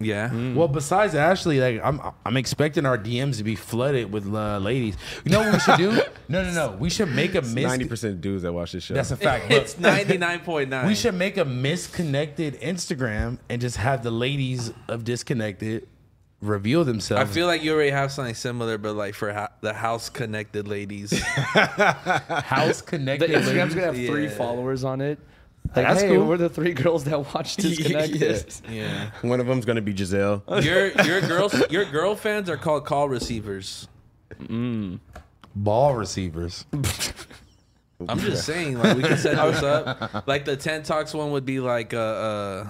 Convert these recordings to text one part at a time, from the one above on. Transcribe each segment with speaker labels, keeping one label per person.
Speaker 1: yeah.
Speaker 2: Well, besides Ashley, like I'm I'm expecting our DMs to be flooded with uh, ladies. You know what we should do? No, no, no. We should make a
Speaker 3: Ninety
Speaker 2: mis-
Speaker 3: percent dudes that watch this show.
Speaker 2: That's a fact. Look,
Speaker 1: It's ninety nine point nine.
Speaker 2: we should make a misconnected Instagram and just have the ladies of disconnected reveal
Speaker 1: I
Speaker 2: themselves.
Speaker 1: feel like you already have something similar, but like for ho- the house connected ladies.
Speaker 2: house
Speaker 4: The
Speaker 2: connected. ladies.
Speaker 4: Instagram's gonna have three followers on it. Like,
Speaker 2: That's
Speaker 4: hey,
Speaker 2: cool.
Speaker 4: we're the three girls that watch Disconnected.
Speaker 1: yeah.
Speaker 3: One of them's gonna be Giselle.
Speaker 2: Oh,
Speaker 1: Your your girls your girl fans are called call receivers.
Speaker 2: ball receivers.
Speaker 1: I'm just saying, like we could set this up. Like the ten talks one would be like uh, uh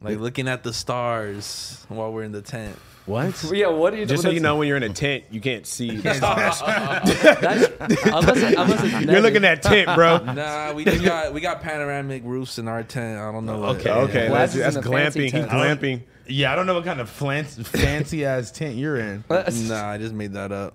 Speaker 1: like looking at the stars while we're in the tent.
Speaker 2: What?
Speaker 4: But yeah, what do you
Speaker 3: Just so you know, when you're in a tent, you can't see. the stars.
Speaker 4: that's- unless, unless it's
Speaker 3: you're looking
Speaker 4: netted.
Speaker 3: at tent, bro.
Speaker 1: Nah, we just got we got panoramic roofs in our tent. I don't know. what-
Speaker 2: Okay.
Speaker 3: Okay, that's,
Speaker 4: Glass is
Speaker 3: that's
Speaker 4: in a fancy
Speaker 3: glamping. He's
Speaker 4: tent.
Speaker 3: glamping.
Speaker 2: Yeah, I don't know what kind of fancy ass tent you're in.
Speaker 1: Nah, I just made that up.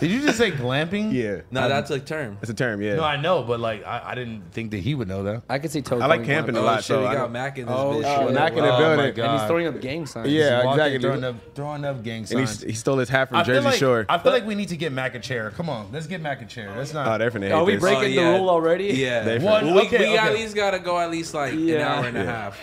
Speaker 2: Did you just say glamping?
Speaker 3: Yeah,
Speaker 1: No, that's a term.
Speaker 3: that's a term. Yeah,
Speaker 2: No, I know, but like I, I didn't think that he would know that.
Speaker 4: I could see Toad.
Speaker 3: I like
Speaker 4: going
Speaker 3: camping a
Speaker 4: wild.
Speaker 1: Oh
Speaker 3: lot.
Speaker 1: shit,
Speaker 3: So
Speaker 1: we
Speaker 3: I
Speaker 1: got
Speaker 3: don't-
Speaker 1: Mac in this
Speaker 4: Oh,
Speaker 1: bitch.
Speaker 4: shit.
Speaker 1: What up,
Speaker 3: Mac in the
Speaker 1: Rob?
Speaker 3: building.
Speaker 2: my
Speaker 3: And
Speaker 2: God.
Speaker 4: And he's throwing up gang signs.
Speaker 3: Yeah,
Speaker 2: Walking,
Speaker 3: exactly.
Speaker 2: Throwing up, throwing up gang
Speaker 3: and he,
Speaker 2: signs.
Speaker 3: he stole his hat from
Speaker 2: I feel
Speaker 3: Jersey
Speaker 2: like,
Speaker 3: Shore.
Speaker 2: I feel like we need to get Mac a chair. Come on, let's get Mac a chair. That's not.
Speaker 3: oh, they're finna hate
Speaker 4: Are we
Speaker 3: this.
Speaker 4: breaking-
Speaker 1: Oh,
Speaker 4: the rule already?
Speaker 1: Yeah.
Speaker 3: They
Speaker 2: One-
Speaker 1: Well, we
Speaker 2: okay,
Speaker 1: we at
Speaker 2: okay.
Speaker 1: least got to go at least like an
Speaker 4: Yeah.
Speaker 1: hour and a half.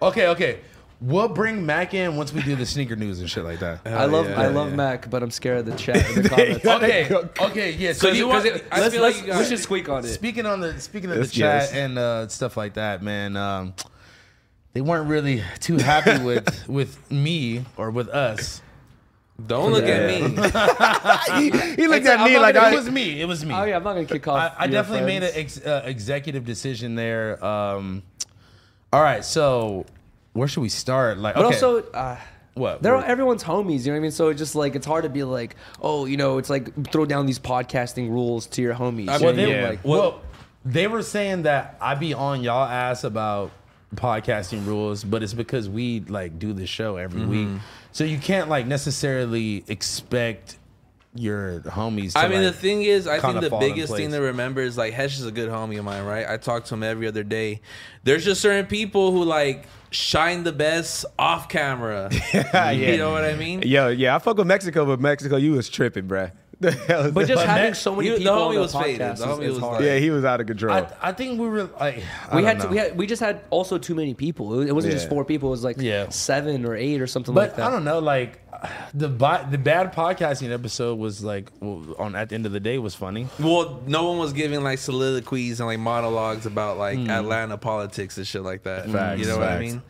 Speaker 2: Okay, okay. We'll bring Mac in once we do the sneaker news and shit like that.
Speaker 3: Oh,
Speaker 4: I love,
Speaker 1: yeah,
Speaker 4: I love Mac, but I'm scared of the chat and the comments.
Speaker 2: Okay, okay, yeah. So
Speaker 1: you
Speaker 2: you,
Speaker 1: want-
Speaker 2: 'cause
Speaker 4: Because
Speaker 2: it-
Speaker 4: it-
Speaker 1: I
Speaker 4: let's-
Speaker 1: feel like
Speaker 4: let's-
Speaker 1: you
Speaker 4: we
Speaker 1: got-
Speaker 4: should squeak on it.
Speaker 2: speaking on the speaking of the
Speaker 3: Let's get
Speaker 2: chat
Speaker 3: us-
Speaker 2: and uh, stuff like that, man. Um, they weren't really too happy with with me or with us.
Speaker 1: Don't look at me.
Speaker 3: he, he looked at
Speaker 2: I'm
Speaker 3: me
Speaker 2: not
Speaker 3: like
Speaker 2: gonna-
Speaker 3: I
Speaker 2: it was me. It was me.
Speaker 4: Oh yeah, I'm not gonna kick off.
Speaker 2: I, I
Speaker 4: your
Speaker 2: definitely made
Speaker 4: friends.
Speaker 2: an ex, uh, executive decision there. Um, all right, so where should we start? Like,
Speaker 4: But
Speaker 2: okay,
Speaker 4: also, uh,
Speaker 2: what?
Speaker 4: they're all, everyone's homies. You know what I mean? So it's just like it's hard to be like, oh, you know, it's like throw down these podcasting rules to your homies.
Speaker 1: I
Speaker 4: you
Speaker 2: well,
Speaker 1: mean,
Speaker 4: know?
Speaker 2: they,
Speaker 1: yeah.
Speaker 2: like, well, they were saying that I be on y'all ass about podcasting rules, but it's because we like do the show every
Speaker 4: Mm-hmm.
Speaker 2: week, so you can't like necessarily expect your homies. To,
Speaker 1: I mean, the
Speaker 2: like-
Speaker 1: thing is, I think
Speaker 2: kinda
Speaker 1: the
Speaker 2: fall in
Speaker 1: biggest thing
Speaker 2: place.
Speaker 1: to remember is like Hesh is a good homie of mine, right? I talk to him every other day. There's just certain people who like shine the best off camera. You know what I mean?
Speaker 3: Yo, yeah, I fuck with Mexico, but Mexico, you was tripping, bruh. The hell is
Speaker 4: But
Speaker 3: that?
Speaker 4: just having
Speaker 2: Mac-
Speaker 4: so many
Speaker 1: you- the
Speaker 4: people
Speaker 1: homie
Speaker 4: on the
Speaker 1: was
Speaker 4: podcast
Speaker 1: faded. The
Speaker 4: is,
Speaker 1: homie
Speaker 4: is
Speaker 1: was
Speaker 4: hard.
Speaker 1: like-
Speaker 3: yeah, he was out of control.
Speaker 2: I, I think we were like, I
Speaker 4: we
Speaker 2: don't
Speaker 4: had
Speaker 2: know.
Speaker 4: to, we had we just had also too many people. It it wasn't just
Speaker 3: Yeah.
Speaker 4: four people. It was like
Speaker 2: Yeah.
Speaker 4: seven or eight or something
Speaker 2: But
Speaker 4: like that.
Speaker 2: I don't know, like the bi- the bad podcasting episode was like w- on at the end of the day was funny.
Speaker 1: Well, no one was giving like soliloquies and like monologues about like
Speaker 4: Hmm.
Speaker 1: Atlanta politics and shit like that.
Speaker 3: Facts,
Speaker 1: you know what I
Speaker 3: facts.
Speaker 1: mean?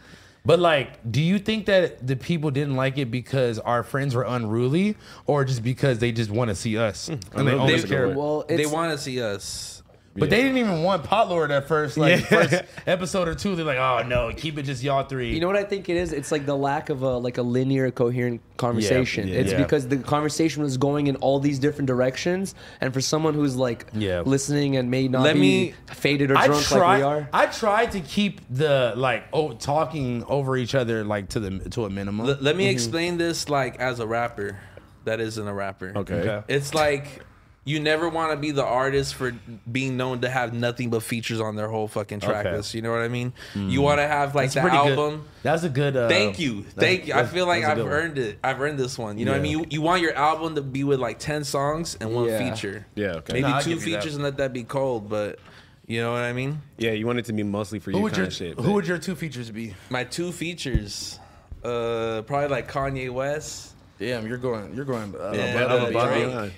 Speaker 2: But like, do you think that the people didn't like it because our friends were unruly, or just because they just want to see us and they
Speaker 3: little
Speaker 2: only
Speaker 1: bit of
Speaker 2: care?
Speaker 1: both.
Speaker 4: Well,
Speaker 1: they
Speaker 4: it's-
Speaker 1: want to see us.
Speaker 2: But they didn't even want Potlord at first. Like first episode or two, they're like, "Oh no, keep it just y'all three.
Speaker 4: You know what I think it is? It's like the lack of a like a linear, coherent conversation.
Speaker 2: yeah,
Speaker 4: it's
Speaker 2: yeah.
Speaker 4: because the conversation was going in all these different directions, and for someone who's like
Speaker 2: Yeah.
Speaker 4: listening and may not
Speaker 1: Let
Speaker 4: be
Speaker 1: me-
Speaker 4: faded or
Speaker 2: I
Speaker 4: drunk like
Speaker 2: tried.
Speaker 4: we are.
Speaker 2: I tried to keep the like oh talking over each other like to the to a minimum.
Speaker 1: L- let me explain this like as a rapper that isn't a rapper.
Speaker 3: okay.
Speaker 2: Okay.
Speaker 1: It's like you never want to be the artist for being known to have nothing but features on their whole fucking track
Speaker 2: Okay. Mm.
Speaker 1: list. You know what I mean? You want to have like the
Speaker 2: Pretty good.
Speaker 1: album.
Speaker 2: That's a good. Uh,
Speaker 1: Thank you,
Speaker 2: that's-
Speaker 1: thank you. I
Speaker 2: that's-
Speaker 1: feel like
Speaker 2: that's a
Speaker 1: I've
Speaker 2: good one.
Speaker 1: earned it. I've earned this one. You know what I mean? You, you want your album to be with like ten songs and one
Speaker 4: Yeah.
Speaker 1: feature.
Speaker 3: Yeah, okay.
Speaker 1: Maybe
Speaker 3: Nah,
Speaker 2: I'll
Speaker 1: two
Speaker 2: give you that.
Speaker 1: features and let that be cold, but You know what I mean?
Speaker 3: Yeah, you want it to be mostly for
Speaker 2: Who
Speaker 3: you
Speaker 2: would
Speaker 3: kind
Speaker 2: your
Speaker 3: of shit.
Speaker 2: Who would your two features be?
Speaker 1: My two features, uh, probably like Kanye West.
Speaker 2: Damn, you're going. You're going. Uh,
Speaker 1: Yeah,
Speaker 2: above
Speaker 1: uh,
Speaker 2: and
Speaker 1: Drake.
Speaker 2: beyond.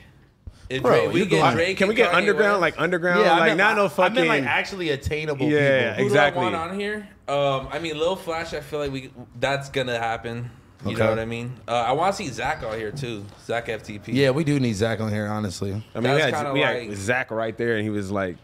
Speaker 1: If
Speaker 2: Bro,
Speaker 1: Drake, we
Speaker 2: you're
Speaker 1: get
Speaker 2: going-
Speaker 1: Drake.
Speaker 3: Can we
Speaker 1: and
Speaker 3: get
Speaker 1: Kanye
Speaker 3: underground,
Speaker 1: West.
Speaker 3: like underground,
Speaker 2: I
Speaker 3: like
Speaker 2: meant-
Speaker 3: not no fucking.
Speaker 2: I meant like actually attainable
Speaker 3: Yeah,
Speaker 2: people.
Speaker 1: Who
Speaker 3: Exactly.
Speaker 1: do I want on here? Um, I mean, Lil Flash. I feel like we that's gonna happen. You
Speaker 2: Okay.
Speaker 1: know what I mean? Uh, I want to see Zach on here too. Zach FTP.
Speaker 2: Yeah, we do need Zach on here, honestly.
Speaker 3: I mean, we
Speaker 1: That's
Speaker 3: had,
Speaker 1: kinda
Speaker 3: we had
Speaker 1: like-
Speaker 3: Zach right there, and he was like,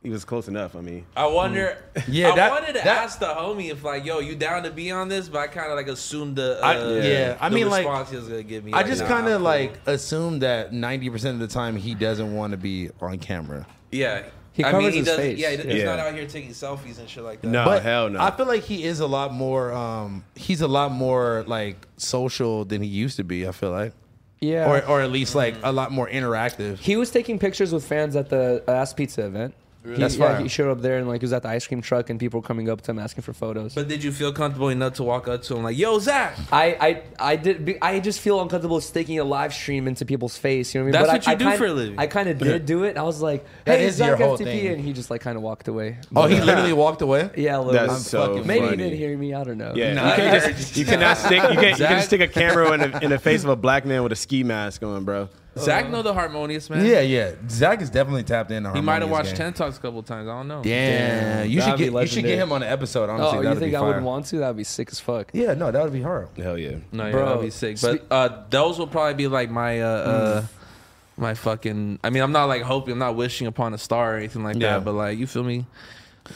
Speaker 3: he was close enough. I mean,
Speaker 1: I wonder.
Speaker 2: Yeah,
Speaker 1: I
Speaker 2: that-
Speaker 1: wanted to
Speaker 2: that-
Speaker 1: ask the homie if like, yo, you down to be on this? But I kind of like assumed the. Uh,
Speaker 2: I- yeah, I
Speaker 1: the
Speaker 2: mean, like,
Speaker 1: response he was gonna give me.
Speaker 2: I just
Speaker 1: nah,
Speaker 2: kind
Speaker 1: I'm
Speaker 2: of
Speaker 1: cool.
Speaker 2: like assume that 90% of the time he doesn't want to be on camera.
Speaker 1: Yeah.
Speaker 4: He
Speaker 1: I mean,
Speaker 4: covers
Speaker 1: he
Speaker 4: his
Speaker 1: does.
Speaker 4: face.
Speaker 1: Yeah, he- he's
Speaker 3: Yeah.
Speaker 1: not out here taking selfies and shit like that.
Speaker 3: No.
Speaker 2: But
Speaker 3: Oh, hell no.
Speaker 2: I feel like he is a lot more um he's a lot more like social than he used to be, I feel like.
Speaker 4: Yeah.
Speaker 2: Or or at least like a lot more interactive.
Speaker 4: He was taking pictures with fans at the Ass Pizza event. He,
Speaker 2: That's
Speaker 4: yeah,
Speaker 2: fire.
Speaker 4: he showed up there and like he was at the ice cream truck and people were coming up to him asking for photos.
Speaker 1: But did you feel comfortable enough to walk up to him like, yo, Zach?
Speaker 2: Uh,
Speaker 4: I, I I did be- I just feel uncomfortable sticking a live stream into people's face. You know what I mean?
Speaker 1: That's
Speaker 4: I-
Speaker 1: what you
Speaker 4: I
Speaker 1: do
Speaker 4: kinda,
Speaker 1: for a living.
Speaker 4: I kind of did do it. I was like,
Speaker 2: That
Speaker 4: "Hey,
Speaker 2: is your
Speaker 4: Zach
Speaker 2: whole
Speaker 4: FTP,"
Speaker 2: thing.
Speaker 4: and he just like kind of walked away.
Speaker 2: Oh, he literally walked away?
Speaker 4: yeah, a little
Speaker 3: that's
Speaker 4: bit.
Speaker 3: so funny.
Speaker 4: Maybe he didn't hear me. I don't know.
Speaker 3: Yeah,
Speaker 2: Nah,
Speaker 3: you, can't just, you cannot stick. You can't, you can
Speaker 1: Zach-
Speaker 3: stick a camera in, a, in the face of a black man with a ski mask on, bro.
Speaker 1: Zach know the harmonious man.
Speaker 2: Yeah, yeah. Zach is definitely tapped in.
Speaker 1: He might have watched Ten Talks a couple times. I don't know.
Speaker 2: Damn, you should
Speaker 4: That'd be
Speaker 2: get you should
Speaker 4: legendary.
Speaker 2: get him on an episode. Honestly, that
Speaker 4: Oh, you
Speaker 2: would be
Speaker 4: think I
Speaker 2: fire.
Speaker 4: would want to? That'd be sick as fuck.
Speaker 2: Yeah, no, that would be hard.
Speaker 3: Hell yeah.
Speaker 1: No,
Speaker 4: Bro,
Speaker 1: yeah, that'd be sick.
Speaker 4: spe-
Speaker 1: But uh, those will probably be like my uh, uh my fucking. I mean, I'm not like hoping, I'm not wishing upon a star or anything like
Speaker 2: Yeah.
Speaker 1: that. But like, you feel me?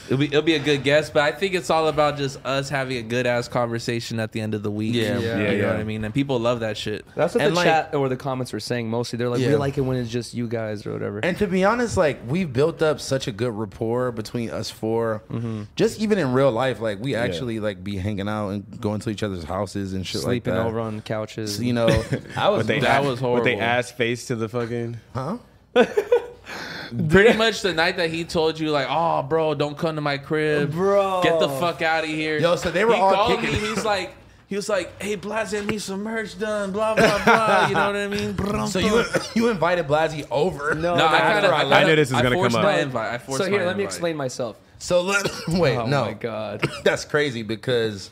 Speaker 1: It'll be it'll be a good guess. But I think it's all about just us having a good ass conversation at the end of the week.
Speaker 2: Yeah. Yeah,
Speaker 1: you
Speaker 3: yeah.
Speaker 1: know what I mean. And people love that shit.
Speaker 4: That's what
Speaker 2: And,
Speaker 4: the
Speaker 2: like-
Speaker 4: chat or the comments were saying mostly. They're like,
Speaker 2: Yeah.
Speaker 4: "We like it when it's just you guys or whatever."
Speaker 2: And to be honest, like we've built up such a good rapport between us 4 Just even in real life, like we actually like be hanging out and going to each other's houses and shit
Speaker 4: Sleeping
Speaker 2: like that.
Speaker 4: over on couches.
Speaker 2: you know, I was
Speaker 3: But they
Speaker 1: That
Speaker 3: ass-
Speaker 1: was
Speaker 3: But they
Speaker 1: horrible.
Speaker 3: ass face to the fucking.
Speaker 2: huh?
Speaker 1: Pretty much the night that he told you, like, oh, bro, don't come to my crib,
Speaker 4: Bro.
Speaker 1: get the fuck out of here.
Speaker 2: Yo, so they were
Speaker 1: he
Speaker 2: all
Speaker 1: called
Speaker 2: kicking-
Speaker 1: me. He's like. He was like, "Hey, Blaz, get me some merch done, blah blah blah." You know what I mean? Brum,
Speaker 2: So
Speaker 1: brum.
Speaker 2: you you invited Blasi over?
Speaker 4: No,
Speaker 1: No, I
Speaker 4: that's
Speaker 1: kind of.
Speaker 4: where
Speaker 1: I,
Speaker 4: I left.
Speaker 3: knew this was gonna
Speaker 1: forced
Speaker 3: come up.
Speaker 1: My invite. I forced
Speaker 4: So here,
Speaker 1: my
Speaker 4: let me
Speaker 1: invite.
Speaker 4: explain myself.
Speaker 2: So let wait.
Speaker 4: Oh
Speaker 2: no,
Speaker 4: my god.
Speaker 2: that's crazy because.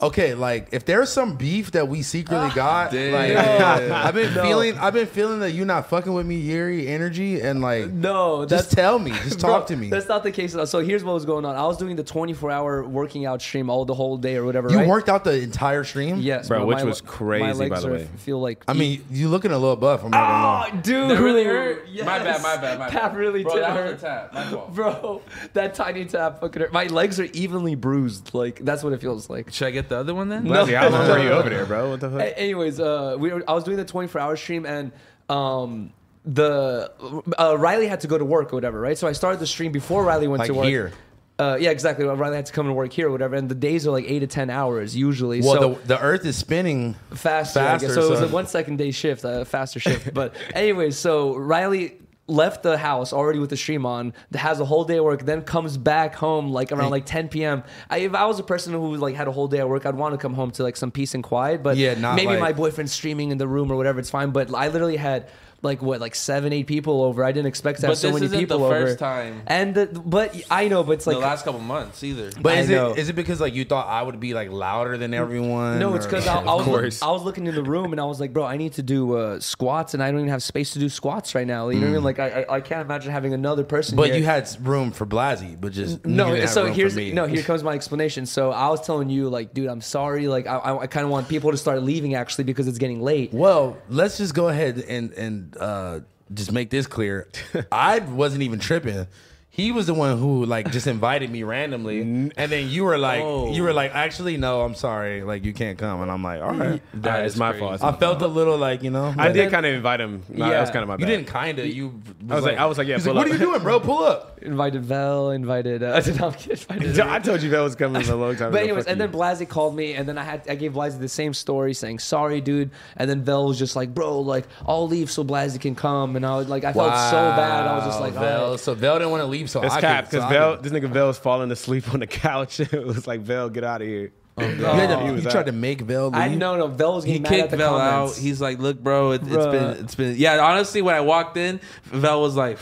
Speaker 2: Okay, like if there's some beef that we secretly got,
Speaker 1: damn.
Speaker 2: like
Speaker 4: Ah, No.
Speaker 2: I've been
Speaker 4: No.
Speaker 2: feeling, I've been feeling that you're not fucking with me, Yuri energy, and like
Speaker 4: No, that's
Speaker 2: just tell me, just
Speaker 4: Bro,
Speaker 2: talk to me.
Speaker 4: That's not the case at all. So here's what was going on. I was doing the 24 hour working out stream all the whole day or whatever.
Speaker 2: You
Speaker 4: right?
Speaker 2: worked out the entire stream?
Speaker 4: Yes,
Speaker 3: Bro, which
Speaker 4: my-
Speaker 3: was crazy,
Speaker 4: My
Speaker 3: by
Speaker 4: legs
Speaker 3: the
Speaker 4: are-
Speaker 3: way.
Speaker 4: feel like.
Speaker 2: I mean, you looking a little buff. I'm not gonna
Speaker 4: oh,
Speaker 2: lie.
Speaker 4: dude,
Speaker 1: That really hurt.
Speaker 4: Yes.
Speaker 1: My bad. My bad. My bad.
Speaker 4: Tap really
Speaker 1: Bro,
Speaker 4: did
Speaker 1: that
Speaker 4: hurt.
Speaker 1: Was a tap. My fault.
Speaker 4: Bro, that tiny tap fucking hurt. My legs are evenly bruised. Like that's what it feels like.
Speaker 1: Should I get the other one then?
Speaker 4: No.
Speaker 3: Blasi, how long were you over there, bro? What the fuck?
Speaker 4: A- anyways, uh, we were, I was doing the 24 hour stream and um, the uh, Riley had to go to work or whatever, right? So I started the stream before Riley went
Speaker 2: Like
Speaker 4: to work.
Speaker 2: here.
Speaker 4: Uh, yeah, exactly. Riley had to come to work here or whatever, and the days are like eight to ten hours usually.
Speaker 2: Well,
Speaker 4: so
Speaker 2: the, the Earth is spinning.
Speaker 4: faster. I guess.
Speaker 2: Faster,
Speaker 4: So, it was
Speaker 2: so-
Speaker 4: a one second day shift, a faster shift. But anyways, so Riley left the house already with the stream on, has a whole day of work, then comes back home like around like 10 p.m. I, if I was a person who like had a whole day at work, I'd want to come home to like some peace and quiet. But
Speaker 2: Yeah, not
Speaker 4: maybe
Speaker 2: like-
Speaker 4: my boyfriend's streaming in the room or whatever, it's fine. But I literally had like what like seven eight people over. I didn't expect to have
Speaker 1: But
Speaker 4: so
Speaker 1: this
Speaker 4: many
Speaker 1: isn't
Speaker 4: people
Speaker 1: the
Speaker 4: over.
Speaker 1: first time.
Speaker 4: And the, but I know, but it's
Speaker 1: The
Speaker 4: like
Speaker 1: last couple months either.
Speaker 2: But
Speaker 4: I
Speaker 2: is
Speaker 4: know.
Speaker 2: it is it because like you thought I would be like louder than everyone?
Speaker 4: No, it's
Speaker 2: or-
Speaker 4: because I, I was
Speaker 3: course.
Speaker 4: I was looking in the room and I was like, bro, I need to do uh, squats and I don't even have space to do squats right now. You know what I mean? Like I, I I can't imagine having another person.
Speaker 2: Mm. But
Speaker 4: here.
Speaker 2: you had room for Blasi, but just you
Speaker 4: no.
Speaker 2: didn't have
Speaker 4: So
Speaker 2: room for
Speaker 4: here's
Speaker 2: me.
Speaker 4: no. Here comes my explanation. So I was telling you, like, dude, I'm sorry. Like I I, I kind of want people to start leaving actually because it's getting late.
Speaker 2: Well, let's just go ahead and and uh, just make this clear. I wasn't even tripping. He was the one who like just invited me randomly, and then you were like, you
Speaker 3: Oh.
Speaker 2: were like, actually, no, I'm sorry, like you can't come, and I'm like, all right.
Speaker 3: that is my fault.
Speaker 2: I felt a little like you know.
Speaker 3: I
Speaker 2: but-
Speaker 3: did kind of invite him. Nah, That was
Speaker 4: Yeah.
Speaker 3: kind of my bad.
Speaker 2: You didn't kind of. You.
Speaker 3: I was like, I was like, yeah,
Speaker 2: he's
Speaker 3: pull
Speaker 2: what
Speaker 3: up.
Speaker 2: are you doing, bro? Pull up.
Speaker 4: Invited Vel. Invited. Uh, no, I'm kidding. Invited
Speaker 3: I told you that was coming a long time ago.
Speaker 4: But anyways,
Speaker 3: Fuck
Speaker 4: and
Speaker 3: you.
Speaker 4: then Blasi called me, and then I had I gave Blasi the same story, saying sorry, dude. And then Vel was just like, bro, like I'll leave so Blasi can come, and I was like, I felt so bad. I was just like,
Speaker 2: Vel.
Speaker 4: "Alright."
Speaker 2: So Vel didn't want to leave, so
Speaker 3: It's
Speaker 2: I
Speaker 3: cap
Speaker 2: could,
Speaker 3: because
Speaker 2: so I
Speaker 3: Vel,
Speaker 2: could-
Speaker 3: this nigga Vel's falling asleep on the couch. it was like Vel, get out of here.
Speaker 2: You, had to-
Speaker 3: He
Speaker 2: you
Speaker 3: was
Speaker 2: tried
Speaker 3: out.
Speaker 2: to make Vel.
Speaker 4: I
Speaker 2: leave?
Speaker 4: know, no. Vel was
Speaker 1: He
Speaker 4: getting mad at
Speaker 1: kicked
Speaker 4: the
Speaker 1: Vel
Speaker 4: comments.
Speaker 1: out. He's like, "Look, bro, it, it's
Speaker 4: Bruh.
Speaker 1: been, it's been." Yeah, honestly, when I walked in, Vel was like,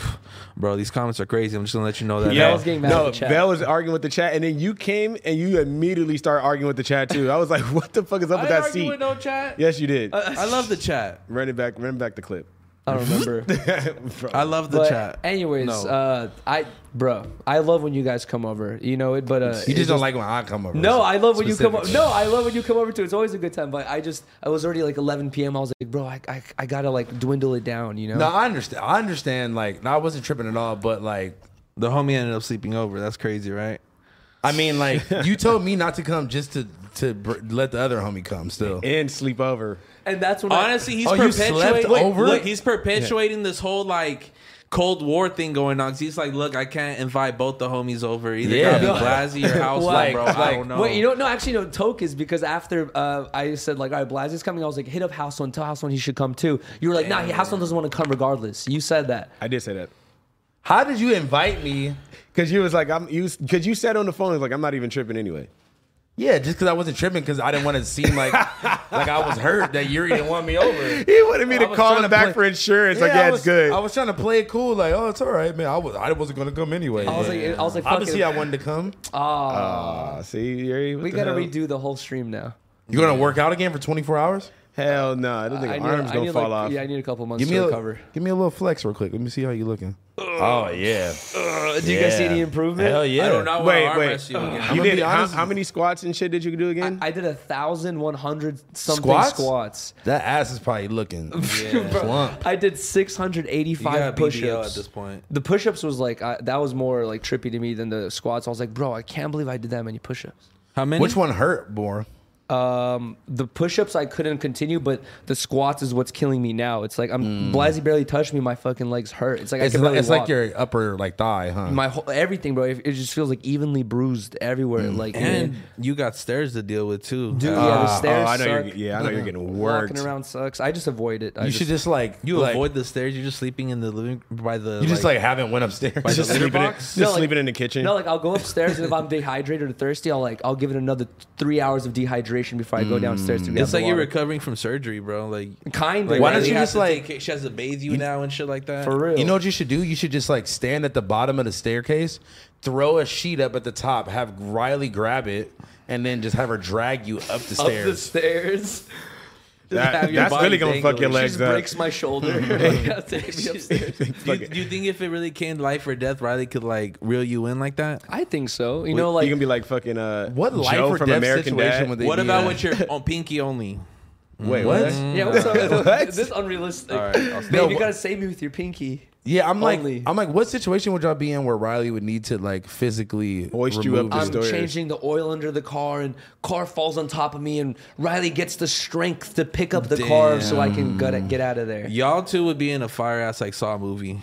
Speaker 1: "Bro, these comments are crazy. I'm just gonna let you know that."
Speaker 4: Yeah.
Speaker 1: now."
Speaker 4: I was getting mad
Speaker 3: no,
Speaker 4: at the chat.
Speaker 3: Val was arguing with the chat, and then you came and you immediately started arguing with the chat too. I was like, "What the fuck is up
Speaker 1: I
Speaker 3: with
Speaker 1: didn't
Speaker 3: that
Speaker 1: argue
Speaker 3: seat?"
Speaker 1: with no uh. chat.
Speaker 3: yes, you did.
Speaker 1: I love the chat.
Speaker 3: run it back, run back the clip.
Speaker 4: I don't remember.
Speaker 1: I love the
Speaker 4: but
Speaker 1: chat.
Speaker 4: anyways,
Speaker 1: No.
Speaker 4: uh, I bro, I love when you guys come over. You know it, but uh,
Speaker 2: You
Speaker 4: it
Speaker 2: just don't like when I come over.
Speaker 4: No, I love when you come.
Speaker 2: Specific.
Speaker 4: No, I love when you come over too. It's always a good time. But I just, I was already like 11 p.m. I was like, bro, I, I, I gotta like dwindle it down. You know.
Speaker 2: No, I understand. I understand. Like, I wasn't tripping at all, but like,
Speaker 1: The homie ended up sleeping over. That's crazy, right?
Speaker 2: I mean, like, you told me not to come just to to br- let the other homie come. Still,
Speaker 3: And sleep over.
Speaker 4: and that's when
Speaker 1: Honestly, he's
Speaker 2: Oh, you slept
Speaker 1: perpetuating.
Speaker 2: over
Speaker 1: Look,
Speaker 2: it?
Speaker 1: he's perpetuating this whole like Cold War thing going on. 'Cause He's like, "Look, I can't invite both the homies over. Either
Speaker 2: Yeah.
Speaker 1: yeah, gotta be Blasey or House,
Speaker 4: Like-
Speaker 1: bro. I
Speaker 2: like-
Speaker 1: don't
Speaker 4: I,
Speaker 1: know."
Speaker 4: wait, you don't know. Actually, no. Toke is because after uh, I said like, all right, Blaz is coming. I was like, hit up House one. Tell House one he should come too. You were like, nah, he- House one doesn't want to come regardless. You said that.
Speaker 3: I did say that.
Speaker 2: how did you invite me?
Speaker 3: Cause you was like, I'm you because you said on the phone, like, I'm not even tripping anyway.
Speaker 2: Yeah, just because I wasn't tripping because I didn't want to seem like like I was hurt that Yuri didn't want me over.
Speaker 3: He wanted me
Speaker 2: I
Speaker 3: to
Speaker 2: was
Speaker 3: call
Speaker 2: trying to
Speaker 3: him back
Speaker 2: play-
Speaker 3: for insurance. like, yeah,
Speaker 2: I
Speaker 3: it's
Speaker 2: was,
Speaker 3: good.
Speaker 2: I was trying to play it cool, like, oh, it's all right, man. I was I wasn't gonna come anyway.
Speaker 4: I was like, I was like, fuck
Speaker 2: obviously,
Speaker 4: it.
Speaker 2: I wanted to come.
Speaker 3: Aw, see, Yuri, what
Speaker 4: we
Speaker 3: the
Speaker 4: gotta
Speaker 3: hell?
Speaker 4: redo the whole stream now.
Speaker 2: You're gonna work out again for 24 hours?
Speaker 3: Hell no, I don't think
Speaker 4: I need,
Speaker 3: arms
Speaker 4: I
Speaker 3: gonna
Speaker 4: need,
Speaker 3: fall
Speaker 4: like,
Speaker 3: off.
Speaker 4: Yeah, I need a couple months
Speaker 2: Give me
Speaker 4: to
Speaker 2: a
Speaker 4: recover.
Speaker 2: give me a little flex real quick. Let me see how you looking. oh yeah,
Speaker 4: Uh, do you guys see
Speaker 2: Yeah.
Speaker 4: any improvement?
Speaker 2: hell yeah.
Speaker 1: I don't know.
Speaker 3: Wait,
Speaker 1: Wait,
Speaker 3: wait.
Speaker 1: wait. You again.
Speaker 3: You
Speaker 2: gonna
Speaker 3: did
Speaker 2: be
Speaker 3: how,
Speaker 2: honest-
Speaker 3: how many squats and shit did you do again?
Speaker 4: I did a thousand one hundred something
Speaker 2: Squats?
Speaker 4: squats.
Speaker 2: That ass is probably looking plump.
Speaker 4: I did six hundred
Speaker 1: You got
Speaker 4: eighty-five
Speaker 1: BBL at
Speaker 4: push-ups.
Speaker 1: this point.
Speaker 4: The push-ups was like I, that was more like trippy to me than the squats. I was like, bro, I can't believe I did that many push-ups.
Speaker 1: How many?
Speaker 2: Which one hurt more?
Speaker 4: Um, the push-ups I couldn't continue, but the squats is what's killing me now. It's like I'm Blasi barely touched me. My fucking legs hurt. Mm. It's like I
Speaker 2: It's,
Speaker 4: can
Speaker 2: like,
Speaker 4: barely
Speaker 2: it's like
Speaker 4: walk.
Speaker 2: your upper like thigh, huh?
Speaker 4: my whole, everything, bro. It, it just feels like evenly bruised everywhere. Like
Speaker 1: And you got stairs to deal with too.
Speaker 4: dude, yeah,
Speaker 3: Ah,
Speaker 4: the stairs.
Speaker 3: oh, I know you're,
Speaker 4: suck.
Speaker 3: yeah, I know you're getting worked.
Speaker 4: Walking around sucks. I just avoid it. I
Speaker 2: you
Speaker 4: just,
Speaker 2: should just like
Speaker 1: You
Speaker 2: like,
Speaker 1: avoid the stairs. You're just sleeping in the living by the.
Speaker 2: You just like haven't went upstairs.
Speaker 1: the
Speaker 3: Just
Speaker 1: litter
Speaker 3: sleeping, in,
Speaker 1: box?
Speaker 3: just
Speaker 4: No, like-
Speaker 3: sleeping in the kitchen.
Speaker 4: No, like I'll go upstairs and if I'm dehydrated or thirsty, I'll like I'll give it another three hours of dehydration before I go downstairs
Speaker 3: Mm.
Speaker 4: to get
Speaker 1: It's
Speaker 4: the
Speaker 1: like you're
Speaker 4: water.
Speaker 1: recovering from surgery, bro. Like,
Speaker 4: kind of.
Speaker 1: like
Speaker 2: Why don't
Speaker 1: they
Speaker 2: you
Speaker 1: have
Speaker 2: just,
Speaker 1: to
Speaker 2: like-
Speaker 1: take- she has to bathe you, now and shit like that.
Speaker 4: for real?
Speaker 2: You know what you should do? You should just like stand at the bottom of the staircase, throw a sheet up at the top, have Riley grab it, and then just have her drag you up the
Speaker 4: up the
Speaker 2: stairs.
Speaker 4: stairs. Just
Speaker 3: That-
Speaker 4: have your
Speaker 3: that's
Speaker 4: body
Speaker 3: really gonna fuck your
Speaker 4: dangling.
Speaker 3: legs
Speaker 4: she just
Speaker 3: up.
Speaker 4: breaks my shoulder. Like, take me upstairs.
Speaker 1: Do you, do you think if it really came life or death, Riley could like reel you in like that?
Speaker 4: I think so. You know, like
Speaker 3: you can be like fucking uh,
Speaker 2: What life
Speaker 3: Joe
Speaker 2: or
Speaker 3: from
Speaker 2: death
Speaker 3: American
Speaker 2: situation
Speaker 3: Dad.
Speaker 2: would they
Speaker 1: What
Speaker 2: be
Speaker 1: about
Speaker 2: in?
Speaker 1: with your on pinky only?
Speaker 3: Wait,
Speaker 2: What?
Speaker 4: yeah, what's up? this is unrealistic.
Speaker 1: All right, I'll stop.
Speaker 4: Babe,
Speaker 2: No,
Speaker 4: you
Speaker 2: wh-
Speaker 4: gotta save me with your pinky.
Speaker 2: Yeah, I'm like,
Speaker 4: Only.
Speaker 2: I'm like, what situation would y'all be in where Riley would need to like physically
Speaker 3: Hoist you
Speaker 2: remove
Speaker 3: up
Speaker 2: it?
Speaker 4: I'm
Speaker 3: Just stairs.
Speaker 4: changing the oil under the car, and car falls on top of me, and Riley gets the strength to pick up the car so I can gut- get out of there.
Speaker 1: Y'all two would be in a fire ass like Saw movie.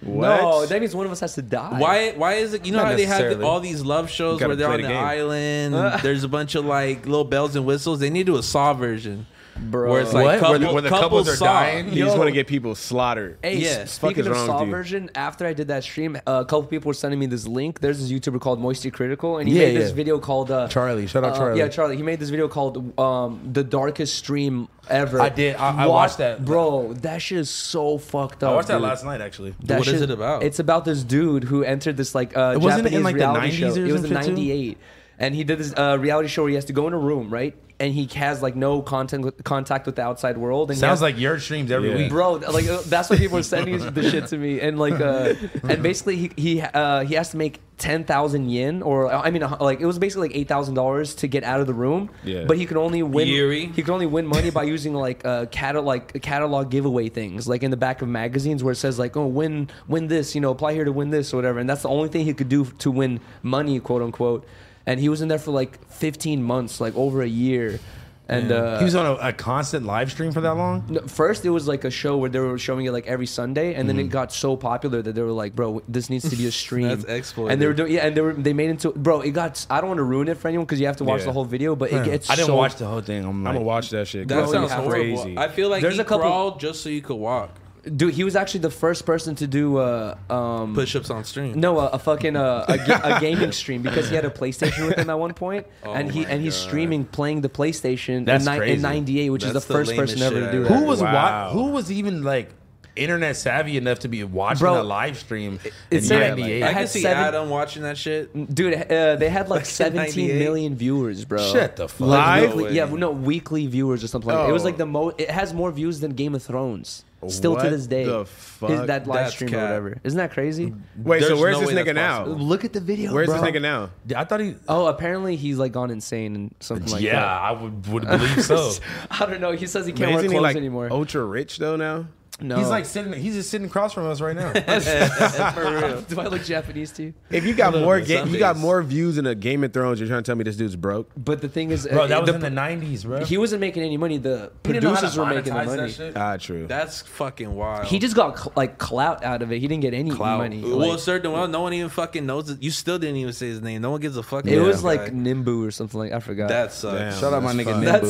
Speaker 3: What?
Speaker 4: No, that means one of us has to die.
Speaker 1: Why? Why is it? You know
Speaker 2: Not
Speaker 1: how they have
Speaker 2: necessarily.
Speaker 1: the, all these love shows
Speaker 3: gotta
Speaker 1: where they're
Speaker 3: play
Speaker 1: on
Speaker 3: the
Speaker 1: the
Speaker 3: game.
Speaker 1: island. and there's a bunch of like little bells and whistles. They need to do a Saw version, bro. Where it's like
Speaker 2: What?
Speaker 1: couple,
Speaker 2: Where the- where the
Speaker 1: couples,
Speaker 2: couples are
Speaker 1: Saw.
Speaker 2: dying?
Speaker 3: You just
Speaker 4: Yo.
Speaker 3: want to get people slaughtered.
Speaker 4: Hey,
Speaker 1: Yeah,
Speaker 4: s-
Speaker 3: fuck is
Speaker 4: speaking of
Speaker 3: wrong with
Speaker 4: Saw
Speaker 3: you?
Speaker 4: version, after I did that stream, a couple people were sending me this link. There's this YouTuber called Moisty Critical, and he
Speaker 2: Yeah,
Speaker 4: made this
Speaker 2: yeah.
Speaker 4: video called uh,
Speaker 2: Charlie. Shout out
Speaker 4: uh,
Speaker 2: Charlie.
Speaker 4: Yeah, Charlie. He made this video called um, "The Darkest Stream Ever."
Speaker 2: I did. I- I
Speaker 4: Wa-
Speaker 2: watched that.
Speaker 4: bro. That shit is so fucked up.
Speaker 2: I watched that
Speaker 4: dude.
Speaker 2: last night actually.
Speaker 4: That
Speaker 1: What is it about?
Speaker 4: It's about this dude who entered this like uh,
Speaker 2: Wasn't it
Speaker 4: Japanese
Speaker 2: in, like, the
Speaker 4: reality
Speaker 2: 90s
Speaker 4: show.
Speaker 2: or
Speaker 4: it was
Speaker 2: some
Speaker 4: in
Speaker 2: shit, too?
Speaker 4: '98, and he did this uh, reality show where he has to go in a room, right? And he has like no contact with, contact with the outside world. And he
Speaker 2: Sounds
Speaker 4: has-
Speaker 2: like your streams every
Speaker 3: Yeah.
Speaker 2: week.
Speaker 4: bro like uh, that's what people were sending the shit to me and like uh and basically he he uh he has to make 10,000 yen or I mean uh, like it was basically like $8,000 to get out of the room
Speaker 3: Yeah.
Speaker 4: but he can only win
Speaker 1: Yuri.
Speaker 4: he can only win money by using like uh catalog like catalog giveaway things like in the back of magazines where it says like oh win win this you know apply here to win this or whatever and that's the only thing he could do to win money quote unquote and he was in there for like 15 months like over a year and uh
Speaker 2: he was on a, a constant live stream for that long.
Speaker 4: no, First, it was like a show where they were showing it like every Sunday, and then it got so popular that they were like, "Bro, this needs to be a stream."
Speaker 1: Mm-hmm. That's exploited.
Speaker 4: And they were doing, yeah, and they were they made into, bro. It got. I don't want to ruin it for anyone because you have to watch
Speaker 3: Yeah.
Speaker 4: the whole video, but it gets.
Speaker 2: I didn't
Speaker 4: so-
Speaker 2: watch the whole thing. I'm like,
Speaker 3: I'm gonna watch that shit.
Speaker 1: That
Speaker 4: Bro,
Speaker 1: sounds
Speaker 4: you have to-
Speaker 1: horrible. I feel like
Speaker 4: There's
Speaker 1: he
Speaker 4: a couple-
Speaker 1: crawled just so you could walk.
Speaker 4: Dude, he was actually the first person to do uh, um,
Speaker 1: Push-ups on stream.
Speaker 4: No, a, a fucking uh, a, ga- a gaming stream because he had a PlayStation with him at one point, and he
Speaker 1: Oh my
Speaker 4: and he's
Speaker 1: God.
Speaker 4: streaming playing the PlayStation
Speaker 5: That's
Speaker 4: in, ni-
Speaker 5: crazy.
Speaker 4: in '98, which
Speaker 1: That's
Speaker 4: is the
Speaker 1: the
Speaker 4: first person
Speaker 1: lamest
Speaker 4: ever
Speaker 1: shit
Speaker 4: to do
Speaker 1: I
Speaker 4: that.
Speaker 5: Who was
Speaker 3: Wow.
Speaker 5: wa- Who was even like internet savvy enough to be watching
Speaker 4: Bro,
Speaker 5: a live stream
Speaker 4: it
Speaker 5: in
Speaker 4: said-
Speaker 5: '98?
Speaker 4: I
Speaker 1: I
Speaker 4: had
Speaker 1: can see
Speaker 4: seven-
Speaker 1: Adam watching that shit.
Speaker 4: Dude, uh, they had like
Speaker 1: That's in
Speaker 4: 17
Speaker 1: 98.
Speaker 4: million viewers, bro.
Speaker 5: Shut the fuck
Speaker 4: Like,
Speaker 3: Live?
Speaker 4: weekly-
Speaker 1: No way.
Speaker 4: yeah, no weekly viewers or something. like that. It was like the most. It has more views than Game of Thrones. Still to
Speaker 3: What
Speaker 4: this day,
Speaker 3: the
Speaker 4: Is
Speaker 3: fuck?
Speaker 4: that live
Speaker 1: That's
Speaker 4: stream or
Speaker 1: cap.
Speaker 4: whatever. Isn't that crazy?
Speaker 3: Wait, so
Speaker 1: There's
Speaker 3: where's
Speaker 1: no way
Speaker 3: this nigga
Speaker 1: that's
Speaker 3: now?
Speaker 1: possible.
Speaker 4: Look at the video.
Speaker 3: Where's
Speaker 4: bro.
Speaker 3: this nigga now?
Speaker 5: I thought he.
Speaker 4: Oh, apparently he's like gone insane and something like
Speaker 5: yeah, Oh.
Speaker 4: that.
Speaker 5: I would would believe so.
Speaker 4: I don't know. He says he
Speaker 3: Man,
Speaker 4: can't wear
Speaker 3: isn't
Speaker 4: clothes
Speaker 3: he like
Speaker 4: anymore.
Speaker 3: ultra rich though now?
Speaker 4: no,
Speaker 5: oh, He's like sitting. He's just sitting across from us right now.
Speaker 4: Do I look Japanese to you?
Speaker 3: If you got more
Speaker 1: bit,
Speaker 3: ga-
Speaker 1: some
Speaker 3: you got
Speaker 1: days.
Speaker 3: more views in a Game of Thrones, you're trying to tell me this dude's broke?
Speaker 4: But the thing is,
Speaker 5: Bro,
Speaker 4: uh,
Speaker 5: that was
Speaker 4: the-
Speaker 5: in the '90s, bro.
Speaker 4: he wasn't making any money. The
Speaker 5: He didn't know how to
Speaker 4: producers were making the
Speaker 5: monetize that
Speaker 4: money.
Speaker 5: shit.
Speaker 3: Ah, true.
Speaker 1: That's fucking wild.
Speaker 4: He just got cl- like clout out of it. He didn't get any money.
Speaker 1: well,
Speaker 4: Like,
Speaker 1: certain well, no one even fucking knows. It. You still didn't even say his name. No one gives a fuck.
Speaker 4: it
Speaker 1: about
Speaker 4: was
Speaker 1: that
Speaker 4: like
Speaker 1: guy.
Speaker 4: Nimbu or something like I forgot.
Speaker 1: that sucks.
Speaker 3: Damn,
Speaker 2: Shout out my
Speaker 3: that's
Speaker 2: nigga
Speaker 3: fucked.
Speaker 2: Nick.
Speaker 4: that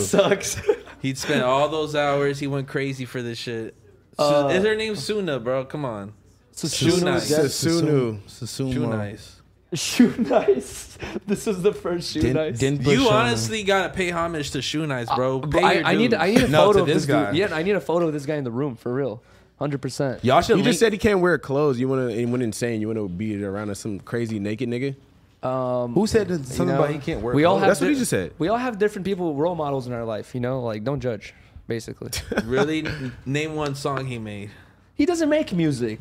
Speaker 2: Nimbu.
Speaker 4: sucks.
Speaker 1: He'd spent all those hours. He went crazy for this shit. Su- is her name Suna, bro? Come on. Shoe nice.
Speaker 3: Susunu.
Speaker 1: Shoe
Speaker 2: Susumu.
Speaker 1: nice.
Speaker 4: Shoe nice. This is the first shoe nice.
Speaker 1: You honestly gotta pay homage to Shoe Nice, bro. Pay
Speaker 4: Uh, I,
Speaker 1: your
Speaker 4: I need
Speaker 1: dues.
Speaker 4: I need a
Speaker 5: No,
Speaker 4: photo
Speaker 5: to
Speaker 4: of this
Speaker 5: this
Speaker 4: guy.
Speaker 5: guy.
Speaker 4: Yeah, I need a photo of this guy in the room for real, hundred percent.
Speaker 5: Y'all should.
Speaker 3: You
Speaker 5: link-
Speaker 3: just said he can't wear clothes. You wanna you went insane. You wanna be around some crazy naked nigga?
Speaker 5: who said that something
Speaker 4: know,
Speaker 5: about he can't work?
Speaker 4: We all
Speaker 5: clothes?
Speaker 4: have
Speaker 3: That's what he just said.
Speaker 4: We all have different people role models in our life, you know. Like, don't judge. Basically,
Speaker 1: really name one song he made.
Speaker 4: he doesn't make music.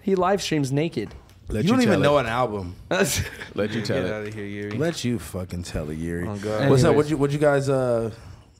Speaker 4: He live streams naked.
Speaker 3: Let
Speaker 2: You don't even
Speaker 3: tell
Speaker 2: know
Speaker 3: it.
Speaker 2: an album.
Speaker 3: Let you tell
Speaker 1: Get
Speaker 3: it.
Speaker 1: out of here, Yuri.
Speaker 2: Let you fucking tell it, Yuri.
Speaker 1: Oh, God.
Speaker 2: What's up?
Speaker 4: Anyways.
Speaker 2: What you what you guys uh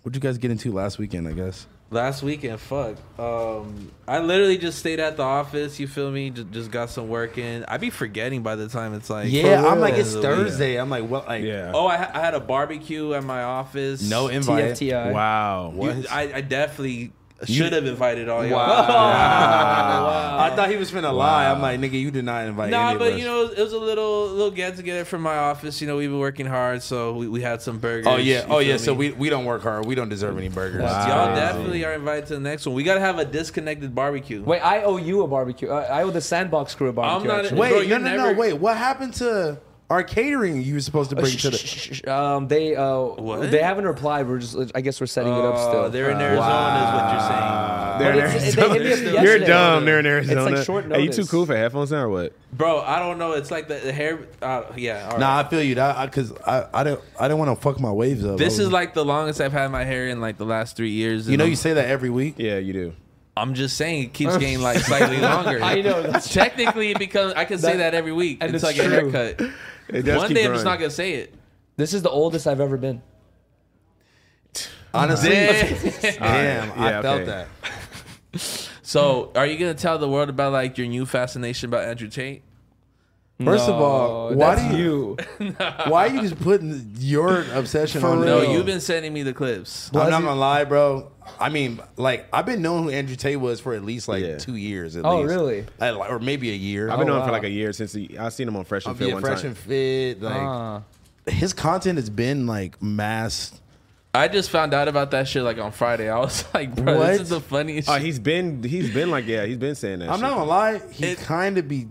Speaker 2: what you guys get into last weekend? I guess.
Speaker 1: Last weekend, fuck. Um, I literally just stayed at the office. You feel me? Just, just got some work in. I be forgetting by the time it's like
Speaker 5: Yeah, I'm like
Speaker 1: end
Speaker 5: it's
Speaker 1: of the week.
Speaker 5: Thursday. I'm like, well, like
Speaker 3: Yeah.
Speaker 1: Oh, I, ha- I had a barbecue at my office.
Speaker 2: No
Speaker 1: You-
Speaker 2: invite.
Speaker 4: TFTI.
Speaker 2: Wow.
Speaker 1: I, I definitely should have invited all y'all.
Speaker 2: I thought he was finna lie. I'm like, nigga, you did not invite
Speaker 1: Nah,
Speaker 2: any of
Speaker 1: but
Speaker 2: us.
Speaker 1: you know, it was a little little get together from my office. You know, we've been working hard, so we, we had some burgers.
Speaker 2: oh yeah,
Speaker 1: you
Speaker 2: oh
Speaker 1: feel
Speaker 2: yeah. So
Speaker 1: me?
Speaker 2: we, we don't work hard. We don't deserve any burgers.
Speaker 1: y'all definitely are invited to the next one. We gotta have a disconnected barbecue.
Speaker 4: Wait, I owe you a barbecue. Uh, I owe the sandbox crew a barbecue.
Speaker 1: not-
Speaker 4: actually.
Speaker 2: Wait,
Speaker 1: Bro,
Speaker 2: no,
Speaker 1: you
Speaker 2: no, no.
Speaker 1: never-
Speaker 2: Wait, what happened to our catering? You were supposed to
Speaker 4: Uh,
Speaker 2: bring
Speaker 4: sh-
Speaker 2: to the.
Speaker 4: sh- sh- sh- um, they uh,
Speaker 1: What?
Speaker 4: they haven't replied. We're just, I guess, we're setting it up
Speaker 1: Oh,
Speaker 4: still.
Speaker 1: they're in Arizona, is what you're saying.
Speaker 3: They're in
Speaker 4: it's- they hit me up
Speaker 3: Arizona. You're
Speaker 4: yesterday.
Speaker 3: dumb. They're in
Speaker 4: like
Speaker 3: Arizona.
Speaker 4: short
Speaker 3: Hey, you too
Speaker 4: notice.
Speaker 3: cool for headphones now or what?
Speaker 1: Bro, I don't know. It's like the, the hair. Uh, yeah. all right.
Speaker 2: Nah, I feel you. That because I, I don't I don't want to fuck my waves up.
Speaker 1: This
Speaker 2: I was-
Speaker 1: is like the longest I've had my hair in like the last three years.
Speaker 2: you
Speaker 1: and
Speaker 2: know
Speaker 1: I'm,
Speaker 2: you say that every week.
Speaker 3: Yeah, you do.
Speaker 1: I'm just saying it keeps getting like slightly longer.
Speaker 4: I know, that's-
Speaker 1: Technically, it becomes. I can say that every week
Speaker 4: and
Speaker 1: until I
Speaker 4: it's
Speaker 1: get a
Speaker 4: true.
Speaker 1: haircut.
Speaker 3: It does
Speaker 1: One
Speaker 3: keep
Speaker 1: day I'm just not
Speaker 3: growing.
Speaker 1: gonna say it.
Speaker 4: This is the oldest I've ever been.
Speaker 2: Honestly, damn,
Speaker 3: All right.
Speaker 2: I
Speaker 3: Yeah,
Speaker 2: felt
Speaker 3: okay.
Speaker 2: that.
Speaker 1: so, are you gonna tell the world about like your new fascination about Andrew Tate?
Speaker 2: First of all,
Speaker 4: No,
Speaker 2: why
Speaker 4: that's
Speaker 2: do you, why are you just putting your obsession on?
Speaker 1: No,
Speaker 2: me?
Speaker 1: you've been sending me the clips.
Speaker 2: I'm not gonna lie, bro. I mean, like I've been knowing who Andrew Tate was for at least like
Speaker 3: Yeah.
Speaker 2: two years. At
Speaker 4: Oh,
Speaker 2: least.
Speaker 4: really?
Speaker 2: I- like, or maybe a year.
Speaker 3: I've been
Speaker 4: Oh,
Speaker 3: on for
Speaker 4: wow.
Speaker 3: like a year since he, I seen him on Fresh
Speaker 2: I'll
Speaker 3: and
Speaker 2: be
Speaker 3: Fit
Speaker 2: a
Speaker 3: one
Speaker 2: fresh
Speaker 3: time.
Speaker 2: and fit. Like
Speaker 4: Ah.
Speaker 2: his content has been like mass.
Speaker 1: I just found out about that shit like on Friday. I was like, bro,
Speaker 2: What?
Speaker 1: this is the funniest.
Speaker 3: Oh,
Speaker 1: shit.
Speaker 3: he's been he's been like yeah, he's been saying that.
Speaker 2: I'm
Speaker 3: shit.
Speaker 2: not gonna lie, he
Speaker 1: It-
Speaker 2: kind of be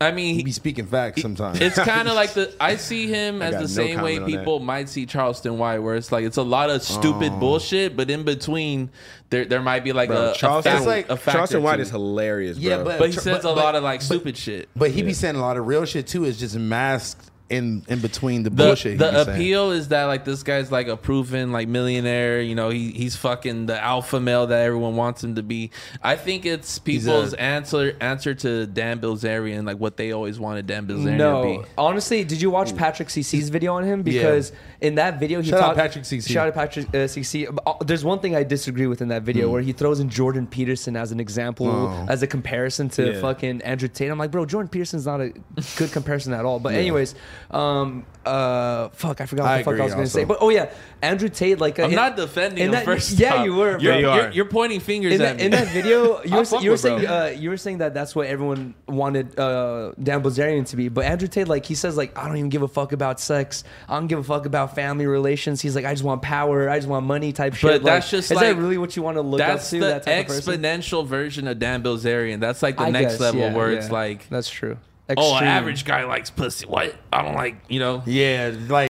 Speaker 1: I mean,
Speaker 2: he
Speaker 1: he,
Speaker 2: be speaking facts sometimes.
Speaker 1: It's kind of like the I see him as
Speaker 3: got
Speaker 1: the
Speaker 3: no
Speaker 1: same way
Speaker 3: comment on that.
Speaker 1: people might see Charleston White, where it's like it's a lot of stupid
Speaker 3: Oh.
Speaker 1: bullshit, but in between there there might be like a, a
Speaker 3: Charleston,
Speaker 1: fact-
Speaker 2: It's like-
Speaker 1: a factor
Speaker 3: Charleston White
Speaker 1: too.
Speaker 3: is hilarious, bro.
Speaker 2: yeah, but,
Speaker 1: but he
Speaker 2: tr-
Speaker 1: says a
Speaker 2: but-
Speaker 1: lot of like stupid shit.
Speaker 2: But he be saying a lot of real shit too. Is just masked in in between the,
Speaker 1: The,
Speaker 2: bullshit. he
Speaker 1: the
Speaker 2: be saying.
Speaker 1: appeal is that like this guy's like a proven like millionaire. You know, he he's fucking the alpha male that everyone wants him to be. I think it's people's
Speaker 2: a-
Speaker 1: answer answer to Dan Bilzerian, like what they always wanted Dan Bilzerian to
Speaker 4: No,
Speaker 1: be.
Speaker 4: honestly, did you watch Patrick CC's video on him? Because in that video, he
Speaker 2: Hmm. Shout out
Speaker 4: talked-
Speaker 2: Patrick CC.
Speaker 4: Shout out Patrick uh, CC. Uh, There's one thing I disagree with in that
Speaker 2: Hmm.
Speaker 4: video where he throws in Jordan Peterson as an example,
Speaker 2: Oh.
Speaker 4: as a comparison to
Speaker 3: Yeah.
Speaker 4: fucking Andrew Tate. I'm like, bro, Jordan Peterson's not a good comparison at all. But anyways, Um, uh, fuck, I forgot what
Speaker 2: I
Speaker 4: the fuck I
Speaker 2: agree
Speaker 4: was going to
Speaker 2: also.
Speaker 4: say. But oh yeah, Andrew Tate. Like uh,
Speaker 1: I'm
Speaker 4: in-
Speaker 1: not defending
Speaker 4: in
Speaker 1: him
Speaker 4: that-
Speaker 1: first.
Speaker 4: Yeah,
Speaker 1: off.
Speaker 4: you
Speaker 1: You're,
Speaker 4: were. bro.
Speaker 3: you
Speaker 1: you're,
Speaker 3: are.
Speaker 1: you're pointing fingers
Speaker 4: In
Speaker 1: at
Speaker 4: that,
Speaker 1: me.
Speaker 4: in that video, you
Speaker 1: I
Speaker 4: were,
Speaker 1: fuck
Speaker 4: you were
Speaker 1: with bro.
Speaker 4: saying uh, you were saying that that's what everyone wanted uh, Dan Bilzerian to be, but Andrew Tate, like he says, like I don't even give a fuck about sex. I don't give a fuck about family relations. He's like, I just want power. I just want money type shit.
Speaker 1: But that's just
Speaker 4: is
Speaker 1: like-
Speaker 4: that really what you want to look
Speaker 1: that's
Speaker 4: up to?
Speaker 1: the
Speaker 4: that type of person?
Speaker 1: exponential version of Dan Bilzerian. That's like the
Speaker 4: I
Speaker 1: next
Speaker 4: guess,
Speaker 1: level
Speaker 4: yeah,
Speaker 1: where
Speaker 4: yeah.
Speaker 1: it's like,
Speaker 4: that's true.
Speaker 1: oh, an
Speaker 4: Extreme.
Speaker 1: average guy likes pussy. What? I don't like, you know.
Speaker 2: Yeah, like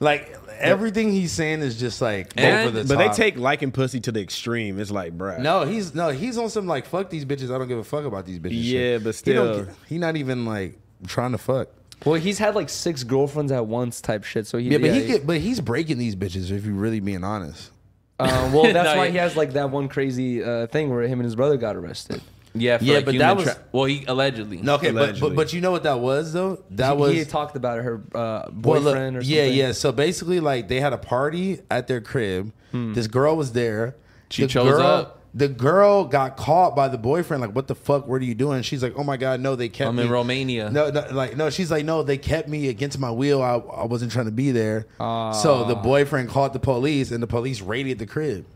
Speaker 2: like everything he's saying is just like
Speaker 1: And-
Speaker 2: over the
Speaker 3: But they
Speaker 2: top.
Speaker 3: take liking pussy to the extreme. It's like, bruh.
Speaker 2: no, he's no, he's on some like fuck these bitches. I don't give a fuck about these bitches.
Speaker 3: Yeah,
Speaker 2: shit.
Speaker 3: but
Speaker 2: He don't
Speaker 3: still.
Speaker 2: get- he, not even like trying to fuck.
Speaker 4: Well, he's had like six girlfriends at once type shit. So he
Speaker 2: Yeah, but he get, but he's breaking these bitches. If you're really being honest,
Speaker 4: Uh, well, that's
Speaker 1: No,
Speaker 4: why
Speaker 1: yeah.
Speaker 4: he has like that one crazy uh, thing where him and his brother got arrested.
Speaker 1: Yeah, for
Speaker 2: Yeah,
Speaker 1: like
Speaker 2: but
Speaker 1: human
Speaker 2: that was-
Speaker 1: tra- well, he allegedly.
Speaker 2: no, okay, but, but
Speaker 3: Allegedly.
Speaker 2: but you know what that was though? That
Speaker 4: he,
Speaker 2: was
Speaker 4: he talked about her uh,
Speaker 2: Well,
Speaker 4: boyfriend
Speaker 2: look,
Speaker 4: or something.
Speaker 2: yeah, yeah. So basically, like they had a party at their crib. This girl was there.
Speaker 1: She
Speaker 2: the
Speaker 1: chose
Speaker 2: girl,
Speaker 1: up.
Speaker 2: The girl got caught by the boyfriend. Like, what the fuck? What are you doing? She's like, oh my god, no, they kept.
Speaker 1: I'm
Speaker 2: me.
Speaker 1: in Romania.
Speaker 2: No, no, like no. She's like, no, they kept me against my will. I, I wasn't trying to be there. so the boyfriend called the police, and the police raided the crib.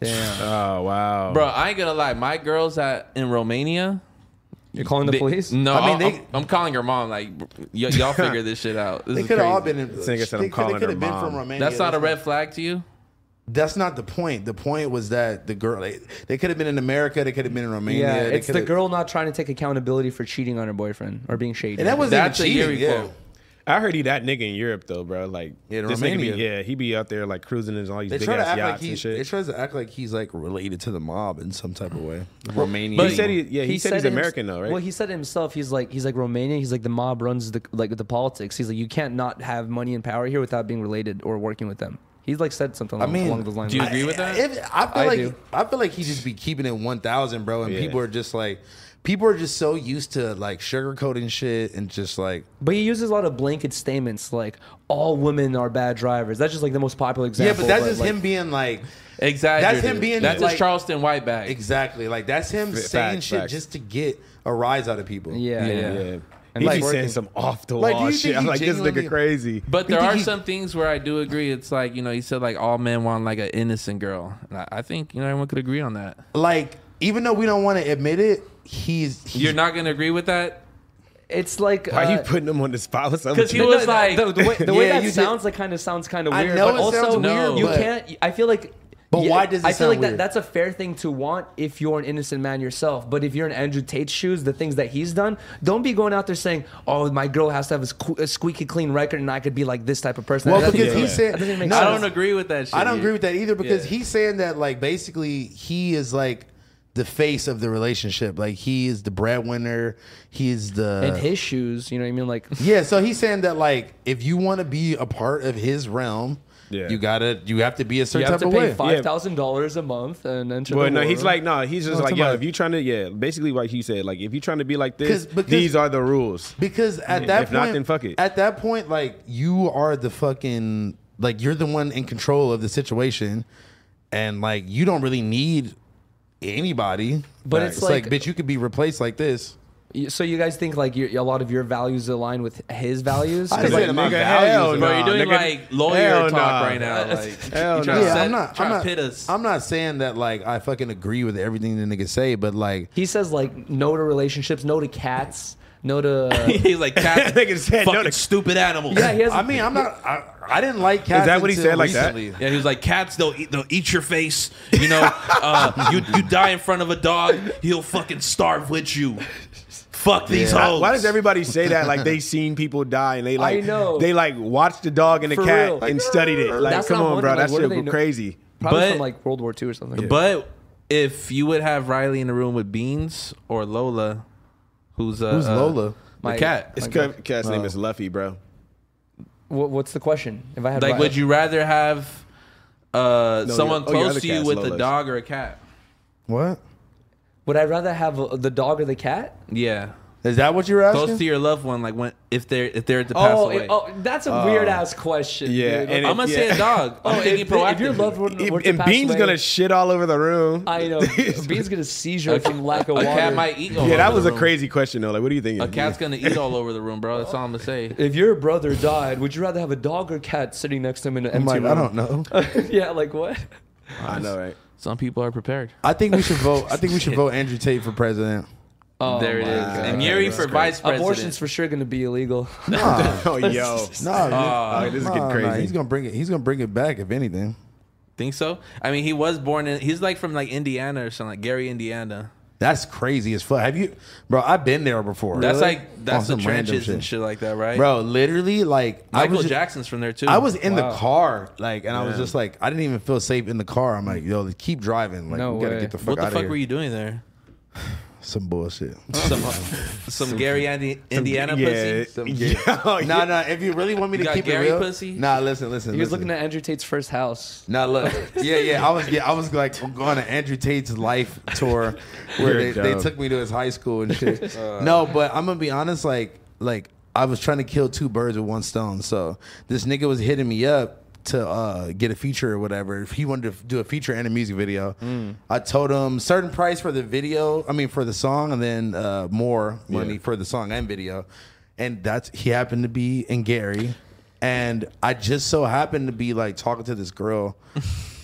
Speaker 4: Damn.
Speaker 3: Oh wow.
Speaker 1: Bro, I ain't gonna lie. My girls at in Romania.
Speaker 4: You're calling the
Speaker 1: they-
Speaker 4: police?
Speaker 1: No,
Speaker 2: I
Speaker 1: I
Speaker 2: mean,
Speaker 1: mean,
Speaker 2: they-
Speaker 1: I'm, I'm calling your mom. Like, y- y'all figure this shit out. This
Speaker 2: They
Speaker 1: is
Speaker 2: could have all
Speaker 1: crazy.
Speaker 2: been. In,
Speaker 3: This nigga said,
Speaker 2: they
Speaker 3: "I'm
Speaker 2: could-
Speaker 3: calling
Speaker 2: they could have
Speaker 3: her
Speaker 2: been
Speaker 3: mom."
Speaker 2: from Romania.
Speaker 1: That's not a
Speaker 2: That's
Speaker 1: red flag to you.
Speaker 2: That's not the point. The point was that the girl. They, they could have been in America. They could have been in Romania.
Speaker 4: Yeah,
Speaker 2: they
Speaker 4: it's the
Speaker 2: coulda-
Speaker 4: girl not trying to take accountability for cheating on her boyfriend or being shady.
Speaker 2: And that was
Speaker 1: That's a
Speaker 2: cheating,
Speaker 1: Yuri
Speaker 2: yeah.
Speaker 1: quote.
Speaker 3: I heard he that nigga in Europe though, bro. Like
Speaker 2: Yeah,
Speaker 3: this nigga be,
Speaker 2: Romania.
Speaker 3: yeah, he be out there like cruising in all these
Speaker 2: They
Speaker 3: big
Speaker 2: try to
Speaker 3: ass
Speaker 2: act
Speaker 3: yachts
Speaker 2: like he.
Speaker 3: and
Speaker 2: They
Speaker 3: shit.
Speaker 2: tries to act like he's like related to the mob in some type of way. Romanian.
Speaker 3: he said he yeah, he, said, he's
Speaker 4: it hims-
Speaker 3: American though, right?
Speaker 4: Well, he said it himself. He's like he's like Romanian. He's like the mob runs the like the politics. He's like you can't not have money and power here without being related or working with them. He's like said something along,
Speaker 2: mean,
Speaker 4: along those lines.
Speaker 1: do you agree with that?
Speaker 2: If- I feel
Speaker 4: I
Speaker 2: like
Speaker 4: do.
Speaker 2: I feel like he just be keeping it one thousand, bro. And
Speaker 3: Yeah.
Speaker 2: people are just like, people are just so used to like sugarcoating shit and just like.
Speaker 4: But he uses a lot of blanket statements like all women are bad drivers. That's just like the most popular
Speaker 2: yeah,
Speaker 4: example.
Speaker 2: but that's just
Speaker 4: like,
Speaker 2: him being like.
Speaker 1: Exactly.
Speaker 2: That's him being
Speaker 1: That's
Speaker 2: like-
Speaker 1: his Charleston white bag.
Speaker 2: Exactly, like that's him
Speaker 3: Facts,
Speaker 2: saying shit
Speaker 3: facts.
Speaker 2: just to get a rise out of people.
Speaker 4: Yeah, yeah.
Speaker 3: yeah.
Speaker 4: And
Speaker 3: He
Speaker 4: like
Speaker 3: be
Speaker 4: working-
Speaker 3: saying some off the
Speaker 2: Like, do
Speaker 3: wall
Speaker 2: you think
Speaker 3: shit. I'm
Speaker 2: he
Speaker 3: like, this
Speaker 2: genuinely-
Speaker 3: nigga crazy.
Speaker 1: But there
Speaker 2: think
Speaker 1: are
Speaker 2: he-
Speaker 1: some things where I do agree. It's like you know, he said like all men want like an innocent girl. And I, I think you know everyone could agree on that.
Speaker 2: Like, even though we don't want to admit it, he's, he's
Speaker 1: You're not gonna agree with that
Speaker 4: It's like
Speaker 3: Why are you
Speaker 4: uh,
Speaker 3: putting him on the spot with something?
Speaker 1: because he was like,
Speaker 4: the, the way, the way
Speaker 2: Yeah,
Speaker 4: that
Speaker 2: you did-
Speaker 4: sounds like kind of sounds kind of
Speaker 2: I
Speaker 4: weird.
Speaker 2: know
Speaker 4: but
Speaker 2: it
Speaker 4: also,
Speaker 2: sounds
Speaker 1: weird,
Speaker 4: You
Speaker 1: but-
Speaker 4: can't. I feel like.
Speaker 2: But why does it
Speaker 4: I feel
Speaker 2: sound
Speaker 4: like that,
Speaker 2: weird?
Speaker 4: that's a fair thing to want if you're an innocent man yourself. But if you're in Andrew Tate's shoes, the things that he's done, don't be going out there saying, "Oh, my girl has to have a, sque- a squeaky clean record, and I could be like this type of person."
Speaker 2: well
Speaker 4: That doesn't
Speaker 2: because
Speaker 4: make
Speaker 2: he
Speaker 3: yeah.
Speaker 4: sense.
Speaker 2: said
Speaker 4: That doesn't even make
Speaker 2: No,
Speaker 1: I
Speaker 4: sense.
Speaker 1: don't agree with that. shit.
Speaker 2: I don't agree with that either because
Speaker 1: Yeah.
Speaker 2: he's saying that like basically he is like the face of the relationship. Like he is the breadwinner. He is the
Speaker 4: in his shoes, you know what I mean? Like,
Speaker 2: yeah. So he's saying that like if you want to be a part of his realm,
Speaker 3: Yeah.
Speaker 2: you gotta you have to be a
Speaker 4: you
Speaker 2: certain
Speaker 4: have
Speaker 2: type
Speaker 4: to
Speaker 2: of
Speaker 4: pay
Speaker 2: way.
Speaker 4: five thousand dollars a month and enter.
Speaker 3: Well,
Speaker 4: the
Speaker 3: no,
Speaker 4: war.
Speaker 3: he's like, no, he's just
Speaker 2: No,
Speaker 3: like, yo,
Speaker 2: somebody-
Speaker 3: if you trying to, yeah, basically like he said, like if you trying to be like
Speaker 2: 'Cause-
Speaker 3: this,
Speaker 2: because-
Speaker 3: these are the rules.
Speaker 2: Because at
Speaker 3: Yeah.
Speaker 2: that
Speaker 3: If
Speaker 2: point,
Speaker 3: not, then fuck it.
Speaker 2: At that point, like you are the fucking like you're the one in control of the situation, and like you don't really need anybody.
Speaker 4: But it's like-
Speaker 2: bitch, you could be replaced like this.
Speaker 4: You- So you guys think like your, a lot of your values align with his values? 'Cause,
Speaker 2: I
Speaker 4: like,
Speaker 2: said my
Speaker 3: nigga,
Speaker 2: values
Speaker 3: hell
Speaker 2: are
Speaker 1: Bro, you're
Speaker 3: Nah,
Speaker 1: doing
Speaker 3: nigga.
Speaker 1: like lawyer
Speaker 3: Hell
Speaker 1: talk
Speaker 3: nah.
Speaker 1: right now. Like, you
Speaker 3: Hell nah.
Speaker 1: trying to
Speaker 2: yeah,
Speaker 1: set-
Speaker 2: I'm not.
Speaker 1: trying
Speaker 2: I'm
Speaker 1: to
Speaker 2: not,
Speaker 1: pit us.
Speaker 2: I'm not saying that like I fucking agree with everything the nigga say, but like
Speaker 4: He says like no to relationships, no to cats, no to.
Speaker 1: he's like, cat,
Speaker 3: Nigga said no
Speaker 1: fucking
Speaker 3: to-
Speaker 1: stupid animals.
Speaker 4: yeah, he has.
Speaker 2: I mean, I'm not. I, I didn't like cats.
Speaker 3: Is that what he
Speaker 2: until
Speaker 3: said like that?
Speaker 2: recently.
Speaker 1: Yeah, he was like, cats, they'll eat, they'll eat your face. You know, uh, you you die in front of a dog, he'll fucking starve with you. Fuck these hoes.
Speaker 3: Why does everybody say that? Like they seen people die and they like,
Speaker 4: know.
Speaker 3: they like watched the dog and the
Speaker 4: For
Speaker 3: cat
Speaker 4: real.
Speaker 3: and studied it. Like,
Speaker 4: That's
Speaker 3: come
Speaker 4: what I'm
Speaker 3: on, bro,
Speaker 4: wondering, like,
Speaker 3: that
Speaker 4: what do
Speaker 3: shit
Speaker 4: they
Speaker 3: go
Speaker 4: know-
Speaker 3: crazy.
Speaker 4: probably
Speaker 1: but-
Speaker 4: from like World War II or something.
Speaker 1: But if you would have Riley in the room with Beans or Lola, who's uh,
Speaker 2: Who's
Speaker 1: uh,
Speaker 2: Lola?
Speaker 1: The
Speaker 4: My-
Speaker 1: cat.
Speaker 3: His
Speaker 4: my
Speaker 3: ca- cat's name is Luffy, bro.
Speaker 4: What, what's the question? If I had
Speaker 1: Like,
Speaker 4: Ryan-
Speaker 1: would you rather have uh,
Speaker 3: your-
Speaker 1: someone
Speaker 3: oh, your
Speaker 1: close
Speaker 3: other
Speaker 1: to you
Speaker 3: cat's
Speaker 1: with a
Speaker 3: Lola's.
Speaker 1: dog or a cat?
Speaker 2: What?
Speaker 4: Would I rather have uh the dog or the cat?
Speaker 1: Yeah.
Speaker 2: Is that what you were asking?
Speaker 1: Close to your loved one, like when if they're if they're to pass
Speaker 4: Oh,
Speaker 1: away.
Speaker 4: it- oh, that's a weird ass question.
Speaker 3: yeah,
Speaker 4: dude.
Speaker 3: and
Speaker 1: I'm gonna
Speaker 3: yeah.
Speaker 1: say a dog. I'm
Speaker 4: Oh,
Speaker 1: thinking
Speaker 4: if, if your
Speaker 1: proactively.
Speaker 4: loved one were to
Speaker 3: and
Speaker 4: pass
Speaker 3: Bean's
Speaker 4: away-
Speaker 3: gonna shit all over the room.
Speaker 4: I know. Bean's gonna seizure from lack of
Speaker 1: a
Speaker 4: water.
Speaker 1: cat might eat. All
Speaker 3: yeah, that
Speaker 1: over
Speaker 3: was
Speaker 1: the
Speaker 3: a
Speaker 1: room.
Speaker 3: crazy question though. Like, what do you think?
Speaker 1: A cat's gonna eat all over the room, bro. That's all I'm gonna say.
Speaker 4: if your brother died, would you rather have a dog or cat sitting next to him in an
Speaker 2: I'm
Speaker 4: empty
Speaker 2: like,
Speaker 4: room?
Speaker 2: I don't know.
Speaker 4: yeah, like what?
Speaker 3: I know, right?
Speaker 1: Some people are prepared.
Speaker 2: I think we should vote. I think we should vote Andrew Tate for president.
Speaker 4: Oh,
Speaker 1: there it is. And Yuri for vice president.
Speaker 4: Abortion's for sure gonna be illegal.
Speaker 3: Oh, yo,
Speaker 2: No,
Speaker 3: oh, this is getting
Speaker 2: no,
Speaker 3: crazy.
Speaker 2: he's gonna bring it. He's gonna bring it back if anything.
Speaker 1: Think so? I mean, he was born in. He's like from like Indiana or something, like Gary, Indiana.
Speaker 2: That's crazy as fuck. Have you, bro? I've been there before.
Speaker 1: That's
Speaker 2: Really?
Speaker 1: like that's
Speaker 2: On
Speaker 1: the
Speaker 2: some random
Speaker 1: trenches and shit like that, right?
Speaker 2: bro. Literally, like I
Speaker 1: Michael
Speaker 2: was ju-
Speaker 1: Jackson's from there too.
Speaker 2: I was in the car, like, and I was just like, I didn't even feel safe in the car. I'm like, yo, keep driving. Like,
Speaker 4: No
Speaker 2: we gotta
Speaker 4: way.
Speaker 2: get the fuck
Speaker 1: What the
Speaker 2: out
Speaker 1: fuck
Speaker 2: of
Speaker 1: were
Speaker 2: here.
Speaker 1: you doing there?
Speaker 2: Some bullshit.
Speaker 1: Some, uh, some Gary, Indi- Indiana
Speaker 3: yeah,
Speaker 1: pussy.
Speaker 3: yeah.
Speaker 2: No, no. If you really want me to
Speaker 1: got
Speaker 2: keep
Speaker 1: Gary
Speaker 2: it real,
Speaker 1: pussy?
Speaker 2: nah. Listen, listen.
Speaker 4: He was
Speaker 2: listen.
Speaker 4: looking at Andrew Tate's first house.
Speaker 2: Now look, yeah, yeah, I was, yeah, I was like going to Andrew Tate's life tour where they,
Speaker 3: You're
Speaker 2: they
Speaker 3: dumb.
Speaker 2: took me to his high school and shit. no, but I'm gonna be honest, like, like I was trying to kill two birds with one stone. So this nigga was hitting me up to uh, get a feature or whatever. If he wanted to do a feature and a music video, I told him certain price for the video, I mean for the song, and then uh, more money for the song and video. And that's he happened to be in Gary. And I just so happened to be like talking to this girl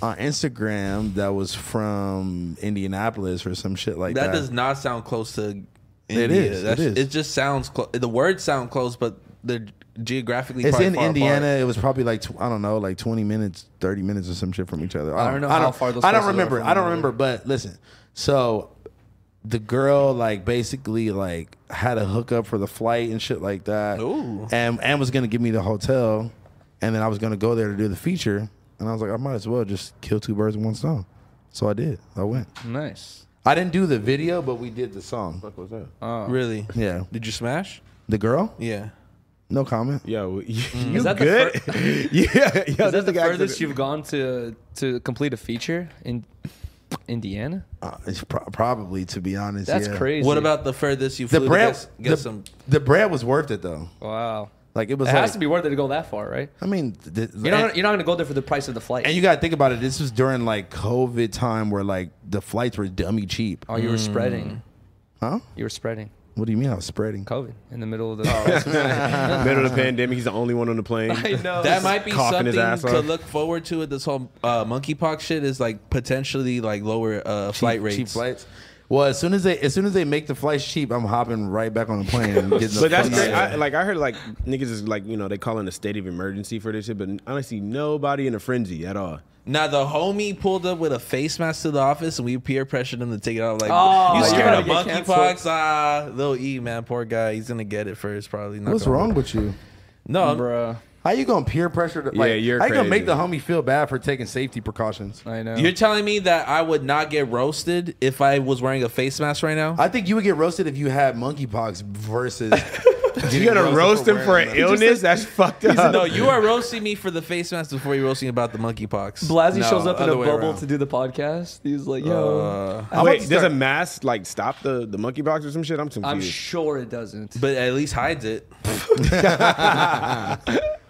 Speaker 2: on Instagram that was from Indianapolis or some shit like
Speaker 1: That
Speaker 2: that.
Speaker 1: does not sound close to. India.
Speaker 2: It is, it
Speaker 1: That's,
Speaker 2: is.
Speaker 1: It just sounds close. The words sound close, but they're geographically.
Speaker 2: it's
Speaker 1: probably
Speaker 2: in
Speaker 1: far apart.
Speaker 2: Indiana. It was probably like tw- I don't know, like twenty minutes, thirty minutes, or some shit from each other. I don't,
Speaker 4: don't know
Speaker 2: I
Speaker 4: how
Speaker 2: don't,
Speaker 4: far those
Speaker 2: I don't
Speaker 4: places are
Speaker 2: remember.
Speaker 4: from
Speaker 2: I don't
Speaker 4: one
Speaker 2: remember. But listen, so the girl like basically like had a hookup for the flight and shit like that.
Speaker 1: Ooh.
Speaker 2: And and was gonna give me the hotel, and then I was gonna go there to do the feature. And I was like, I might as well just kill two birds with one stone. So I did. I went.
Speaker 4: Nice.
Speaker 2: I didn't do the video, but we did the song.
Speaker 4: Uh.
Speaker 1: Really?
Speaker 2: Yeah.
Speaker 1: Did you smash?
Speaker 2: The girl?
Speaker 1: Yeah.
Speaker 2: No comment.
Speaker 3: Yo, you, you
Speaker 4: Is that the
Speaker 3: good?
Speaker 4: fir-
Speaker 3: yeah, yo,
Speaker 4: Is that
Speaker 3: this
Speaker 4: the
Speaker 3: guy
Speaker 4: furthest
Speaker 3: could've-
Speaker 4: you've gone to to complete a feature in Indiana?
Speaker 2: Uh, it's pro- probably to be honest.
Speaker 4: That's
Speaker 2: yeah.
Speaker 4: crazy.
Speaker 1: What about the furthest you
Speaker 2: The
Speaker 1: flew? to
Speaker 2: bread,
Speaker 1: guess-
Speaker 2: the,
Speaker 1: guess some.
Speaker 2: the bread was worth it though.
Speaker 4: Wow.
Speaker 2: Like it
Speaker 4: It
Speaker 2: was. like,
Speaker 4: has to be worth it to go that far, right?
Speaker 2: I mean, th-
Speaker 4: You're not,
Speaker 2: and,
Speaker 4: you're not gonna go there for the price of the flight.
Speaker 2: and you got to think about it. This was during like COVID time, where like the flights were dummy cheap.
Speaker 4: oh, you were spreading.
Speaker 2: Huh?
Speaker 4: You were spreading
Speaker 2: What do you mean? I was spreading.
Speaker 4: COVID in the middle of
Speaker 2: Oh,
Speaker 4: the.
Speaker 3: middle of the pandemic. He's the only one on the plane.
Speaker 4: know.
Speaker 1: Uh-huh. That might be
Speaker 3: coughing his
Speaker 1: something
Speaker 3: ass
Speaker 1: to
Speaker 3: off.
Speaker 1: look forward to with this whole uh, monkeypox shit. Is like potentially like lower uh, flight
Speaker 2: cheap,
Speaker 1: rates.
Speaker 2: cheap flights. Well, as soon as they as soon as they make the flights cheap, I'm hopping right back on the plane. And getting the
Speaker 3: But that's
Speaker 2: fuck
Speaker 3: crazy.
Speaker 2: out of
Speaker 3: I,
Speaker 2: there.
Speaker 3: like I heard like niggas is like you know they call in a state of emergency for this shit, but honestly nobody in a frenzy at all.
Speaker 1: Now the homie pulled up with a face mask to the office, and we peer pressured him to take it off. Like,
Speaker 4: Oh,
Speaker 1: you
Speaker 4: you're
Speaker 1: scared of
Speaker 4: about to get
Speaker 1: monkeypox? Ah, little E, man, poor guy. He's gonna get it first, probably. Not
Speaker 2: What's
Speaker 1: gonna
Speaker 2: wrong
Speaker 1: work.
Speaker 2: with you?
Speaker 1: No, I'm-
Speaker 4: Bruh.
Speaker 2: How you gonna peer pressure? The, like,
Speaker 3: Yeah, you're
Speaker 2: How you gonna
Speaker 3: crazy.
Speaker 2: make the homie feel bad for taking safety precautions?
Speaker 4: I know.
Speaker 1: you're telling me that I would not get roasted if I was wearing a face mask right now?
Speaker 2: I think you would get roasted if you had monkeypox versus.
Speaker 3: You gotta roast him for an illness? That's fucked up.
Speaker 1: no, you are roasting me for the face mask before you're roasting about the monkeypox.
Speaker 4: Blasi
Speaker 2: No,
Speaker 4: shows up in a
Speaker 2: other way
Speaker 4: bubble
Speaker 2: around. Uh,
Speaker 4: to do the podcast. He's like, yo.
Speaker 2: I'm about
Speaker 3: Wait,
Speaker 2: to
Speaker 3: does a
Speaker 2: start-
Speaker 3: mask like stop the the monkey box or some shit? I'm confused.
Speaker 4: I'm sure it doesn't.
Speaker 1: but at least hides it.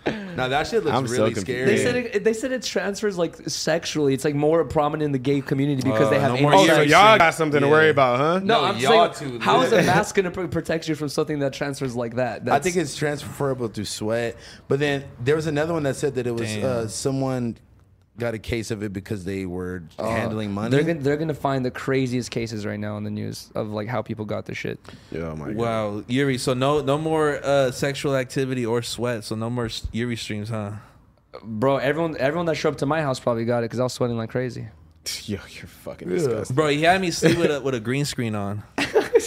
Speaker 2: Now that shit looks
Speaker 3: I'm so
Speaker 2: really
Speaker 3: confused.
Speaker 2: scary.
Speaker 4: They said it, they said it transfers like sexually. It's like more prominent in the gay community because they
Speaker 1: Uh,
Speaker 4: have.
Speaker 1: no
Speaker 4: anal
Speaker 1: more
Speaker 3: oh, so
Speaker 4: sex.
Speaker 1: Sorry,
Speaker 3: y'all
Speaker 1: sorry.
Speaker 3: got something to
Speaker 1: Yeah.
Speaker 3: worry about, huh?
Speaker 4: No,
Speaker 2: No,
Speaker 4: I'm
Speaker 2: y'all two.
Speaker 4: saying, how is a mask going to protect you from something that transfers like that?
Speaker 2: I
Speaker 4: That's,
Speaker 2: think it's transferable through sweat. But then there was another one that said that it was uh, someone got a case of it because they were handling money.
Speaker 4: they're gonna, they're gonna find the craziest cases right now in the news of like how people got this shit.
Speaker 3: Yeah, oh my god.
Speaker 1: Wow, Yuri. So no, no more uh, sexual activity or sweat. So no more s- Yuri streams, huh?
Speaker 4: Bro, everyone everyone that showed up to my house probably got it because I was sweating like crazy.
Speaker 3: Yo, you're fucking disgusting.
Speaker 1: Bro, he had me sleep with a, with a green screen on.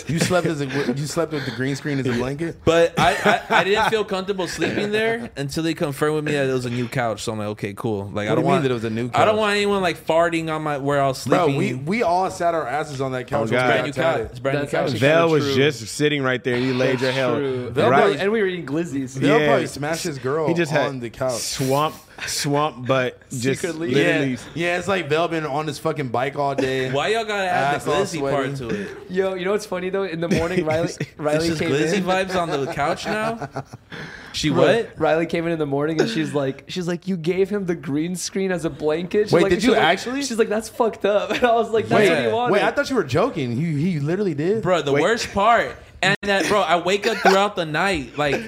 Speaker 2: you slept as a, you slept with the green screen as a blanket.
Speaker 1: But I, I, I didn't feel comfortable sleeping there until they confirmed with me that it was a new couch. So I'm like, okay, cool. Like I don't
Speaker 2: do you mean
Speaker 1: want
Speaker 2: that it was a new
Speaker 1: I don't
Speaker 2: couch?
Speaker 1: want anyone like farting on my where I was
Speaker 2: Bro,
Speaker 1: sleeping.
Speaker 2: we we all sat our asses on that couch.
Speaker 3: Oh, God.
Speaker 2: when we
Speaker 1: brand
Speaker 2: got
Speaker 1: new couch.
Speaker 2: tatted.
Speaker 1: It's brand
Speaker 4: That's
Speaker 1: new couch.
Speaker 4: actually-
Speaker 3: Vel
Speaker 4: Kinda
Speaker 3: was
Speaker 4: true.
Speaker 3: just sitting right there. He laid your hell
Speaker 4: True.
Speaker 3: right.
Speaker 4: And we were eating glizzies.
Speaker 2: They'll
Speaker 3: Yeah.
Speaker 2: probably smash his girl
Speaker 3: He just
Speaker 2: on
Speaker 3: had
Speaker 2: the couch.
Speaker 3: swamp swamp butt just
Speaker 4: Secretly.
Speaker 3: literally.
Speaker 2: Yeah, yeah, it's like Vel been on his fucking bike all day.
Speaker 1: Why y'all gotta add
Speaker 2: Ass
Speaker 1: the
Speaker 2: all
Speaker 1: glizzy part to
Speaker 2: sweaty.
Speaker 1: it?
Speaker 4: Yo, you know what's funny though? In the morning, Riley
Speaker 1: It's
Speaker 4: Riley
Speaker 1: just
Speaker 4: came
Speaker 1: glizzy
Speaker 4: in.
Speaker 1: vibes on the couch now. She what?
Speaker 4: Riley came in in the morning and she's like, she's like, you gave him the green screen as a blanket. She's
Speaker 2: Wait,
Speaker 4: like,
Speaker 2: did
Speaker 4: she's
Speaker 2: you
Speaker 4: like-
Speaker 2: actually?
Speaker 4: She's like, that's fucked up. And I was like, that's
Speaker 2: Wait,
Speaker 4: what he wanted.
Speaker 2: wait, I thought you were joking. He he literally did.
Speaker 1: bro. The
Speaker 3: Wait.
Speaker 1: worst part, and that bro, I wake up throughout the night like.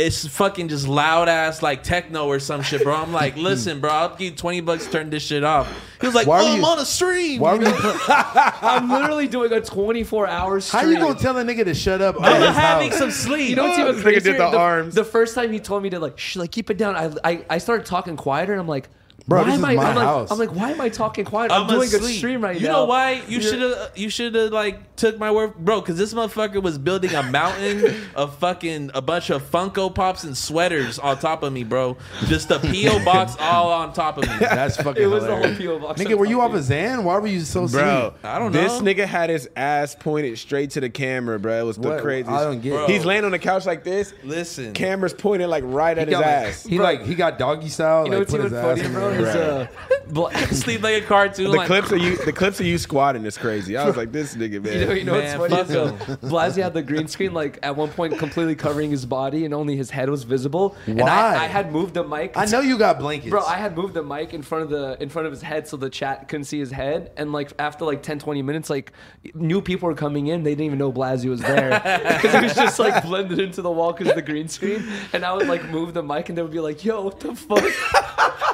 Speaker 1: It's fucking just loud ass like techno or some shit, bro. I'm like, listen, bro, I'll give you 20 bucks, turn this shit off. He was like,
Speaker 2: Why
Speaker 1: oh,
Speaker 2: were
Speaker 1: I'm
Speaker 2: you-
Speaker 1: on a stream.
Speaker 2: Why were you?
Speaker 4: I'm literally doing a 24 hour stream.
Speaker 2: How you gonna tell a nigga to shut up?
Speaker 1: I'm
Speaker 2: at his
Speaker 1: having
Speaker 2: house?
Speaker 1: some sleep.
Speaker 4: You know what's even
Speaker 3: This nigga
Speaker 4: crazier?
Speaker 3: did the arms.
Speaker 4: The first time he told me to like, shh, like keep it down. I, I, I started talking quieter, and I'm like,
Speaker 2: Bro,
Speaker 4: why
Speaker 2: this
Speaker 4: am
Speaker 2: is
Speaker 4: I?
Speaker 2: my
Speaker 4: I'm like,
Speaker 2: house.
Speaker 4: I'm like, why am I talking quiet? I'm, doing a stream right
Speaker 1: you
Speaker 4: now.
Speaker 1: know why? You
Speaker 4: You're-
Speaker 1: should have. You should have like took my word, bro. Because this motherfucker was building a mountain of fucking a bunch of Funko Pops and sweaters on top of me, bro. Just a PO box all on top of me.
Speaker 2: That's fucking
Speaker 4: It was the whole
Speaker 2: hilarious.
Speaker 4: PO box.
Speaker 2: Nigga, were you off
Speaker 4: opposite?
Speaker 2: of Zan? Why were you so
Speaker 3: Bro,
Speaker 2: sleep?
Speaker 1: I don't
Speaker 3: This
Speaker 1: know.
Speaker 3: nigga had his ass pointed straight to the camera, bro. It was the
Speaker 2: What?
Speaker 3: craziest.
Speaker 2: I don't get
Speaker 1: Bro. it.
Speaker 3: He's laying on the couch like this.
Speaker 1: Listen,
Speaker 3: Cameras pointed like right at
Speaker 2: He
Speaker 3: his
Speaker 2: got, like,
Speaker 3: ass.
Speaker 2: he like he got doggy style.
Speaker 4: You know
Speaker 2: like,
Speaker 4: what's
Speaker 2: put
Speaker 4: even
Speaker 2: his ass
Speaker 4: funny,
Speaker 2: in
Speaker 4: bro?
Speaker 2: there.
Speaker 4: Is uh, black.
Speaker 1: sleep like a cartoon.
Speaker 3: The
Speaker 1: like,
Speaker 3: clips of you, the clips of you squatting is crazy. I was like, this nigga, man.
Speaker 4: You know, you know
Speaker 1: Man,
Speaker 4: what's funny?
Speaker 1: fuck
Speaker 4: is, uh, Blasey had the green screen like at one point completely covering his body and only his head was visible. And
Speaker 2: Why?
Speaker 4: I, I had moved the mic.
Speaker 2: I know you got blankets,
Speaker 4: Bro, I had moved the mic in front of the in front of his head so the chat couldn't see his head. And like after like 10, 20 minutes, like new people were coming in. They didn't even know Blasey was there because it was just like blended into the wall because the green screen. And I would like move the mic, and they would be like, "Yo, what the fuck?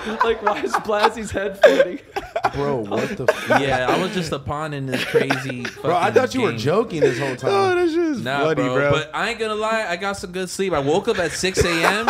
Speaker 4: like, why is Blasey's head floating?"
Speaker 2: bro. What the? F-
Speaker 1: yeah, I was just a pawn in this crazy.
Speaker 2: bro, I
Speaker 1: fucking
Speaker 2: thought you were
Speaker 1: game.
Speaker 2: joking this whole
Speaker 3: oh,
Speaker 2: time.
Speaker 3: that shit is
Speaker 1: Nah,
Speaker 3: bloody,
Speaker 1: bro,
Speaker 3: bro.
Speaker 1: But I ain't gonna lie, I got some good sleep. I woke up at 6 a.m.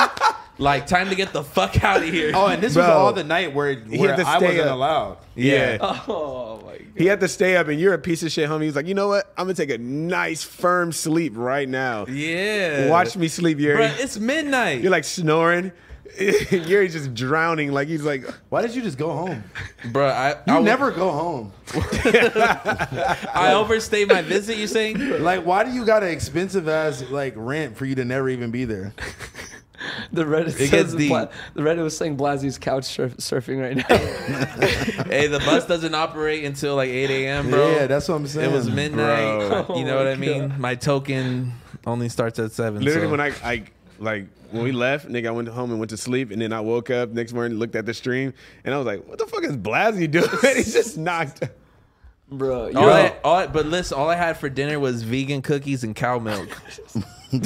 Speaker 1: like time to get the fuck out of here.
Speaker 2: Oh, and this was
Speaker 3: Bro.
Speaker 2: all the night where, where
Speaker 3: had to
Speaker 2: I
Speaker 3: stay
Speaker 2: wasn't
Speaker 3: up.
Speaker 2: allowed.
Speaker 3: yeah.
Speaker 4: Oh my god.
Speaker 3: He had to stay up, and you're a piece of shit, homie. He's like, you know what? I'm gonna take a nice, firm sleep right now.
Speaker 1: yeah,
Speaker 3: Watch me sleep, Yuri.
Speaker 1: bro. It's midnight.
Speaker 3: you're like snoring. Yuri's just drowning. Like he's like,
Speaker 2: Why did you just go home?
Speaker 1: Bro, I,
Speaker 2: You
Speaker 1: I
Speaker 2: never go home.
Speaker 1: I overstayed my visit. You saying?
Speaker 2: Like, why do you got an expensive ass like rent for you to never even be there?
Speaker 4: The Reddit
Speaker 1: It
Speaker 4: says
Speaker 1: gets deep.
Speaker 4: Bla- the Reddit was saying Blasey's couch surf- surfing right now.
Speaker 1: Hey, the bus doesn't operate until like 8 a.m., bro.
Speaker 2: yeah, that's what I'm saying.
Speaker 1: it was midnight.
Speaker 4: Bro.
Speaker 1: You know
Speaker 4: Oh
Speaker 1: what
Speaker 4: my
Speaker 1: I mean? My token only starts at seven.
Speaker 3: literally
Speaker 1: so.
Speaker 3: when I, I like when we left, nigga, I went home and went to sleep, and then I woke up next morning, looked at the stream, and I was like, what the fuck is Blasey doing? He's just knocked.
Speaker 4: Bro, you
Speaker 1: all
Speaker 4: know,
Speaker 1: I, all I, but listen, all I had for dinner was vegan cookies and cow milk.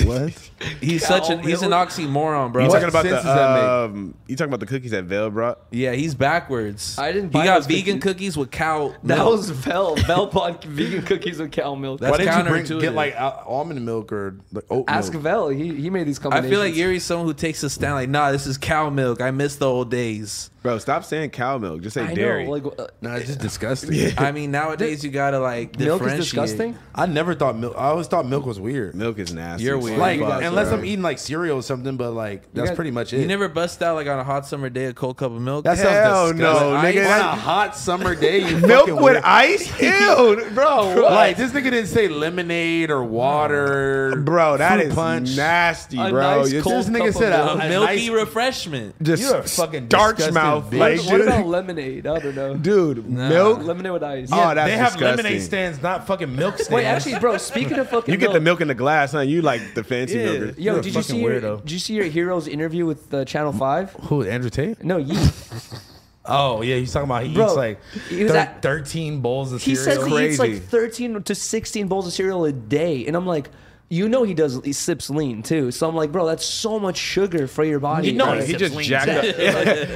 Speaker 2: What?
Speaker 1: He's
Speaker 4: Cow
Speaker 1: such an he's an
Speaker 4: milk?
Speaker 1: oxymoron, bro.
Speaker 3: You
Speaker 2: What
Speaker 3: talking about
Speaker 2: sense
Speaker 3: the
Speaker 2: does that
Speaker 3: um, you talking about the cookies that Vale brought?
Speaker 1: Yeah, he's backwards.
Speaker 4: I didn't
Speaker 1: He
Speaker 4: buy
Speaker 1: got
Speaker 4: those
Speaker 1: vegan
Speaker 4: cookies.
Speaker 1: cookies with cow.
Speaker 4: that
Speaker 1: milk.
Speaker 4: was Vel. Vel bought vegan cookies with cow milk.
Speaker 1: That's
Speaker 2: why didn't you bring, get
Speaker 1: counterintuitive.
Speaker 2: like al- almond milk or like oat
Speaker 4: Ask
Speaker 2: milk?
Speaker 4: Vel. He he made these
Speaker 1: I
Speaker 4: combinations.
Speaker 1: feel like Yuri's someone who takes a stand. Like, nah, this is cow milk. I miss the old days.
Speaker 3: Bro, stop saying cow milk. Just say
Speaker 4: I
Speaker 3: dairy.
Speaker 4: know. Like, uh,
Speaker 2: Nah, it's just disgusting.
Speaker 1: I mean, nowadays you gotta like
Speaker 4: milk is
Speaker 1: differentiate.
Speaker 4: disgusting.
Speaker 2: I never thought milk. I always thought milk was weird.
Speaker 3: milk is nasty.
Speaker 1: You're
Speaker 3: as
Speaker 1: weird.
Speaker 3: fuck,
Speaker 2: Like
Speaker 3: bro.
Speaker 2: unless I'm eating like cereal or something, but like that's
Speaker 4: guys-
Speaker 2: pretty much it.
Speaker 1: You never bust out like on a hot summer day a cold cup of milk.
Speaker 2: that sounds
Speaker 3: Hell
Speaker 2: disgusting.
Speaker 3: no,
Speaker 1: ice.
Speaker 3: nigga.
Speaker 2: On
Speaker 3: that-
Speaker 2: a hot summer day, you
Speaker 3: milk
Speaker 2: fucking
Speaker 3: with
Speaker 2: weird-
Speaker 3: ice? Ew, bro. what?
Speaker 2: Like this nigga didn't say lemonade or water,
Speaker 3: bro, that
Speaker 2: fruit
Speaker 3: is
Speaker 2: punch.
Speaker 3: nasty,
Speaker 4: A
Speaker 3: bro.
Speaker 4: nice
Speaker 3: It's
Speaker 4: cold
Speaker 2: This nigga
Speaker 4: cup
Speaker 2: said
Speaker 4: of
Speaker 2: a,
Speaker 1: a
Speaker 2: a
Speaker 1: milky
Speaker 2: nice-
Speaker 1: refreshment.
Speaker 3: just
Speaker 2: You're a fucking
Speaker 3: starch
Speaker 2: disgusting
Speaker 3: mouth,
Speaker 2: bitch.
Speaker 4: What,
Speaker 3: like
Speaker 4: what about
Speaker 3: dude,
Speaker 4: lemonade? I don't know.
Speaker 3: dude, milk.
Speaker 4: Lemonade with ice.
Speaker 3: Oh, that's
Speaker 2: they have
Speaker 3: disgusting.
Speaker 2: lemonade stands, not fucking milk stands.
Speaker 4: Wait, actually, bro. Speaking of fucking,
Speaker 3: You get the milk in the glass, huh? You like the fancy
Speaker 1: Yeah.
Speaker 3: milk.
Speaker 4: Yo,
Speaker 2: You're a
Speaker 4: did you
Speaker 2: fucking
Speaker 4: see your,
Speaker 2: weirdo.
Speaker 4: did you see your heroes interview with uh, Channel Five?
Speaker 2: who? Andrew Tate?
Speaker 4: No, Yeet.
Speaker 2: Oh yeah, he's talking about he
Speaker 4: Bro,
Speaker 2: eats like
Speaker 4: he was
Speaker 2: thir-
Speaker 4: at-
Speaker 2: thirteen bowls of
Speaker 4: He
Speaker 2: cereal.
Speaker 4: says he eats like
Speaker 3: Crazy.
Speaker 4: 13 to 16 bowls of cereal a day. And I'm like, you know he does he sips lean too. So I'm like, bro, that's so much sugar for your body.
Speaker 2: No,
Speaker 4: Like,
Speaker 3: He
Speaker 2: Sips
Speaker 3: just
Speaker 2: lean
Speaker 3: jacked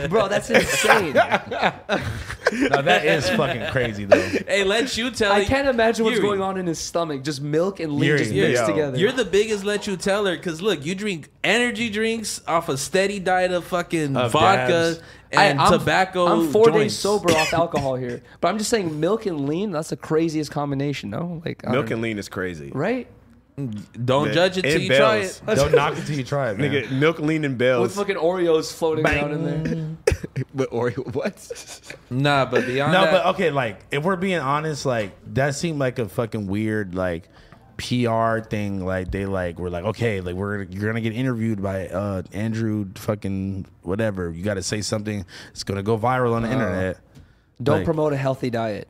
Speaker 3: up.
Speaker 4: bro, that's insane.
Speaker 2: now that is fucking crazy though.
Speaker 1: Hey, let you tell.
Speaker 4: I can't imagine what's
Speaker 1: Yuri.
Speaker 4: going on in his stomach. Just milk and lean
Speaker 2: Yuri,
Speaker 4: just mixed
Speaker 3: yo,
Speaker 4: together.
Speaker 1: You're the biggest let you tell her because look, you drink energy drinks off a steady diet of fucking
Speaker 2: Of
Speaker 1: vodka
Speaker 2: dabs.
Speaker 1: and
Speaker 4: I'm-
Speaker 1: tobacco.
Speaker 4: I'm four
Speaker 1: joints.
Speaker 4: days sober off alcohol here, but I'm just saying milk and lean. That's the craziest combination, no? Like I
Speaker 3: Milk
Speaker 4: don't-
Speaker 3: and lean is crazy.
Speaker 4: right?
Speaker 1: Don't
Speaker 3: Yeah.
Speaker 1: judge it till
Speaker 3: And
Speaker 1: you try
Speaker 3: Bell's.
Speaker 1: it.
Speaker 2: Don't knock it till you try it, man.
Speaker 3: Nigga, milk, lean, and
Speaker 4: With
Speaker 3: bells.
Speaker 4: fucking Oreos floating around in there.
Speaker 3: But Oreo, what?
Speaker 1: Nah, but beyond
Speaker 2: No,
Speaker 5: oh,
Speaker 1: that,
Speaker 2: but okay, like if we're being honest, like that seemed like a fucking weird like
Speaker 5: PR thing. Like they like were like, okay, like we're you're gonna get interviewed by uh Andrew fucking whatever. You got to say something. It's gonna go viral
Speaker 3: Uh,
Speaker 5: on the internet.
Speaker 4: Don't
Speaker 5: Like-
Speaker 4: promote a healthy diet.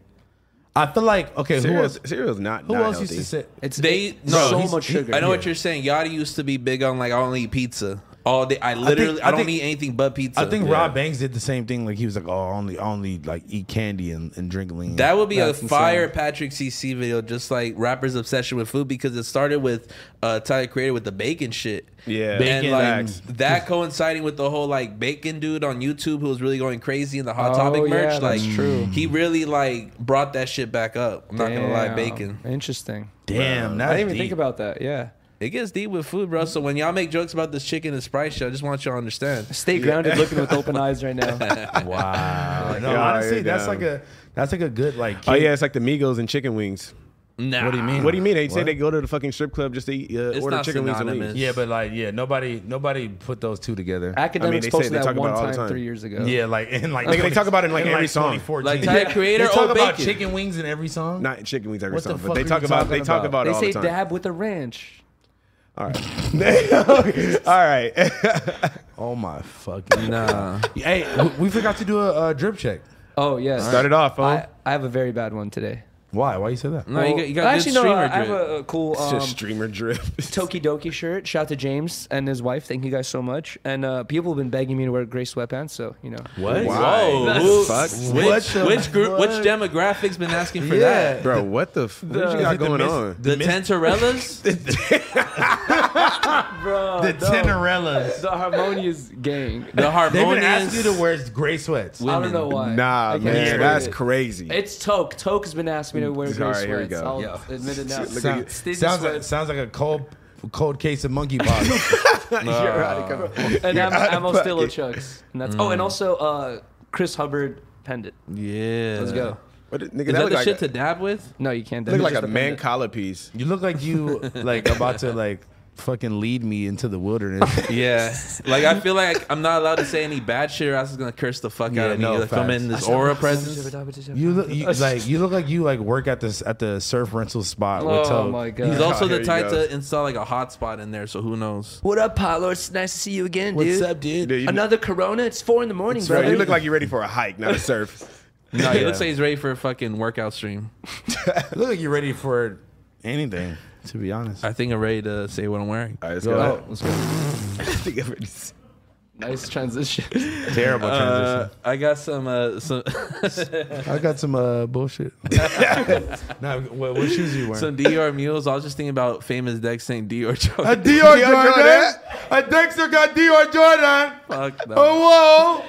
Speaker 5: I feel like okay, who
Speaker 3: Cereal's,
Speaker 5: else?
Speaker 3: cereal's not
Speaker 5: Who
Speaker 3: not
Speaker 5: else
Speaker 3: healthy.
Speaker 5: used to say?
Speaker 4: It's
Speaker 1: They
Speaker 4: it's
Speaker 1: no
Speaker 4: so
Speaker 1: he's-
Speaker 4: much sugar.
Speaker 1: I know what you're saying. Yachty used to be big on like I only eat pizza all day. I literally I,
Speaker 5: I
Speaker 1: don't
Speaker 5: think-
Speaker 1: eat anything but pizza.
Speaker 5: I think
Speaker 1: Yeah.
Speaker 5: Rob Banks did the same thing. Like he was like, oh, I only I only like eat candy and, and drink lean.
Speaker 1: That would be
Speaker 4: That's
Speaker 1: a
Speaker 4: insane.
Speaker 1: fire Patrick CC video, just like rappers' obsession with food, because it started with uh, Tyler Creator with the bacon shit.
Speaker 3: Yeah.
Speaker 1: and
Speaker 3: Bacon,
Speaker 1: like
Speaker 3: facts.
Speaker 1: that coinciding with the whole like bacon dude on YouTube who was really going crazy in the Hot
Speaker 4: Oh,
Speaker 1: Topic
Speaker 4: yeah,
Speaker 1: merch.
Speaker 4: that's
Speaker 1: like,
Speaker 4: true.
Speaker 1: he really like brought that shit back up. I'm not gonna lie,
Speaker 4: Damn.
Speaker 1: bacon.
Speaker 4: Interesting.
Speaker 5: damn.
Speaker 4: I
Speaker 5: That's
Speaker 4: didn't even
Speaker 5: deep.
Speaker 4: think about that. Yeah.
Speaker 1: It gets deep with food, bro. So when y'all make jokes about this chicken and Sprite shit, I just want y'all to understand.
Speaker 4: Stay grounded, looking with open eyes right now.
Speaker 5: Wow. No,
Speaker 3: Yeah,
Speaker 5: honestly,
Speaker 3: you're
Speaker 5: that's
Speaker 3: down.
Speaker 5: like a that's like a good like.
Speaker 3: Oh yeah, it's like the Migos and chicken wings.
Speaker 1: Nah.
Speaker 5: What do you mean?
Speaker 3: What do you mean? They say
Speaker 5: What?
Speaker 3: they go to the fucking strip club just to eat, uh,
Speaker 1: It's
Speaker 3: order
Speaker 1: not
Speaker 3: chicken wings and
Speaker 1: synonymous.
Speaker 3: leave.
Speaker 5: Yeah, but like, yeah, nobody nobody put those two together.
Speaker 4: Academics
Speaker 3: they say
Speaker 4: posted
Speaker 3: they
Speaker 4: that
Speaker 3: talk about
Speaker 4: one
Speaker 3: it all the
Speaker 4: time,
Speaker 3: time.
Speaker 4: three years ago.
Speaker 5: yeah, like and like
Speaker 3: Like, they talk about it in, like, every song.
Speaker 5: 2014.
Speaker 1: Like, Tyler Creator
Speaker 5: they talk
Speaker 1: or
Speaker 5: about
Speaker 1: Bacon?
Speaker 5: chicken wings in every song.
Speaker 3: Not chicken wings every
Speaker 5: What the
Speaker 3: song,
Speaker 5: fuck
Speaker 3: but they
Speaker 5: are
Speaker 3: talk
Speaker 5: you
Speaker 3: about they
Speaker 5: talking
Speaker 3: talk about
Speaker 5: about?
Speaker 4: They
Speaker 3: it all
Speaker 4: say
Speaker 3: the time.
Speaker 4: dab with a ranch.
Speaker 3: all right.
Speaker 5: Oh my fucking.
Speaker 1: Nah.
Speaker 5: hey, w- we forgot to do a, uh drip check.
Speaker 4: Oh yes.
Speaker 3: Start it off, huh?
Speaker 4: I, I have a very bad one today.
Speaker 5: Why? Why you say that?
Speaker 1: No, you got, you got
Speaker 4: actually
Speaker 1: good
Speaker 4: no.
Speaker 1: streamer
Speaker 4: I have
Speaker 1: drip.
Speaker 4: a, a cool
Speaker 3: It's
Speaker 4: um,
Speaker 3: just streamer drip.
Speaker 4: Tokidoki shirt. Shout out to James and his wife. Thank you guys so much. And uh, people have been begging me to wear gray sweatpants, so you know.
Speaker 5: What?
Speaker 1: Whoa, who-
Speaker 3: Fuck.
Speaker 1: Which,
Speaker 5: What the-
Speaker 1: which group,
Speaker 5: what?
Speaker 1: which demographics been asking for
Speaker 5: Yeah.
Speaker 1: that?
Speaker 3: Bro, what the? F- what
Speaker 5: Is
Speaker 3: you
Speaker 5: it
Speaker 3: got
Speaker 5: the
Speaker 3: going
Speaker 5: mis-
Speaker 3: on?
Speaker 1: The Tantarellas?
Speaker 5: The Tinderellas.
Speaker 4: The Harmonious Gang.
Speaker 1: the
Speaker 5: They've been asking you
Speaker 1: Harmonious?
Speaker 5: to wear gray sweats.
Speaker 4: I don't know why. I
Speaker 3: Nah,
Speaker 4: can't
Speaker 3: man,
Speaker 4: explain
Speaker 3: that's
Speaker 4: it.
Speaker 3: crazy.
Speaker 4: It's Toke. Toke has been asking me to wear gray
Speaker 3: Sorry, here we
Speaker 4: sweats.
Speaker 3: go.
Speaker 4: I'll
Speaker 3: Yeah.
Speaker 4: admit it now.
Speaker 3: Look at
Speaker 5: Sound-
Speaker 3: you.
Speaker 4: Stitches
Speaker 5: sounds like
Speaker 4: sweats.
Speaker 5: sounds like a cold cold case of monkeypox.
Speaker 4: and I'm,
Speaker 3: out of
Speaker 4: I'm still a
Speaker 3: pocket.
Speaker 4: Chucks. And that's oh, and also uh, Chris Hubbard pendant.
Speaker 1: yeah.
Speaker 4: Let's go.
Speaker 3: What, the- nigga,
Speaker 1: Is that
Speaker 3: look
Speaker 1: the
Speaker 3: like
Speaker 1: shit
Speaker 3: a,
Speaker 1: to dab with?
Speaker 4: No, you can't.
Speaker 3: look
Speaker 4: That's
Speaker 3: like
Speaker 4: just
Speaker 3: a man collar piece.
Speaker 5: you look like you like about to like fucking lead me into the wilderness.
Speaker 1: Yeah. like, I feel like I'm not allowed to say any bad shit or else it's going to curse the fuck
Speaker 5: Yeah,
Speaker 1: out of me.
Speaker 5: no,
Speaker 1: like, I'm in
Speaker 5: facts.
Speaker 1: this aura presence.
Speaker 5: You look you, like you look like you like work at this at the surf rental spot. with
Speaker 4: Oh
Speaker 5: Toke.
Speaker 4: my God.
Speaker 1: He's also
Speaker 3: Oh, here
Speaker 1: the
Speaker 3: you
Speaker 1: type
Speaker 3: go.
Speaker 1: to install like a hotspot in there, so who knows?
Speaker 4: What up, Paolo? It's nice to see you again,
Speaker 5: What's
Speaker 4: dude.
Speaker 5: up, dude?
Speaker 3: Dude, you,
Speaker 4: Another Corona. It's four in the morning,
Speaker 3: bro,
Speaker 4: brother.
Speaker 3: you look like you're ready for a hike, not a surf.
Speaker 1: No, he
Speaker 5: Yeah.
Speaker 1: looks like he's ready for a fucking workout stream.
Speaker 5: You look like you're ready for anything. To be honest,
Speaker 1: I think I'm ready to say what I'm wearing.
Speaker 3: All right, let's
Speaker 5: Go
Speaker 3: go.
Speaker 5: ahead.
Speaker 3: I think I've already seen-
Speaker 4: nice transition.
Speaker 5: terrible
Speaker 1: Uh,
Speaker 5: transition.
Speaker 1: I got some uh, some
Speaker 5: I got some uh, bullshit. no, what, what shoes you wearing?
Speaker 1: some Dior mules. I was just thinking about famous Dex saying Dior Jordan.
Speaker 5: a Dior, Jordan. A Dexter got Dior Jordan.
Speaker 1: Fuck no.
Speaker 5: Oh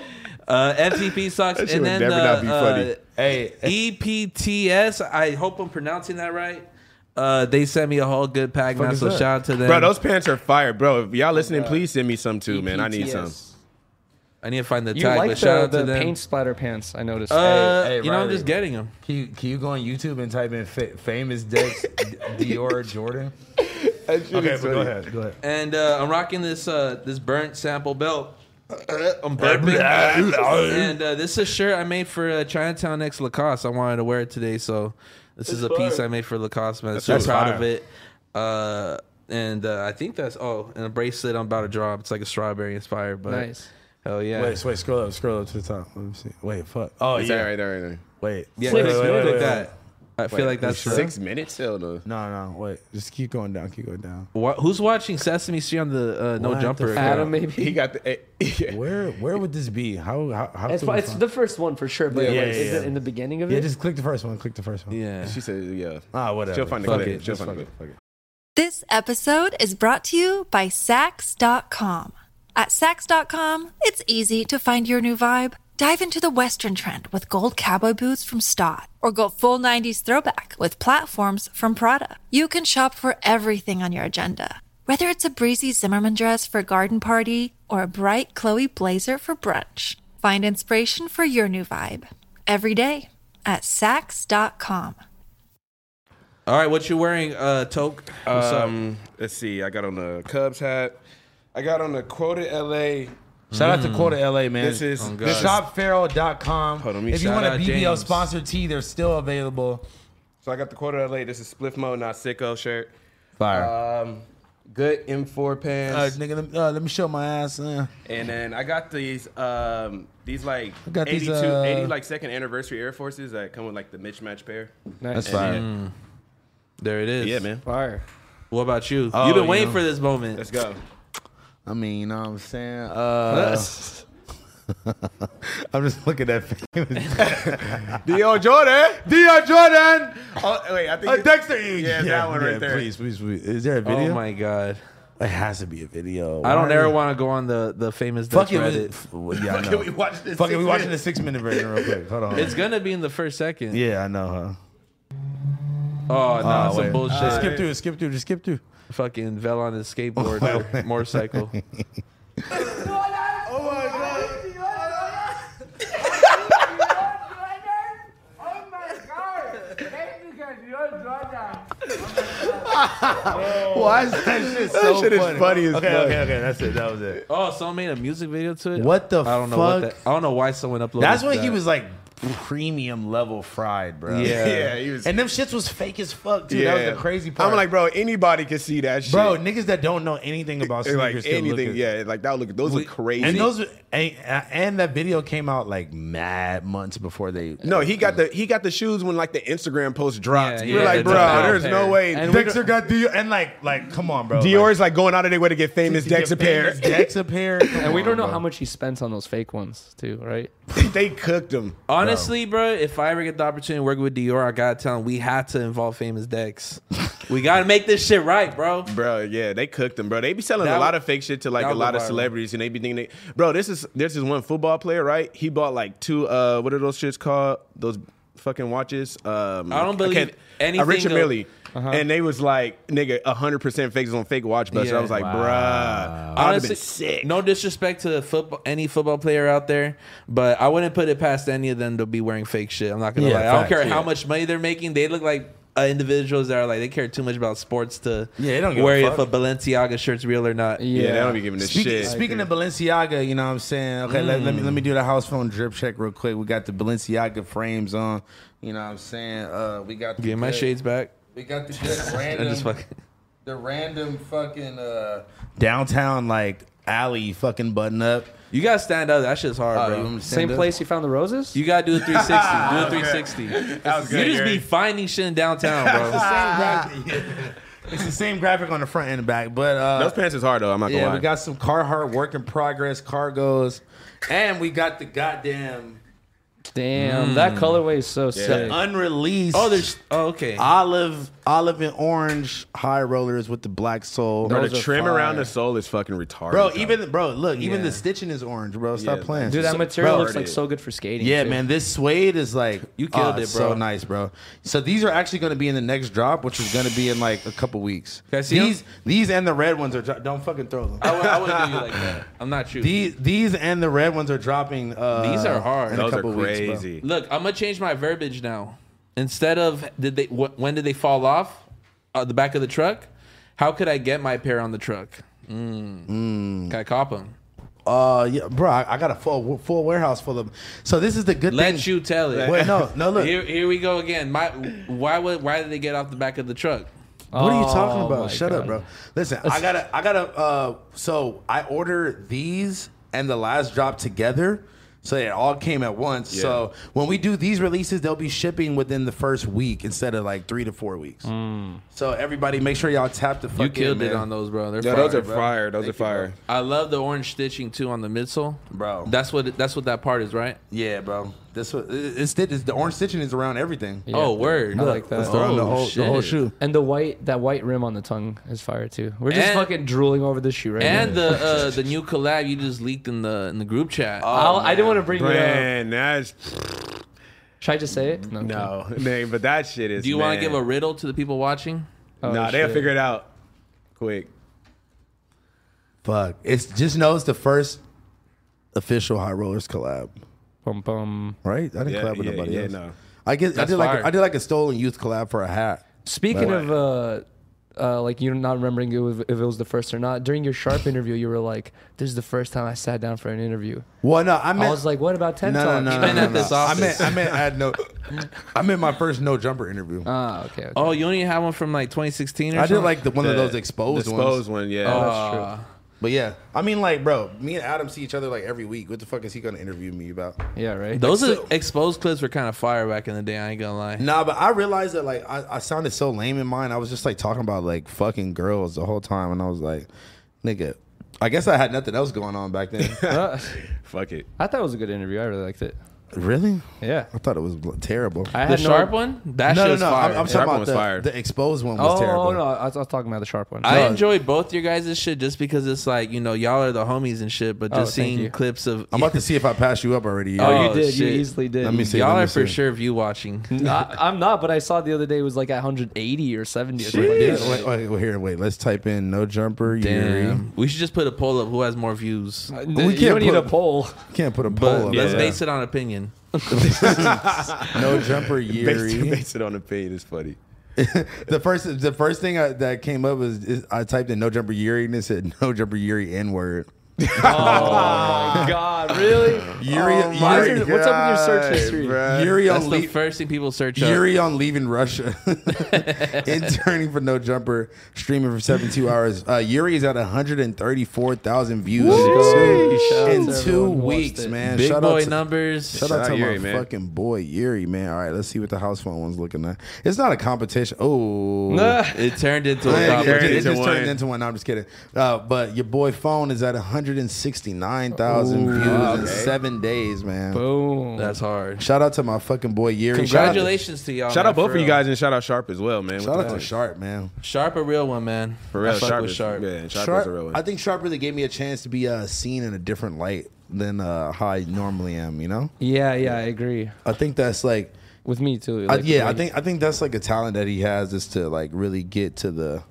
Speaker 5: whoa!
Speaker 1: Uh, FTP socks,
Speaker 3: shit
Speaker 1: and
Speaker 3: would
Speaker 1: then
Speaker 3: never
Speaker 1: the,
Speaker 3: not be funny.
Speaker 5: Hey,
Speaker 1: uh, EPTS. I hope I'm pronouncing that right. Uh, they sent me a whole good pack now,
Speaker 5: is
Speaker 1: so
Speaker 5: that?
Speaker 1: shout out to them.
Speaker 3: Bro, those pants are fire, bro. If y'all listening, please send me some too, man. I need some.
Speaker 1: I need to find the
Speaker 4: You
Speaker 1: tag,
Speaker 4: like
Speaker 1: but shout
Speaker 4: the,
Speaker 1: out to
Speaker 4: the
Speaker 1: them.
Speaker 4: paint splatter pants? I noticed.
Speaker 1: uh,
Speaker 5: Hey, hey,
Speaker 1: you know, I'm
Speaker 5: Riley.
Speaker 1: just getting them.
Speaker 5: can you, can you go on YouTube and type in fa- famous Dex Dior Jordan? Okay, but go ahead. Go ahead.
Speaker 1: And uh, I'm rocking this uh, this burnt sample belt. I'm burping. and uh, this is a shirt I made for uh, Chinatown X Lacoste. I wanted to wear it today, so this is a piece I made for Lacoste. Man, super
Speaker 3: That's
Speaker 1: proud
Speaker 3: fire.
Speaker 1: of it. Uh, and uh, I think that's oh, and a bracelet I'm about to drop. It's like a strawberry inspired, but
Speaker 4: Nice.
Speaker 1: hell yeah.
Speaker 5: Wait, wait, scroll up, scroll up to the top. Let me see. Wait, fuck. Oh
Speaker 3: It's
Speaker 5: yeah.
Speaker 3: all right, all right, all right.
Speaker 5: Wait.
Speaker 1: yeah, click-
Speaker 5: wait, wait,
Speaker 1: click
Speaker 5: wait, wait,
Speaker 1: that.
Speaker 5: wait.
Speaker 1: I feel like that's the-
Speaker 3: six minutes. Hell no.
Speaker 5: No, no, wait. Just keep going down. Keep going down.
Speaker 1: Wha- who's watching Sesame Street on the uh, No
Speaker 5: What the
Speaker 1: Jumper?
Speaker 5: fuck?
Speaker 1: account?
Speaker 4: Adam, maybe.
Speaker 3: He got the. eh,
Speaker 5: Where where would this be? How how how?
Speaker 4: It's,
Speaker 5: could we
Speaker 4: fi- it's
Speaker 5: find-
Speaker 4: the first one for sure, but
Speaker 3: Yeah,
Speaker 4: like,
Speaker 5: yeah,
Speaker 4: is
Speaker 5: yeah.
Speaker 4: it in the beginning of
Speaker 5: yeah.
Speaker 4: it?
Speaker 5: Just click the first one. Click the first one.
Speaker 1: Yeah.
Speaker 3: She said, yeah.
Speaker 5: Ah, whatever.
Speaker 3: She'll find the
Speaker 1: Fuck
Speaker 3: clip.
Speaker 1: it,
Speaker 3: She'll
Speaker 1: just
Speaker 3: find the
Speaker 1: fuck
Speaker 3: clip.
Speaker 6: This episode is brought to you by Sax.com. At Sax.com, it's easy to find your new vibe. Dive into the Western trend with gold cowboy boots from Stott, or go full 90s throwback with platforms from Prada. You can shop for everything on your agenda, whether it's a breezy Zimmerman dress for a garden party or a bright Chloe blazer for brunch. Find inspiration for your new vibe every day at Sax.com.
Speaker 1: All right, what you wearing, uh, Toke? What's up?
Speaker 3: Um, let's see. I got on the Cubs hat. I got on the quoted LA.
Speaker 5: Shout out to Quota LA, man.
Speaker 3: This is- Oh, God.
Speaker 5: shopferro.com.
Speaker 3: Hold on, let me
Speaker 5: if you
Speaker 3: shout
Speaker 5: want a
Speaker 1: out
Speaker 5: BBL
Speaker 1: James.
Speaker 5: sponsored tee, they're still available.
Speaker 3: So I got the quoted LA. This is Spliff Mode, not Sicko shirt.
Speaker 2: Fire.
Speaker 7: Um, good M4 pants.
Speaker 2: Uh, nigga, let me, uh, let me show my ass. Uh,
Speaker 7: And then I got these um these like
Speaker 2: got these,
Speaker 7: 82
Speaker 2: uh,
Speaker 7: 80 like second anniversary Air Forces that come with like the Mitch match pair.
Speaker 2: that's
Speaker 7: And
Speaker 2: fire.
Speaker 7: yeah,
Speaker 1: There it is.
Speaker 7: yeah, man.
Speaker 4: Fire.
Speaker 1: What about you?
Speaker 2: Oh,
Speaker 1: You've been
Speaker 2: you
Speaker 1: waiting
Speaker 2: know.
Speaker 1: for this moment.
Speaker 7: Let's go.
Speaker 2: I mean, you know what I'm saying? Uh, I'm just looking at famous.
Speaker 3: Dion Jordan.
Speaker 2: Dion Jordan!
Speaker 7: Oh wait, I think
Speaker 2: Uh,
Speaker 7: it-
Speaker 2: Dexter, you.
Speaker 7: Yeah, that one right there.
Speaker 2: Please, please, please. Is there a video?
Speaker 1: oh my god.
Speaker 2: It has to be a video.
Speaker 1: I don't
Speaker 2: Why?
Speaker 1: ever want to go on the the famous
Speaker 2: Fuck
Speaker 1: Dutch
Speaker 2: it.
Speaker 1: Reddit.
Speaker 2: It. Yeah, I
Speaker 7: Can
Speaker 2: know.
Speaker 7: we watch this?
Speaker 2: Fuck it. We
Speaker 7: six
Speaker 2: watching the
Speaker 7: minutes?
Speaker 2: six minute version real quick. Hold on.
Speaker 1: It's gonna be in the first second.
Speaker 2: yeah, I know, huh?
Speaker 1: Oh no,
Speaker 2: Oh,
Speaker 1: that's some
Speaker 2: wait.
Speaker 1: bullshit.
Speaker 2: Just skip through. Skip through. Just skip through.
Speaker 1: Fucking fell on his skateboard or motorcycle.
Speaker 2: Why is that shit so
Speaker 3: shit is funny as
Speaker 2: okay,
Speaker 3: fuck.
Speaker 2: okay, okay. That's it. That was it.
Speaker 1: Oh, someone made a music video to it.
Speaker 2: What the
Speaker 1: I don't know what
Speaker 2: fuck?
Speaker 1: that, I don't know why someone uploaded.
Speaker 2: That's when
Speaker 1: that.
Speaker 2: he was like premium level fried, bro.
Speaker 1: Yeah.
Speaker 7: Yeah, he was
Speaker 2: And them shits was fake as fuck too. That was the crazy part.
Speaker 3: I'm like, bro, anybody can see that shit.
Speaker 2: bro, niggas that don't know anything about
Speaker 3: It's
Speaker 2: sneakers can
Speaker 3: like
Speaker 2: look
Speaker 3: anything,
Speaker 2: at-
Speaker 3: yeah. Like that look, those look crazy.
Speaker 2: And those and, and that video came out like mad months before they.
Speaker 3: no, he got the he got the shoes when like the Instagram post dropped.
Speaker 4: Yeah,
Speaker 3: You're
Speaker 4: yeah,
Speaker 3: like,
Speaker 4: the
Speaker 3: bro,
Speaker 4: Dior
Speaker 3: there's no
Speaker 4: pair.
Speaker 3: way.
Speaker 4: And we
Speaker 2: Dexter got Dior and like like come on, bro.
Speaker 3: Dior's like going out of their way to get famous
Speaker 2: like, to
Speaker 3: Dex a
Speaker 2: get
Speaker 3: pair.
Speaker 2: famous Dex a pair,
Speaker 4: And we don't know how much he spent on those fake ones too, right?
Speaker 3: they cooked them.
Speaker 1: Honestly, bro. if I ever get the opportunity to work with Dior, I gotta tell him we had to involve famous Dex. we gotta make this shit right, bro.
Speaker 3: Bro, yeah, they cooked them, bro. They be selling
Speaker 1: That
Speaker 3: a lot
Speaker 1: would-
Speaker 3: of fake shit to like
Speaker 1: that
Speaker 3: a
Speaker 1: would
Speaker 3: lot
Speaker 1: go
Speaker 3: of
Speaker 1: viral.
Speaker 3: celebrities, and they be thinking, they, bro, this is this is one football player, right? He bought like two, uh, what are those shits called? Those fucking watches. Um,
Speaker 1: I don't believe
Speaker 3: can't-
Speaker 1: anything
Speaker 3: A Richard
Speaker 1: of- Uh-huh.
Speaker 3: Millie, and they was like, nigga, hundred percent fakes on fake watch buster.
Speaker 1: Yeah.
Speaker 3: I was like, bruh, I'd have
Speaker 1: Honestly,
Speaker 3: been sick.
Speaker 1: no disrespect to football, any football player out there, but I wouldn't put it past any of them to be wearing fake shit. I'm not gonna
Speaker 2: Yeah,
Speaker 1: lie. I don't
Speaker 2: facts,
Speaker 1: care
Speaker 2: yeah.
Speaker 1: how much money they're making. They look like uh, individuals that are like they care too much about sports to
Speaker 2: Yeah, they don't give a
Speaker 1: worry
Speaker 2: fuck.
Speaker 1: if a Balenciaga shirt's real or not.
Speaker 3: yeah, they don't be giving this
Speaker 2: Speaking,
Speaker 3: shit.
Speaker 2: speaking of Balenciaga, you know what I'm saying? Okay, let, let me let me
Speaker 1: Mm.
Speaker 2: do the house phone drip check real quick. We got the Balenciaga frames on. You know what I'm saying? Uh, we got the
Speaker 1: Get my
Speaker 2: good-
Speaker 1: shades back.
Speaker 2: We got the good
Speaker 1: I just
Speaker 2: random,
Speaker 1: fucking.
Speaker 2: the random fucking uh, downtown like alley fucking button up.
Speaker 1: You gotta stand up. That shit's hard, bro.
Speaker 4: Same place you found the roses?
Speaker 1: You gotta do a 360. Do a 360.
Speaker 7: That was
Speaker 1: You
Speaker 7: good,
Speaker 1: just be
Speaker 7: Gary.
Speaker 1: finding shit in downtown, bro.
Speaker 2: It's the same graphic on the front and the back, but uh,
Speaker 3: Those pants is hard though. I'm not gonna
Speaker 2: Yeah,
Speaker 3: lie.
Speaker 2: we got some Carhartt work in progress cargos, and we got the goddamn
Speaker 4: Damn,
Speaker 1: Mm.
Speaker 4: that colorway is so sick.
Speaker 2: unreleased.
Speaker 1: oh, there's. Oh, okay.
Speaker 2: olive, olive and orange high rollers with the black sole.
Speaker 3: bro,
Speaker 2: Those
Speaker 3: the
Speaker 2: are
Speaker 3: trim around
Speaker 2: fire.
Speaker 3: the sole is fucking retarded.
Speaker 2: bro.
Speaker 3: dog.
Speaker 2: Even bro, look, even
Speaker 1: Yeah.
Speaker 2: the stitching is orange, bro. Stop
Speaker 3: Yeah.
Speaker 2: playing.
Speaker 4: Dude, that
Speaker 2: So-
Speaker 4: material
Speaker 2: bro,
Speaker 4: looks like so good for skating.
Speaker 2: Yeah,
Speaker 4: too.
Speaker 2: man, this suede is like
Speaker 1: You killed
Speaker 2: oh,
Speaker 1: it, bro.
Speaker 2: So nice, bro. So these are actually going to be in the next drop, which is going to be in like a couple weeks.
Speaker 1: Can I see 'em?
Speaker 2: these, these and the red ones are. dro- Don't fucking throw them.
Speaker 3: Oh,
Speaker 1: I, would, I wouldn't do you like that. I'm not you.
Speaker 2: These, these and the red ones are dropping. Uh,
Speaker 1: These are hard.
Speaker 2: In
Speaker 3: those
Speaker 2: a
Speaker 3: are
Speaker 2: couple weeks, bro.
Speaker 3: crazy.
Speaker 1: Look, I'm gonna change my verbiage now. Instead of did they wh- when did they fall off uh, the back of the truck? How could I get my pair on the truck? Mm. Can I cop them?
Speaker 2: Uh, yeah, bro, I, I got a full full warehouse full of. So this is the good
Speaker 1: Let
Speaker 2: thing.
Speaker 1: you tell it.
Speaker 2: Wait, no, no, look.
Speaker 1: Here, here we go again. My why would why did they get off the back of the truck?
Speaker 2: What are you
Speaker 4: Oh
Speaker 2: talking
Speaker 4: my
Speaker 2: about? Shut up,
Speaker 4: God.
Speaker 2: bro. Listen, I gotta, I gotta. Uh, so I ordered these and the last drop together, so it all came at once. So when we do these releases, they'll be shipping within the first week instead of like three to four weeks.
Speaker 1: Mm.
Speaker 2: So everybody, make sure y'all tap the. Fuck
Speaker 1: You
Speaker 2: in,
Speaker 1: killed it
Speaker 2: man.
Speaker 1: on those, bro. They're
Speaker 3: Yeah,
Speaker 1: fire,
Speaker 3: those are
Speaker 1: bro.
Speaker 3: fire. Those are fire.
Speaker 1: I love the orange stitching too on the midsole,
Speaker 2: Bro.
Speaker 1: That's what that's what that part is, right?
Speaker 2: Yeah, bro. This was it's, it's the orange stitching is around everything.
Speaker 4: Yeah.
Speaker 1: oh, word. Oh,
Speaker 4: I like that.
Speaker 1: Let's
Speaker 2: Around
Speaker 1: throw
Speaker 2: the whole the whole shoe.
Speaker 4: And the white, that white rim on the tongue is fire too. We're just
Speaker 1: And-
Speaker 4: fucking drooling over this shoe right
Speaker 1: And
Speaker 4: now.
Speaker 1: the uh, the new collab you just leaked in the in the group chat.
Speaker 2: Oh,
Speaker 4: I'll- I didn't want to bring it up.
Speaker 3: Man,
Speaker 1: uh,
Speaker 3: that's
Speaker 4: Should I just say it?
Speaker 1: Oh,
Speaker 4: No.
Speaker 3: no, man. But that shit is.
Speaker 1: Do you want
Speaker 3: man.
Speaker 1: to give a riddle to the people watching?
Speaker 4: Oh,
Speaker 3: nah, they'll
Speaker 4: shit.
Speaker 3: figure it out quick.
Speaker 2: Fuck. It's just know it's the first official High Rollers collab,
Speaker 4: Bum, bum.
Speaker 2: right? I didn't
Speaker 3: Yeah,
Speaker 2: collab with
Speaker 3: yeah,
Speaker 2: nobody
Speaker 3: yeah,
Speaker 2: else.
Speaker 3: no.
Speaker 2: I guess I
Speaker 1: That's
Speaker 2: did like
Speaker 1: fire.
Speaker 2: a, I did like a stolen youth collab for a hat.
Speaker 4: Speaking of uh, uh, like you're not remembering it was- if it was the first or not. During your Sharp interview, you were like, "This is the first time I sat down for an interview."
Speaker 2: Well, no, I
Speaker 4: I,
Speaker 2: meant
Speaker 4: was like, "What about
Speaker 2: no,
Speaker 4: TED
Speaker 2: no,
Speaker 4: Talk?"
Speaker 2: no, no,
Speaker 1: been
Speaker 2: no,
Speaker 1: at
Speaker 2: no.
Speaker 1: this
Speaker 2: I
Speaker 1: office.
Speaker 2: meant, I meant, I had no. I meant my first no jumper interview.
Speaker 4: Ah, okay. okay.
Speaker 1: Oh, you only have one from like 2016 or
Speaker 2: I
Speaker 1: something?
Speaker 2: did like the one of those exposed,
Speaker 3: Exposed
Speaker 2: ones.
Speaker 3: one, yeah.
Speaker 1: Uh,
Speaker 2: But yeah, I mean, like, bro, me and Adam see each other like every week. What the fuck is he gonna interview me about?
Speaker 4: Yeah, right.
Speaker 1: those are- exposed clips were kind of fire back in the day. I ain't gonna lie.
Speaker 2: Nah, but I realized that like I, I sounded so lame in mine. I was just like talking about like fucking girls the whole time, and I was like, nigga, I guess I had nothing else going on back then.
Speaker 4: Uh,
Speaker 3: Fuck it.
Speaker 4: I thought it was a good interview. I really liked it.
Speaker 2: really?
Speaker 4: Yeah.
Speaker 2: I thought it was bl- terrible.
Speaker 4: I
Speaker 1: The
Speaker 4: had no-
Speaker 1: sharp one? That
Speaker 2: no,
Speaker 1: shit
Speaker 2: no,
Speaker 1: was
Speaker 2: no.
Speaker 1: fire.
Speaker 2: I'm, I'm
Speaker 3: That
Speaker 2: talking
Speaker 3: one
Speaker 2: about
Speaker 3: was
Speaker 2: the,
Speaker 3: fired.
Speaker 2: the exposed one was
Speaker 4: Oh
Speaker 2: terrible.
Speaker 4: no, I was, I was talking about the sharp one.
Speaker 1: I enjoy both your guys' shit just because it's like, you know, y'all are the homies and shit, but
Speaker 4: Oh,
Speaker 1: just
Speaker 4: thank
Speaker 1: seeing
Speaker 4: you.
Speaker 1: clips of
Speaker 2: I'm about to see if I pass you up already.
Speaker 1: Oh,
Speaker 4: oh, you
Speaker 1: Oh,
Speaker 4: did.
Speaker 1: shit.
Speaker 4: You easily did.
Speaker 2: Let me see.
Speaker 1: y'all
Speaker 2: let
Speaker 1: are
Speaker 2: me
Speaker 1: for
Speaker 2: see.
Speaker 1: sure view watching.
Speaker 4: I, I'm not, but I saw the other day it was like at 180 or 70 or something. like
Speaker 2: Yeah,
Speaker 4: that.
Speaker 2: wait, wait, wait, here, wait. Let's type in no jumper. Yuri.
Speaker 1: Damn. We should just put a poll up who has more views.
Speaker 4: We
Speaker 2: can't
Speaker 4: you don't need a
Speaker 2: put-
Speaker 4: poll.
Speaker 2: Can't put a
Speaker 1: But
Speaker 2: poll up.
Speaker 1: let's
Speaker 2: Yeah.
Speaker 1: base it on opinion.
Speaker 2: No jumper.
Speaker 3: Based,
Speaker 2: Yuri.
Speaker 3: based it on the pain is funny.
Speaker 2: The first, the first thing I, that came up was is I typed in no jumper Yuri and it said no jumper Yuri N word.
Speaker 4: Oh my god, really?
Speaker 2: Yuri,
Speaker 4: Oh my
Speaker 2: Yuri,
Speaker 4: God. What's up with your search history?
Speaker 3: bruh.
Speaker 2: Yuri
Speaker 1: That's
Speaker 2: on
Speaker 1: the
Speaker 2: le-
Speaker 1: first thing people search up.
Speaker 2: Yuri on leaving Russia, interning for no jumper, streaming for 72 hours. Uh, Yuri is at 134,000 views
Speaker 4: Shout out
Speaker 2: in two
Speaker 4: to everyone who watched
Speaker 2: weeks,
Speaker 4: it.
Speaker 2: man.
Speaker 1: Big
Speaker 2: shout out
Speaker 1: boy
Speaker 2: to,
Speaker 1: numbers.
Speaker 2: Shout, out
Speaker 3: out
Speaker 2: to
Speaker 3: Yuri,
Speaker 2: my
Speaker 3: man.
Speaker 2: fucking boy Yuri, man. All right, let's see what the house phone one's looking at. It's not a competition. Oh.
Speaker 1: It turned into a
Speaker 2: It,
Speaker 1: competition.
Speaker 2: it
Speaker 3: into
Speaker 2: just turned
Speaker 3: one.
Speaker 2: into one. No, I'm just kidding. Uh, but your boy phone is at 169,000 views in seven days, man.
Speaker 4: Boom.
Speaker 1: That's hard.
Speaker 2: Shout out to my fucking boy Yuri.
Speaker 1: Congratulations to y'all.
Speaker 3: Shout
Speaker 1: Oh, man,
Speaker 3: out both
Speaker 1: for
Speaker 3: of you
Speaker 1: real.
Speaker 3: guys and shout out Sharp as well, man. What
Speaker 2: Shout out,
Speaker 3: the
Speaker 2: shout out
Speaker 3: fuck?
Speaker 2: to Sharp, man.
Speaker 1: Sharp a real one, man.
Speaker 3: For real,
Speaker 1: I fuck
Speaker 3: Sharp
Speaker 1: with
Speaker 3: is
Speaker 1: Sharp.
Speaker 3: sharp. Yeah, sharp,
Speaker 2: Sharp,
Speaker 3: is a real one.
Speaker 2: I think Sharp really gave me a chance to be uh, seen in a different light than uh, how I normally am. You know,
Speaker 4: Yeah, yeah, I agree.
Speaker 2: I think that's like,
Speaker 4: With me too.
Speaker 2: I-
Speaker 4: like,
Speaker 2: yeah, I
Speaker 4: like-
Speaker 2: think I think that's like a talent that he has is to like really get to the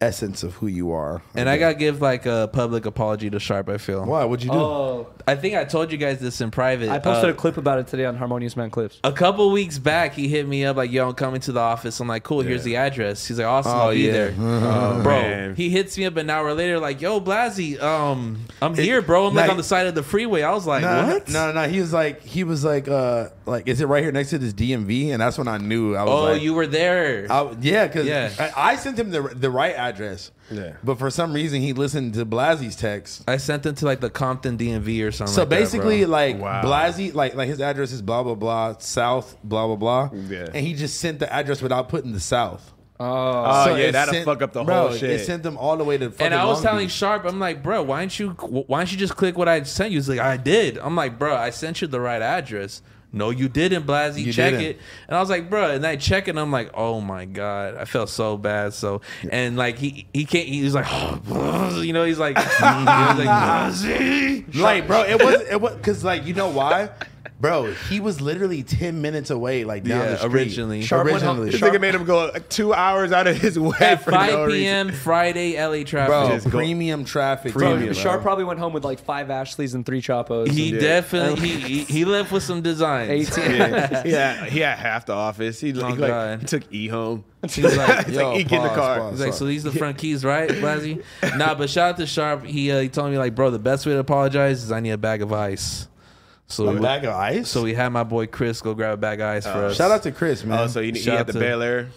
Speaker 2: essence of who you are.
Speaker 1: And I gotta give like a public apology to Sharp. I feel.
Speaker 2: why? What'd you do?
Speaker 4: Oh,
Speaker 1: I think I told you guys this in private.
Speaker 4: I posted
Speaker 1: Uh,
Speaker 4: a clip about it today on Harmonious Man Clips.
Speaker 1: a couple weeks back, he hit me up like, "Yo, I'm coming to the office." I'm like, "Cool, here's the address." He's like, "Awesome,
Speaker 2: Oh,
Speaker 1: I'll be
Speaker 2: yeah.
Speaker 1: there, bro."
Speaker 3: Oh, man.
Speaker 1: He hits me up an hour later, like, "Yo, Blasi, um, I'm here, bro. I'm like
Speaker 2: like-
Speaker 1: on the side of the freeway." I was like,
Speaker 2: No,
Speaker 1: "What?"
Speaker 2: No, no, no. He was like, he was like, uh, like, is it right here next to this DMV? And that's when I knew I was
Speaker 1: oh,
Speaker 2: like,
Speaker 1: you were there.
Speaker 2: I, yeah, because
Speaker 1: Yeah.
Speaker 2: I, I sent him the the right address.
Speaker 3: Yeah.
Speaker 2: But for some reason, he listened to Blasie's text.
Speaker 1: I sent them to like the Compton DMV or something.
Speaker 2: So
Speaker 1: like that,
Speaker 2: basically,
Speaker 1: bro.
Speaker 2: like
Speaker 3: Wow.
Speaker 2: Blasie, like like his address is blah blah blah south blah blah blah,
Speaker 3: Yeah.
Speaker 2: and he just sent the address without putting the south.
Speaker 4: Oh,
Speaker 3: Oh
Speaker 2: So
Speaker 3: yeah,
Speaker 2: it
Speaker 3: that'll
Speaker 2: sent-
Speaker 3: fuck up the
Speaker 2: bro,
Speaker 3: whole
Speaker 2: It
Speaker 3: shit.
Speaker 2: sent them all the way to. Fucking
Speaker 1: and I was
Speaker 2: Long
Speaker 1: telling
Speaker 2: Beach.
Speaker 1: Sharp, I'm like, "Bro, why don't you why don't you just click what I sent you?" He's like, "I did." I'm like, "Bro, I sent you the right address." No, you didn't, Blasey.
Speaker 2: You
Speaker 1: check
Speaker 2: didn't.
Speaker 1: it. And I was like, bro, and I check it, and I'm like, oh my God. I felt so bad. So and like he he can't he was like, you know, he's like, he was like "Blasey."
Speaker 2: like, bro, it was it was because like you know why, bro, he was literally ten minutes away, like down
Speaker 1: Yeah,
Speaker 2: the street.
Speaker 1: originally. Sharp
Speaker 4: went home-
Speaker 2: originally,
Speaker 3: this nigga made him go like, two hours out of his way
Speaker 1: at
Speaker 3: for
Speaker 1: 5
Speaker 3: no reason.
Speaker 1: p.m. Friday LA traffic.
Speaker 2: bro,
Speaker 3: Just go-
Speaker 2: premium traffic,
Speaker 4: bro,
Speaker 2: premium, bro.
Speaker 4: Sharp probably went home with like five Ashleys and three Chapos.
Speaker 1: he
Speaker 3: Yeah.
Speaker 1: definitely he, he he left with some designs.
Speaker 4: 18.
Speaker 3: Yeah, he had- he had half the office. He, like,
Speaker 1: God.
Speaker 3: he took E home. It's
Speaker 1: He's like,
Speaker 2: Yo,
Speaker 3: like E get in the
Speaker 2: pause,
Speaker 3: car.
Speaker 2: pause.
Speaker 1: He's like, so these the front keys, right, Blasi? nah, but shout out to Sharp. He uh, he told me like, bro, the best way to apologize is I need a bag of ice. So
Speaker 2: a
Speaker 1: we,
Speaker 2: bag of ice.
Speaker 1: so we had my boy Chris go grab a bag of ice for us.
Speaker 2: shout out to Chris, man.
Speaker 3: Oh, so he, he
Speaker 1: Shout out
Speaker 3: had the
Speaker 1: to-
Speaker 3: Bel Air.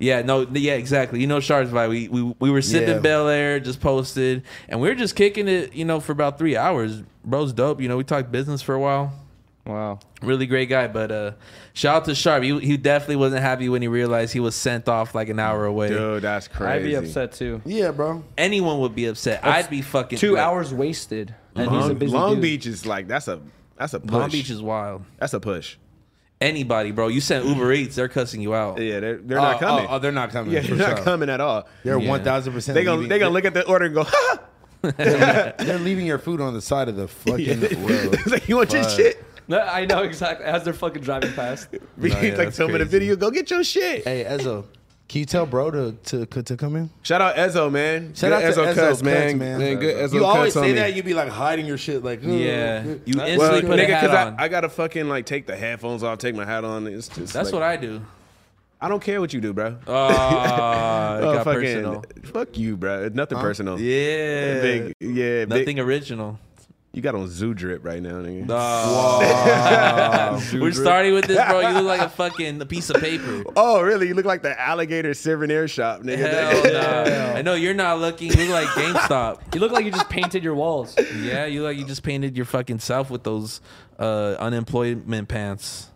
Speaker 1: yeah, no, yeah, exactly. You know Sharp's vibe. We we, we were sipping
Speaker 2: Yeah.
Speaker 1: Bel Air, just posted, and we were just kicking it, you know, for about three hours. Bro's dope. You know, we talked business for a while.
Speaker 4: Wow.
Speaker 1: Really great guy, but uh, shout out to Sharp. He, he definitely wasn't happy when he realized he was sent off like an hour away.
Speaker 3: Dude, that's crazy.
Speaker 4: I'd be upset too.
Speaker 2: yeah, bro.
Speaker 1: Anyone would be upset. I'd be fucking
Speaker 4: Two
Speaker 1: like,
Speaker 4: hours wasted. And he's a
Speaker 3: Long,
Speaker 4: busy
Speaker 3: Long
Speaker 4: dude.
Speaker 3: Beach is like that's a that's a push.
Speaker 1: Long Beach is wild.
Speaker 3: that's a push.
Speaker 1: anybody, bro. You sent Uber Eats, they're cussing you out.
Speaker 3: Yeah, they're they're not
Speaker 2: Oh,
Speaker 3: coming.
Speaker 2: Oh, oh, they're not coming.
Speaker 3: yeah,
Speaker 2: for
Speaker 3: they're not
Speaker 2: sure.
Speaker 3: coming at all.
Speaker 2: They're
Speaker 1: Yeah.
Speaker 2: one thousand percent.
Speaker 3: They gonna they gonna look at the order and go, ha!
Speaker 2: They're leaving your food on the side of the fucking road.
Speaker 3: It's like you want your shit.
Speaker 4: No, I know exactly. As they're fucking driving past.
Speaker 3: He's
Speaker 1: yeah,
Speaker 3: like
Speaker 1: that's
Speaker 3: filming a
Speaker 1: crazy.
Speaker 3: video. Go get your shit.
Speaker 2: Hey, Ezzo, can you tell bro to to, to come in?
Speaker 3: Shout out Ezzo, man.
Speaker 2: Shout
Speaker 3: good
Speaker 2: out to Ezzo
Speaker 3: cuts,
Speaker 2: Cuts,
Speaker 3: man.
Speaker 2: man.
Speaker 3: good Ezzo
Speaker 2: you always
Speaker 3: cuts on
Speaker 2: say
Speaker 3: me.
Speaker 2: that. You be like hiding your shit, like "Ooh."
Speaker 1: Yeah. You instantly
Speaker 3: Well,
Speaker 1: put a
Speaker 3: nigga,
Speaker 1: hat
Speaker 3: because
Speaker 1: on.
Speaker 3: I, I gotta fucking like take the headphones off, take my hat on. It's just
Speaker 1: That's
Speaker 3: like,
Speaker 1: what I do.
Speaker 3: I don't care what you do, bro.
Speaker 1: Oh, Ah, it
Speaker 3: Oh,
Speaker 1: got
Speaker 3: fucking-
Speaker 1: personal.
Speaker 3: Fuck you, bro. Nothing personal.
Speaker 1: Yeah.
Speaker 3: Big, yeah, big-
Speaker 1: Nothing original. Ah,
Speaker 3: you got on zoo drip right now, nigga.
Speaker 1: We're starting with this, bro. You look like a fucking piece of paper.
Speaker 3: Oh, really? You look like the alligator souvenir shop, nigga.
Speaker 1: Hell no. I know you're not looking. You look like GameStop.
Speaker 4: You look like you just painted your walls.
Speaker 1: Yeah, you like you just painted your fucking self with those uh, unemployment pants.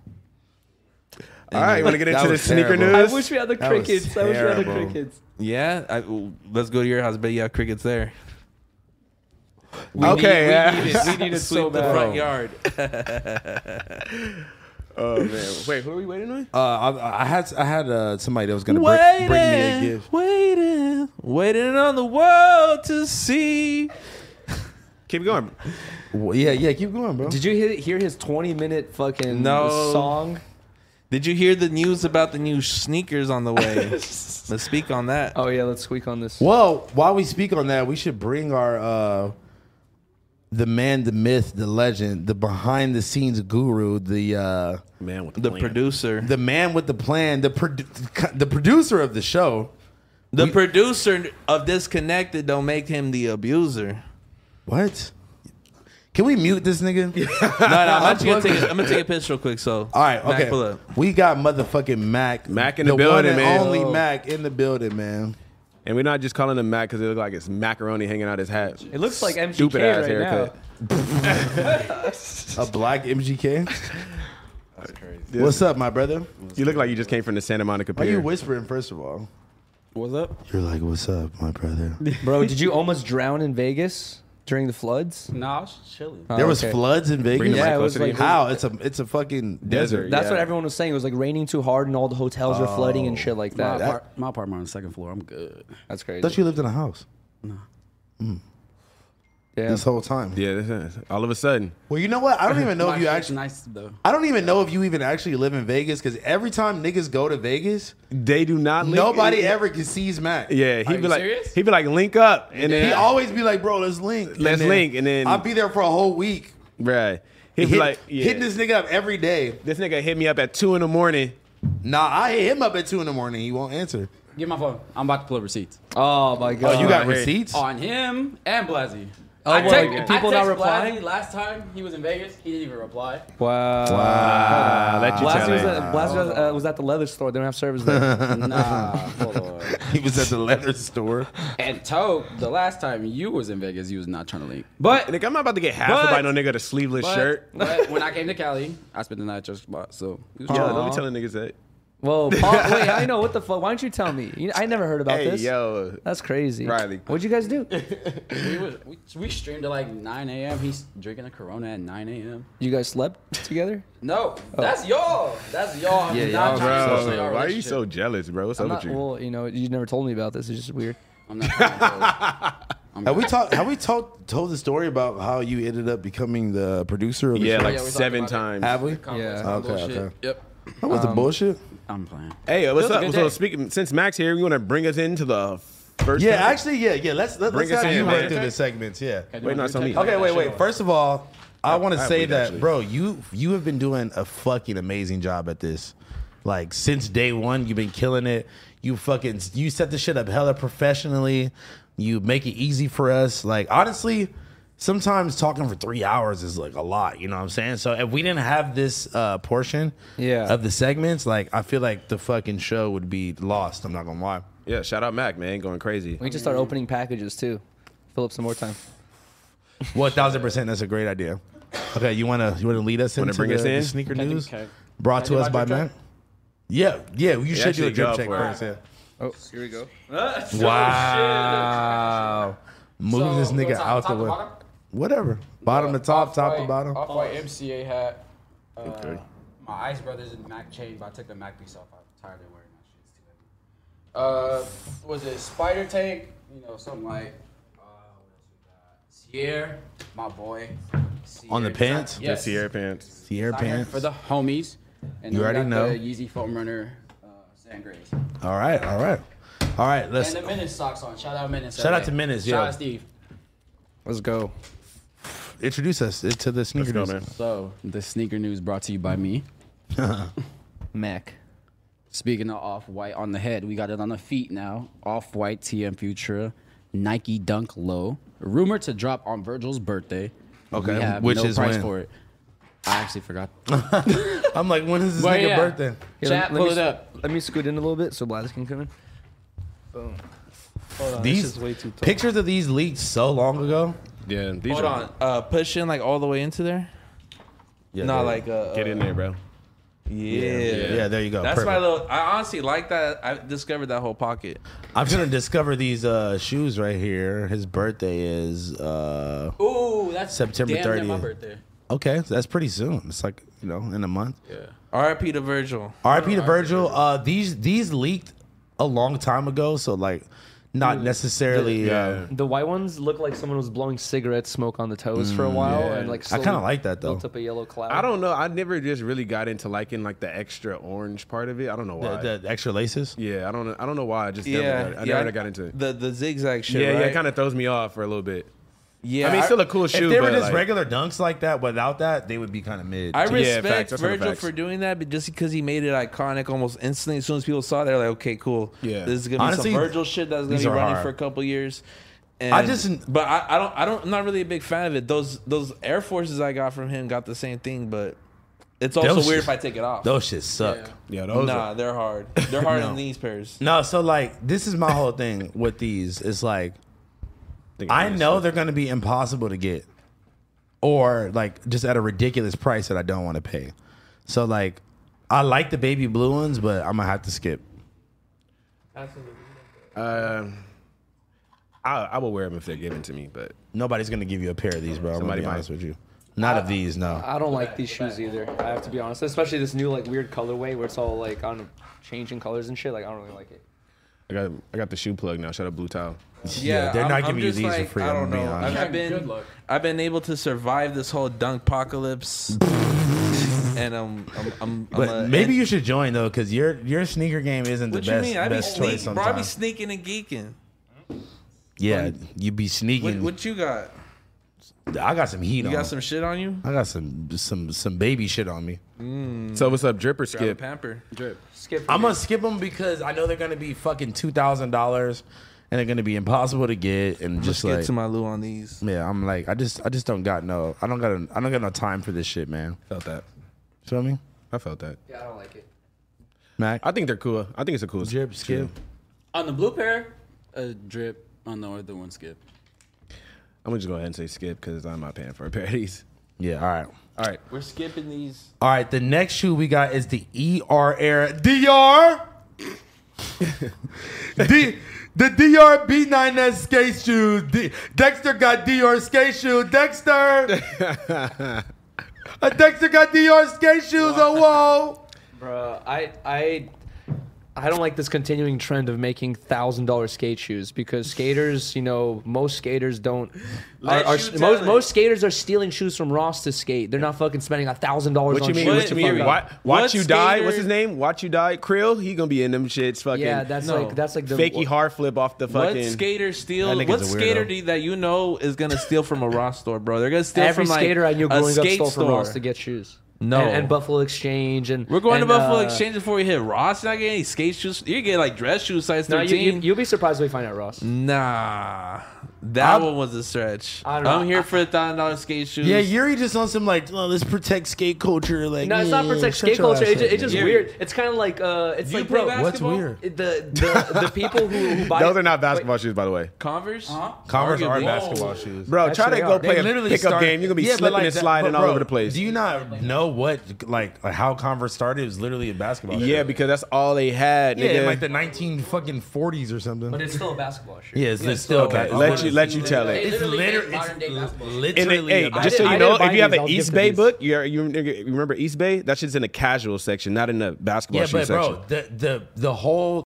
Speaker 3: All right, you want to get
Speaker 2: That
Speaker 3: into the
Speaker 2: was
Speaker 3: sneaker
Speaker 2: terrible.
Speaker 4: I
Speaker 3: news?
Speaker 4: wish we had the
Speaker 2: That was
Speaker 4: crickets. I wish we had the
Speaker 2: terrible.
Speaker 4: crickets.
Speaker 1: Yeah, I, ooh, let's go to your house. Bet you have crickets there.
Speaker 4: We
Speaker 3: Okay,
Speaker 4: need,
Speaker 3: yeah.
Speaker 4: we need it. We need it so
Speaker 1: Sweep the
Speaker 4: bad.
Speaker 1: front yard.
Speaker 3: oh man, wait, who are we waiting on?
Speaker 2: Uh, I, I had I had uh, somebody that was gonna bring,
Speaker 1: waiting,
Speaker 2: bring me a gift.
Speaker 1: waiting, waiting on the world to see.
Speaker 3: Keep going.
Speaker 2: Well, yeah, yeah. Keep going, bro.
Speaker 4: Did you hear, hear his 20 minute fucking
Speaker 1: No.
Speaker 4: song?
Speaker 1: Did you hear the news about the new sneakers on the way? Let's speak on that.
Speaker 4: Oh, yeah, let's squeak on this.
Speaker 2: Well, while we speak on that, we should bring our uh the man, the myth, the legend, the behind the scenes guru, the uh
Speaker 3: Man, with
Speaker 1: the producer, the,
Speaker 2: the man with the plan, the produ- the producer of the show.
Speaker 1: producer of Disconnected, don't make him the abuser.
Speaker 2: What? Can we mute this nigga?
Speaker 1: No, no, I'm, just gonna take a, I'm gonna take a piss real quick. So,
Speaker 2: All right,
Speaker 1: Mac,
Speaker 2: okay.
Speaker 1: pull up.
Speaker 2: We got motherfucking Mac,
Speaker 3: Mac in the
Speaker 2: one
Speaker 3: building,
Speaker 2: and
Speaker 3: man.
Speaker 2: Only Mac in the building, man.
Speaker 3: And we're not just calling him Mac because it looks like it's macaroni hanging out his hat.
Speaker 4: It looks like MGK
Speaker 3: Stupid ass
Speaker 4: right
Speaker 3: haircut.
Speaker 4: now.
Speaker 2: A black MGK. That's crazy. What's up, my brother?
Speaker 3: You look like you just came from the Santa Monica
Speaker 2: Why
Speaker 3: Pier.
Speaker 2: you whispering? First of all,
Speaker 4: What's up?
Speaker 2: you're like, "What's up, my brother?"
Speaker 4: Bro, did you almost drown in Vegas during the floods?
Speaker 8: Nah, I was just chilling.
Speaker 4: Oh,
Speaker 2: There was
Speaker 4: okay.
Speaker 2: floods in Vegas.
Speaker 3: Bring the
Speaker 4: Yeah,
Speaker 3: mic
Speaker 4: it was
Speaker 3: closer to
Speaker 4: like-
Speaker 3: you.
Speaker 2: How? It's a it's a fucking desert.
Speaker 3: Desert.
Speaker 4: That's what
Speaker 3: Yeah.
Speaker 4: everyone was saying. It was like raining too hard and all the hotels were flooding and shit like
Speaker 8: My,
Speaker 4: that.
Speaker 8: apart- my apartment on the second floor. I'm good.
Speaker 4: That's crazy.
Speaker 2: Thought you lived in a house Hmm.
Speaker 4: yeah.
Speaker 2: this whole time.
Speaker 3: Yeah, that's it. all of a sudden.
Speaker 2: Well, you know what? I don't even know
Speaker 8: My
Speaker 2: if you
Speaker 8: shit's
Speaker 2: actually.
Speaker 8: nice though.
Speaker 2: I don't even know if you even actually live in Vegas because every time niggas go to Vegas,
Speaker 3: They do not link.
Speaker 2: nobody ever can seize Mac.
Speaker 3: Yeah, he'd
Speaker 8: you
Speaker 3: be like,
Speaker 8: serious?
Speaker 3: he'd be like, link up, and then
Speaker 2: He always be like, bro, let's link. And
Speaker 3: Let's
Speaker 2: then
Speaker 3: link, and then-
Speaker 2: I'll be there for a whole week.
Speaker 3: right. He'd be
Speaker 2: Hit-
Speaker 3: like, yeah.
Speaker 2: Hitting this nigga up every day.
Speaker 3: This nigga hit me up at two in the morning.
Speaker 2: Nah, I hit him up at two in the morning. He won't answer.
Speaker 8: Get my phone. I'm about to pull up receipts
Speaker 4: Oh, my God.
Speaker 2: Oh, you got
Speaker 3: hey.
Speaker 2: receipts?
Speaker 8: on him and Blasi.
Speaker 4: Oh,
Speaker 8: I
Speaker 4: well,
Speaker 8: take-
Speaker 4: people not
Speaker 8: I text
Speaker 4: replying?
Speaker 8: Blasi last time he was in Vegas, he didn't even reply.
Speaker 4: Wow.
Speaker 3: Ah, let you
Speaker 4: Blasi
Speaker 3: tell
Speaker 4: was,
Speaker 3: him.
Speaker 4: at, Blasi was, uh, was at the leather store. They don't have service there.
Speaker 8: Nah, hold on.
Speaker 2: He was at the leather store.
Speaker 8: And Toe, the last time you was in Vegas, you was not trying to leak. But
Speaker 3: Nigga, I'm not about to get hassled
Speaker 8: But-
Speaker 3: by no nigga with a sleeveless
Speaker 8: but,
Speaker 3: shirt.
Speaker 8: but when I came to Cali, I spent the night at your spot. So it was
Speaker 3: Yo,
Speaker 8: chill.
Speaker 3: don't be telling niggas that.
Speaker 4: Whoa, Paul, wait, I know. What the fuck? Why don't you tell me? You- I never heard about
Speaker 3: Hey,
Speaker 4: this.
Speaker 3: yo.
Speaker 4: That's crazy.
Speaker 3: Riley.
Speaker 4: What'd you guys do?
Speaker 8: we, was, we, we streamed at like 9 a.m. He's drinking a Corona at 9 a.m.
Speaker 4: You guys slept together?
Speaker 8: No, that's y'all. That's y'all. I'm
Speaker 2: Yeah, y'all
Speaker 8: not trying to
Speaker 3: Oh. Bro,
Speaker 8: social y'all
Speaker 3: why are you
Speaker 8: relationship.
Speaker 3: so jealous, bro? What's
Speaker 4: I'm not,
Speaker 3: up with you?
Speaker 4: well, you know, you never told me about this. It's just weird.
Speaker 8: I'm not trying to
Speaker 2: Have we talked? Have we told told the story about how you ended up becoming the producer? Of the
Speaker 3: Yeah,
Speaker 2: show?
Speaker 3: like
Speaker 8: we talked
Speaker 3: seven
Speaker 8: about it.
Speaker 3: times.
Speaker 2: have we?
Speaker 8: complex
Speaker 4: Yeah.
Speaker 5: Uh,
Speaker 8: and
Speaker 2: Okay,
Speaker 8: bullshit.
Speaker 2: okay.
Speaker 8: Yep.
Speaker 2: That
Speaker 3: Um,
Speaker 2: was the bullshit.
Speaker 8: I'm playing.
Speaker 3: Hey, what's
Speaker 8: It was a
Speaker 3: up?
Speaker 8: good
Speaker 3: So
Speaker 8: day.
Speaker 3: speaking, since Max here, we want to bring us into the first.
Speaker 2: Yeah,
Speaker 3: topic?
Speaker 2: actually, yeah, yeah. Let's let,
Speaker 3: Bring
Speaker 2: let's
Speaker 3: us
Speaker 2: have
Speaker 3: in,
Speaker 2: you run
Speaker 3: man.
Speaker 2: through the segments. Yeah.
Speaker 3: Wait, no, it's on me.
Speaker 2: Okay, wait, wait. First of all, I want to
Speaker 3: I
Speaker 2: say
Speaker 3: would,
Speaker 2: that,
Speaker 3: actually.
Speaker 2: bro, you you have been doing a fucking amazing job at this. Like since day one, you've been killing it. You fucking you set the shit up hella professionally. You make it easy for us. Like honestly, sometimes talking for three hours is like a lot. You know what I'm saying? So if we didn't have this uh, portion,
Speaker 4: Yeah.
Speaker 2: of the segments, like I feel like the fucking show would be lost. I'm not gonna lie.
Speaker 3: Yeah, shout out Mac, man, going crazy.
Speaker 4: We can just start opening packages too. Fill up some more time.
Speaker 2: Well, thousand percent, that's a great idea. Okay, you wanna you wanna lead us
Speaker 3: Wanna
Speaker 2: into
Speaker 3: bring
Speaker 2: the,
Speaker 3: us in?
Speaker 2: the sneaker
Speaker 8: I do-
Speaker 2: news
Speaker 8: okay.
Speaker 2: brought to
Speaker 8: Can I
Speaker 2: us
Speaker 8: do my
Speaker 2: by
Speaker 8: drip check?
Speaker 2: Mac. Yeah, yeah, you should do a
Speaker 3: actually
Speaker 2: drip
Speaker 3: go
Speaker 2: check
Speaker 3: for it.
Speaker 2: first. Yeah.
Speaker 4: Oh, here we go.
Speaker 3: Oh,
Speaker 2: Wow, move
Speaker 8: So,
Speaker 2: this
Speaker 8: we go
Speaker 2: nigga
Speaker 8: top-
Speaker 2: out
Speaker 8: top
Speaker 2: the
Speaker 8: to
Speaker 2: way.
Speaker 8: bottom?
Speaker 2: Whatever, bottom to top, top to bottom.
Speaker 8: Off white MCA hat. Uh, My Ice Brothers and Mac chain, but I took the Mac piece off. I'm tired of wearing my shit. It's too heavy. Uh, was it Spider Tank? You know, something like. uh, what else we got? Sierra, my boy.
Speaker 2: On the
Speaker 8: Sierra.
Speaker 2: pants?
Speaker 8: Yes.
Speaker 3: Sierra pants.
Speaker 2: Sierra
Speaker 8: Designer
Speaker 2: pants.
Speaker 8: for the homies.
Speaker 2: You
Speaker 8: And then we
Speaker 2: already
Speaker 8: got
Speaker 2: know.
Speaker 8: the Yeezy foam runner uh, sand grays.
Speaker 2: All right, all right, all right. Let's.
Speaker 8: And the Menace socks on. Shout out Menace.
Speaker 2: Shout out
Speaker 8: LA.
Speaker 2: to Menace,
Speaker 8: Shout
Speaker 2: yeah.
Speaker 8: out Steve.
Speaker 4: Let's go.
Speaker 2: Introduce us to the sneaker
Speaker 3: Let's go,
Speaker 2: news.
Speaker 3: man.
Speaker 8: So the sneaker news brought to you by me.
Speaker 4: Mac.
Speaker 7: Speaking of off white on the head, we got it on the feet now. Off white TM Futura, Nike Dunk Low, rumored to drop on Virgil's birthday.
Speaker 2: Okay,
Speaker 7: we have
Speaker 2: which
Speaker 7: no
Speaker 2: is
Speaker 7: price
Speaker 2: when?
Speaker 7: for it. I actually forgot.
Speaker 5: I'm like, when is this
Speaker 7: But
Speaker 5: nigga
Speaker 7: yeah.
Speaker 5: birthday?
Speaker 4: Here,
Speaker 7: Chat,
Speaker 4: me
Speaker 7: pull it
Speaker 4: sc-
Speaker 7: up.
Speaker 4: Let me scoot in a little bit so Blaz can come in. Boom. Hold on,
Speaker 5: These
Speaker 4: this is way too tall.
Speaker 5: pictures of these leaked so long ago.
Speaker 3: Yeah, these
Speaker 1: Hold
Speaker 3: are,
Speaker 1: on. Uh, push in like all the way into there.
Speaker 5: Yeah,
Speaker 1: Not
Speaker 5: there-
Speaker 1: like uh,
Speaker 3: Get in there, bro.
Speaker 1: Yeah.
Speaker 5: Yeah, there you go.
Speaker 1: That's my
Speaker 5: Perfect.
Speaker 1: little. I honestly like that. I discovered that whole pocket.
Speaker 5: I'm gonna discover these uh, shoes right here. His birthday is uh,
Speaker 7: Ooh, that's
Speaker 5: September
Speaker 7: damn near my
Speaker 5: 30th.
Speaker 7: birthday.
Speaker 5: okay. So that's pretty soon. It's like you know in a month.
Speaker 1: R.I.P. to Virgil.
Speaker 5: R.I.P. to Virgil. Uh, these these leaked a long time ago, so like not necessarily. Uh,
Speaker 4: The white ones look like someone was blowing cigarette smoke on the toes for a while, and like
Speaker 5: Mm, I kinda
Speaker 4: slowly
Speaker 5: like that, though.
Speaker 4: Built up a yellow cloud.
Speaker 3: I don't know. I never just really got into liking like the extra orange part of it. I don't know why.
Speaker 5: the, the extra laces.
Speaker 3: yeah, I don't. know. I don't know why. I just never. Got,
Speaker 1: Yeah,
Speaker 3: I
Speaker 1: yeah,
Speaker 3: never got into it.
Speaker 1: the the zigzag shit.
Speaker 3: yeah,
Speaker 1: right?
Speaker 3: yeah. It kind of throws me off for a little bit.
Speaker 1: Yeah,
Speaker 3: I mean, it's still a cool shoe.
Speaker 5: if they were
Speaker 3: but,
Speaker 5: just
Speaker 3: like,
Speaker 5: regular dunks like that without that, they would be kind of mid.
Speaker 1: I
Speaker 5: too.
Speaker 3: re-
Speaker 1: respect
Speaker 3: facts. That's not
Speaker 1: Virgil
Speaker 3: facts.
Speaker 1: for doing that, but just because he made it iconic almost instantly, as soon as people saw it, they're like, okay, cool.
Speaker 3: Yeah.
Speaker 1: this is gonna
Speaker 5: Honestly,
Speaker 1: be some Virgil shit that's gonna
Speaker 5: these
Speaker 1: be
Speaker 5: are
Speaker 1: running
Speaker 5: hard.
Speaker 1: for a couple years. And,
Speaker 5: I just-
Speaker 1: but I, I don't, I don't, I'm not really a big fan of it. Those those Air Forces I got from him got the same thing, but it's also
Speaker 5: Those-
Speaker 1: weird if I take it off.
Speaker 5: Those shits suck.
Speaker 3: Yeah, those.
Speaker 1: nah,
Speaker 3: are-
Speaker 1: they're hard. They're hard
Speaker 5: No.
Speaker 1: in these pairs.
Speaker 5: No, so like this is my whole thing with these. It's like
Speaker 3: think
Speaker 5: I
Speaker 3: those
Speaker 5: know
Speaker 3: suck.
Speaker 5: they're gonna be impossible to get. Or like just at a ridiculous price that I don't want to pay. So like I like the baby blue ones, but I'm gonna have to skip.
Speaker 3: Uh, I, I would wear them if they're given to me, but
Speaker 5: Nobody's gonna give you a pair of these, bro. I'm gonna
Speaker 3: Somebody
Speaker 5: be
Speaker 3: might.
Speaker 5: honest with you. Not of these, no.
Speaker 4: I don't like these shoes either. I have to be honest, especially this new like weird colorway where it's all like on changing colors and shit. Like I don't really like it.
Speaker 3: I got I got the shoe plug now. Shout out Blue Tile.
Speaker 1: Yeah,
Speaker 5: they're
Speaker 1: I'm-
Speaker 5: not
Speaker 1: I'm
Speaker 5: giving you
Speaker 1: just
Speaker 5: these for
Speaker 1: like,
Speaker 5: free,
Speaker 1: I
Speaker 5: I'm
Speaker 1: don't know.
Speaker 5: being
Speaker 1: I've,
Speaker 5: honest.
Speaker 1: I've been,
Speaker 7: Good luck.
Speaker 1: I've been able to survive this whole dunk apocalypse, and I'm, I'm, I'm,
Speaker 5: But
Speaker 1: I'm a-
Speaker 5: maybe you should join though, because your your sneaker game isn't the
Speaker 1: What
Speaker 5: best,
Speaker 1: you mean? I be,
Speaker 5: best choice
Speaker 1: sneak, bro, I be
Speaker 5: sometimes.
Speaker 1: sneaking and geeking.
Speaker 5: Yeah, you be
Speaker 1: What,
Speaker 5: sneaking.
Speaker 1: what you got?
Speaker 5: I got some heat
Speaker 1: You
Speaker 5: on.
Speaker 1: got some shit on you?
Speaker 5: Oh. I got some some some baby shit on me.
Speaker 3: So what's up, Dripper
Speaker 1: Grab a
Speaker 3: Skip?
Speaker 1: pamper.
Speaker 3: Drip.
Speaker 4: Skip.
Speaker 5: I'm gonna skip them because I know they're gonna be fucking two thousand dollars, and they're gonna be impossible to get. And
Speaker 1: Let's
Speaker 5: just
Speaker 1: get
Speaker 5: like,
Speaker 1: to my Lou on these.
Speaker 5: yeah, I'm like, I just I just don't got no, I don't got, a, I don't got no time for this shit, man.
Speaker 3: Felt that.
Speaker 5: Feel me,
Speaker 3: I felt that.
Speaker 4: Yeah, I don't like it.
Speaker 5: Mac?
Speaker 3: I think they're cool. I think it's a cool
Speaker 5: Drip skip.
Speaker 7: On the blue pair, a drip. On the other one, skip.
Speaker 3: I'm gonna just go ahead and say Skip because I'm not paying for a pair of these.
Speaker 5: Yeah, all right,
Speaker 3: All right.
Speaker 1: We're skipping these.
Speaker 5: all right. The next shoe we got is the ER era DR. D, the DR B9S skate shoes. D, Dexter got DR skate shoe. Dexter. Uh, Dexter got DR skate shoes. Oh, whoa.
Speaker 4: Bruh, I I I don't like this continuing trend of making thousand dollar skate shoes because skaters, you know, most skaters don't. Are,
Speaker 1: Let
Speaker 4: are,
Speaker 1: you tell
Speaker 4: most
Speaker 1: it.
Speaker 4: most skaters are stealing shoes from Ross to skate. They're not fucking spending a thousand dollars
Speaker 3: What
Speaker 4: on
Speaker 3: you mean?
Speaker 1: What
Speaker 4: shoes.
Speaker 3: What
Speaker 4: to
Speaker 3: you mean?
Speaker 4: fuck
Speaker 1: theory?
Speaker 4: up.
Speaker 3: Watch, watch you die. What's
Speaker 1: skater-
Speaker 3: his name? Watch you die. Krill. He gonna be in them shits. Fucking
Speaker 4: Yeah, that's
Speaker 1: No.
Speaker 4: like that's like the
Speaker 3: fakie hard flip off the
Speaker 1: What
Speaker 3: fucking.
Speaker 1: skater steal?
Speaker 5: That nigga's
Speaker 1: What
Speaker 5: a weirdo.
Speaker 1: skater do you- that you know is gonna steal from a Ross store, bro? They're gonna steal
Speaker 4: Every
Speaker 1: from like
Speaker 4: skater I knew
Speaker 1: a
Speaker 4: growing up
Speaker 1: skate
Speaker 4: stole
Speaker 1: store.
Speaker 4: from Ross to get shoes.
Speaker 1: No.
Speaker 4: and, and Buffalo Exchange and
Speaker 1: We're going
Speaker 4: and,
Speaker 1: to Buffalo
Speaker 4: uh,
Speaker 1: Exchange before we hit Ross. You're not getting any skate shoes. You get like dress shoes size
Speaker 4: No, you,
Speaker 1: thirteen.
Speaker 4: you, you'll be surprised what you find out, Ross.
Speaker 1: Mm. nah, that one was a stretch.
Speaker 4: I
Speaker 1: I
Speaker 4: don't know.
Speaker 1: am here for a thousand dollar skate shoes.
Speaker 5: Yeah, Yuri just on some like, oh, let's protect skate culture. Like,
Speaker 4: No, it's not
Speaker 5: yeah,
Speaker 4: protect
Speaker 5: shut
Speaker 4: skate
Speaker 5: your
Speaker 4: culture.
Speaker 5: ass
Speaker 4: It's,
Speaker 5: up,
Speaker 4: it's just
Speaker 5: nigga.
Speaker 1: Yeah.
Speaker 4: weird. It's kind of like uh, it's
Speaker 1: You
Speaker 4: like
Speaker 1: play
Speaker 4: bro,
Speaker 1: basketball?
Speaker 5: What's weird?
Speaker 4: the the, the people who, who buy
Speaker 3: Those are not basketball shoes, by the way.
Speaker 1: Converse.
Speaker 5: Converse are
Speaker 1: Arguably.
Speaker 5: basketball shoes.
Speaker 3: Bro, try
Speaker 4: Actually,
Speaker 3: to
Speaker 4: they
Speaker 3: go
Speaker 4: are.
Speaker 3: play
Speaker 5: They
Speaker 3: a
Speaker 5: literally
Speaker 3: pickup
Speaker 5: start-
Speaker 3: game. You're gonna be
Speaker 5: Yeah, but
Speaker 3: slipping
Speaker 5: like
Speaker 3: and
Speaker 5: that-
Speaker 3: sliding
Speaker 5: but
Speaker 3: all
Speaker 5: bro,
Speaker 3: over the place.
Speaker 5: Do you not know what like how Converse started? It was literally a basketball.
Speaker 3: yeah,
Speaker 5: shoe.
Speaker 3: because that's all they had.
Speaker 5: yeah,
Speaker 3: nigga.
Speaker 5: in like the nineteen fucking forties or something.
Speaker 4: But it's still a basketball shirt.
Speaker 5: yeah, it's, it's still a
Speaker 3: Okay,
Speaker 5: basketball.
Speaker 3: let you let you tell
Speaker 7: They
Speaker 3: it.
Speaker 5: It's
Speaker 7: literally
Speaker 5: liter-
Speaker 7: made modern day
Speaker 5: it's
Speaker 7: basketball.
Speaker 3: And it-
Speaker 5: literally.
Speaker 3: hey,
Speaker 5: a basketball.
Speaker 3: just so
Speaker 4: I
Speaker 3: you
Speaker 4: didn't
Speaker 3: know,
Speaker 4: buy
Speaker 3: if you have
Speaker 4: these,
Speaker 3: an
Speaker 4: I'll give
Speaker 3: East
Speaker 4: to
Speaker 3: Bay
Speaker 4: these.
Speaker 3: book, you're, you you remember East Bay? That shit's in the casual section, not in the basketball
Speaker 5: yeah,
Speaker 3: shoe
Speaker 5: but
Speaker 3: section.
Speaker 5: bro, the the the whole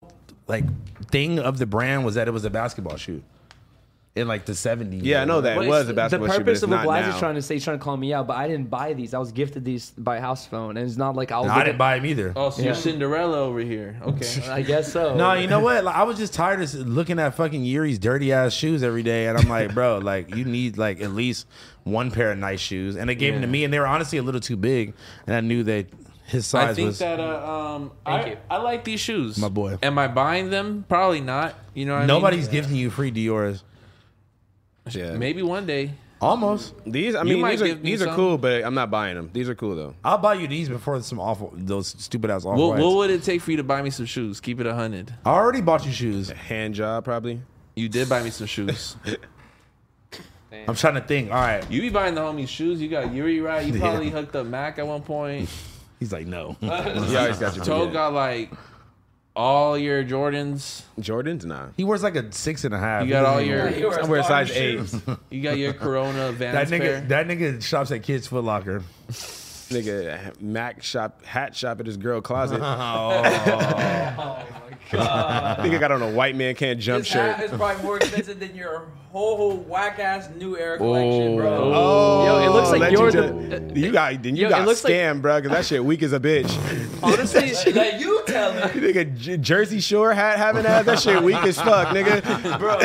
Speaker 5: like thing of the brand was that it was a basketball shoe in like the seventies.
Speaker 3: Yeah, I know that it was a
Speaker 4: the
Speaker 3: basketball shoe, but
Speaker 4: purpose
Speaker 3: it's
Speaker 4: of what
Speaker 3: not
Speaker 4: Blythe
Speaker 3: now.
Speaker 4: is trying to say, he's trying to call me out, but I didn't buy these. I was gifted these by house phone, and it's not like I was.
Speaker 5: I
Speaker 4: looking-
Speaker 5: didn't buy them either.
Speaker 1: Oh, so
Speaker 4: Yeah.
Speaker 1: you're Cinderella over here. Okay.
Speaker 4: I guess so.
Speaker 5: No, you know what? Like, I was just tired of looking at fucking Yuri's dirty ass shoes every day, and I'm like, bro, like you need like at least one pair of nice shoes. And they gave them to me, and they were honestly a little too big, and I knew they
Speaker 2: His size
Speaker 1: I think
Speaker 2: was
Speaker 1: that uh, um,
Speaker 4: Thank
Speaker 1: I,
Speaker 4: you.
Speaker 1: I like these shoes.
Speaker 2: My boy.
Speaker 1: Am I buying them? Probably not. You know, what I mean?
Speaker 2: nobody's giving you free Dior's.
Speaker 3: Yeah.
Speaker 1: Maybe one day.
Speaker 2: Almost,
Speaker 3: These, I
Speaker 1: You
Speaker 3: mean,
Speaker 1: might
Speaker 3: these are,
Speaker 1: give me
Speaker 3: these are
Speaker 1: some.
Speaker 3: cool, but I'm not buying them. These are cool though.
Speaker 2: I'll buy you these before some awful those stupid ass off
Speaker 1: What,
Speaker 2: whites.
Speaker 1: what would it take for you to buy me some shoes? Keep it a hundred.
Speaker 2: I already bought you shoes.
Speaker 3: Hand job probably.
Speaker 1: You did buy me some shoes.
Speaker 2: I'm trying to think. All right,
Speaker 1: You be buying the homies shoes. You got Yuri right. You probably hooked up Mac at one point.
Speaker 2: he's like no.
Speaker 3: You always
Speaker 5: Oh,
Speaker 3: got your
Speaker 1: Toe got like all your Jordans.
Speaker 3: Jordans, nah.
Speaker 2: He wears like a six and a half.
Speaker 1: You
Speaker 2: He
Speaker 1: got all
Speaker 2: doesn't
Speaker 1: your
Speaker 2: even-
Speaker 3: I wear a size eight.
Speaker 1: you got your Corona Vans
Speaker 2: That nigga,
Speaker 1: pair.
Speaker 2: that nigga shops at Kids Foot Locker.
Speaker 3: Nigga, Mac shop hat shop at his girl
Speaker 2: Oh.
Speaker 3: closet. Nigga got on a white man can't jump
Speaker 7: This hat
Speaker 3: shirt.
Speaker 7: is probably more expensive than your whole whack ass new era collection, bro.
Speaker 3: Oh,
Speaker 4: Yo, it looks like
Speaker 3: let
Speaker 4: you're
Speaker 3: you,
Speaker 4: the-
Speaker 3: ju- you got then you
Speaker 4: Yo, it
Speaker 3: got
Speaker 4: looks like-
Speaker 3: scammed, bro. Cause that shit weak as a bitch.
Speaker 4: Honestly,
Speaker 7: Let you tell me.
Speaker 3: nigga, J- Jersey Shore hat having ass, that shit weak as fuck, nigga. Bro,
Speaker 1: Uh,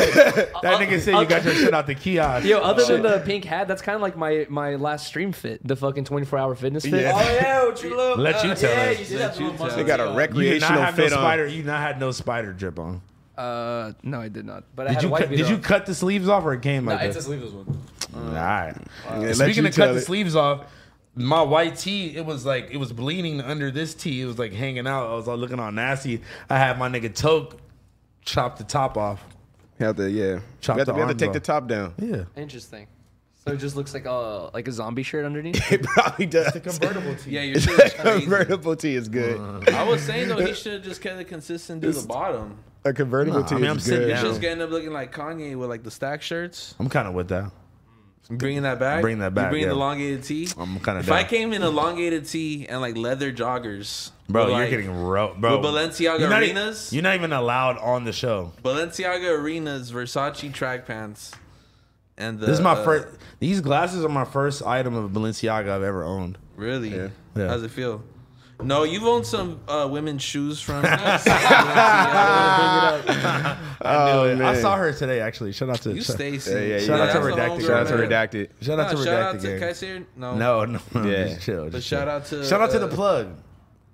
Speaker 2: That nigga said you got your shit out the kiosk.
Speaker 4: yo, other than the pink hat, that's kind of like my my last stream fit, the fucking 24 hour fitness fit.
Speaker 7: Oh
Speaker 3: Yeah.
Speaker 7: yeah, what you look?
Speaker 2: Let you
Speaker 7: uh,
Speaker 2: tell
Speaker 7: Yeah,
Speaker 2: us.
Speaker 7: you did have the little muscle
Speaker 3: they got a
Speaker 7: tail.
Speaker 2: you did not
Speaker 3: recreational
Speaker 2: have no
Speaker 3: fit on.
Speaker 2: spider. You not had no spider drip on.
Speaker 4: Uh, no, I did not. But I
Speaker 2: Did
Speaker 4: had
Speaker 2: you
Speaker 4: a white
Speaker 2: cut, did
Speaker 4: beater
Speaker 2: you
Speaker 4: on.
Speaker 2: cut the sleeves off or it came
Speaker 7: Nah,
Speaker 2: like
Speaker 7: it's a
Speaker 2: this?
Speaker 7: sleeveless one.
Speaker 2: All right.
Speaker 3: Yeah, let
Speaker 2: Speaking
Speaker 3: you
Speaker 2: of cut
Speaker 3: tell
Speaker 2: the
Speaker 3: it.
Speaker 2: sleeves off, my white tee, it was like it was bleeding under this tee. It was like hanging out. I was all looking all nasty. I had my nigga Toke chop the top off.
Speaker 3: Have to, yeah.
Speaker 2: Chop
Speaker 3: we have
Speaker 2: the
Speaker 3: to, we have to
Speaker 2: arms
Speaker 3: take
Speaker 2: off.
Speaker 3: the top down.
Speaker 2: Yeah.
Speaker 4: Interesting. So it just looks like a like a zombie shirt underneath.
Speaker 3: It probably does.
Speaker 2: Convertible Uh. tee.
Speaker 1: Yeah, your shit is crazy.
Speaker 3: convertible tee is good.
Speaker 1: I was saying though, he should have just kept it consistent to the bottom.
Speaker 3: A convertible tee
Speaker 2: I mean,
Speaker 3: is
Speaker 2: I'm
Speaker 3: good.
Speaker 2: sitting
Speaker 1: It's
Speaker 2: down.
Speaker 1: just gonna end up looking like Kanye with like the stack shirts.
Speaker 2: I'm kind of with that.
Speaker 1: Bringing that back.
Speaker 2: Bring that back,
Speaker 1: You bringing
Speaker 2: yeah.
Speaker 1: the elongated tee.
Speaker 2: I'm kinda
Speaker 1: If
Speaker 2: down.
Speaker 1: I came in elongated tee and like leather joggers,
Speaker 2: Bro,
Speaker 1: with,
Speaker 2: you're
Speaker 1: like,
Speaker 2: getting ro- bro.
Speaker 1: with Balenciaga
Speaker 2: you're not e-
Speaker 1: arenas?
Speaker 2: you're not even allowed on the show.
Speaker 1: Balenciaga arenas, Versace track pants, and the,
Speaker 2: This is my
Speaker 1: uh,
Speaker 2: first. These glasses are my first item of Balenciaga I've ever owned.
Speaker 1: Really?
Speaker 2: Yeah.
Speaker 1: How's it feel? No, you've owned some uh, women's shoes from.
Speaker 2: Oh,
Speaker 3: man.
Speaker 2: I saw her today. Actually, shout out to
Speaker 1: you
Speaker 2: shout,
Speaker 1: Stacy.
Speaker 3: Yeah, yeah,
Speaker 2: shout
Speaker 3: yeah.
Speaker 2: out to
Speaker 1: that's the
Speaker 2: Redacted.
Speaker 1: homegirl,
Speaker 3: Shout out to
Speaker 1: man.
Speaker 3: Redacted.
Speaker 2: shout
Speaker 1: No,
Speaker 2: out to
Speaker 1: shout out
Speaker 2: Redacted.
Speaker 1: to
Speaker 2: gang.
Speaker 1: Kayseri. No,
Speaker 2: No, no, no,
Speaker 3: Yeah.
Speaker 2: just chill.
Speaker 1: But
Speaker 2: just
Speaker 1: shout
Speaker 2: chill.
Speaker 1: out to
Speaker 2: shout out to the
Speaker 1: uh,
Speaker 2: plug.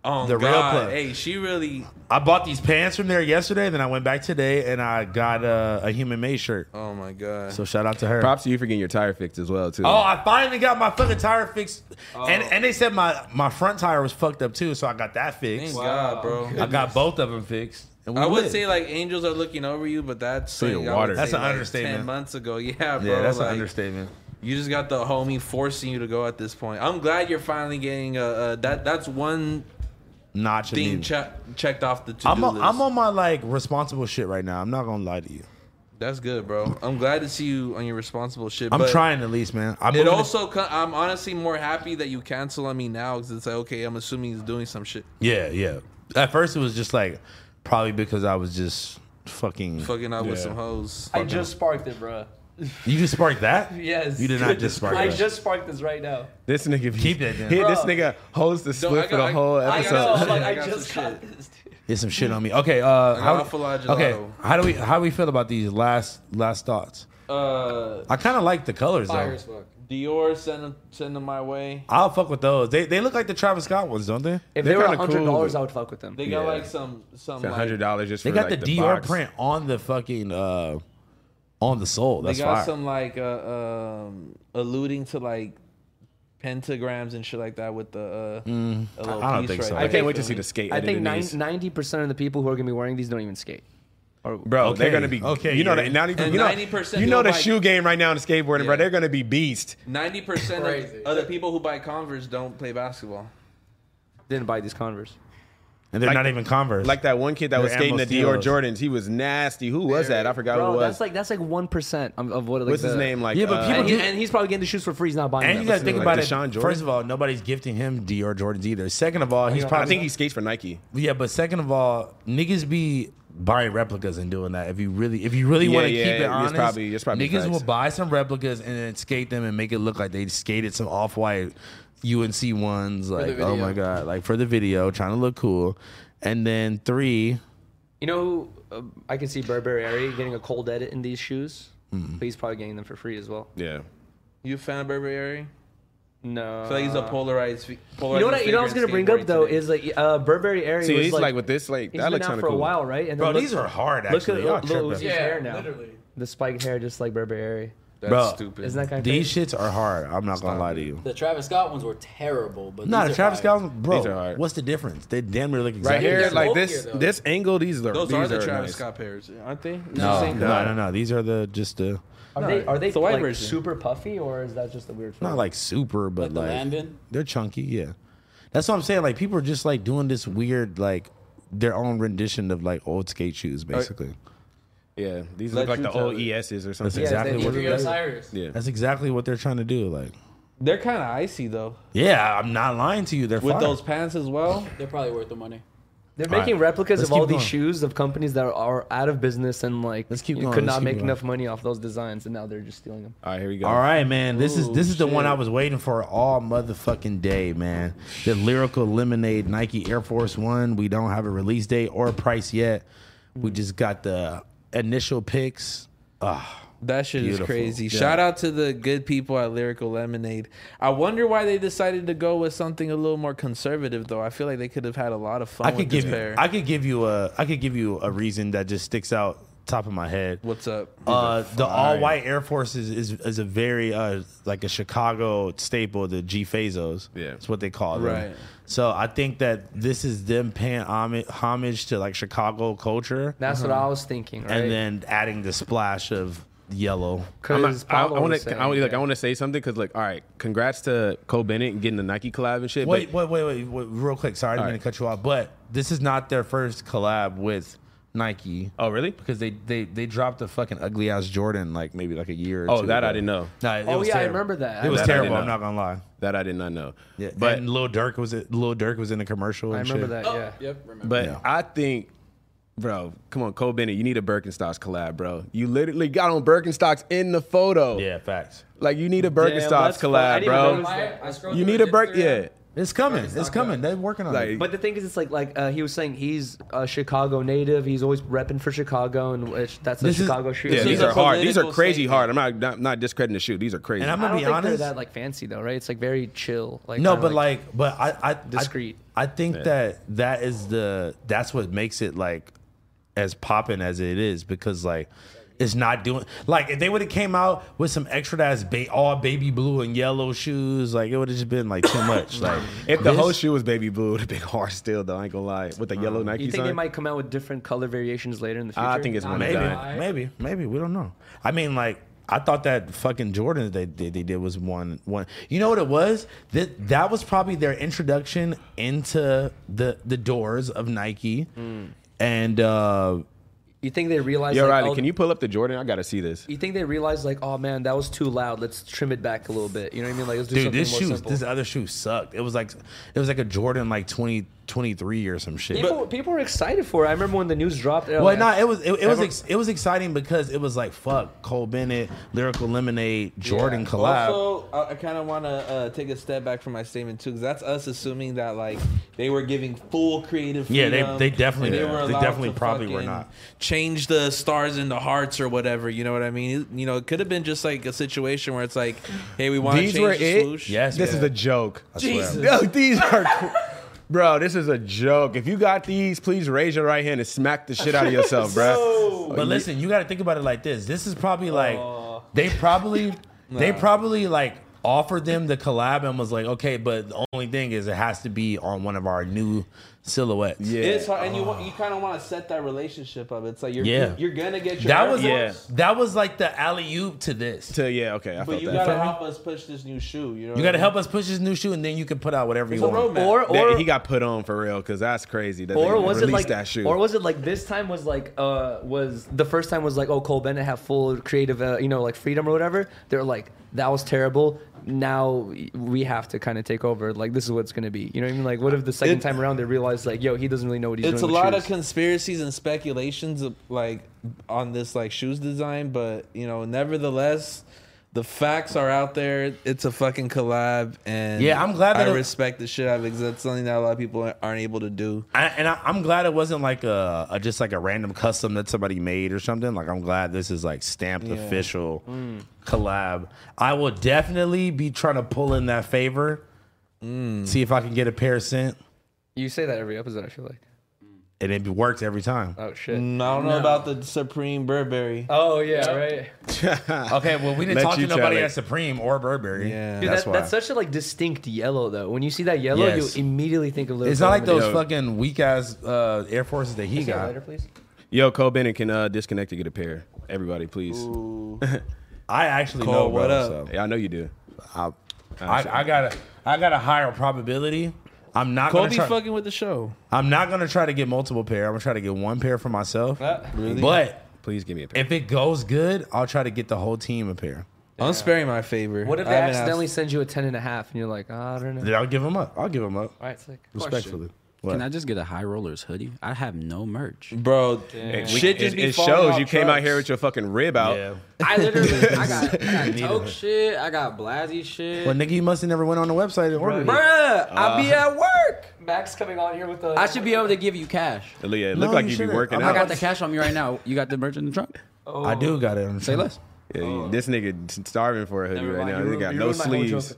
Speaker 1: Oh,
Speaker 2: the rail
Speaker 1: God.
Speaker 2: plug.
Speaker 1: Hey, she really.
Speaker 2: I bought these pants from there yesterday. Then I went back today and I got uh, a human made shirt.
Speaker 1: Oh my God.
Speaker 2: So shout out to her.
Speaker 3: Props to you for getting your tire fixed as well too.
Speaker 2: Oh, I finally got my fucking tire fixed, and and they said my my front tire was fucked up too, so I got that
Speaker 1: Thank
Speaker 2: fixed.
Speaker 1: God, bro.
Speaker 2: I got both of them fixed. and we
Speaker 1: I would
Speaker 2: lit.
Speaker 1: say like angels are looking over you, but that's
Speaker 3: Say
Speaker 1: like,
Speaker 3: the
Speaker 1: I would
Speaker 3: water.
Speaker 1: say,
Speaker 2: That's an
Speaker 1: like,
Speaker 2: understatement.
Speaker 1: Ten months ago, yeah, bro.
Speaker 2: yeah, that's
Speaker 1: like,
Speaker 2: an understatement.
Speaker 1: You just got the homie forcing you to go at this point. I'm glad you're finally getting uh, uh that. That's one
Speaker 2: Notch.
Speaker 1: thing
Speaker 2: immediately.
Speaker 1: che- checked off the to-do
Speaker 2: I'm
Speaker 1: list.
Speaker 2: a, I'm on my like responsible shit right now. I'm not gonna lie to you.
Speaker 1: That's good, bro. I'm glad to see you on your responsible shit.
Speaker 2: I'm
Speaker 1: but
Speaker 2: trying at least, man. I'm
Speaker 1: It
Speaker 2: moving-
Speaker 1: also, co- I'm honestly more happy that you cancel on me now because it's like, okay, I'm assuming he's doing some shit.
Speaker 2: yeah, yeah. At first, it was just like probably because I was just fucking.
Speaker 1: Fucking out with
Speaker 2: Yeah.
Speaker 1: some hoes.
Speaker 4: I just sparked it, bro.
Speaker 2: You just sparked that?
Speaker 4: Yes.
Speaker 2: You did not just spark
Speaker 4: I
Speaker 2: that.
Speaker 4: just sparked this right now.
Speaker 3: this nigga be-
Speaker 2: Keep that down.
Speaker 3: He- this
Speaker 4: Bro.
Speaker 3: nigga holds the
Speaker 1: No, I
Speaker 3: split for
Speaker 1: got-
Speaker 3: the
Speaker 1: I-
Speaker 3: whole
Speaker 1: I
Speaker 4: I
Speaker 1: got
Speaker 3: episode.
Speaker 4: know.
Speaker 1: some shit,
Speaker 4: Like,
Speaker 1: I
Speaker 4: I
Speaker 1: got
Speaker 4: just
Speaker 1: some
Speaker 4: got
Speaker 1: shit.
Speaker 4: this. Dude.
Speaker 2: There's some shit on me. Okay. Uh,
Speaker 1: got
Speaker 2: how,
Speaker 1: full of gelato.
Speaker 2: okay. How do we how do we feel about these last last thoughts?
Speaker 1: Uh,
Speaker 2: I kind of like the colors
Speaker 7: Fire
Speaker 2: though.
Speaker 7: as fuck.
Speaker 1: Dior send them send them my way.
Speaker 2: I'll fuck with those. They they look like the Travis Scott ones, don't they?
Speaker 4: If
Speaker 3: They're
Speaker 4: they were
Speaker 3: kinda
Speaker 4: hundred dollars,
Speaker 3: cool,
Speaker 4: I would fuck with them.
Speaker 1: They got
Speaker 3: Yeah.
Speaker 1: like some some like,
Speaker 3: hundred dollars just
Speaker 2: They
Speaker 3: for
Speaker 2: got
Speaker 3: like,
Speaker 2: the,
Speaker 3: the
Speaker 2: Dior
Speaker 3: box.
Speaker 2: print on the fucking uh on the sole.
Speaker 1: They
Speaker 2: That's
Speaker 1: got
Speaker 2: fire.
Speaker 1: some like uh, um alluding to like pentagrams and shit like that with the uh, a little
Speaker 2: Mm. I don't
Speaker 1: piece
Speaker 2: think
Speaker 1: right
Speaker 2: so.
Speaker 1: there.
Speaker 3: I can't wait to see the skate.
Speaker 4: I think
Speaker 3: edited knees.
Speaker 4: ninety percent of the people who are gonna be wearing these don't even skate.
Speaker 3: Bro, they're
Speaker 2: Okay,
Speaker 3: gonna be
Speaker 2: okay,
Speaker 3: okay. You know
Speaker 2: yeah.
Speaker 3: that ninety
Speaker 1: And
Speaker 3: you know,
Speaker 1: 90%
Speaker 3: you know the
Speaker 1: don't like-
Speaker 3: shoe game right now in skateboarding,
Speaker 1: Yeah.
Speaker 3: bro. They're gonna be beast.
Speaker 1: Ninety percent
Speaker 7: Crazy.
Speaker 1: of, of the people who buy Converse don't play basketball.
Speaker 4: Didn't buy these Converse.
Speaker 2: and they're
Speaker 3: like-
Speaker 2: not even Converse.
Speaker 3: Like that one kid that was
Speaker 2: They're
Speaker 3: skating the Dior
Speaker 2: Amos Dior's.
Speaker 3: Jordans. He was nasty. Who was that? I forgot who
Speaker 4: Bro,
Speaker 3: it was.
Speaker 4: that's like that's like one percent of, of what. Like,
Speaker 3: What's his
Speaker 4: the-
Speaker 3: name? Like
Speaker 2: Yeah, but
Speaker 3: uh,
Speaker 2: people
Speaker 4: And, he-
Speaker 2: do-
Speaker 4: and he's probably getting the shoes for free. He's not buying
Speaker 2: And
Speaker 4: them.
Speaker 2: you gotta think
Speaker 3: like
Speaker 2: about
Speaker 3: Deshaun
Speaker 2: it.
Speaker 3: Jordan?
Speaker 2: First of all, nobody's gifting him Dior Jordans either. Second of all, he's
Speaker 3: I
Speaker 2: probably
Speaker 3: think he skates for Nike.
Speaker 2: yeah. But second of all, niggas be buying replicas and doing that. If you really, if you really
Speaker 3: Yeah,
Speaker 2: want to
Speaker 3: yeah,
Speaker 2: keep it
Speaker 3: it's
Speaker 2: honest,
Speaker 3: probably- it's probably
Speaker 2: niggas
Speaker 3: facts.
Speaker 2: will buy some replicas and then skate them and make it look like they skated some off white UNC ones. Like oh
Speaker 7: video.
Speaker 2: my god, like for the video, trying to look cool. And then three,
Speaker 4: You know, who, uh, I can see Burberry Ari getting a cold edit
Speaker 3: Mm-hmm.
Speaker 4: in these shoes. But he's probably getting them for free as well.
Speaker 3: Yeah.
Speaker 1: You a fan of Burberry?
Speaker 4: No.
Speaker 1: I feel like he's a polarized. fi-
Speaker 4: You
Speaker 1: polarizing
Speaker 4: know what? I, you know what I was
Speaker 1: figure
Speaker 4: gonna
Speaker 1: in
Speaker 4: bring up
Speaker 1: skateboarding
Speaker 4: though
Speaker 1: today.
Speaker 4: is like uh, Burberry area.
Speaker 3: See,
Speaker 4: was,
Speaker 3: he's like, with this, like
Speaker 4: he's
Speaker 3: that
Speaker 4: been
Speaker 3: looks
Speaker 4: out
Speaker 3: kind
Speaker 4: for
Speaker 3: of cool.
Speaker 4: a while, right? And then
Speaker 5: Bro,
Speaker 4: look-
Speaker 5: these are hard.
Speaker 4: Look
Speaker 5: Actually,
Speaker 4: at
Speaker 5: Y'all
Speaker 4: Lil
Speaker 5: tripping.
Speaker 4: Uzi's hair now. The spiked hair, just like Burberry area.
Speaker 1: That's
Speaker 5: Bro.
Speaker 1: stupid.
Speaker 4: Isn't that kind of
Speaker 5: These
Speaker 4: crazy?
Speaker 5: shits are hard. I'm not gonna lie to you.
Speaker 8: The Travis Scott ones were terrible, but
Speaker 5: Nah,
Speaker 8: these
Speaker 5: the
Speaker 8: are
Speaker 5: Travis
Speaker 8: fire.
Speaker 5: Scott, ones- bro.
Speaker 3: These are hard.
Speaker 5: What's the difference? They damn near look exactly.
Speaker 3: Right here,
Speaker 5: the
Speaker 8: They're
Speaker 5: same.
Speaker 3: like
Speaker 8: bulkier,
Speaker 3: this
Speaker 8: though.
Speaker 3: this angle, these are
Speaker 1: Those
Speaker 3: these
Speaker 1: are the Travis
Speaker 3: nice.
Speaker 1: Scott pairs, aren't they?
Speaker 5: No, no, no, no. These are the just the
Speaker 4: Are they are they
Speaker 1: It's a white
Speaker 4: like
Speaker 1: version.
Speaker 4: super puffy or is that just a weird?
Speaker 5: not
Speaker 4: photo?
Speaker 5: like super, but
Speaker 8: Like the
Speaker 5: like,
Speaker 8: Landon?
Speaker 5: they're chunky. Yeah, that's what I'm saying. Like people are just like doing this weird like their own rendition of like old skate shoes, basically.
Speaker 3: Yeah, these
Speaker 1: Let
Speaker 3: look like
Speaker 1: you
Speaker 3: the
Speaker 1: tell
Speaker 3: old
Speaker 1: it.
Speaker 3: ESs or something.
Speaker 5: That's exactly what.
Speaker 4: they-
Speaker 5: It,
Speaker 8: Adrian Cyrus.
Speaker 3: Yeah.
Speaker 5: that's exactly what they're trying to do. Like,
Speaker 1: They're kind of icy though.
Speaker 5: yeah, I'm not lying to you. They're
Speaker 1: With
Speaker 5: fire.
Speaker 1: those pants as well.
Speaker 8: They're probably worth the money.
Speaker 4: They're
Speaker 5: All right.
Speaker 4: making replicas
Speaker 5: Let's
Speaker 4: of all
Speaker 5: keep
Speaker 4: these
Speaker 5: going.
Speaker 4: shoes of companies that are out of business and like
Speaker 5: Let's keep
Speaker 4: you
Speaker 5: going,
Speaker 4: could
Speaker 5: let's
Speaker 4: not
Speaker 5: keep
Speaker 4: make
Speaker 5: going.
Speaker 4: enough money off those designs and now they're just stealing them.
Speaker 3: All right, here we go.
Speaker 5: All right, man. This is this is the one
Speaker 1: shit.
Speaker 5: I was waiting for all motherfucking day, man. The lyrical lemonade Nike Air Force One. We don't have a release date or a price yet.
Speaker 1: Hmm.
Speaker 5: We just got the initial picks. Ah,
Speaker 1: That shit
Speaker 5: Beautiful.
Speaker 1: is crazy.
Speaker 5: Yeah.
Speaker 1: Shout out to the good people at Lyrical Lemonade. I wonder why they decided to go with something a little more conservative, though. I feel like they could have had a lot of fun
Speaker 5: I
Speaker 1: with
Speaker 5: could
Speaker 1: this
Speaker 5: give you,
Speaker 1: pair.
Speaker 5: I could give you a I could give you a reason that just sticks out top of my head.
Speaker 1: What's up?
Speaker 5: Uh, the all white Air Force is, is is a very uh like a Chicago staple. The G Fazos,
Speaker 3: Yeah.
Speaker 5: it's what they call them.
Speaker 1: Right.
Speaker 5: So I think that this is them paying homage, homage to like Chicago culture,
Speaker 4: That's what I was thinking, right?
Speaker 5: and then adding the splash of yellow.
Speaker 3: I'm
Speaker 4: because
Speaker 3: I, want to. I, wanna- look, I want to say something because, like, all right, congrats to Cole Bennett and getting the Nike collab and shit.
Speaker 5: Wait,
Speaker 3: but
Speaker 5: wait, wait, wait, wait real quick. Sorry, I'm
Speaker 3: All
Speaker 5: going to
Speaker 3: right.
Speaker 5: cut you off, but this is not their first collab with Nike.
Speaker 3: oh, really?
Speaker 5: Because they, they they dropped a fucking ugly ass Jordan like maybe like a year. Or
Speaker 3: Oh,
Speaker 5: two
Speaker 3: that I
Speaker 5: ago.
Speaker 3: didn't know.
Speaker 5: Nah, it
Speaker 4: Oh,
Speaker 5: was
Speaker 4: yeah, I
Speaker 5: terrible.
Speaker 4: remember that. I
Speaker 5: It was
Speaker 3: remember that.
Speaker 5: terrible.
Speaker 3: That I
Speaker 5: I'm not
Speaker 3: didn't
Speaker 5: gonna lie.
Speaker 3: That I did not know.
Speaker 5: Yeah,
Speaker 3: but
Speaker 5: and Lil Durk was it? Lil Durk was in the commercial.
Speaker 4: I
Speaker 5: and
Speaker 4: remember
Speaker 5: shit.
Speaker 4: that. Oh, yeah.
Speaker 8: Yep, remember.
Speaker 3: But
Speaker 5: Yeah.
Speaker 3: I think, bro, come on, Cole Bennett, you need a Birkenstocks collab, bro. You literally got on Birkenstocks in the photo.
Speaker 5: Yeah, facts.
Speaker 3: Like, you need a
Speaker 4: that's
Speaker 3: Birkenstocks
Speaker 4: fu- I
Speaker 3: collab,
Speaker 4: didn't even
Speaker 3: bro.
Speaker 4: notice.
Speaker 7: I, I scrolled
Speaker 3: You
Speaker 7: through
Speaker 3: need a
Speaker 7: his
Speaker 3: Birk.
Speaker 7: Instagram.
Speaker 3: Yeah.
Speaker 5: It's coming. It's coming. They're working on
Speaker 3: Like,
Speaker 5: it.
Speaker 4: But the thing is, it's like like uh, he was saying, he's a Chicago native. He's always repping for Chicago, and which, that's a
Speaker 5: This is-
Speaker 4: Chicago shoe.
Speaker 3: Yeah,
Speaker 1: This
Speaker 3: these
Speaker 1: is a
Speaker 3: are hard. These are
Speaker 1: political
Speaker 3: crazy
Speaker 1: statement.
Speaker 3: hard. I'm not, not not discrediting the shoe. These are crazy.
Speaker 5: And I'm
Speaker 4: I
Speaker 5: gonna
Speaker 4: don't
Speaker 5: be
Speaker 4: think
Speaker 5: honest.
Speaker 4: they're that like fancy though, right? It's like very chill. Like
Speaker 5: no,
Speaker 4: kinda,
Speaker 5: but like, but I, I
Speaker 4: discreet.
Speaker 5: I, I think that that is the that's what makes it like as popping as it is because like it's not doing like if they would have came out with some extra ass ba- all baby blue and yellow shoes like it would have just been like too much like
Speaker 3: if the
Speaker 5: this-
Speaker 3: whole shoe was baby blue, it'd have been hard still, though. I ain't gonna lie. With the yellow Nike
Speaker 4: Uh, you think they
Speaker 3: sign.
Speaker 4: might come out with different color variations later in the future?
Speaker 3: I think it's one
Speaker 5: Maybe,
Speaker 3: design.
Speaker 5: maybe, maybe. We don't know. I mean, like, I thought that fucking Jordan that they, they, they did was one one. You know what it was? That that was probably their introduction into the the doors of Nike, and uh
Speaker 4: you think they realize?
Speaker 3: Yo,
Speaker 4: like,
Speaker 3: Riley,
Speaker 4: oh,
Speaker 3: can you pull up the Jordan? I gotta see this.
Speaker 4: You think they realize like, oh man, that was too loud. Let's trim it back a little bit. You know what I mean? Like, let's do
Speaker 5: dude,
Speaker 4: something
Speaker 5: this
Speaker 4: more
Speaker 5: shoe,
Speaker 4: simple.
Speaker 5: this other shoe sucked. It was like it was like a Jordan like 20, 23 or some shit.
Speaker 4: people, people were excited for it. I remember when the news dropped. they were
Speaker 5: Well,
Speaker 4: like,
Speaker 5: no, it was it, it was ex, it was exciting because it was like fuck Cole Bennett, Lyrical Lemonade, Jordan collab.
Speaker 1: Also, I, I kind of want to uh, take a step back from my statement too, because that's us assuming that like they were giving full creative.
Speaker 5: Yeah,
Speaker 1: Freedom
Speaker 5: they- they definitely-
Speaker 1: and
Speaker 5: yeah, they
Speaker 1: allowed
Speaker 5: definitely
Speaker 1: to
Speaker 5: probably were
Speaker 1: fucking
Speaker 5: not.
Speaker 1: change the stars into hearts or whatever. You know what I mean? You know, it could have been just like a situation where it's like, hey, we want to
Speaker 3: These were
Speaker 1: change the
Speaker 3: it.
Speaker 1: swoosh.
Speaker 5: Yes,
Speaker 3: This
Speaker 5: man.
Speaker 3: is a joke.
Speaker 1: Jesus.
Speaker 3: No, these are. cool. Bro, this is a joke. If you got these, please raise your right hand and smack the shit out of yourself, bro.
Speaker 5: But listen, you got to think about it like this. This is probably like they probably they probably like offered them the collab and was like, okay, but the only thing is it has to be on one of our new silhouettes.
Speaker 3: Yeah.
Speaker 1: It's hard, and you want, you kind of want to set that relationship up. It's like you're
Speaker 5: Yeah.
Speaker 1: you're gonna get your
Speaker 5: That
Speaker 1: Air
Speaker 5: was
Speaker 3: Yeah.
Speaker 1: Force,
Speaker 5: that was like the alley oop to this.
Speaker 3: To- yeah, okay, I
Speaker 1: but
Speaker 3: felt
Speaker 1: you
Speaker 3: that.
Speaker 1: gotta help us push this new shoe. You know,
Speaker 5: You got to help us push this new shoe, and then you can put out whatever you
Speaker 1: a
Speaker 5: want.
Speaker 1: roadmap.
Speaker 4: or
Speaker 3: That-
Speaker 4: or
Speaker 3: he got put on for real because that's crazy. That
Speaker 4: or
Speaker 3: they
Speaker 4: was it
Speaker 3: released
Speaker 4: like
Speaker 3: that shoe?
Speaker 4: or was it like this time was like uh was the first time was like oh Cole Bennett have full creative uh, you know like freedom or whatever they're like that was terrible now we have to kind of take over like this is what's gonna be you know what I mean like what if the second
Speaker 1: It-
Speaker 4: time around they realize like yo he doesn't really know what he's
Speaker 1: it's a
Speaker 4: doing with
Speaker 1: lot of
Speaker 4: shoes.
Speaker 1: conspiracies and uh, speculations of, like on this like shoes design but you know nevertheless the The facts are out there. It's a fucking collab, and
Speaker 5: Yeah, I'm glad that
Speaker 1: I
Speaker 5: it-
Speaker 1: respect the shit out of it 'cause that's something that a lot of people aren't able to do.
Speaker 5: I, and I, I'm glad it wasn't like a, a just like a random custom that somebody made or something. Like I'm glad this is like stamped official
Speaker 2: Mm.
Speaker 5: collab. I will definitely be trying to pull in that favor.
Speaker 2: Mm.
Speaker 5: See if I can get a pair sent,
Speaker 4: You say that every episode. I feel like.
Speaker 5: and it works every time.
Speaker 4: Oh shit.
Speaker 1: Mm, I don't know about the Supreme Burberry.
Speaker 4: Oh yeah, right.
Speaker 5: Okay, well we didn't
Speaker 3: Let
Speaker 5: talk to
Speaker 3: you
Speaker 5: nobody
Speaker 3: tell it.
Speaker 5: at Supreme or Burberry.
Speaker 1: Yeah.
Speaker 4: Dude,
Speaker 5: that's
Speaker 4: that,
Speaker 5: why.
Speaker 4: that's such a like distinct yellow though. When you see that yellow,
Speaker 5: Yes.
Speaker 4: you immediately think of Lil.
Speaker 5: it's not like
Speaker 4: Coleman.
Speaker 5: those
Speaker 3: Yo.
Speaker 5: fucking weak ass uh, Air Forces that he
Speaker 4: Say that
Speaker 5: got.
Speaker 4: Later, please.
Speaker 3: Yo, Cole Bennett can uh, disconnect to get a pair. Everybody, please.
Speaker 5: I actually
Speaker 1: Cole,
Speaker 5: know
Speaker 1: Oh, what
Speaker 5: bro,
Speaker 1: up?
Speaker 5: so.
Speaker 3: Yeah, I know you do.
Speaker 5: I, I got a I got a higher probability. I'm not
Speaker 1: Kobe
Speaker 5: gonna try,
Speaker 1: fucking with the show.
Speaker 5: I'm not gonna try to get multiple pair. I'm gonna try to get one pair for myself.
Speaker 1: Really?
Speaker 5: But
Speaker 3: Please give me a pair.
Speaker 5: if it goes good, I'll try to get the whole team a pair.
Speaker 1: I'm sparing my favor.
Speaker 4: What if
Speaker 1: I
Speaker 4: they
Speaker 1: haven't
Speaker 4: accidentally
Speaker 1: asked-
Speaker 4: send you a ten and a half, and you're like, "Ah, I don't know.
Speaker 5: Then I'll give them up. I'll give them up
Speaker 4: All right, sick.
Speaker 5: respectfully.
Speaker 8: Can I just get a high rollers hoodie? I have no merch.
Speaker 1: bro? Shit
Speaker 3: it,
Speaker 1: just be
Speaker 3: it
Speaker 1: falling
Speaker 3: shows
Speaker 1: off
Speaker 3: you came out
Speaker 1: trucks.
Speaker 3: here with your fucking rib out.
Speaker 5: Yeah.
Speaker 7: I literally, I got, I got Toke shit, I got Blasi shit.
Speaker 5: Well, nigga, you must have never went on the website and ordered.
Speaker 2: Uh,
Speaker 5: it.
Speaker 7: Bruh, I be at work.
Speaker 4: Max coming on here with the.
Speaker 7: I should be able to give you cash.
Speaker 3: Aaliyah, it
Speaker 5: No,
Speaker 3: looked like
Speaker 5: you
Speaker 3: you be
Speaker 5: shouldn't.
Speaker 3: working
Speaker 5: I'm
Speaker 7: I
Speaker 3: out.
Speaker 5: not
Speaker 7: got the cash on me right now. You got the merch in the trunk.
Speaker 5: I
Speaker 1: Oh.
Speaker 5: do got it. on
Speaker 7: Say less.
Speaker 3: Yeah, This nigga t- starving for a hoodie right now. He got no sleeves.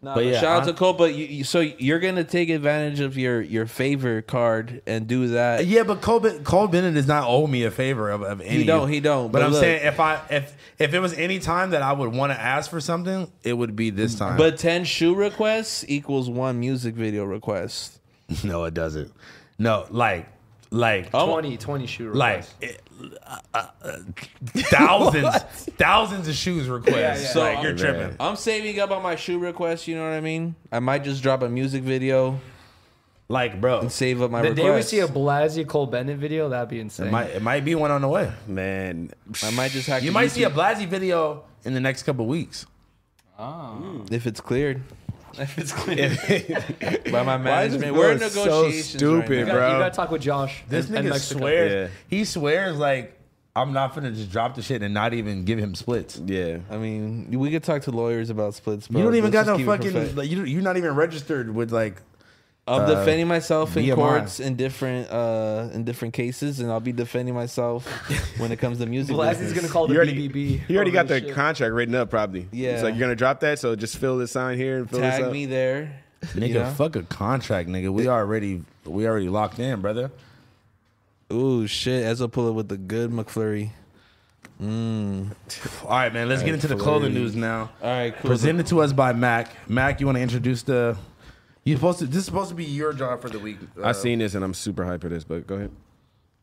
Speaker 5: But yeah,
Speaker 1: Shout out
Speaker 5: I'm-
Speaker 1: to Cole, but you, you, so you're gonna take advantage of your your favor card and do that.
Speaker 5: Yeah, but Cole, Ben- Cole Bennett does not owe me a favor of, of any.
Speaker 1: don't, he don't,
Speaker 5: But,
Speaker 1: but
Speaker 5: I'm
Speaker 1: look.
Speaker 5: saying if I if if it was any time that I would want to ask for something, it would be this time.
Speaker 1: Mm, But ten shoe requests equals one music video request.
Speaker 5: no, it doesn't. No, like like
Speaker 1: Oh,
Speaker 4: 20, 20 shoe
Speaker 5: like
Speaker 4: requests.
Speaker 5: it, uh, uh, uh, thousands thousands of shoes requests.
Speaker 1: So
Speaker 5: like, you're
Speaker 1: I'm-
Speaker 5: tripping.
Speaker 1: I'm saving up on my shoe requests. You know what I mean? I might just drop a music video,
Speaker 5: Like, bro,
Speaker 1: save up my
Speaker 4: The day we
Speaker 1: requests.
Speaker 4: see a Blasey Cole Bennett video, that'd be insane.
Speaker 5: it might it might be one on the way.
Speaker 3: Man,
Speaker 1: I might just hack.
Speaker 5: You
Speaker 1: the
Speaker 5: might see a
Speaker 1: YouTube
Speaker 5: Blasey video in the next couple weeks.
Speaker 1: if it's cleared. If it's cleared by my
Speaker 3: Why is this
Speaker 1: management, we're in
Speaker 3: bro so
Speaker 1: negotiations.
Speaker 3: stupid,
Speaker 1: right now.
Speaker 4: you, gotta, you
Speaker 3: bro.
Speaker 4: gotta talk with Josh.
Speaker 5: This
Speaker 4: and-
Speaker 5: nigga
Speaker 4: and Mexico.
Speaker 5: swears.
Speaker 3: Yeah.
Speaker 5: He swears like I'm not finna just drop the shit and not even give him splits.
Speaker 3: yeah.
Speaker 1: I mean, we could talk to lawyers about splits. Bro.
Speaker 5: You don't even
Speaker 1: Let's
Speaker 5: got
Speaker 1: just
Speaker 5: no
Speaker 1: keep it
Speaker 5: fucking.
Speaker 1: profe-
Speaker 5: Like, uh, you you're not even registered with like.
Speaker 1: I'm defending myself in
Speaker 5: BMI.
Speaker 1: courts in different uh in different cases, and I'll be defending myself when it comes to music.
Speaker 4: Blasey's
Speaker 1: business.
Speaker 4: gonna call the
Speaker 3: You already,
Speaker 4: BBB.
Speaker 3: you already
Speaker 4: Oh,
Speaker 3: got the
Speaker 4: shit.
Speaker 3: contract written up, probably.
Speaker 1: Yeah.
Speaker 3: It's like you're gonna drop that, so just fill this sign here and fill this
Speaker 1: tag
Speaker 3: up.
Speaker 1: me there.
Speaker 5: Nigga, fuck a contract, nigga. We already we already locked in, brother.
Speaker 1: Ooh shit! Ezra pull up with the good McFlurry.
Speaker 5: All right, man. Let's get into the clothing news now.
Speaker 1: All right, cool.
Speaker 5: Presented to us by Mac. Mac, you want to introduce the? You supposed to? This is supposed to be your job for the week. uh,
Speaker 3: I seen this and I'm super hyped for this, but go ahead.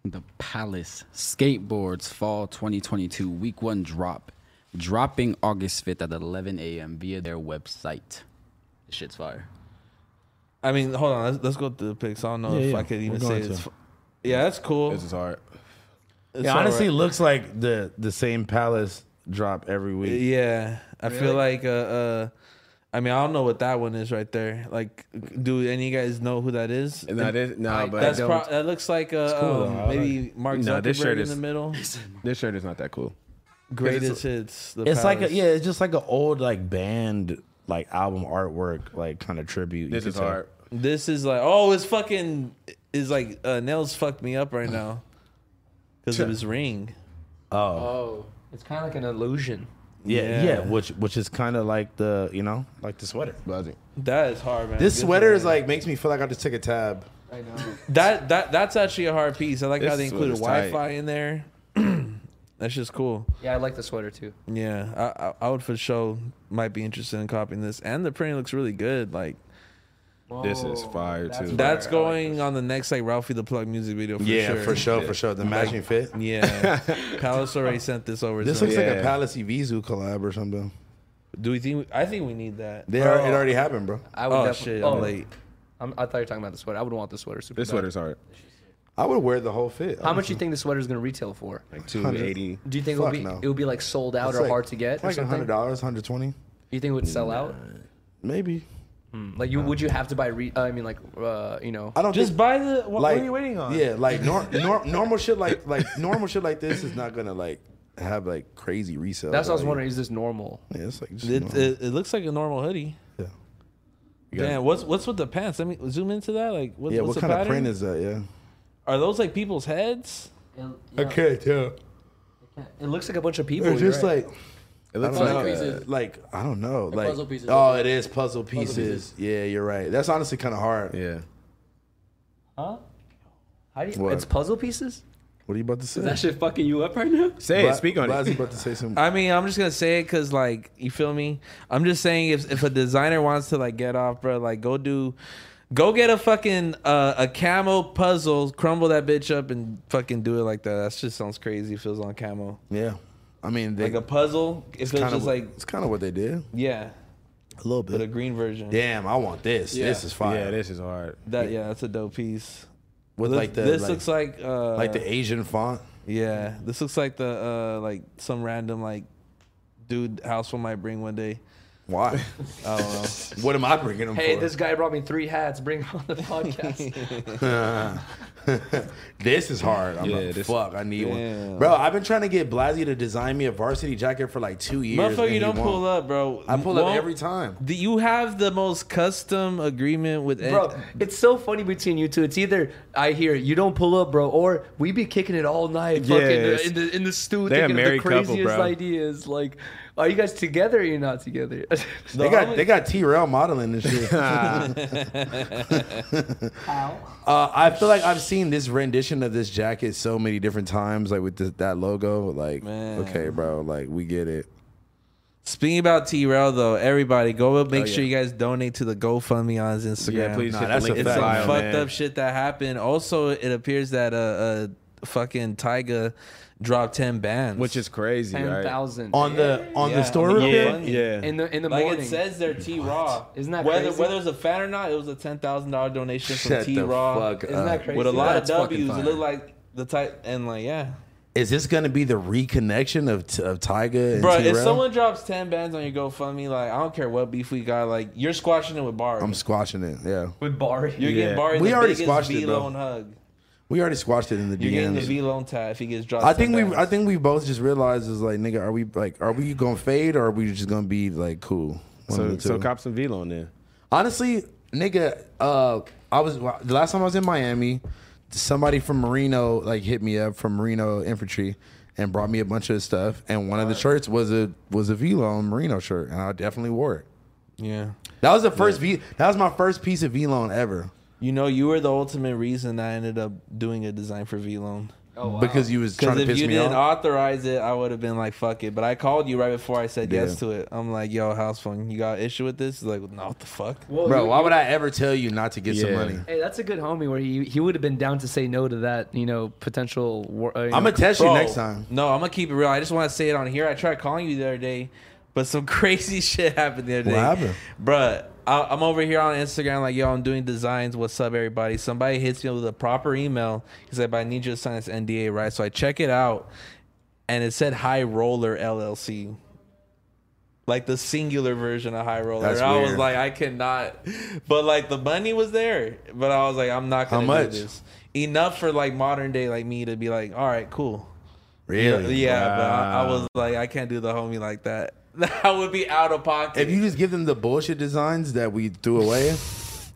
Speaker 8: The Palace Skateboards Fall 2022 Week 1 drop. Dropping August 5th at 11 a.m. via their website. This shit's fire.
Speaker 1: I mean, hold on. Let's, let's go through the pics. I don't know
Speaker 5: Yeah,
Speaker 1: if
Speaker 5: yeah,
Speaker 1: I could even
Speaker 5: we're
Speaker 1: say
Speaker 5: going
Speaker 1: it's.
Speaker 5: to.
Speaker 1: Yeah, that's cool.
Speaker 3: This is hard.
Speaker 1: It's
Speaker 5: It honestly
Speaker 1: alright.
Speaker 5: looks like the the same palace drop every week.
Speaker 1: Yeah, I feel like. Uh, uh, I mean, I don't know what that one is right there. Like, do any of you guys know who that is?
Speaker 3: Nah, this, nah, but
Speaker 1: That's pro- that looks like uh, um, maybe Mark
Speaker 3: Nah, this
Speaker 1: Zuckerberg
Speaker 3: shirt
Speaker 1: in
Speaker 3: is-
Speaker 1: the middle.
Speaker 3: this shirt is not that cool.
Speaker 1: Greatest hits. The
Speaker 5: It's like a,
Speaker 1: Palace.
Speaker 5: yeah, it's just like an old like band like album artwork like kind of tribute. You
Speaker 3: This
Speaker 5: could
Speaker 3: is
Speaker 5: tell.
Speaker 3: hard.
Speaker 1: This is like oh, it's fucking is like uh, nails fucked me up right now because of his ring.
Speaker 4: Oh, it's kind of like an illusion.
Speaker 5: Yeah,
Speaker 1: Yeah.
Speaker 5: yeah, which which is kind of like the you know like the sweater.
Speaker 1: That is hard, man.
Speaker 2: This
Speaker 1: Good
Speaker 2: sweater
Speaker 1: for
Speaker 2: is
Speaker 1: him.
Speaker 2: like makes me feel like I just took a tab.
Speaker 4: I know.
Speaker 1: that. That that's actually a hard piece. I like how
Speaker 3: This
Speaker 1: they included
Speaker 3: sweater's
Speaker 1: Wi Fi in there. that's just cool.
Speaker 4: Yeah, I like the sweater too.
Speaker 1: Yeah, I, I I would for sure might be interested in copying this, and the print looks really good. Like
Speaker 3: This is fire
Speaker 4: that's
Speaker 3: too.
Speaker 4: fire.
Speaker 1: that's going on the next like Ralphie the Plug music video. For sure.
Speaker 2: for sure, for sure. The matching fit.
Speaker 1: Yeah, Palace already sent this over.
Speaker 2: This
Speaker 1: so-
Speaker 2: looks like
Speaker 3: Yeah.
Speaker 2: a Palace Vizu collab or something.
Speaker 1: Do we think? I think we need that.
Speaker 2: They are, it already happened, bro.
Speaker 4: I would
Speaker 1: Oh
Speaker 4: definitely-
Speaker 1: shit!
Speaker 4: oh,
Speaker 1: I'm late.
Speaker 4: I'm, I thought you were talking about the sweater. I would want the sweater super.
Speaker 3: This
Speaker 4: bad.
Speaker 3: sweater's hard.
Speaker 2: I would wear the whole fit.
Speaker 4: How much do you think the sweater's gonna retail for?
Speaker 3: Like 280.
Speaker 4: Do you think it'll
Speaker 2: Fuck
Speaker 4: be
Speaker 2: no.
Speaker 4: it'll be like sold out
Speaker 2: It's
Speaker 4: or
Speaker 2: like-
Speaker 4: hard to get?
Speaker 2: it's
Speaker 4: Or
Speaker 2: Like hundred
Speaker 4: something?
Speaker 2: dollars, hundred twenty,
Speaker 4: You think it would sell out?
Speaker 2: maybe.
Speaker 4: Like you would you have to buy? Re- I mean, like uh, you know.
Speaker 2: I don't
Speaker 1: Just
Speaker 2: think-
Speaker 1: buy the. What,
Speaker 2: like
Speaker 1: what are you waiting on?
Speaker 2: Yeah, like nor, nor, normal shit like like normal shit like this is not gonna like have like crazy resale.
Speaker 4: That's what I was wondering. Is this normal?
Speaker 2: Yeah, it's like just
Speaker 1: It,
Speaker 2: normal.
Speaker 1: it, it looks like a normal hoodie.
Speaker 2: yeah. You got-
Speaker 1: Damn, what's what's with the pants? Let me zoom into that. Like, what,
Speaker 2: yeah,
Speaker 1: what's
Speaker 2: what
Speaker 1: the
Speaker 2: kind
Speaker 1: pattern?
Speaker 2: of print is that? Yeah.
Speaker 1: Are those like people's heads?
Speaker 2: can't tell.
Speaker 4: It looks like a bunch of people.
Speaker 2: It's
Speaker 4: you're
Speaker 2: just
Speaker 4: right.
Speaker 2: like
Speaker 3: It looks
Speaker 2: I don't
Speaker 3: like
Speaker 2: know,
Speaker 3: uh,
Speaker 2: uh, like I don't know, like
Speaker 7: puzzle pieces.
Speaker 2: oh, it is puzzle pieces. Yeah, you're right. That's honestly kind of hard.
Speaker 3: yeah.
Speaker 4: huh? How do you,
Speaker 2: What?
Speaker 4: It's puzzle pieces.
Speaker 2: What are you about to say?
Speaker 8: That shit fucking you up right now?
Speaker 3: Say it. Speak on
Speaker 2: Blasi
Speaker 3: it.
Speaker 2: about to say something.
Speaker 1: I mean, I'm just gonna say it because, like, you feel me? I'm just saying if if a designer wants to like get off, bro, like go do, go get a fucking uh, a camo puzzle, crumble that bitch up, and fucking do it like that. That just sounds crazy. Feels on camo
Speaker 2: yeah, I mean, they,
Speaker 1: like a puzzle. It feels
Speaker 2: kind of
Speaker 1: just like
Speaker 2: it's kind of what they did
Speaker 1: yeah,
Speaker 2: a little
Speaker 1: but a
Speaker 2: bit.
Speaker 1: green version.
Speaker 2: Damn, I want this. This is fire.
Speaker 3: Yeah, this is hard.
Speaker 1: that yeah, that's a dope piece.
Speaker 2: With
Speaker 1: This,
Speaker 2: like the
Speaker 1: this
Speaker 2: like,
Speaker 1: looks like uh,
Speaker 2: like the Asian font.
Speaker 1: yeah, this looks like the uh, like some random like dude house one might bring one day.
Speaker 2: Why?
Speaker 1: I don't know.
Speaker 2: what am I bringing them
Speaker 4: Hey,
Speaker 2: for?
Speaker 4: this guy brought me three hats. Bring him on the podcast.
Speaker 2: This is hard. I'm
Speaker 3: Yeah,
Speaker 2: like,
Speaker 3: this-
Speaker 2: fuck, I need
Speaker 1: Damn.
Speaker 2: one, bro. I've been trying to get Blasi to design me a varsity jacket for like two years.
Speaker 1: Motherfucker,
Speaker 2: and
Speaker 1: you
Speaker 2: he
Speaker 1: don't
Speaker 2: won't.
Speaker 1: pull up, bro.
Speaker 2: I pull
Speaker 1: Won't-
Speaker 2: up every time.
Speaker 1: Do you have the most custom agreement with
Speaker 4: bro, it's so funny between you two. It's either I hear you don't pull up, bro, or we be kicking it all night,
Speaker 3: Yes.
Speaker 4: fucking uh, in the in the stew,
Speaker 3: They a
Speaker 4: thinking of the
Speaker 3: married couple,
Speaker 4: craziest
Speaker 3: bro.
Speaker 4: ideas. Like, are you guys together? or You're not together.
Speaker 2: They got they got T Rail modeling and shit. Uh, I feel like I've seen this rendition of this jacket so many different times, like with the, that logo. Like,
Speaker 1: Man.
Speaker 2: okay, bro, like we get it.
Speaker 1: Speaking about T Rail though, everybody go up, make
Speaker 2: Oh, yeah.
Speaker 1: sure you guys donate to the GoFundMe on his Instagram.
Speaker 3: Yeah, please
Speaker 2: Nah,
Speaker 3: hit the
Speaker 2: that's
Speaker 3: link
Speaker 2: a
Speaker 3: in
Speaker 1: It's
Speaker 2: fact.
Speaker 3: the
Speaker 1: like
Speaker 3: bio,
Speaker 1: fucked
Speaker 3: man.
Speaker 1: up shit that happened. Also, it appears that uh, uh fucking Tyga dropped ten bands,
Speaker 3: which is crazy.
Speaker 4: Ten
Speaker 3: right?
Speaker 4: thousand
Speaker 2: On the on
Speaker 1: Yeah,
Speaker 2: the store
Speaker 1: on the
Speaker 2: room,
Speaker 1: GoFundMe.
Speaker 3: Yeah.
Speaker 4: in the in the
Speaker 1: Like
Speaker 4: morning.
Speaker 1: it says they're T Raw.
Speaker 4: Isn't that
Speaker 1: whether
Speaker 4: crazy?
Speaker 1: whether it's a fan or not? It was a ten thousand dollar donation from
Speaker 2: Shut the
Speaker 1: T Raw
Speaker 2: fuck
Speaker 4: Isn't
Speaker 2: up.
Speaker 4: that crazy?
Speaker 1: with a lot
Speaker 2: That's
Speaker 1: of
Speaker 2: fucking
Speaker 1: W's. It
Speaker 2: fire.
Speaker 1: looked like the type and like yeah,
Speaker 2: Is this gonna be the reconnection of T- of Tyga and
Speaker 1: Bro,
Speaker 2: T
Speaker 1: if
Speaker 2: Rail?
Speaker 1: someone drops ten bands on your GoFundMe, like I don't care what beef we got, like you're squashing it with bars.
Speaker 2: I'm squashing it. Yeah,
Speaker 4: with Barry.
Speaker 1: you're getting
Speaker 3: Yeah.
Speaker 1: Barry
Speaker 2: We
Speaker 1: the
Speaker 2: already
Speaker 1: biggest
Speaker 2: squashed it,
Speaker 1: V
Speaker 2: bro.
Speaker 1: loan hug.
Speaker 2: we already squashed it in the
Speaker 1: You're getting the
Speaker 2: DMs.
Speaker 1: V loan tie if he gets dropped.
Speaker 2: I think
Speaker 1: 10
Speaker 2: we I
Speaker 1: bands.
Speaker 2: think we both just realized is like, nigga, are we like, are we gonna fade or are we just gonna be like cool? One of
Speaker 3: So,
Speaker 2: the
Speaker 3: so
Speaker 2: two.
Speaker 3: cop some velo on there.
Speaker 2: Honestly, nigga, uh, I was the last time I was in Miami. Somebody from Marino like hit me up from Marino Infantry and brought me a bunch of stuff. And one of the shirts was a was a V-Lone Marino shirt, and I definitely wore it.
Speaker 1: yeah.
Speaker 2: That was the first V. That was my first piece of V-Lone ever
Speaker 1: You know, you were the ultimate reason I ended up doing a design for V loan.
Speaker 2: because you was trying
Speaker 1: Oh, Because
Speaker 2: to
Speaker 1: if
Speaker 2: piss
Speaker 1: you
Speaker 2: me
Speaker 1: didn't
Speaker 2: off.
Speaker 1: authorize it, I would have been like, "Fuck it." But I called you right before I said yes to it. I'm like, "Yo, house phone, you got an issue with this?" He's like, "No, what the fuck."
Speaker 2: Bro, why would I ever tell you not to get some
Speaker 3: Yeah.
Speaker 2: money?
Speaker 4: Hey, that's a good homie where he he would have been down to say no to that, you know, potential. War, uh, you
Speaker 2: I'm
Speaker 4: know,
Speaker 2: gonna test you
Speaker 1: Bro,
Speaker 2: next time.
Speaker 1: No, I'm gonna keep it real. I just want to say it on here. I tried calling you the other day, but some crazy shit happened the other day.
Speaker 2: What happened?
Speaker 1: Bruh, I, I'm over here on Instagram, like, yo, I'm doing designs. What's up, everybody? Somebody hits me with a proper email. He's like, but I need you to sign this NDA, right? So I check it out, and it said High Roller LLC. Like the singular version of High Roller.
Speaker 2: That's
Speaker 1: I was
Speaker 2: weird.
Speaker 1: like, I cannot. But like the money was there. But I was like, I'm not
Speaker 2: How
Speaker 1: gonna
Speaker 2: much?
Speaker 1: do this. Enough for like modern day like me to be like, all right, cool.
Speaker 2: Really?
Speaker 1: Yeah, but I, I was like, I can't do the homie like that. That would be out of pocket.
Speaker 2: If you just give them the bullshit designs that we threw away,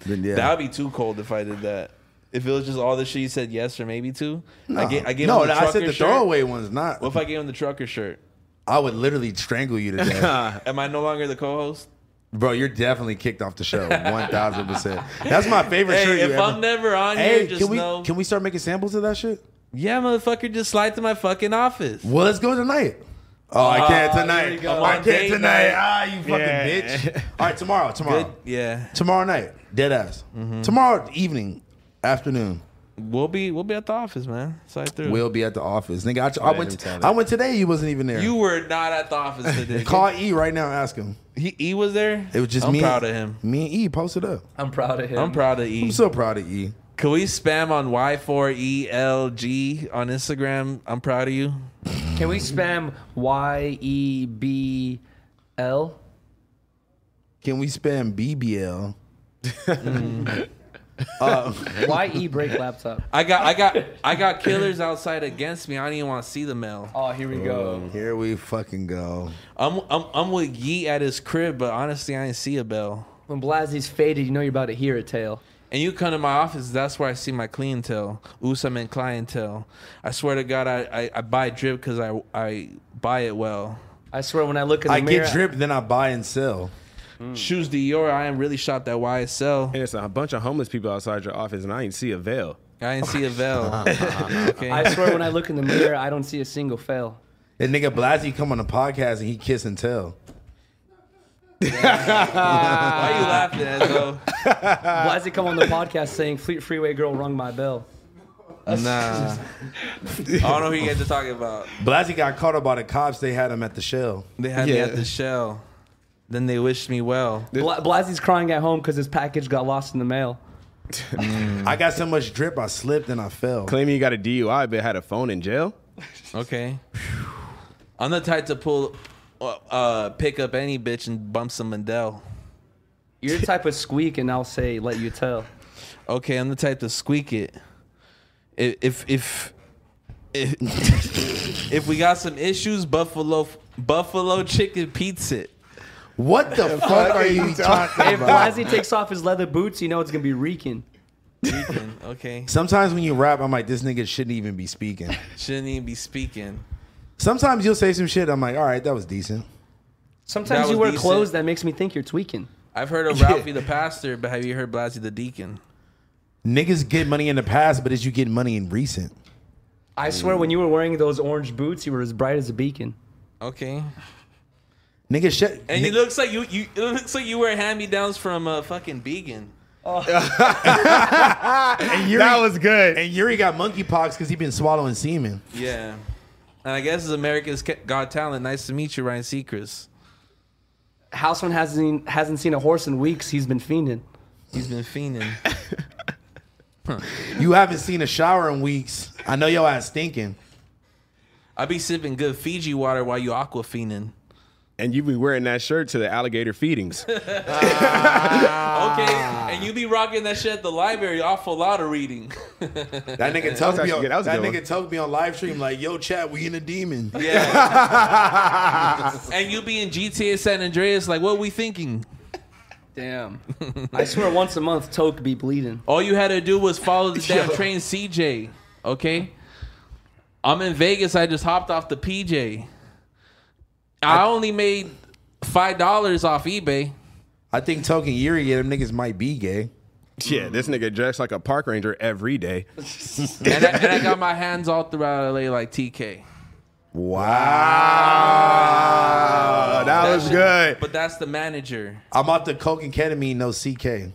Speaker 2: then yeah.
Speaker 1: that would be too cold if I did that. If it was just all the shit you said yes or maybe to, I get, I give
Speaker 2: no,
Speaker 1: him the
Speaker 2: I
Speaker 1: trucker
Speaker 2: said the
Speaker 1: shirt.
Speaker 2: throwaway ones, not.
Speaker 1: What if I gave him the trucker shirt?
Speaker 2: I would literally strangle you to death.
Speaker 1: Am I no longer the co-host?
Speaker 2: Bro, you're definitely kicked off the show. 1000%. That's my favorite shirt.
Speaker 1: Hey,
Speaker 2: you
Speaker 1: if
Speaker 2: ever-
Speaker 1: I'm never on
Speaker 2: Hey,
Speaker 1: here, just
Speaker 2: can we
Speaker 1: know.
Speaker 2: can we start making samples of that shit?
Speaker 1: yeah, motherfucker, just slide to my fucking office.
Speaker 2: Well, let's go tonight. Oh, I can't
Speaker 1: Ah, here
Speaker 2: tonight.
Speaker 1: we go.
Speaker 2: I
Speaker 1: I'm on date
Speaker 2: can't tonight.
Speaker 1: night.
Speaker 2: Ah, you fucking
Speaker 3: Yeah.
Speaker 2: bitch. All right, tomorrow, tomorrow.
Speaker 1: Good. Yeah,
Speaker 2: Tomorrow night. Dead ass. Tomorrow evening, afternoon.
Speaker 1: we'll be we'll be at the office, man. Slide through.
Speaker 2: We'll be at the office. Nigga, I, I
Speaker 3: him
Speaker 2: went
Speaker 3: tell
Speaker 2: I went today, you wasn't even there.
Speaker 1: you were not at the office today.
Speaker 2: call E right now and ask him.
Speaker 1: he, he was there.
Speaker 2: It was just
Speaker 1: I'm
Speaker 2: me.
Speaker 1: proud
Speaker 2: and,
Speaker 1: of him.
Speaker 2: Me and E posted up.
Speaker 4: I'm proud of him.
Speaker 1: I'm proud of E.
Speaker 2: I'm so proud of E.
Speaker 1: Can we spam on Y4ELG on Instagram? I'm proud of you.
Speaker 4: Can we spam Y E B L?
Speaker 2: Can we spam BBL?
Speaker 4: Why e break laptop?
Speaker 1: I got I got I got killers outside against me. I don't even want to see the mail.
Speaker 4: Oh, here we go.
Speaker 2: Here we fucking go.
Speaker 1: I'm I'm I'm with Yee at his crib, but honestly, I didn't see a bell.
Speaker 4: When Blazzy's faded, you know you're about to hear a tale.
Speaker 1: And you come to my office, that's where I see my clientele. Usam and clientele. I swear to God, I, I, I buy drip because I I buy it well.
Speaker 4: I swear, when I look in the
Speaker 2: I
Speaker 4: mirror,
Speaker 2: get drip, then I buy and sell.
Speaker 1: Shoes Dior, I am really shopped at YSL.
Speaker 3: And it's a bunch of homeless people outside your office, and I ain't see a veil.
Speaker 1: I didn't see a veil. okay.
Speaker 4: I swear, when I look in the mirror, I don't see a single fail.
Speaker 2: And nigga Blasey come on the podcast and he kiss and tell.
Speaker 1: Why you laughing at though? Uh,
Speaker 4: Blazzy come on the podcast saying Fleet Freeway girl rung my bell.
Speaker 2: Nah.
Speaker 1: I don't know who you guys are talking about.
Speaker 2: Blasey got caught up by the cops. They had him at the shell.
Speaker 1: They had me
Speaker 3: Yeah.
Speaker 1: at the shell. Then they wished me well.
Speaker 4: Bla- Blazzy's crying at home because his package got lost in the mail.
Speaker 2: I got so much drip, I slipped and I fell.
Speaker 3: Claiming you got a DUI, but had a phone in jail.
Speaker 1: Okay. I'm the type to pull, uh, uh, pick up any bitch and bump some Mandel.
Speaker 4: You're the type of squeak, and I'll say, let you tell.
Speaker 1: Okay, I'm the type to squeak it. I- If if if if we got some issues, buffalo buffalo chicken pizza. it.
Speaker 2: What the fuck are you talking
Speaker 4: If
Speaker 2: about?
Speaker 4: Blazzy takes off his leather boots, you know it's gonna be reeking.
Speaker 1: Okay,
Speaker 2: Sometimes when you rap, I'm like, this nigga shouldn't even be speaking.
Speaker 1: shouldn't even be speaking.
Speaker 2: Sometimes you'll say some shit. I'm like, all right, that was decent.
Speaker 4: Sometimes
Speaker 1: That
Speaker 4: you
Speaker 1: was
Speaker 4: wear
Speaker 1: decent.
Speaker 4: clothes that makes me think you're tweaking.
Speaker 1: I've heard of Ralphie the pastor, but have you heard Blasey the deacon?
Speaker 2: Niggas get money in the past, but is you getting money in recent?
Speaker 4: I swear, when you were wearing those orange boots, you were as bright as a beacon.
Speaker 1: Okay,
Speaker 2: Nigga, shit.
Speaker 1: and it looks like you you it looks like you wear hand me downs from a uh, fucking vegan.
Speaker 3: That was good.
Speaker 2: And Yuri got monkeypox because he been swallowing semen.
Speaker 1: Yeah. And I guess it's America's Ca- Got Talent. Nice to meet you, Ryan Seacrest.
Speaker 4: Houseman hasn't hasn't seen a horse in weeks. He's been fiending.
Speaker 1: He's been fiending.
Speaker 2: You haven't seen a shower in weeks. I know your ass stinking.
Speaker 1: I be sipping good Fiji water while you aqua fiending.
Speaker 3: And you be wearing that shirt to the alligator feedings.
Speaker 1: Okay, and you be rocking that shit at the library. Awful lot of reading.
Speaker 2: That nigga told
Speaker 3: was
Speaker 2: me
Speaker 3: actually
Speaker 2: on,
Speaker 3: good. That
Speaker 2: that,
Speaker 3: was a good
Speaker 2: nigga
Speaker 3: one.
Speaker 2: told me on live stream like, yo, chat, we in a demon.
Speaker 1: Yeah. and you be in GTA San Andreas. Like, what we thinking?
Speaker 4: Damn. I swear, once a month, Toke be bleeding.
Speaker 1: All you had to do was follow the damn train, CJ. Okay. I'm in Vegas. I just hopped off the PJ. I only made five dollars off eBay.
Speaker 2: I think Token Yuri, yeah, them niggas might be gay.
Speaker 3: yeah, this nigga dressed like a park ranger every day.
Speaker 1: and, I, and I got my hands all throughout LA like TK.
Speaker 3: Wow, that was good.
Speaker 1: But that's the manager.
Speaker 2: I'm off the coke and ketamine, no CK.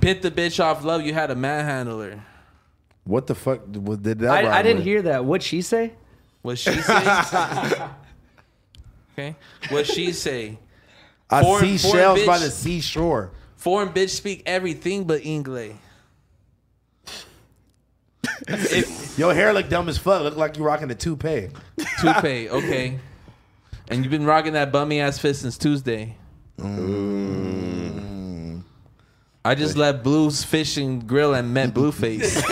Speaker 1: Pit the bitch off love. You had a manhandler.
Speaker 2: What the fuck was- did that?
Speaker 4: I, I
Speaker 2: rhyme
Speaker 4: didn't
Speaker 2: with?
Speaker 4: hear that. What she say?
Speaker 1: What she say? okay. What she say?
Speaker 2: I
Speaker 1: Foreign-
Speaker 2: see
Speaker 1: foreign
Speaker 2: shells by
Speaker 1: bitch.
Speaker 2: the seashore.
Speaker 1: Foreign bitch speak everything but English. if
Speaker 2: Your hair look dumb as fuck. Look like you rocking a toupee.
Speaker 1: toupee, okay. And you've been rocking that bummy ass fit since Tuesday.
Speaker 3: Mm.
Speaker 1: I just left Blue's Fishing Grill and met Blueface.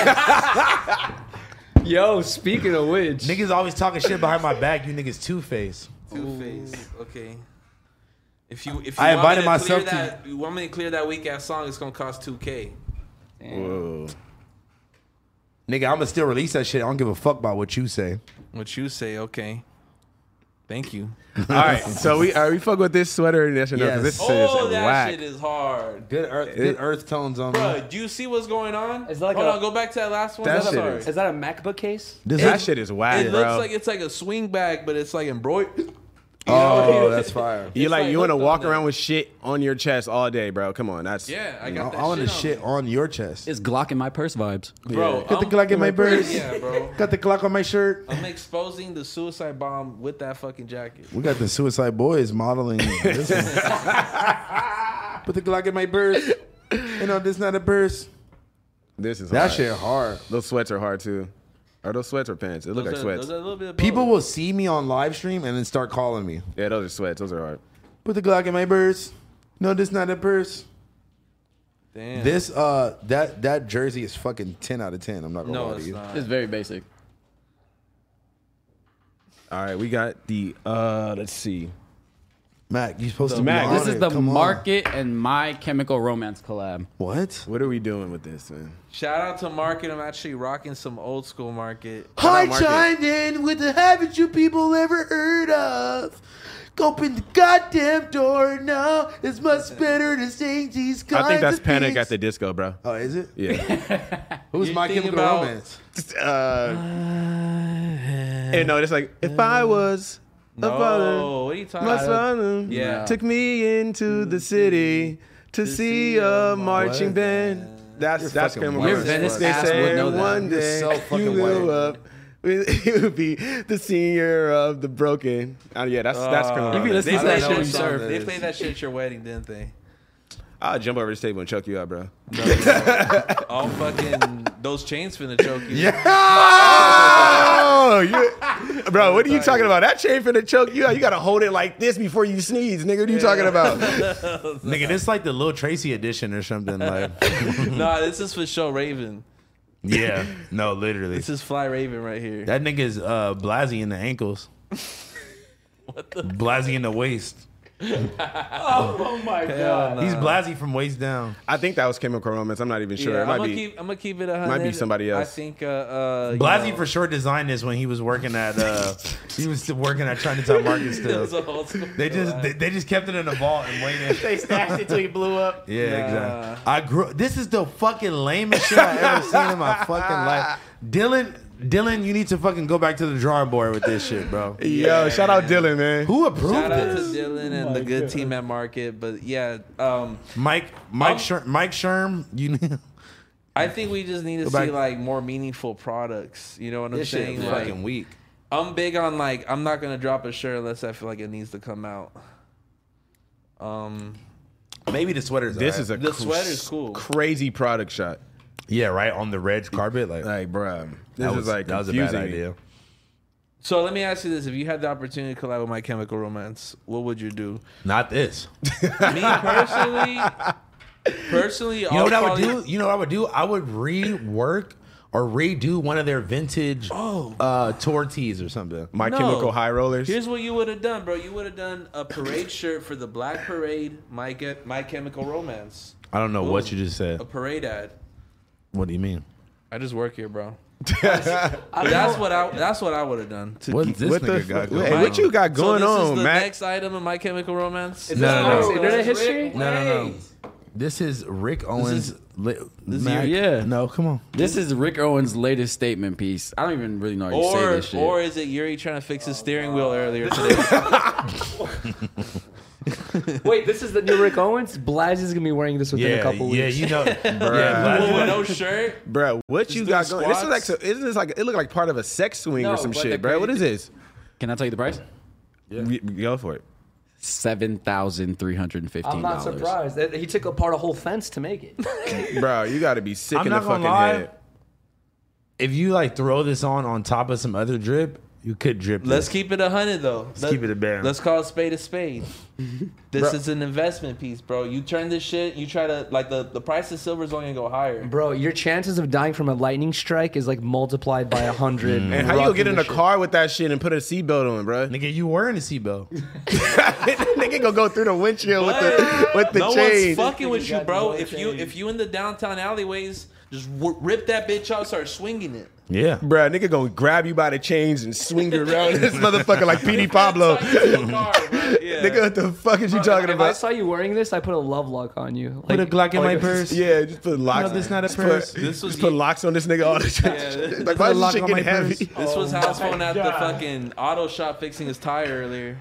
Speaker 4: Yo, speaking of which,
Speaker 2: Niggas always talking shit behind my back. You niggas two face.
Speaker 1: Two Face. Okay. If you if you
Speaker 2: I
Speaker 1: want me
Speaker 2: invited
Speaker 1: to
Speaker 2: myself to-
Speaker 1: clear that, you want me to clear that weak ass song, it's gonna cost two k.
Speaker 2: Nigga, I'ma still release that shit. I don't give a fuck about what you say.
Speaker 1: What you say? Okay. Thank you.
Speaker 3: All right, so we are we fuck with this sweater and that shit
Speaker 2: Yes.
Speaker 3: because this shit is
Speaker 1: Oh, that
Speaker 3: whack.
Speaker 1: shit is hard.
Speaker 2: Good earth, good earth tones on
Speaker 1: Bro, do you see what's going on?
Speaker 4: It's like
Speaker 1: Hold
Speaker 4: a-
Speaker 1: on, go back to that last one.
Speaker 3: That
Speaker 1: I'm
Speaker 3: shit
Speaker 1: sorry.
Speaker 3: is-
Speaker 4: is that a MacBook case?
Speaker 2: This
Speaker 3: that shit is whack,
Speaker 1: It
Speaker 3: bro.
Speaker 1: looks like it's like a swing bag, but it's like embroidered.
Speaker 2: oh, that's fire.
Speaker 3: you
Speaker 1: it's
Speaker 3: like,
Speaker 1: like
Speaker 3: you want to
Speaker 1: hooked on
Speaker 3: walk
Speaker 1: there.
Speaker 3: around with shit on your chest all day, bro. Come on, that's
Speaker 1: Yeah, I
Speaker 2: I,
Speaker 1: got that
Speaker 2: I want to
Speaker 1: shit,
Speaker 2: shit
Speaker 1: on,
Speaker 2: on your chest.
Speaker 8: It's Glock in my purse vibes.
Speaker 1: me. bro.
Speaker 2: Got the
Speaker 1: I'm-
Speaker 2: Glock in my purse.
Speaker 1: Yeah, bro.
Speaker 2: Got the Glock on my shirt.
Speaker 1: I'm exposing the suicide bomb with that fucking jacket.
Speaker 2: We got the Suicide Boys modeling. this one. Put the Glock in my purse. You know, this not a purse.
Speaker 3: this is
Speaker 2: That
Speaker 3: hard.
Speaker 2: shit hard.
Speaker 3: Those sweats are hard too. Are those sweats or pants? It look like
Speaker 1: Those are-
Speaker 3: sweats.
Speaker 1: those are a little bit of
Speaker 2: People
Speaker 1: both.
Speaker 2: will see me on live stream and then start calling me.
Speaker 3: yeah, those are sweats. Those are hard.
Speaker 2: Put the Glock in my purse. No, this not a purse.
Speaker 1: Damn.
Speaker 2: This uh that that jersey is fucking ten out of ten. I'm not gonna
Speaker 1: no,
Speaker 2: lie to
Speaker 1: it's
Speaker 2: you.
Speaker 1: not.
Speaker 8: It's very basic.
Speaker 3: All right, we got the uh let's see.
Speaker 2: Mac, you supposed to
Speaker 3: Mac,
Speaker 2: be on
Speaker 3: this
Speaker 8: This is
Speaker 2: it.
Speaker 8: the
Speaker 2: Come on.
Speaker 8: Market and My Chemical Romance collab.
Speaker 2: What?
Speaker 3: What are we doing with this, man?
Speaker 1: Shout out to Market. I'm actually rocking some old school Market.
Speaker 2: I
Speaker 3: Market.
Speaker 2: chimed in with the haven't you people ever heard of? Open the goddamn door now. It's much better to sing these kinds
Speaker 3: I think that's
Speaker 2: of
Speaker 3: Panic
Speaker 2: things.
Speaker 3: at the Disco, bro.
Speaker 2: Oh, is it?
Speaker 3: Yeah.
Speaker 2: Who's
Speaker 1: You
Speaker 2: my
Speaker 1: think
Speaker 2: chemical
Speaker 1: about-
Speaker 2: romance?
Speaker 3: uh, and no, it's like if I was a brother,
Speaker 1: No, Oh, what are you talking
Speaker 3: my
Speaker 1: about?
Speaker 3: son um,
Speaker 1: Yeah.
Speaker 3: took me into the city to see a marching band. That's that's
Speaker 2: fucking
Speaker 3: Cameron
Speaker 2: white
Speaker 3: Morris.
Speaker 2: as Your Venice
Speaker 3: They
Speaker 8: ass would
Speaker 3: say
Speaker 8: know that.
Speaker 3: one
Speaker 2: You're
Speaker 3: day
Speaker 2: so fucking
Speaker 3: you will
Speaker 2: white.
Speaker 3: up. You would be the senior of the broken. Uh, yeah, that's that's Cameron
Speaker 1: Uh,
Speaker 3: Morris.
Speaker 1: they
Speaker 2: I
Speaker 1: played
Speaker 2: don't
Speaker 1: that
Speaker 2: know
Speaker 1: shit.
Speaker 2: what song
Speaker 1: at-
Speaker 2: that
Speaker 1: They
Speaker 2: is.
Speaker 1: played that shit at your wedding, didn't they?
Speaker 3: I'll jump over this table and choke you out, bro.
Speaker 1: All fucking those chains finna choke you.
Speaker 3: Oh, you- bro, what are you talking about? That chain finna choke you out. You gotta hold it like this before you sneeze, nigga. What are you talking about?
Speaker 5: Nigga, this like the Lil Tracy edition or something. Like,
Speaker 1: nah, this is for show Raven.
Speaker 5: yeah, no, literally.
Speaker 1: This is Fly Raven right here.
Speaker 5: That nigga's uh, Blasi in the ankles. what the? Blasi in the waist.
Speaker 1: Hell no.
Speaker 5: He's Blasi from waist down.
Speaker 3: I think that was Chemical Romance. I'm not even sure.
Speaker 1: Yeah,
Speaker 3: it
Speaker 1: I'm
Speaker 3: might
Speaker 1: gonna
Speaker 3: be.
Speaker 1: keep. I'm gonna keep it a
Speaker 3: be
Speaker 1: hundred.
Speaker 3: somebody
Speaker 1: I
Speaker 3: else.
Speaker 1: think uh, uh, you
Speaker 5: Blasi
Speaker 1: know,
Speaker 5: for sure designed this when he was working at uh, he was still working at Chinatown Market
Speaker 1: it was
Speaker 5: still.
Speaker 1: a whole school.
Speaker 5: They just they, they just kept it in a vault and waited.
Speaker 9: They stashed it till he blew up.
Speaker 5: Yeah,
Speaker 1: Nah.
Speaker 5: exactly. I grew. This is the fucking lamest shit I've ever seen in my fucking life. Dylan, Dylan, you need to fucking go back to the drawing board with this shit, bro.
Speaker 3: Yo, shout out Dylan, man.
Speaker 5: Who Oh approved
Speaker 1: Shout out to
Speaker 5: this?
Speaker 1: Dylan and the good team at Market, but yeah, um,
Speaker 5: Mike, Mike,
Speaker 1: Um,
Speaker 5: Sher- Mike Sherm. You need
Speaker 1: I think we just need to
Speaker 5: back.
Speaker 1: see like more meaningful products. You know what I'm
Speaker 4: This shit
Speaker 1: saying?
Speaker 4: is
Speaker 1: Like,
Speaker 5: weak.
Speaker 1: I'm big on like I'm not gonna drop a shirt unless I feel like it needs to come out. Um,
Speaker 5: Maybe the sweaters.
Speaker 3: This is a
Speaker 1: The
Speaker 3: cr-
Speaker 1: sweater's cool.
Speaker 3: crazy product shot.
Speaker 5: yeah, right on the red carpet. Like,
Speaker 3: Like, bro, this
Speaker 5: that
Speaker 3: is
Speaker 5: was
Speaker 3: like
Speaker 5: that was a
Speaker 3: confusing.
Speaker 5: bad idea.
Speaker 1: so let me ask you this: If you had the opportunity to collab with My Chemical Romance, what would you do?
Speaker 5: Not this.
Speaker 1: Me personally, personally,
Speaker 5: You know what I would do? You know what I would do? I would rework or redo one of their vintage uh, tour tees or something.
Speaker 3: My
Speaker 1: No.
Speaker 3: Chemical High Rollers.
Speaker 1: Here's what you would have done, bro. You would have done a parade shirt for the Black Parade, My, Ge- My Chemical Romance,
Speaker 5: I don't know what you just said.
Speaker 1: a parade ad.
Speaker 5: What do you mean?
Speaker 1: I just work here, bro. that's what I. That's what I would have done.
Speaker 5: What's this
Speaker 3: what the
Speaker 5: nigga
Speaker 3: fuck?
Speaker 5: got
Speaker 3: Hey,
Speaker 5: going
Speaker 3: what
Speaker 5: on?
Speaker 3: you got
Speaker 1: So
Speaker 3: going
Speaker 1: this is
Speaker 3: on,
Speaker 1: the
Speaker 3: Mac?
Speaker 1: next item in My Chemical Romance.
Speaker 5: No, no, no.
Speaker 4: Internet history?
Speaker 5: No, no, no. This is Rick Owens. Li- Mac-
Speaker 8: yeah.
Speaker 5: No, come on.
Speaker 8: This is Rick Owens' latest statement piece. I don't even really know how you say
Speaker 1: Or
Speaker 8: this shit.
Speaker 1: or is it Yuri trying to fix his steering wheel earlier today?
Speaker 4: Wait, this is the new Rick Owens. Blaz is gonna be wearing this within a couple
Speaker 5: yeah,
Speaker 4: weeks.
Speaker 5: you know.
Speaker 1: Well,
Speaker 5: yeah,
Speaker 1: with no shirt.
Speaker 3: Bro, what you
Speaker 1: doing
Speaker 3: got going? This is like,
Speaker 1: squats.
Speaker 3: so- isn't this like? It look like part of a sex swing
Speaker 8: No,
Speaker 3: or some
Speaker 8: but the
Speaker 3: shit, bro. What is
Speaker 8: crazy-
Speaker 3: this?
Speaker 8: Can I tell you the price?
Speaker 3: Y- Go for it.
Speaker 8: Seven thousand three hundred and
Speaker 4: I'm
Speaker 8: fifteen
Speaker 4: not
Speaker 8: dollars.
Speaker 4: surprised. That- He took apart a whole fence to make it.
Speaker 3: Bro, you got to be sick
Speaker 5: I'm
Speaker 3: in the
Speaker 5: not gonna
Speaker 3: fucking
Speaker 5: lie.
Speaker 3: head.
Speaker 5: If you like throw this on on top of some other drip, you could drip.
Speaker 1: Let's
Speaker 5: this.
Speaker 1: keep it a hundred though. Let's
Speaker 5: keep it a band.
Speaker 1: Let's call a spade a spade. this is an investment piece, bro. You turn this shit. You try to like the the price of silver is only gonna go higher.
Speaker 4: Bro, your chances of dying from a lightning strike is like multiplied by a hundred.
Speaker 3: And how you gonna get in a car with that shit and put a seatbelt on, bro?
Speaker 5: Nigga, you were in a seatbelt.
Speaker 3: Nigga gonna go through the windshield with the
Speaker 1: But
Speaker 3: with the
Speaker 1: no one's
Speaker 3: chain.
Speaker 1: fucking with you,
Speaker 4: got
Speaker 1: bro.
Speaker 4: no
Speaker 1: If you
Speaker 4: chain.
Speaker 1: if you in the downtown alleyways, just w- rip that bitch out, start swinging it.
Speaker 5: Yeah.
Speaker 3: Bruh, nigga gonna grab you by the chains and swing you around this motherfucker like P.D. Pablo.
Speaker 1: Talking to a car, bro. Yeah.
Speaker 3: Nigga, what the fuck is you talking
Speaker 4: If I
Speaker 3: about?
Speaker 4: saw you wearing this, I put a love lock on you.
Speaker 5: Put a Glock in my
Speaker 4: like-
Speaker 5: purse.
Speaker 3: Yeah, just put locks.
Speaker 5: No, this not a
Speaker 3: just put-
Speaker 5: purse.
Speaker 3: Just,
Speaker 1: This was
Speaker 3: put
Speaker 1: ye-
Speaker 3: locks on this nigga all the time. like,
Speaker 5: Put a
Speaker 3: why is
Speaker 5: lock
Speaker 3: this shit
Speaker 5: on my
Speaker 3: getting heavy?
Speaker 5: purse.
Speaker 1: This was house phone at the fucking auto shop fixing his tire earlier.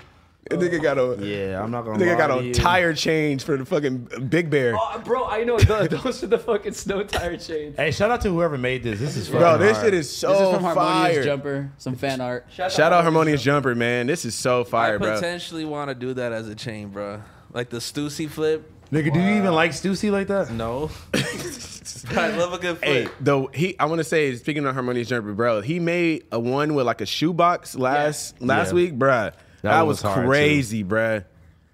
Speaker 3: nigga got a
Speaker 5: Yeah, I'm not gonna.
Speaker 3: nigga
Speaker 5: lie
Speaker 3: got
Speaker 5: to
Speaker 3: a
Speaker 5: you.
Speaker 3: tire change for the fucking Big Bear.
Speaker 4: Oh, bro, I know the, those are the fucking snow tire chains.
Speaker 5: Hey, shout out to whoever made this. This is fucking
Speaker 3: Bro, this
Speaker 5: hard.
Speaker 3: shit is
Speaker 8: This is
Speaker 3: so
Speaker 8: from Harmonious
Speaker 3: Oh, fire.
Speaker 8: Jumper, some fan art.
Speaker 3: Shout out Harmonious Jumper, man. This is so
Speaker 1: I
Speaker 3: fire, bro.
Speaker 1: potentially want to do that as a chain, bro. Like the Stussy flip.
Speaker 5: Nigga, do you even like Stussy like that?
Speaker 1: No. I love a good flip.
Speaker 3: Hey, though he, I want to say, speaking of harmonious jumper, bro, he made a one with like a shoebox last last
Speaker 5: Yeah.
Speaker 3: week, bruh. That,
Speaker 5: one
Speaker 3: was,
Speaker 5: was hard,
Speaker 3: crazy, bruh.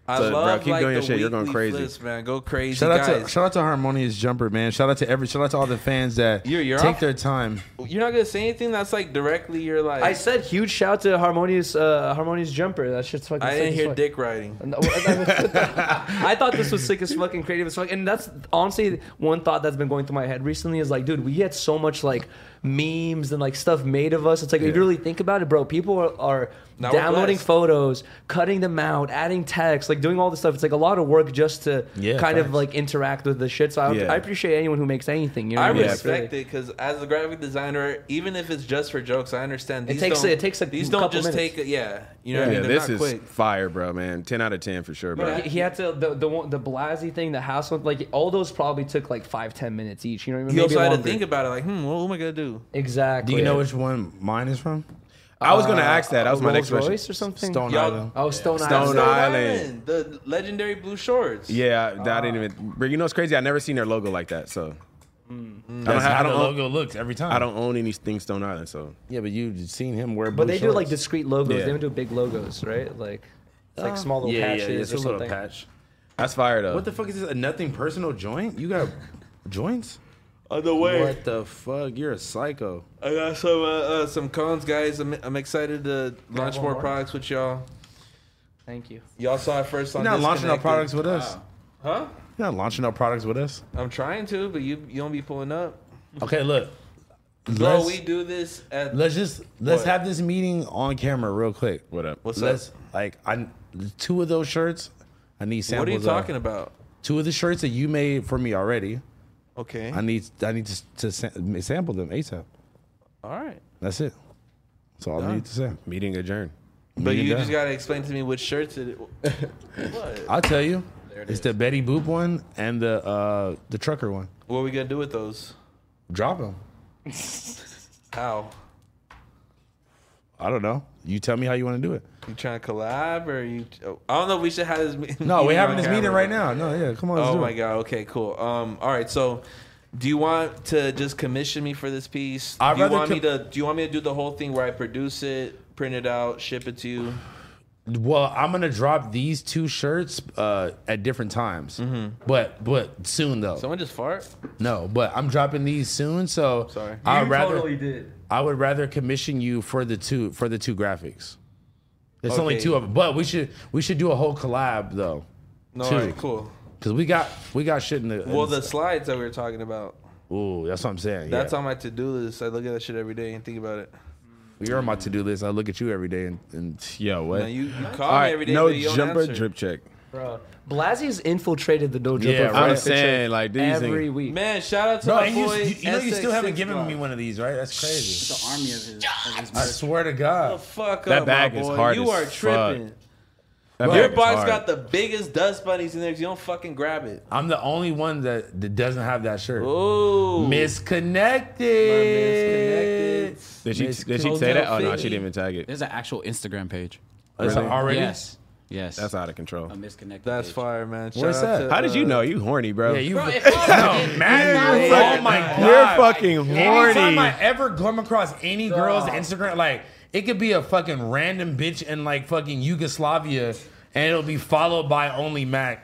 Speaker 1: I
Speaker 3: So, bro,
Speaker 1: love
Speaker 3: keep
Speaker 1: like
Speaker 3: doing your
Speaker 1: the
Speaker 3: shit. You're going
Speaker 1: weekly
Speaker 3: crazy.
Speaker 1: flips, man. Go crazy,
Speaker 5: Shout out,
Speaker 1: guys.
Speaker 5: to, shout out to Harmonious Jumper, man. Shout out to every, shout out to all the fans that
Speaker 1: You're- you're
Speaker 5: take
Speaker 1: off?
Speaker 5: their time.
Speaker 1: You're not gonna say anything that's like directly. You're like
Speaker 4: I said huge shout to harmonious uh, harmonious jumper. That shit's fucking.
Speaker 1: I
Speaker 4: sick
Speaker 1: didn't
Speaker 4: as
Speaker 1: hear
Speaker 4: fuck.
Speaker 1: dick riding.
Speaker 4: No, I I thought this was sick as fucking creative as fuck, and that's honestly one thought that's been going through my head recently is like, dude, we get so much like memes and like stuff made of us. It's like if you really think about it, bro, people are, are
Speaker 1: Now we're
Speaker 4: downloading
Speaker 1: blessed.
Speaker 4: photos, cutting them out, adding text, like doing all this stuff. It's like a lot of work just to
Speaker 5: Yeah,
Speaker 4: kind of
Speaker 5: facts.
Speaker 4: like interact with the shit. So I,
Speaker 3: Yeah.
Speaker 4: I appreciate anyone who makes anything. You know
Speaker 1: I
Speaker 4: what mean?
Speaker 1: respect it because as a graphic designer, even if it's just for jokes, I understand.
Speaker 4: It
Speaker 1: These
Speaker 4: takes-
Speaker 1: don't,
Speaker 4: it takes a
Speaker 1: these don't
Speaker 4: couple
Speaker 1: just
Speaker 4: minutes.
Speaker 1: take. Yeah, you know
Speaker 3: Yeah,
Speaker 1: what I mean. They're
Speaker 3: this
Speaker 1: not
Speaker 3: is
Speaker 1: quick.
Speaker 3: fire, bro, man. Ten out of ten for sure, bro.
Speaker 4: But he, he had to the the one, the Blasey thing, the house one, like all those probably took like five ten minutes each. You know what I mean?
Speaker 1: You also had to
Speaker 4: longer.
Speaker 1: think about it, like, hmm, what am I gonna do?
Speaker 4: Exactly.
Speaker 5: Do you know which one mine is from?
Speaker 3: I was gonna ask that. That was my next
Speaker 4: Rolls
Speaker 3: question.
Speaker 4: Royce or something?
Speaker 5: Stone
Speaker 1: Y'all-
Speaker 5: Island.
Speaker 4: Oh, Stone,
Speaker 3: Stone
Speaker 4: Island.
Speaker 3: Island.
Speaker 1: the legendary blue shorts.
Speaker 3: Yeah, I, I didn't even. Bro, you know what's crazy? I never seen their logo like that. So I don't,
Speaker 5: That's
Speaker 3: have,
Speaker 5: how
Speaker 3: I
Speaker 5: the
Speaker 3: don't own,
Speaker 5: logo looks every time.
Speaker 3: I don't own anything Stone Island. So
Speaker 5: Yeah, but you've seen him wear.
Speaker 4: But
Speaker 5: blue
Speaker 4: they do like
Speaker 5: shorts.
Speaker 4: discrete logos.
Speaker 3: Yeah.
Speaker 4: They don't do big logos, right? Like
Speaker 1: Oh.
Speaker 4: it's like small little
Speaker 5: yeah,
Speaker 4: patches
Speaker 5: yeah, it's
Speaker 4: or
Speaker 5: a little
Speaker 4: something.
Speaker 5: patch.
Speaker 3: that's fire though.
Speaker 5: What the fuck is this? A nothing personal joint? You got joints?
Speaker 1: On the way,
Speaker 5: What the fuck? You're a psycho.
Speaker 1: I got some uh, uh, some cones, guys. I'm, I'm excited to launch
Speaker 4: one
Speaker 1: more
Speaker 4: more?
Speaker 1: products with y'all.
Speaker 4: Thank you.
Speaker 1: Y'all saw it first on.
Speaker 5: You're not launching our
Speaker 1: Disconnected.
Speaker 5: products with us.
Speaker 1: huh?
Speaker 5: You're not launching our products with us.
Speaker 1: I'm trying to, but you you don't be pulling up.
Speaker 5: Okay, look.
Speaker 1: Bro,
Speaker 5: Let's,
Speaker 1: we do this at.
Speaker 5: let's just let's
Speaker 1: What?
Speaker 5: have this meeting on camera real quick.
Speaker 3: What up?
Speaker 1: What's
Speaker 5: let's
Speaker 1: up?
Speaker 5: like I two of those shirts. I need samples.
Speaker 1: What are you
Speaker 5: of.
Speaker 1: talking about?
Speaker 5: Two of the shirts that you made for me already.
Speaker 1: Okay.
Speaker 5: I need I need to, to sam- sample them ASAP.
Speaker 1: All right.
Speaker 5: That's it. That's all I need to say.
Speaker 3: Meeting adjourned.
Speaker 1: But
Speaker 5: and
Speaker 1: you
Speaker 5: Dan.
Speaker 1: just gotta explain to me which shirts it. what?
Speaker 5: I'll tell you. it's the Betty Boop one and the uh the trucker one.
Speaker 1: What are we gonna do with those?
Speaker 5: Drop them.
Speaker 1: How?
Speaker 5: I don't know. You tell me how you want to do it.
Speaker 1: You trying to collab or you? oh, I don't know. if We should have this. me-
Speaker 5: No, we're
Speaker 1: meeting
Speaker 5: having
Speaker 1: on
Speaker 5: this meeting
Speaker 1: camera.
Speaker 5: right now. No, yeah, come on. Let's
Speaker 1: Oh
Speaker 5: do
Speaker 1: my
Speaker 5: it.
Speaker 1: god. Okay. Cool. Um. All right. So, do you want to just commission me for this piece?
Speaker 5: I'd
Speaker 1: do you
Speaker 5: rather
Speaker 1: want me
Speaker 5: com-
Speaker 1: to? Do you want me to do the whole thing where I produce it, print it out, ship it to you?
Speaker 5: Well, I'm gonna drop these two shirts uh, at different times, but but soon though.
Speaker 1: Mm-hmm. Someone just fart.
Speaker 5: no, but I'm dropping these soon, so
Speaker 1: Sorry.
Speaker 5: I'd rather
Speaker 4: did.
Speaker 5: I would rather commission you for the two for the two graphics. It's only
Speaker 1: Okay.
Speaker 5: two of them, but we should we should do a whole collab though,
Speaker 1: No.
Speaker 5: Two.
Speaker 1: All right. Cool.
Speaker 5: because we got we got shit in the.
Speaker 1: Well, the slides that we were talking about.
Speaker 5: ooh, that's what I'm saying.
Speaker 1: That's
Speaker 5: That's yeah.
Speaker 1: on my to-do list. I look at that shit every day and think about it.
Speaker 5: you're on my to do list. I look at you every day and, and
Speaker 3: Yo, what?
Speaker 1: Now, you, you call
Speaker 3: All
Speaker 1: me
Speaker 3: right,
Speaker 1: every day.
Speaker 3: no
Speaker 1: but you don't
Speaker 3: jumper
Speaker 1: answer.
Speaker 3: drip check.
Speaker 4: Bro, Blasey's infiltrated the dojo.
Speaker 5: Yeah,
Speaker 4: for
Speaker 5: right.
Speaker 3: I'm
Speaker 4: us
Speaker 3: saying like these
Speaker 4: every
Speaker 3: niggas-
Speaker 4: week.
Speaker 1: Man, shout out to
Speaker 5: Bro,
Speaker 1: my
Speaker 5: and you,
Speaker 1: boy.
Speaker 5: you, you know you still
Speaker 1: SX6
Speaker 5: haven't given
Speaker 1: Block.
Speaker 5: me one of these, right? That's crazy.
Speaker 9: The army of his. Of his
Speaker 5: I
Speaker 9: merch.
Speaker 5: swear to God.
Speaker 1: Fuck
Speaker 3: That
Speaker 1: up,
Speaker 3: bag
Speaker 1: my
Speaker 3: is
Speaker 1: boy.
Speaker 3: hard
Speaker 1: you
Speaker 3: as
Speaker 1: are
Speaker 3: fuck.
Speaker 1: tripping.
Speaker 3: That
Speaker 1: Your
Speaker 3: bag is
Speaker 1: box
Speaker 3: hard.
Speaker 1: got the biggest dust bunnies in there. 'cause You don't fucking grab it.
Speaker 5: I'm the only one that, that doesn't have that shirt.
Speaker 1: Oh,
Speaker 5: Misconnected.
Speaker 1: Misconnected.
Speaker 3: Did she?
Speaker 5: Miss
Speaker 3: Did she say that? Oh no,
Speaker 5: Hotel
Speaker 3: she didn't even tag it.
Speaker 8: There's an actual Instagram page.
Speaker 5: It's already.
Speaker 8: Yes. Yes.
Speaker 3: That's out of control.
Speaker 8: a misconnected.
Speaker 1: That's
Speaker 8: page.
Speaker 1: fire, man. Shout
Speaker 5: Where's
Speaker 1: out
Speaker 5: that?
Speaker 1: to,
Speaker 3: How did you
Speaker 1: uh,
Speaker 3: know? You horny, bro.
Speaker 5: Yeah, you.
Speaker 9: No,
Speaker 5: man. Oh my god.
Speaker 3: You're fucking
Speaker 5: Anytime
Speaker 3: horny.
Speaker 5: I ever come across any girl's Instagram, like it could be a fucking random bitch in like fucking Yugoslavia, and it'll be followed by only Mac.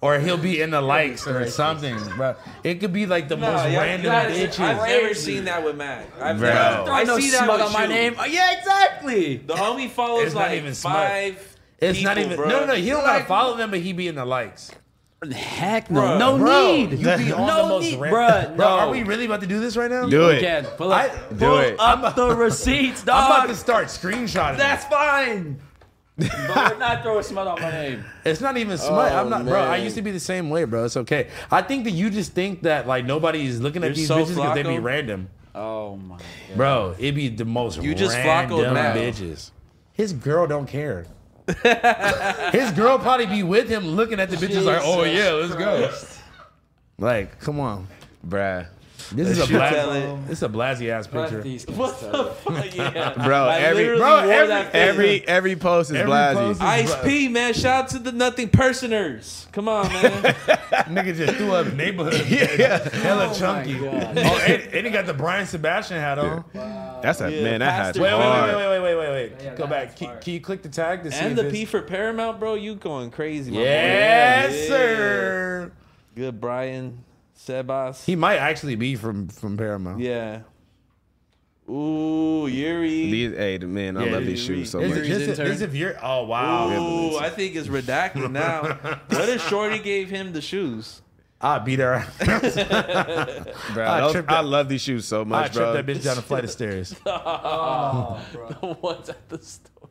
Speaker 5: Or he'll be in the likes or something, bro. It could be like the
Speaker 1: Nah,
Speaker 5: most
Speaker 1: yeah,
Speaker 5: random
Speaker 1: yeah,
Speaker 5: bitches.
Speaker 1: I've never seen that with Mac. I've
Speaker 3: Bro.
Speaker 1: never.
Speaker 3: Throw
Speaker 1: I
Speaker 4: no
Speaker 1: see that
Speaker 4: smut
Speaker 1: with
Speaker 4: on my
Speaker 1: you.
Speaker 4: name. Oh, yeah, exactly.
Speaker 1: The homie follows
Speaker 5: It's not
Speaker 1: like
Speaker 5: even smut.
Speaker 1: five.
Speaker 5: It's
Speaker 1: people,
Speaker 5: not even.
Speaker 1: Bro.
Speaker 5: No, no, no. He don't gotta follow them, but he be in the likes.
Speaker 8: Heck no.
Speaker 1: Bruh.
Speaker 8: no
Speaker 5: Bro,
Speaker 8: need.
Speaker 5: You be on
Speaker 8: no
Speaker 5: the most
Speaker 8: need.
Speaker 5: ran-
Speaker 8: Bruh,
Speaker 5: Bro, are
Speaker 8: no.
Speaker 5: we really about to do this right now?
Speaker 3: Do it.
Speaker 8: Again, pull
Speaker 5: I,
Speaker 8: up,
Speaker 3: Do
Speaker 8: pull
Speaker 3: it.
Speaker 8: up the receipts,
Speaker 5: I'm about
Speaker 8: dog.
Speaker 5: to start screenshotting.
Speaker 8: That's fine. but we're not throwing smut on my name.
Speaker 5: It's not even smut.
Speaker 3: Oh,
Speaker 5: I'm not, bro. I
Speaker 3: man.
Speaker 5: used to be the same way, bro. It's okay. I think that you just think that like nobody is looking at
Speaker 1: You're
Speaker 5: these
Speaker 1: so
Speaker 5: bitches because they be
Speaker 1: Flacco.
Speaker 5: random,
Speaker 8: Oh my.
Speaker 5: bro. It be the most
Speaker 1: You just
Speaker 5: random
Speaker 1: Flacco'd now.
Speaker 5: bitches. His girl don't care. His girl probably be with him looking at the bitches like, oh yeah, let's go. Like, come on,
Speaker 3: Bruh.
Speaker 5: This is a
Speaker 1: Shoot that
Speaker 5: blaz-
Speaker 1: leg.
Speaker 5: this is a blazy ass picture.
Speaker 1: What the fuck? Yeah.
Speaker 3: Bro,
Speaker 1: I
Speaker 3: every
Speaker 1: literally
Speaker 3: bro,
Speaker 1: wore
Speaker 3: every,
Speaker 1: that thing.
Speaker 3: every every post is
Speaker 5: Every
Speaker 3: blazzy.
Speaker 5: post is-
Speaker 1: Ice P, man. Shout out to the nothing personers. Come on, man.
Speaker 5: Nigga just threw up neighborhood. yeah. Hella chunky. Oh, and, and he got the Brian Sebastian hat on.
Speaker 3: That's a
Speaker 1: Yeah,
Speaker 3: man. That hat.
Speaker 1: pastor.
Speaker 5: Wait, wait,
Speaker 3: hard.
Speaker 5: wait, wait, wait, wait, wait, wait.
Speaker 4: Yeah,
Speaker 5: Go
Speaker 4: that
Speaker 5: back.
Speaker 4: is
Speaker 5: Can,
Speaker 4: fire.
Speaker 5: can you click the tag to see?
Speaker 1: and
Speaker 5: if
Speaker 1: the
Speaker 5: it's-
Speaker 1: P for Paramount, bro. You going crazy, my boy.
Speaker 5: Yes,
Speaker 1: Yeah.
Speaker 5: sir.
Speaker 1: Good Brian Sebas.
Speaker 5: He might actually be from from Paramount.
Speaker 1: yeah. Ooh, Yuri.
Speaker 3: These, hey, the- man, I
Speaker 5: Yeah,
Speaker 3: love
Speaker 5: dude,
Speaker 3: these shoes so
Speaker 5: Is
Speaker 3: much.
Speaker 5: it,
Speaker 8: Yuri's
Speaker 5: this,
Speaker 8: intern.
Speaker 5: this if you're? Oh wow.
Speaker 1: Ooh, I think it's redacted now. what if Shorty gave him the shoes?
Speaker 5: I beat her.
Speaker 3: Bro,
Speaker 5: I
Speaker 3: those-
Speaker 5: tripped
Speaker 3: I
Speaker 5: out-
Speaker 3: love these shoes so
Speaker 5: I
Speaker 3: much,
Speaker 5: tripped
Speaker 3: bro.
Speaker 5: that bitch down a flight of stairs.
Speaker 1: The ones at the store.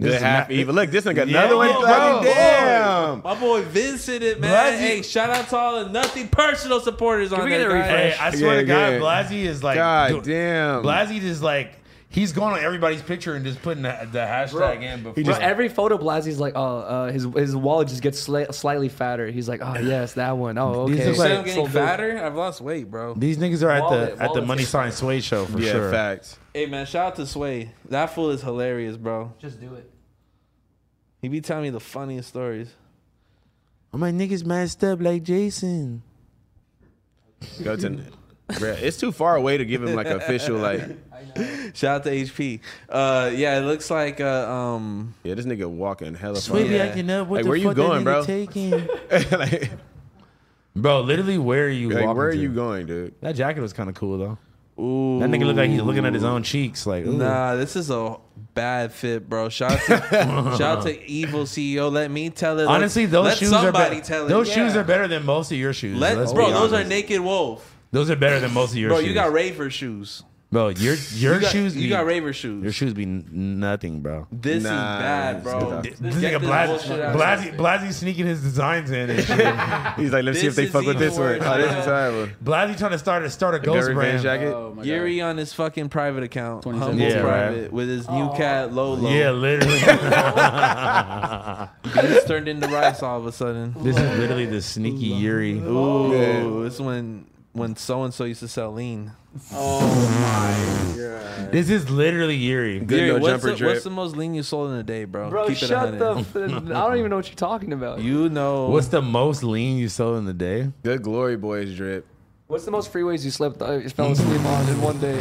Speaker 3: Good half even. Look, this one got
Speaker 5: Yeah,
Speaker 3: another one.
Speaker 5: yeah,
Speaker 3: Bloody
Speaker 5: bro.
Speaker 3: Damn.
Speaker 1: My boy Vincent, it man.
Speaker 5: Blasi-
Speaker 1: Hey, shout out to all the nothing personal supporters on
Speaker 4: we
Speaker 1: there.
Speaker 4: get a
Speaker 1: guys.
Speaker 5: Hey, I swear to
Speaker 3: Yeah,
Speaker 5: God,
Speaker 3: yeah.
Speaker 5: Blasey is like.
Speaker 3: God
Speaker 5: dude,
Speaker 3: damn.
Speaker 5: Blasey is like. He's going on everybody's picture and just putting the, the hashtag in. Before.
Speaker 4: He just every photo Blasey's like, oh, uh, his his wallet just gets sli- slightly fatter. He's like, oh yes, that one. Oh
Speaker 5: These
Speaker 4: okay.
Speaker 5: look
Speaker 1: You say I'm
Speaker 5: like-
Speaker 1: getting
Speaker 4: Sold it.
Speaker 1: fatter? I've lost weight, bro.
Speaker 5: These niggas are at
Speaker 4: Wallet,
Speaker 5: the at the
Speaker 4: wallet.
Speaker 5: Money Sign Sway show for
Speaker 3: Yeah,
Speaker 5: sure.
Speaker 3: facts.
Speaker 1: Hey man, shout out to Sway. That fool is hilarious, bro.
Speaker 4: Just do it.
Speaker 1: He be telling me the funniest stories.
Speaker 5: Oh, my niggas messed up like Jason.
Speaker 3: Go to. Bruh, it's too far away to give him like official like.
Speaker 1: Shout out to HP. Uh, yeah, it looks like uh, um,
Speaker 3: Yeah, this nigga walking hella
Speaker 1: Sweet
Speaker 3: far.
Speaker 1: be acting
Speaker 5: up.
Speaker 3: What Like, the where you fuck that going, nigga bro?
Speaker 5: Taking?
Speaker 3: like,
Speaker 5: bro, literally, where are you
Speaker 3: like,
Speaker 5: walking
Speaker 3: where are
Speaker 5: to?
Speaker 3: you going, dude?
Speaker 5: That jacket was kind of cool though.
Speaker 1: ooh,
Speaker 5: That nigga looked like he's looking at his own cheeks. Like, ooh.
Speaker 1: Nah, this is a bad fit, bro. Shout out to, shout out to evil CEO. Let me tell it. Let-
Speaker 5: honestly, those
Speaker 1: let
Speaker 5: shoes are
Speaker 1: somebody
Speaker 5: better.
Speaker 1: tell it.
Speaker 5: Those
Speaker 1: Yeah.
Speaker 5: shoes are better than most of your shoes.
Speaker 1: Let,
Speaker 5: let's
Speaker 1: bro,
Speaker 5: be
Speaker 1: those are
Speaker 5: honest.
Speaker 1: naked wolf.
Speaker 5: those are better than most of your
Speaker 1: Bro,
Speaker 5: shoes.
Speaker 1: you got raver shoes.
Speaker 5: bro, your your
Speaker 1: You got,
Speaker 5: shoes.
Speaker 1: You
Speaker 5: be-
Speaker 1: got raver shoes.
Speaker 5: Your shoes be n- nothing, bro.
Speaker 1: This
Speaker 3: Nah,
Speaker 1: is bad, bro.
Speaker 3: this
Speaker 5: This
Speaker 1: Get
Speaker 5: nigga
Speaker 1: this bullshit
Speaker 5: Blasey,
Speaker 1: out.
Speaker 5: Blasey, Blasey sneaking his designs in and shit.
Speaker 3: He's like, let's see
Speaker 1: This
Speaker 3: if they
Speaker 1: is
Speaker 3: fuck with
Speaker 1: even
Speaker 3: this one.
Speaker 1: worse,
Speaker 3: Oh, this
Speaker 1: man.
Speaker 3: is terrible.
Speaker 5: Blasey trying to start a start a ghost
Speaker 3: Dirty
Speaker 5: brand.
Speaker 3: Van jacket.
Speaker 8: Oh my
Speaker 1: Yuri on his fucking private account,
Speaker 8: 27.
Speaker 1: humble
Speaker 5: Yeah, right.
Speaker 1: private, with his new cat Lolo.
Speaker 5: Yeah, literally.
Speaker 1: Beans turned into rice all of a sudden.
Speaker 5: this is literally the sneaky Yuri.
Speaker 1: Ooh,
Speaker 3: Yeah.
Speaker 1: it's when when so and so used to sell lean.
Speaker 5: This is literally Yuri.
Speaker 3: Good
Speaker 1: Yuri,
Speaker 3: no
Speaker 1: what's,
Speaker 3: jumper
Speaker 1: the,
Speaker 3: drip.
Speaker 1: what's the most lean you sold in a day, bro?
Speaker 4: Bro,
Speaker 1: it
Speaker 4: shut
Speaker 1: 100.
Speaker 4: the. F- I don't even know what you're talking about.
Speaker 1: You know
Speaker 5: What's the most lean you sold in the day?
Speaker 3: Good glory boys drip.
Speaker 4: What's the most freeways you slept? Uh, you fell asleep on in one day.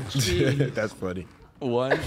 Speaker 3: That's funny.
Speaker 1: what?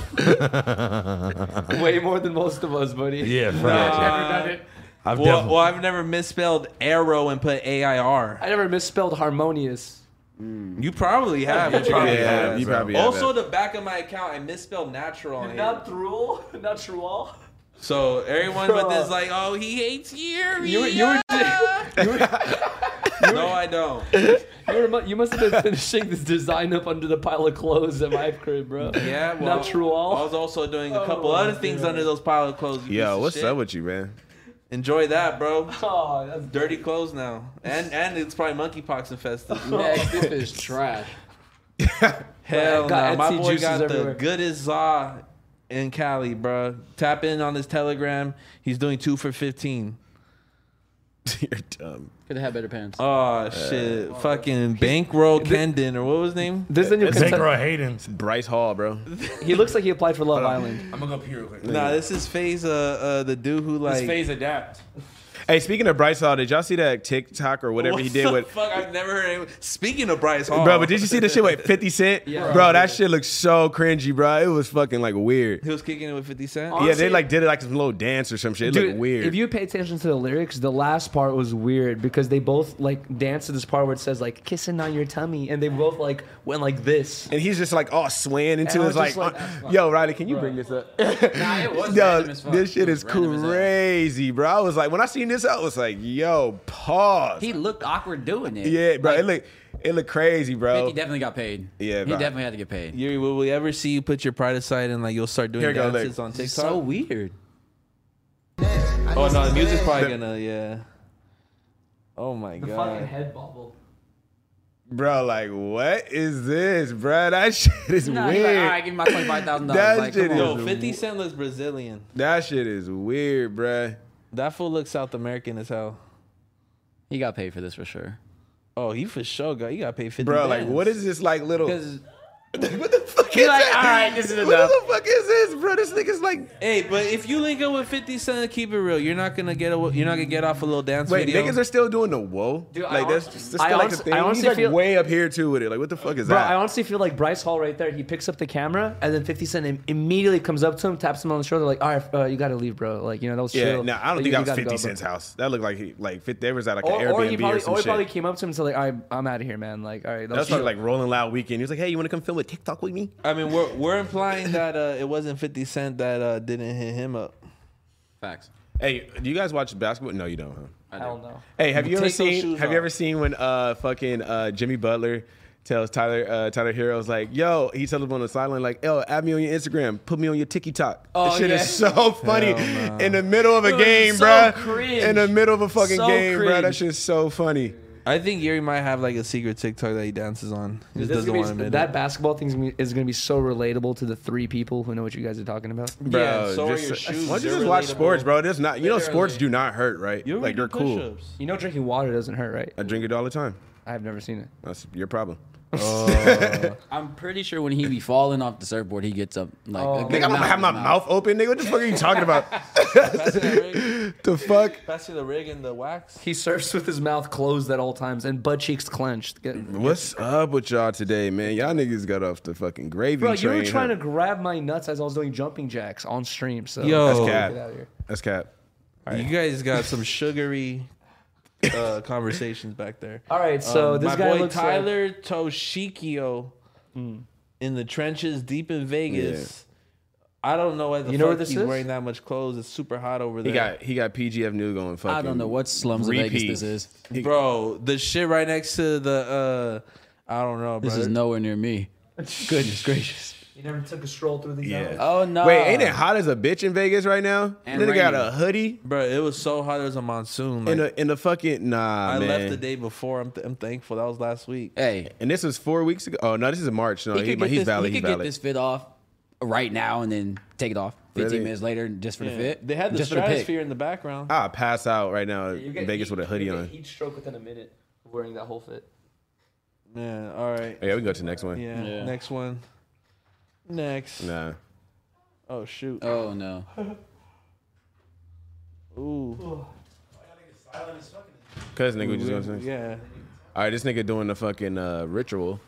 Speaker 4: Way more than most of us, buddy.
Speaker 5: Yeah, fuck. I've
Speaker 1: Well,
Speaker 5: defi-
Speaker 1: well, I've never misspelled arrow and put A I R.
Speaker 4: I never misspelled harmonious.
Speaker 1: You probably have. but you probably
Speaker 3: Yeah,
Speaker 1: have.
Speaker 3: you probably have
Speaker 1: Also,
Speaker 3: that.
Speaker 1: the back of my account, I misspelled natural on here.
Speaker 4: true. Not true.
Speaker 1: So everyone with this, like, oh, he hates Yuri.
Speaker 4: You were- you were-
Speaker 1: no, I don't.
Speaker 4: You, were, mu- you must have been finishing this design up under the pile of clothes at my crib, bro.
Speaker 1: Yeah, well,
Speaker 4: Not true all.
Speaker 1: I was also doing a couple
Speaker 4: Oh,
Speaker 1: other things
Speaker 4: dude.
Speaker 1: under those pile of clothes. you piece
Speaker 3: Yo,
Speaker 1: of
Speaker 3: what's
Speaker 1: shit.
Speaker 3: up with you, man?
Speaker 1: Enjoy that, bro.
Speaker 4: Oh, that's
Speaker 1: Dirty clothes now, and and it's probably monkeypox infested.
Speaker 9: Next, this is trash.
Speaker 1: Hell
Speaker 4: Got
Speaker 1: no, my
Speaker 4: Etsy
Speaker 1: boy
Speaker 4: juices
Speaker 1: got
Speaker 4: everywhere.
Speaker 1: the goodest za in Cali, bro. Tap in on his Telegram. He's doing two for fifteen.
Speaker 3: You're dumb.
Speaker 8: Could have had better pants.
Speaker 1: Oh shit, fucking bankroll Kendon or what was his name?
Speaker 4: This is the new concept.
Speaker 5: Bankroll Hayden.
Speaker 3: Bryce Hall, bro.
Speaker 4: He looks like he applied for Love Island.
Speaker 5: I'm gonna go pee real quick.
Speaker 1: Nah, this is Phase. Uh, uh, the dude who like.
Speaker 9: adapt.
Speaker 3: Hey, speaking of Bryce Hall, did y'all see that TikTok or whatever
Speaker 1: what
Speaker 3: he did
Speaker 1: the
Speaker 3: with?
Speaker 1: Fuck, I've never heard. Anyone. Speaking of Bryce Hall,
Speaker 3: Bro, but did you see the shit with 50 Cent?
Speaker 4: Yeah.
Speaker 3: Bro, that shit looks so cringy, bro. It was fucking like weird.
Speaker 1: he was kicking it with Fifty Cent?
Speaker 3: yeah, they like did it like some little dance or some shit. It looked weird.
Speaker 4: If you pay attention to the lyrics, the last part was weird because they both like danced to this part where it says like kissing on your tummy, and they both like went like this.
Speaker 3: and he's just like all swaying into
Speaker 4: And I
Speaker 3: his
Speaker 4: was
Speaker 3: like,
Speaker 4: just like,
Speaker 3: uh, yo, Riley, can you bring this up?
Speaker 9: Nah, it was
Speaker 3: Yo,
Speaker 9: random as fuck.
Speaker 3: this shit
Speaker 9: It
Speaker 3: is
Speaker 9: was random as hell.
Speaker 3: crazy, bro. I was like, when I seen this, I was like, yo, pause.
Speaker 8: He looked awkward doing it.
Speaker 3: yeah, bro,
Speaker 8: Like,
Speaker 3: it looked it looked crazy, bro.
Speaker 8: He definitely got paid.
Speaker 3: Yeah,
Speaker 8: he
Speaker 3: bro.
Speaker 8: definitely had to get paid.
Speaker 1: Yuri, will we ever see you put your pride aside and like you'll start doing
Speaker 3: Here you go, look.
Speaker 1: dances on TikTok?
Speaker 8: It's so weird.
Speaker 1: oh no, the music's probably
Speaker 3: The-
Speaker 1: gonna yeah. Oh my
Speaker 4: The fucking
Speaker 1: god.
Speaker 4: head bobble.
Speaker 3: Bro, like, what is this, bro? That shit is
Speaker 8: Nah, he's
Speaker 3: weird.
Speaker 8: like, all right, give me my twenty five thousand
Speaker 3: That
Speaker 8: dollars. Like,
Speaker 3: shit
Speaker 8: come
Speaker 3: is-
Speaker 8: on.
Speaker 1: Yo, Fifty Cent looks Brazilian.
Speaker 3: That shit is weird, bro.
Speaker 1: That fool looks South American as hell.
Speaker 8: He got paid for this for sure.
Speaker 1: Oh, he for sure got. You got to pay fifty.
Speaker 3: Bro, like, what is this, like, little. what
Speaker 1: Because
Speaker 3: the fuck
Speaker 9: He
Speaker 3: is
Speaker 9: like,
Speaker 3: that?
Speaker 9: all right, this is
Speaker 3: What
Speaker 9: enough.
Speaker 3: the fuck is this, bro? This nigga's like.
Speaker 1: hey, but if you link up with Fifty Cent and keep it real, you're not gonna get. A, you're not gonna get off a little dance
Speaker 3: Wait,
Speaker 1: video.
Speaker 3: niggas are still doing the whoa?
Speaker 4: Dude, I
Speaker 3: like, that's,
Speaker 4: honest-
Speaker 3: that's
Speaker 4: I
Speaker 3: still like the
Speaker 4: honest-
Speaker 3: thing.
Speaker 4: I
Speaker 3: He's
Speaker 4: honestly
Speaker 3: like
Speaker 4: feel-
Speaker 3: way up here, too, with it. Like, what the fuck is
Speaker 4: Bro,
Speaker 3: that?
Speaker 4: I honestly feel like Bryce Hall right there. He picks up the camera, and then 50 Cent im- immediately comes up to him, taps him on the shoulder, like, "All right, uh, you got to leave, bro. Like, you know, that was
Speaker 3: yeah,
Speaker 4: chill.
Speaker 3: no, I
Speaker 4: Like,
Speaker 3: don't think
Speaker 4: you-
Speaker 3: that
Speaker 4: you
Speaker 3: was
Speaker 4: gotta
Speaker 3: 50
Speaker 4: go, bro."
Speaker 3: Cent's house. That looked like, he, like, fit, they was at like an
Speaker 4: Or, or he
Speaker 3: Airbnb
Speaker 4: probably,
Speaker 3: or some
Speaker 4: or he probably
Speaker 3: shit.
Speaker 4: came up to him and said, like, "All right, I'm out of here, man. Like, all right, that
Speaker 3: That's
Speaker 4: was
Speaker 3: probably
Speaker 4: chill.
Speaker 3: like Rolling Loud weekend. He was like, "Hey, you want to come film a TikTok with me?"
Speaker 1: I mean, we're we're implying that uh, it wasn't Fifty Cent that uh, didn't hit him up.
Speaker 8: Facts.
Speaker 3: Hey, do you guys watch basketball? No, you don't. Huh?
Speaker 4: I don't know.
Speaker 3: Hey, have you ever
Speaker 1: Take those
Speaker 3: seen?
Speaker 1: shoes
Speaker 3: Have you
Speaker 1: off.
Speaker 3: ever seen when uh fucking uh Jimmy Butler tells Tyler uh Tyler Heroes like, "Yo," he tells him on the sideline like, "Yo, add me on your Instagram, put me on your TikTok." Oh,
Speaker 4: Oh,
Speaker 3: this shit
Speaker 4: yeah.
Speaker 3: is so funny in the middle of a
Speaker 4: Dude,
Speaker 3: game,
Speaker 4: so
Speaker 3: bruh.
Speaker 4: cringe.
Speaker 3: In the middle of a fucking
Speaker 4: So
Speaker 3: game, bruh. That
Speaker 4: cringe.
Speaker 3: shit's so funny.
Speaker 1: I think Yuri might have like a secret TikTok that he dances on. He just
Speaker 4: This is
Speaker 1: doesn't
Speaker 4: gonna
Speaker 1: want to
Speaker 4: be-
Speaker 1: admit
Speaker 4: that
Speaker 1: it.
Speaker 4: basketball thing is gonna be- is going to be so relatable to the three people who know what you guys are talking about.
Speaker 3: Bro,
Speaker 1: yeah, so are
Speaker 3: just-
Speaker 1: your shoes.
Speaker 3: Why don't you
Speaker 1: They're
Speaker 3: just watch
Speaker 1: relatable.
Speaker 3: sports, bro? There's not. You know,
Speaker 1: Literally.
Speaker 3: sports do not hurt, right?
Speaker 1: You
Speaker 3: like
Speaker 1: already
Speaker 3: they're
Speaker 1: do
Speaker 3: cool.
Speaker 1: push-ups.
Speaker 4: You know, drinking water doesn't hurt, right?
Speaker 3: I drink it all the time.
Speaker 4: I've never seen it.
Speaker 3: That's your problem.
Speaker 8: I'm pretty sure when he be falling off the surfboard, he gets up like. a good
Speaker 3: Nigga, I'm gonna
Speaker 8: amount
Speaker 3: have my
Speaker 8: of
Speaker 3: mouth open, nigga. What the fuck are you talking about?
Speaker 1: Pass you the rig-
Speaker 3: the fuck?
Speaker 1: pass you the rig and the wax.
Speaker 4: He surfs with his mouth closed at all times and butt cheeks clenched. Get-
Speaker 3: What's up with y'all today, man? Y'all niggas got off the fucking gravy
Speaker 4: Bro, you
Speaker 3: train.
Speaker 4: were trying
Speaker 3: huh?
Speaker 4: to grab my nuts as I was doing jumping jacks on stream. So
Speaker 1: Yo.
Speaker 8: Oh.
Speaker 3: That's
Speaker 4: Get out of here.
Speaker 3: cap. That's cap.
Speaker 1: You guys got some sugary uh, conversations back there.
Speaker 4: All right, so
Speaker 1: Um,
Speaker 4: this
Speaker 1: my
Speaker 4: guy
Speaker 1: boy
Speaker 4: looks like-
Speaker 1: Tyler Toshikio Hmm. in the trenches deep in Vegas. I don't know why the
Speaker 4: You know where
Speaker 1: fuck
Speaker 4: this
Speaker 1: he's
Speaker 4: is?
Speaker 1: wearing that much clothes. It's super hot over there.
Speaker 3: He got he got PGF new going fucking.
Speaker 8: I don't know what slums of Vegas
Speaker 3: repeat.
Speaker 8: this is.
Speaker 1: bro, the shit right next to the uh I don't know, bro.
Speaker 8: This is nowhere near me. Goodness gracious.
Speaker 4: You never took a stroll through these
Speaker 3: Yeah.
Speaker 4: alleys?
Speaker 8: Oh no.
Speaker 3: Wait, ain't it hot as a bitch in Vegas right now?
Speaker 8: And
Speaker 3: then they got
Speaker 8: raining.
Speaker 3: a hoodie
Speaker 1: bro, it was so hot it was a monsoon. Like,
Speaker 3: and a in the fucking nah
Speaker 1: I
Speaker 3: man.
Speaker 1: left the day before. I'm, th- I'm thankful. That was last week.
Speaker 8: Hey,
Speaker 3: And this was four weeks ago. Oh no, this is March. No,
Speaker 8: he
Speaker 3: he
Speaker 8: could, get,
Speaker 3: he's
Speaker 8: this,
Speaker 3: valid.
Speaker 8: he
Speaker 3: He's
Speaker 8: could get
Speaker 3: valid.
Speaker 8: this fit off right now and then take it off 15
Speaker 3: Really?
Speaker 8: minutes later just for the fit.
Speaker 1: They had the
Speaker 8: just for pic.
Speaker 1: stratosphere in the background.
Speaker 3: I Ah, pass out right now in Vegas with a hoodie on.
Speaker 4: Each stroke within a minute wearing that whole fit.
Speaker 1: Yeah, all right.
Speaker 3: Oh, yeah, we can go to the next one.
Speaker 1: Yeah, next one. Next.
Speaker 3: Nah.
Speaker 1: Oh shoot.
Speaker 8: Oh no.
Speaker 1: Ooh.
Speaker 3: Cause nigga we just going to
Speaker 1: Yeah.
Speaker 3: Alright, this nigga doing the fucking uh, ritual.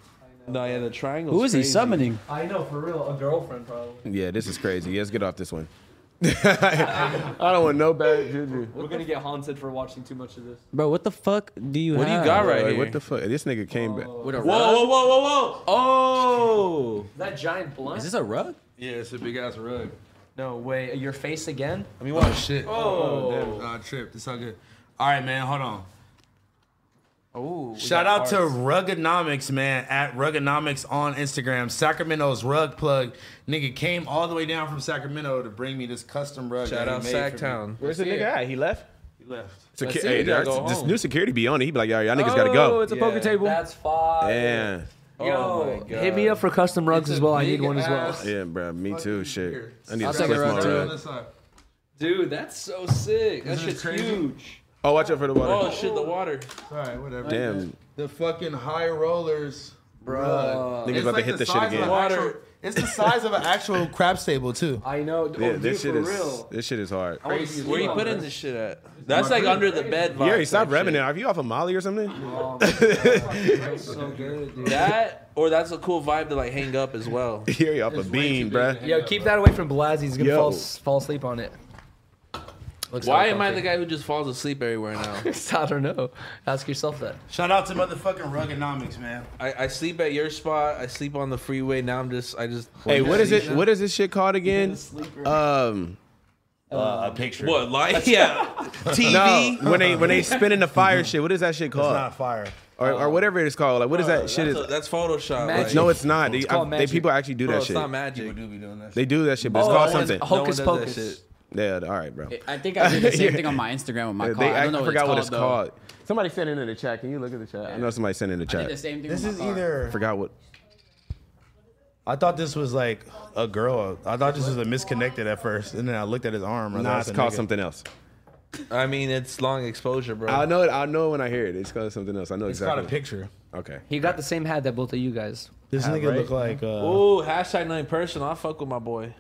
Speaker 1: No, yeah, the triangle.
Speaker 8: Who is he summoning?
Speaker 4: I know, for real. A girlfriend, probably.
Speaker 3: Yeah, this is crazy. Let's get off this one. I don't want no bad juju.
Speaker 4: We're going to get haunted for watching too much of this.
Speaker 8: Bro, what the fuck do you
Speaker 1: What do you
Speaker 8: have?
Speaker 1: got right
Speaker 3: Like,
Speaker 1: here?
Speaker 3: what the fuck? This nigga came back.
Speaker 8: With a
Speaker 1: Whoa,
Speaker 8: rug?
Speaker 1: whoa, whoa, whoa, whoa!
Speaker 8: Oh.
Speaker 4: that giant blunt?
Speaker 8: Is this a rug?
Speaker 9: Yeah, it's a big ass rug.
Speaker 4: no way. Your face again?
Speaker 9: I mean, what? shit. Oh, damn.
Speaker 5: uh,
Speaker 9: I tripped. It's all good. All right, man. Hold on.
Speaker 4: Oh.
Speaker 9: Shout out to
Speaker 5: Rugonomics, man, at Rugonomics on Instagram. Sacramento's rug plug. Nigga came all the way down from Sacramento to bring me this custom rug.
Speaker 1: Shout
Speaker 5: that he
Speaker 1: out
Speaker 5: made for me.
Speaker 1: Sacktown.
Speaker 3: Where's the nigga at? He left?
Speaker 5: He left.
Speaker 3: Secu-
Speaker 1: That's it,
Speaker 3: hey,
Speaker 1: you gotta
Speaker 3: that's-
Speaker 1: go
Speaker 3: this
Speaker 1: home.
Speaker 3: new security be on it. He be like, y'all, y'all niggas gotta go.
Speaker 4: Oh, it's a poker table. That's fine.
Speaker 3: yeah.
Speaker 4: Yo,
Speaker 1: Oh my
Speaker 4: hit me
Speaker 1: God.
Speaker 4: up for custom rugs as well. I need one as well.
Speaker 3: Yeah, bro. Me too. Shit. I need
Speaker 8: I'll
Speaker 3: a
Speaker 8: take a
Speaker 3: slip
Speaker 8: rug,
Speaker 3: my
Speaker 8: too.
Speaker 3: rug.
Speaker 9: dude. That's so sick. That
Speaker 5: Isn't it
Speaker 9: shit's
Speaker 5: crazy?
Speaker 9: huge.
Speaker 3: Oh, watch out for the
Speaker 1: Oh
Speaker 3: water.
Speaker 1: shit, the water.
Speaker 5: All right, whatever.
Speaker 3: Damn.
Speaker 5: The fucking high rollers, bro.
Speaker 3: Niggas about to hit this shit again.
Speaker 1: Water.
Speaker 5: It's the size of an actual crab stable too.
Speaker 4: I know.
Speaker 3: Yeah,
Speaker 4: oh,
Speaker 3: this
Speaker 4: dude,
Speaker 3: shit
Speaker 4: for
Speaker 3: is
Speaker 4: real.
Speaker 3: this shit is hard.
Speaker 1: Where you putting this shit at? That's like under the bed.
Speaker 3: Yuri,
Speaker 1: vibes,
Speaker 3: stop
Speaker 1: like
Speaker 3: remming
Speaker 1: shit.
Speaker 3: it. Are you off of Molly or something?
Speaker 4: so good, dude.
Speaker 1: That or that's a cool vibe to like hang up as well.
Speaker 3: Yuri off a beam, bruh.
Speaker 4: Yo, keep that away from Blasi. He's gonna
Speaker 3: Yo.
Speaker 4: fall, fall asleep on it. Looks
Speaker 1: Why
Speaker 4: like
Speaker 1: am I the
Speaker 4: something.
Speaker 1: guy who just falls asleep everywhere now?
Speaker 4: I don't know. Ask yourself that.
Speaker 5: Shout out to motherfucking Rugonomics, man.
Speaker 1: I, I sleep at your spot. I sleep on the freeway. Now I'm just I just.
Speaker 3: Hey, what is it? What is this shit called again? Um,
Speaker 5: a picture.
Speaker 1: What like yeah?
Speaker 3: no,
Speaker 1: E TV.
Speaker 3: when they when they spinning the fire shit. What is that shit
Speaker 5: It's
Speaker 3: called?
Speaker 5: not fire.
Speaker 3: Or, or whatever it is called. Like, what is that
Speaker 1: That's,
Speaker 3: shit? Is
Speaker 1: a- that's Photoshop.
Speaker 4: Magic.
Speaker 1: like-
Speaker 3: no, it's not. They,
Speaker 4: called
Speaker 3: I- they
Speaker 4: magic.
Speaker 3: people actually do
Speaker 1: Bro,
Speaker 3: that
Speaker 1: it's not
Speaker 3: shit.
Speaker 1: magic. oh,
Speaker 5: People do be doing that.
Speaker 3: They do that shit, but it's called something.
Speaker 1: No one does
Speaker 4: Hocus
Speaker 1: that
Speaker 4: pocus.
Speaker 1: shit.
Speaker 3: Yeah, all right, bro.
Speaker 8: I think I did the same thing on my Instagram with my
Speaker 3: Yeah,
Speaker 8: car.
Speaker 3: They,
Speaker 8: I
Speaker 3: I,
Speaker 8: don't know
Speaker 3: forgot what
Speaker 8: what
Speaker 3: it's called. Somebody sent it in the chat. Can you look at the chat? I know somebody sent it in the
Speaker 8: I did the
Speaker 3: chat.
Speaker 8: same thing
Speaker 5: This
Speaker 8: with
Speaker 5: is
Speaker 8: my car.
Speaker 5: either.
Speaker 3: Forgot what.
Speaker 5: I thought this was like a girl. I thought this was a misconnected at first, and then I looked at his arm. I was
Speaker 3: Nah,
Speaker 5: like,
Speaker 3: it's
Speaker 5: a
Speaker 3: called
Speaker 5: nigga.
Speaker 3: something else.
Speaker 1: I mean, it's long exposure, bro.
Speaker 3: I know it. I know when I hear it. It's called something else. I know
Speaker 5: It's
Speaker 3: exactly.
Speaker 5: got a picture.
Speaker 3: Okay.
Speaker 4: He got the same hat that both of you guys.
Speaker 5: This nigga look like. Uh,
Speaker 1: Ooh, hashtag nothing personal. I fuck with my boy.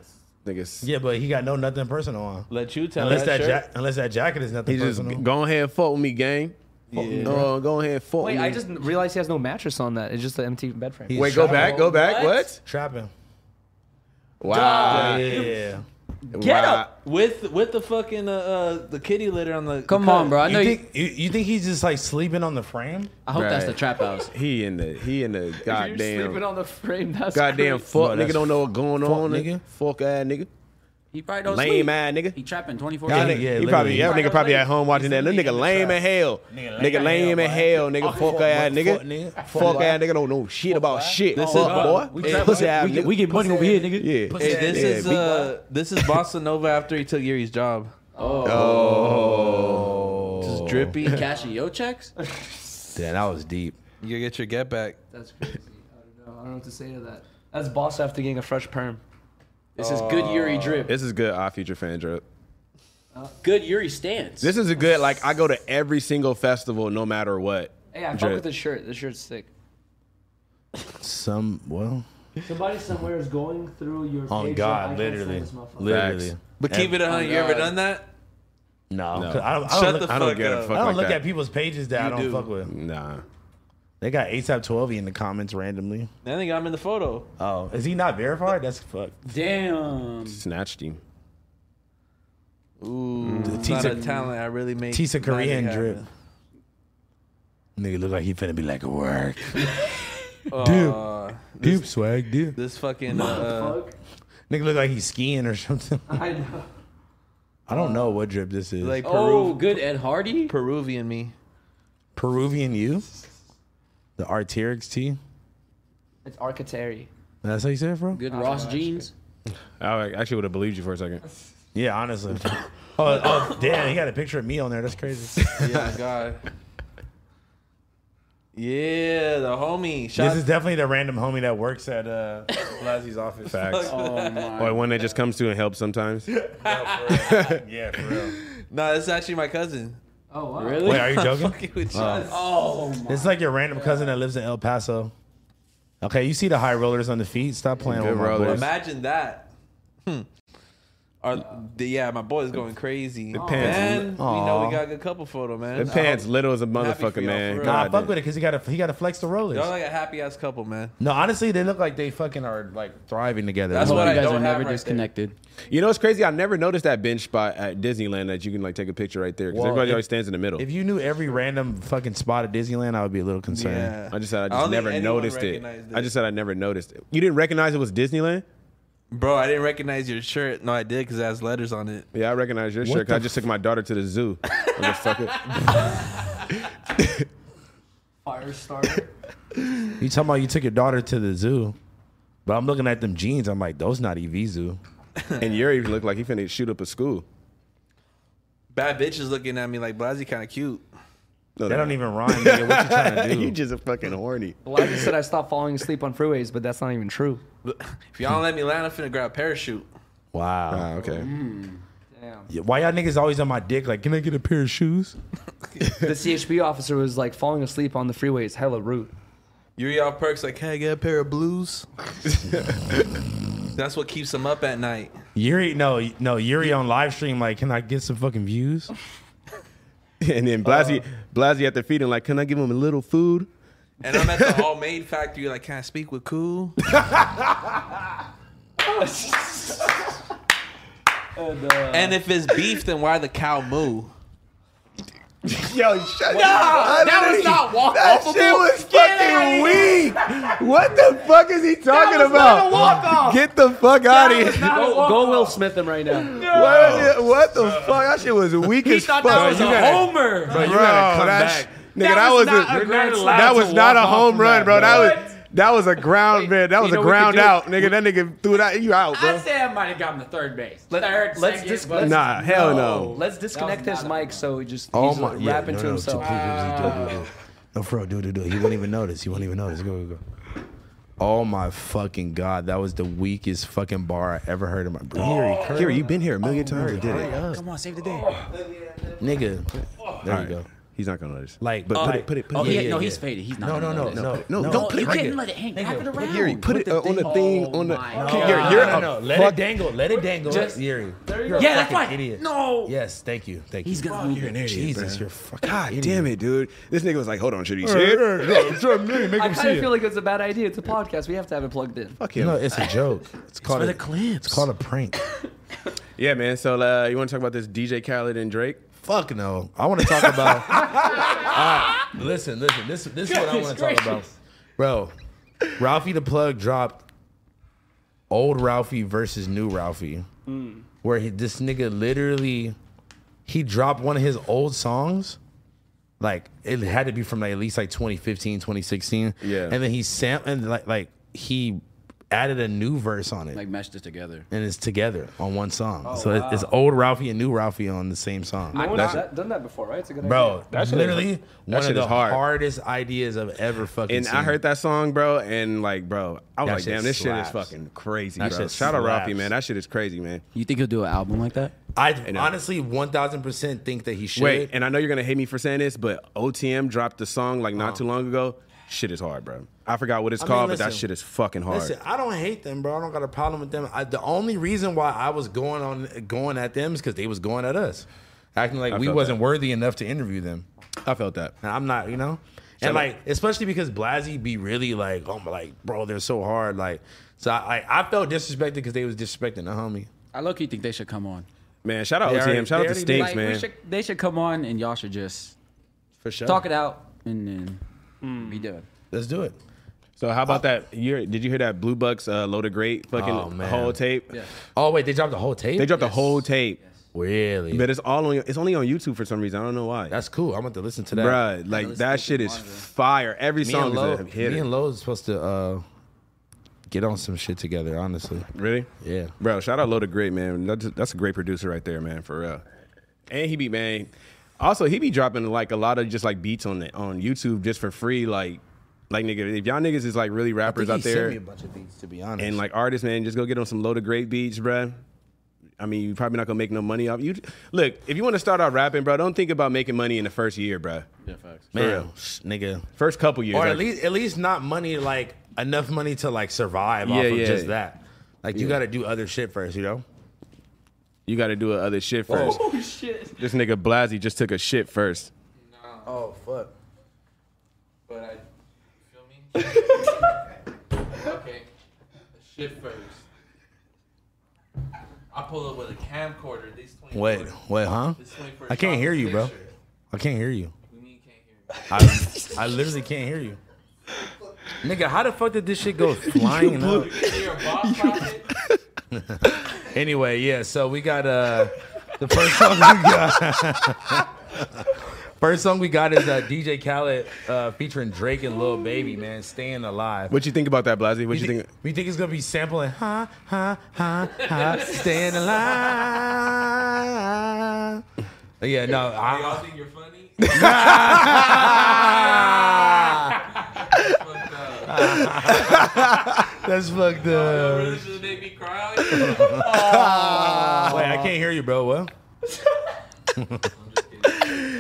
Speaker 3: Niggas.
Speaker 5: yeah, but he got no nothing personal on.
Speaker 1: Let you tell
Speaker 5: Unless
Speaker 1: that,
Speaker 5: that,
Speaker 1: shirt.
Speaker 5: jack, unless that jacket is nothing
Speaker 3: He just
Speaker 5: personal.
Speaker 3: go ahead and fuck with me, gang.
Speaker 1: Yeah.
Speaker 3: No, go ahead and fuck
Speaker 4: Wait,
Speaker 3: with me.
Speaker 4: I just realized he has no mattress on that. It's just the empty bed frame.
Speaker 5: He's
Speaker 3: Wait, go
Speaker 5: trapping.
Speaker 3: back, go back. What?
Speaker 4: What?
Speaker 5: Trapping.
Speaker 3: Wow.
Speaker 5: Yeah.
Speaker 4: Get
Speaker 3: wow.
Speaker 4: up.
Speaker 1: with with the fucking uh, uh the kitty litter on the.
Speaker 8: Come on, bro. I know
Speaker 5: you
Speaker 8: you.
Speaker 5: think you, you think he's just like sleeping on the frame?
Speaker 8: I hope that's
Speaker 3: Right.
Speaker 8: the trap house.
Speaker 3: He in the he in the
Speaker 4: You're sleeping
Speaker 3: goddamn
Speaker 4: on the frame. That's
Speaker 3: goddamn
Speaker 4: crazy.
Speaker 3: fuck
Speaker 5: No,
Speaker 3: nigga
Speaker 5: that's
Speaker 3: don't know what's going on nigga.
Speaker 5: nigga.
Speaker 3: Fuck ass nigga.
Speaker 8: He probably don't
Speaker 3: Lame
Speaker 8: sleep.
Speaker 3: ass nigga.
Speaker 8: He trapping twenty four.
Speaker 3: Y'all
Speaker 5: Yeah,
Speaker 3: nigga,
Speaker 5: yeah,
Speaker 3: he probably,
Speaker 5: literally.
Speaker 3: y'all nigga probably at home watching that. That
Speaker 8: He's
Speaker 3: nigga lame as hell.
Speaker 5: Nigga
Speaker 3: Nigga lame as hell. Nigga
Speaker 5: Fuck
Speaker 3: fuck
Speaker 5: what?
Speaker 3: ass
Speaker 5: Fuck
Speaker 3: nigga.
Speaker 5: nigga.
Speaker 3: Fuck ass nigga don't know shit about shit.
Speaker 1: This is-
Speaker 3: Fuck boy.
Speaker 1: we
Speaker 3: Hey,
Speaker 1: trap-
Speaker 3: Pussy ass
Speaker 8: We get, we
Speaker 3: nigga.
Speaker 8: get money over here, nigga.
Speaker 3: Yeah.
Speaker 1: Hey, this
Speaker 3: Yeah,
Speaker 1: is
Speaker 3: we-
Speaker 1: uh, this is Bossa Nova after he took Yuri's job.
Speaker 3: Oh.
Speaker 1: Just drippy.
Speaker 8: Cashing yo checks.
Speaker 5: Damn, that was deep.
Speaker 1: You get your get back.
Speaker 4: That's crazy. I don't know. I don't know what to say to that. That's boss after getting a fresh perm.
Speaker 8: This is good Yuri drip.
Speaker 3: This is good. Our future fan drip.
Speaker 8: Good Yuri stance.
Speaker 3: This is a good. Like I go to every single festival, no matter what.
Speaker 4: Hey, I fuck
Speaker 3: Drip.
Speaker 4: with this shirt. This shirt's sick.
Speaker 5: Some well,
Speaker 4: Somebody somewhere is going through your.
Speaker 5: on God, literally, literally.
Speaker 3: Facts.
Speaker 1: But keep it a hundred. You ever done that?
Speaker 5: No,
Speaker 3: No.
Speaker 5: 'cause I don't, I don't
Speaker 1: Shut
Speaker 5: look,
Speaker 1: the
Speaker 3: I
Speaker 1: fuck
Speaker 3: don't get a
Speaker 1: up.
Speaker 3: fuck
Speaker 5: I don't
Speaker 3: like
Speaker 5: look
Speaker 3: that.
Speaker 5: at people's pages that I don't
Speaker 1: do.
Speaker 5: fuck with.
Speaker 3: Nah.
Speaker 5: They got ASAP 12 in the comments randomly.
Speaker 1: I think I'm in the photo.
Speaker 5: Oh, is he not verified? That's fucked.
Speaker 8: Damn.
Speaker 3: Snatched him.
Speaker 1: Ooh,
Speaker 3: Mm.
Speaker 1: it's not
Speaker 5: Tisa-
Speaker 1: a talent. I really make
Speaker 5: Tisa Korean
Speaker 1: magic
Speaker 5: drip.
Speaker 1: happen.
Speaker 5: Nigga look like he finna be like a work.
Speaker 1: Uh,
Speaker 5: Deep swag, dude.
Speaker 1: this fucking. Uh,
Speaker 5: Nigga look like he's skiing or something.
Speaker 4: I know.
Speaker 5: I don't know what drip this is.
Speaker 1: like
Speaker 8: Oh,
Speaker 1: Peru-
Speaker 8: good Ed Hardy.
Speaker 1: Peruvian me.
Speaker 5: Peruvian you? The Arterix T?
Speaker 4: It's Arcateri.
Speaker 5: That's how you say it, bro?
Speaker 8: Good Ross jeans.
Speaker 3: I actually would have believed you for a second.
Speaker 5: Yeah, honestly. oh, oh, damn, he got a picture of me on there. That's crazy.
Speaker 1: Yeah, God. Yeah, the homie. Shout
Speaker 5: this is definitely the random homie that works at uh Blazzy's office.
Speaker 3: Facts.
Speaker 8: Oh my.
Speaker 3: Or one that just comes to and helps sometimes.
Speaker 5: Yeah, for real.
Speaker 1: no, this is actually my cousin.
Speaker 4: Oh wow.
Speaker 8: Really?
Speaker 5: Wait, are you joking?
Speaker 1: Fucking with you.
Speaker 8: Oh my.
Speaker 5: It's like your random cousin that lives in El Paso. Okay, you see the high rollers on the feet. Stop playing
Speaker 3: Good
Speaker 5: with my
Speaker 3: rollers.
Speaker 5: boys.
Speaker 1: Imagine that. Hmm. Are, the, yeah, my boy's going crazy. The
Speaker 3: pants-
Speaker 1: Man, we know
Speaker 5: Aw.
Speaker 1: we got a good couple photo, man.
Speaker 3: The pants
Speaker 1: I hope-
Speaker 3: little as a
Speaker 1: happy for
Speaker 3: motherfucker,
Speaker 1: y'all,
Speaker 3: man.
Speaker 1: for real.
Speaker 5: Nah,
Speaker 3: God
Speaker 5: fuck
Speaker 3: damn.
Speaker 5: with it because he got to he got to flex the rollers.
Speaker 1: Y'all like a happy ass couple, man.
Speaker 5: No, honestly, they look like they fucking are like thriving together.
Speaker 1: That's
Speaker 5: Like,
Speaker 1: what
Speaker 8: you
Speaker 1: I
Speaker 8: guys
Speaker 1: don't
Speaker 8: are
Speaker 1: have
Speaker 8: never
Speaker 1: right there.
Speaker 8: disconnected.
Speaker 3: You know what's crazy? I never noticed that bench spot at Disneyland that you can like take a picture right there because
Speaker 5: Well,
Speaker 3: everybody
Speaker 5: if-
Speaker 3: always stands in the middle.
Speaker 5: If you knew every random fucking spot at Disneyland, I would be a little concerned.
Speaker 1: Yeah.
Speaker 3: I just said I
Speaker 1: don't
Speaker 3: just
Speaker 1: think
Speaker 3: never
Speaker 1: anyone
Speaker 3: noticed it.
Speaker 1: recognized
Speaker 3: I just said I never noticed it. You didn't recognize it was Disneyland?
Speaker 1: bro, I didn't recognize your shirt. No, I did because it has letters on it.
Speaker 3: Yeah, I recognize your shirt. 'cause I
Speaker 5: the
Speaker 3: just took my daughter to the zoo. Motherfucker.
Speaker 4: Fire starter.
Speaker 5: You talking about you took your daughter to the zoo? But I'm looking at them jeans. I'm like, those not EV zoo.
Speaker 3: and Yuri looked like he finna shoot up a school.
Speaker 1: Bad bitch is looking at me like Blasi kind of cute.
Speaker 3: No,
Speaker 5: They
Speaker 3: no.
Speaker 5: don't even rhyme. Nigga. What you trying to do?
Speaker 3: you just a fucking horny.
Speaker 4: well, I just said I stopped falling asleep on freeways, but that's not even true.
Speaker 1: If y'all don't let me land, I'm finna grab a parachute.
Speaker 5: wow.
Speaker 3: Ah, okay.
Speaker 4: Damn.
Speaker 5: Yeah, Why y'all niggas always on my dick? Like, can I get a pair of shoes?
Speaker 4: The CHP officer was like falling asleep on the freeways, hella rude.
Speaker 1: Yuri all perks like, can I get a pair of blues? That's what keeps them up at night.
Speaker 5: Yuri, no, no, Yuri on live stream. Like, can I get some fucking views?
Speaker 3: And then Blasi, Blasi at the feeding, like, can I give him a little food?
Speaker 1: And I'm at the all made factory, like, can I speak with cool? and if it's beef, then why the cow moo?
Speaker 3: Yo, shut up. That was not walk That shit was fucking weak. What the fuck is he talking about? Get the fuck out of here.
Speaker 4: Go, go Will Smith them right now.
Speaker 3: What, what the fuck? That shit was weak as fuck.
Speaker 5: was a gotta-
Speaker 4: homer.
Speaker 3: bro,
Speaker 5: you gotta come
Speaker 3: that's-
Speaker 5: back.
Speaker 3: Nigga, that, was, a, that was not a home run, bro. That was that was a ground man. That was
Speaker 4: you
Speaker 3: a
Speaker 4: know what we could
Speaker 3: ground
Speaker 4: do?
Speaker 3: out, nigga. That nigga threw that you out, bro.
Speaker 10: say I might have gotten the third base. Let, third,
Speaker 4: let's
Speaker 10: second,
Speaker 4: just-
Speaker 10: but-
Speaker 4: let's-
Speaker 3: Nah, hell no.
Speaker 4: Let's disconnect
Speaker 10: That was
Speaker 4: his
Speaker 10: not a-
Speaker 4: mic so he just
Speaker 5: Oh
Speaker 4: he's
Speaker 5: my,
Speaker 4: like
Speaker 5: yeah,
Speaker 4: rapping
Speaker 5: no,
Speaker 4: to
Speaker 5: no,
Speaker 4: himself.
Speaker 5: No, bro, do do do. He won't even notice. He won't even notice. Go go go. Oh my fucking god, that was the weakest fucking bar I ever heard in my
Speaker 8: Oh.
Speaker 5: brain.
Speaker 3: Here, you've been here a million times and did it.
Speaker 8: Come on, save the day.
Speaker 5: Nigga,
Speaker 3: There
Speaker 5: you go.
Speaker 3: He's not gonna notice.
Speaker 5: Like,
Speaker 3: but
Speaker 5: uh,
Speaker 3: put it, put it, put
Speaker 8: Oh,
Speaker 3: it.
Speaker 8: yeah,
Speaker 3: yeah,
Speaker 8: no,
Speaker 3: yeah.
Speaker 8: he's faded. He's not.
Speaker 5: no, no,
Speaker 8: gonna
Speaker 5: no,
Speaker 8: notice.
Speaker 5: no,
Speaker 3: No,
Speaker 5: no.
Speaker 3: don't put
Speaker 8: You
Speaker 3: it right
Speaker 8: couldn't
Speaker 3: here.
Speaker 8: let it hang. Wrap it around.
Speaker 3: Yuri, put it uh, on the thing. On the
Speaker 10: my
Speaker 3: Okay, Yuri, you're
Speaker 5: no,
Speaker 3: a
Speaker 5: no, let it dangle. Let it dangle. Just, Yuri, you're
Speaker 8: Yeah,
Speaker 5: a
Speaker 8: that's
Speaker 5: fucking
Speaker 8: right.
Speaker 5: idiot.
Speaker 8: No.
Speaker 5: Yes, thank you, thank
Speaker 8: He's
Speaker 5: you.
Speaker 8: gonna move
Speaker 3: You're an
Speaker 8: it.
Speaker 3: idiot,
Speaker 5: Jesus,
Speaker 3: bro.
Speaker 5: you're a fucking
Speaker 3: God
Speaker 5: idiot.
Speaker 3: damn it, dude. This nigga was like, hold on, should he say it?
Speaker 4: I kind of feel like it's a bad idea. It's a podcast. We have to have it plugged in.
Speaker 3: Fuck
Speaker 5: No,
Speaker 3: him.
Speaker 5: it's a joke. It's called
Speaker 8: for
Speaker 5: a
Speaker 8: the clips.
Speaker 5: It's called a prank.
Speaker 3: Yeah, man. So uh, you want to talk about this DJ Khaled and Drake?
Speaker 5: Fuck no. I want to talk about. All right, listen, listen. This this is what I want to talk about, bro. Ralphie the Plug dropped old Ralphie versus new Ralphie, where he, this nigga literally he dropped one of his old songs. Like it had to be from like at least like 2015, 2016.
Speaker 3: Yeah.
Speaker 5: And then he sam and like like he added a new verse on it.
Speaker 8: Like mesh this together.
Speaker 5: and it's together on one song. so it's- it's old Ralphie and new Ralphie on the same song.
Speaker 4: No one's that, done that before, right? It's a good
Speaker 5: Bro,
Speaker 4: idea.
Speaker 5: that's literally one of
Speaker 3: shit
Speaker 5: the
Speaker 3: is hard.
Speaker 5: hardest ideas I've ever fucking
Speaker 3: And
Speaker 5: seen.
Speaker 3: I heard that song, bro, and like, bro, I was
Speaker 5: That
Speaker 3: like,
Speaker 5: shit
Speaker 3: damn, this
Speaker 5: slaps.
Speaker 3: shit is fucking crazy,
Speaker 5: That
Speaker 3: bro.
Speaker 5: shit
Speaker 3: Shout out Ralphie,
Speaker 5: slaps.
Speaker 3: man. That shit is crazy, man.
Speaker 8: You think he'll do an album like that?
Speaker 5: I
Speaker 3: know.
Speaker 5: honestly 1000% think that he should.
Speaker 3: Wait, and I know you're gonna hate me for saying this, but OTM dropped the song like
Speaker 5: Oh.
Speaker 3: not too long ago. Shit is hard, bro. I forgot what it's
Speaker 5: I mean,
Speaker 3: called, but that
Speaker 5: listen.
Speaker 3: shit is fucking hard.
Speaker 5: Listen, I don't hate them, bro. I don't got a problem with them. I, the only reason why I was going on going at them is because they was going at us, acting like
Speaker 3: I
Speaker 5: we
Speaker 3: felt
Speaker 5: wasn't worthy enough to interview them.
Speaker 3: I felt that.
Speaker 5: And I'm not, you know? And
Speaker 3: Shut up.
Speaker 5: like, especially because Blasi be really like, oh my, like, bro, they're so hard. Like, so I, I, I felt disrespected because they was disrespecting the homie.
Speaker 8: I low key think they should come on.
Speaker 3: Man, shout out
Speaker 5: They
Speaker 3: OTM.
Speaker 5: already-
Speaker 3: shout
Speaker 5: they
Speaker 3: out to
Speaker 5: already
Speaker 3: Stinks,
Speaker 8: Like, we
Speaker 3: man.
Speaker 8: should- they should come on and y'all should just
Speaker 3: For sure.
Speaker 8: talk it out and then be done.
Speaker 5: Let's do it.
Speaker 3: So how about that? you did you hear that Blue Bucks uh, Loaded Great fucking
Speaker 5: Oh, man.
Speaker 3: whole tape?
Speaker 5: Oh wait, they dropped the whole tape.
Speaker 3: They dropped the whole tape,
Speaker 5: really.
Speaker 3: but it's all on. It's only on YouTube for some reason. I don't know why.
Speaker 5: That's cool. I'm about to listen to that.
Speaker 3: Bruh, like that shit is fire. Every
Speaker 5: me
Speaker 3: song
Speaker 5: and Lo,
Speaker 3: is a hit.
Speaker 5: me and Lo is supposed to uh, get on some shit together. Honestly,
Speaker 3: Really?
Speaker 5: Yeah.
Speaker 3: Bro, shout out Loaded Great, man. That's, that's a great producer right there, man, for real. And he be, man. Also, he be dropping like a lot of just like beats on the, on YouTube just for free. Like, like nigga, if y'all niggas is like really rappers out there
Speaker 5: a bunch of beats to be honest.
Speaker 3: and like artists, man, just go get on some Loaded Great beats, bruh. I mean, you're probably not gonna make no money off you. Look, if you want to start out rapping, bro, don't think about making money in the first year, bruh.
Speaker 5: man,
Speaker 3: real.
Speaker 5: sh- nigga,
Speaker 3: First couple years,
Speaker 5: or at
Speaker 3: like-
Speaker 5: least at least not money like enough money to like survive
Speaker 3: Yeah,
Speaker 5: off of
Speaker 3: yeah.
Speaker 5: just that. Like you got to do other shit first, you know.
Speaker 3: you got to do other shit first.
Speaker 4: Oh shit!
Speaker 3: This nigga Blasi just took a shit first.
Speaker 7: Oh fuck. But I
Speaker 10: Feel me? okay. Shit first. I pull up with a camcorder. These 20
Speaker 5: Wait, wait, huh?
Speaker 10: This 24
Speaker 5: I can't
Speaker 10: shot
Speaker 5: hear you, bro.
Speaker 10: picture.
Speaker 5: I can't hear you.
Speaker 10: What do you mean you can't hear me?
Speaker 5: I, I literally can't hear you. Nigga, how the fuck did this shit go flying up?
Speaker 10: You can hear a box pocket?
Speaker 5: Anyway, yeah, so we got uh the first song we got. first song we got is uh, DJ Khaled uh, featuring Drake and Lil Baby, man, staying alive.
Speaker 3: What you think about that, Blasi? What you think?
Speaker 5: we think it's gonna be sampling ha ha ha ha staying alive. Yeah, no,
Speaker 10: Do y'all
Speaker 5: I,
Speaker 10: think you're funny? Fuck up.
Speaker 5: that's fucked up.
Speaker 10: Really should make me cry? I'm
Speaker 5: Wait, I can't hear you, bro. What?
Speaker 10: just kidding.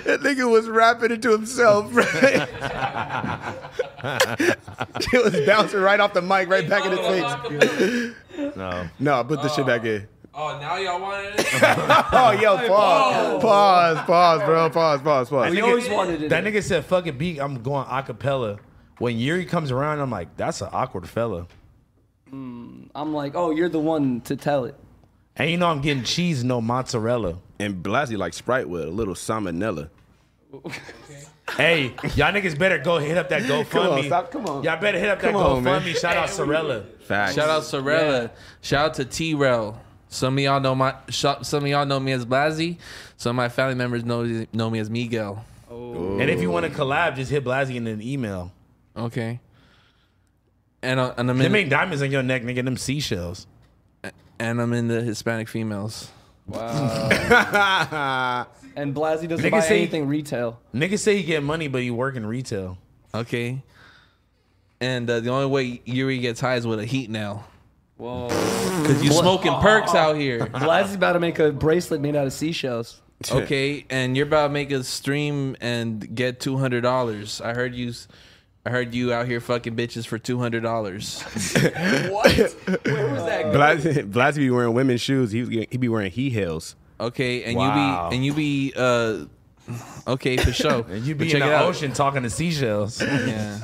Speaker 3: That nigga was rapping it to himself, right? it was bouncing right off the mic, right back in his face.
Speaker 10: face.
Speaker 5: No.
Speaker 3: No, put the shit back in.
Speaker 10: Oh, now y'all want it?
Speaker 3: Oh, yo, pause, pause, pause, bro, pause, pause,
Speaker 4: We
Speaker 3: pause.
Speaker 4: always wanted it.
Speaker 5: That nigga said, "Fuck it, beat." I'm going acapella. When Yuri comes around, I'm like, "That's an awkward fella."
Speaker 4: I'm like, oh, you're the one to tell it.
Speaker 5: And you know I'm getting cheese, no mozzarella.
Speaker 3: And Blasi like Sprite with a little salmonella.
Speaker 5: Hey, y'all niggas better go hit up that GoFundMe.
Speaker 3: Come on, stop, come on.
Speaker 5: Y'all better hit up that
Speaker 3: Come on, man.
Speaker 5: GoFundMe. Shout out Sorella.
Speaker 3: Facts.
Speaker 10: Shout out Sorella. Shout out to T Rel. Some of y'all know my. sh- Some of y'all know me as Blasi. Some of my family members know know me as Miguel.
Speaker 5: And if you want to collab, just hit Blasi in an email.
Speaker 10: Okay. And I, and I'm
Speaker 5: They
Speaker 10: in,
Speaker 5: make diamonds on your neck, nigga. Them seashells.
Speaker 10: and I'm in the Hispanic females.
Speaker 4: And Blasi doesn't
Speaker 5: Nigga
Speaker 4: buy
Speaker 5: say-
Speaker 4: anything retail.
Speaker 5: Niggas say you get money, but you work in retail.
Speaker 10: Okay.
Speaker 1: and uh, the only way Yuri gets high is with a heat nail.
Speaker 4: Whoa.
Speaker 1: Cause you smoking perks out here.
Speaker 4: Blazzy's about to make a bracelet made out of seashells.
Speaker 1: Okay, and you're about to make a stream and get two hundred dollars. I heard you. s- I heard you out here fucking bitches for two hundred dollars.
Speaker 3: Blas Blas be wearing women's shoes. He was getting- he be wearing he heels.
Speaker 1: Okay, and
Speaker 5: Wow.
Speaker 1: you be and you be uh, okay for sure.
Speaker 5: And you
Speaker 1: But
Speaker 5: be
Speaker 1: check
Speaker 5: in
Speaker 1: it
Speaker 5: the
Speaker 1: out.
Speaker 5: ocean talking to seashells.
Speaker 1: Yeah.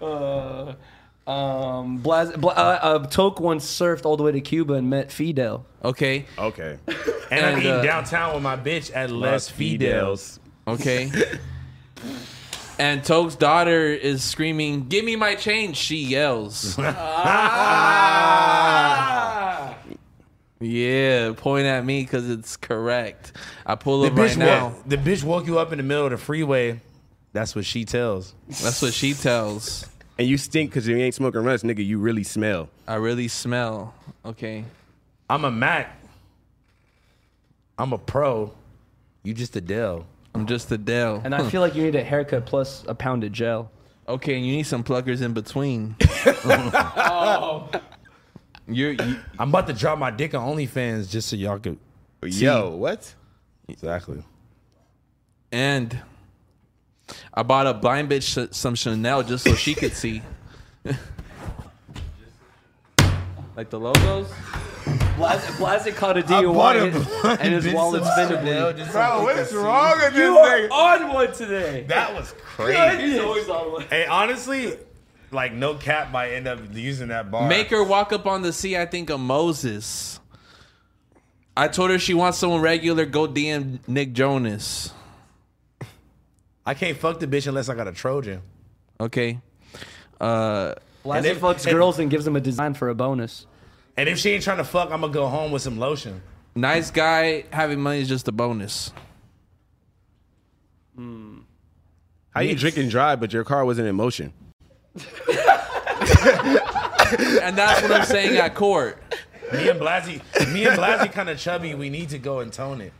Speaker 4: Uh, um, Blaz, Bla, uh, uh, Toke once surfed all the way to Cuba and met Fidel.
Speaker 1: Okay.
Speaker 3: Okay.
Speaker 5: And,
Speaker 1: And,
Speaker 5: I'm eating
Speaker 1: uh,
Speaker 5: downtown with my bitch at Les
Speaker 3: Fidels.
Speaker 5: Fidels.
Speaker 1: Okay. and Toke's daughter is screaming, "Give me my change!" She yells. Ah. yeah, point at me because it's correct. I pull
Speaker 5: The
Speaker 1: up right
Speaker 5: bitch,
Speaker 1: now.
Speaker 5: woke, the bitch woke you up in the middle of the freeway. That's what she tells.
Speaker 1: That's what she tells.
Speaker 3: And you stink because you ain't smoking runs, nigga. You really smell.
Speaker 1: I really smell. Okay.
Speaker 5: I'm a Mac. I'm a pro. You just a Dell.
Speaker 1: I'm just Adele.
Speaker 4: And I feel like you need a haircut plus a pound of gel.
Speaker 1: Okay, and you need some pluckers in between. You're, you,
Speaker 5: I'm about to drop my dick on OnlyFans just so y'all could.
Speaker 3: Yo, what?
Speaker 5: Exactly.
Speaker 1: and I bought a blind bitch sh- some Chanel just so she could see. like the logos?
Speaker 4: Blaz, Blaz caught a DUI and his wallet's visibly.
Speaker 3: Bro, what is wrong with
Speaker 4: You are on one today.
Speaker 5: That was
Speaker 4: He's always on one.
Speaker 5: hey, honestly, like no cap might end up using that bar.
Speaker 1: Make her walk up on the sea, I think, of Moses. I told her she wants someone regular, go DM Nick Jonas.
Speaker 5: I can't fuck the bitch unless I got a Trojan.
Speaker 1: Okay. Uh,
Speaker 4: Blaz
Speaker 5: if-
Speaker 4: fucks
Speaker 5: and-
Speaker 4: girls and gives them a design for a bonus.
Speaker 5: And if she ain't trying to fuck, I'm gonna go home with some lotion.
Speaker 1: nice guy, having money is just a bonus.
Speaker 3: How you drinking dry, but your car wasn't in motion?
Speaker 1: And that's what I'm saying at court.
Speaker 5: Me and Blasi, me and Blasi kind of chubby. We need to go and tone it.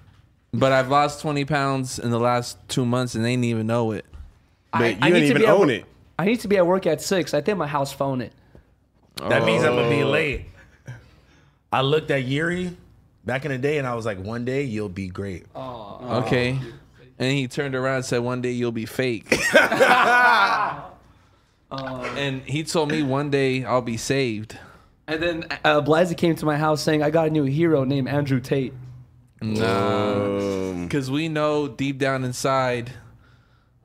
Speaker 1: But I've lost 20 pounds in the last two months and they didn't even know it.
Speaker 3: But you
Speaker 4: I
Speaker 3: didn't
Speaker 4: need to
Speaker 3: even
Speaker 4: be at
Speaker 3: own
Speaker 4: work-
Speaker 3: it.
Speaker 4: I need to be at work at six. I think my house phone it.
Speaker 5: That means I'm gonna be late. I looked at Yuri back in the day, and I was like, "One day you'll be great."
Speaker 1: Okay. And he turned around and said, One day you'll be fake. and he told me, One day I'll be saved.
Speaker 4: And then uh, Blasi came to my house saying, "I got a new hero named Andrew Tate."
Speaker 1: Because we know deep down inside,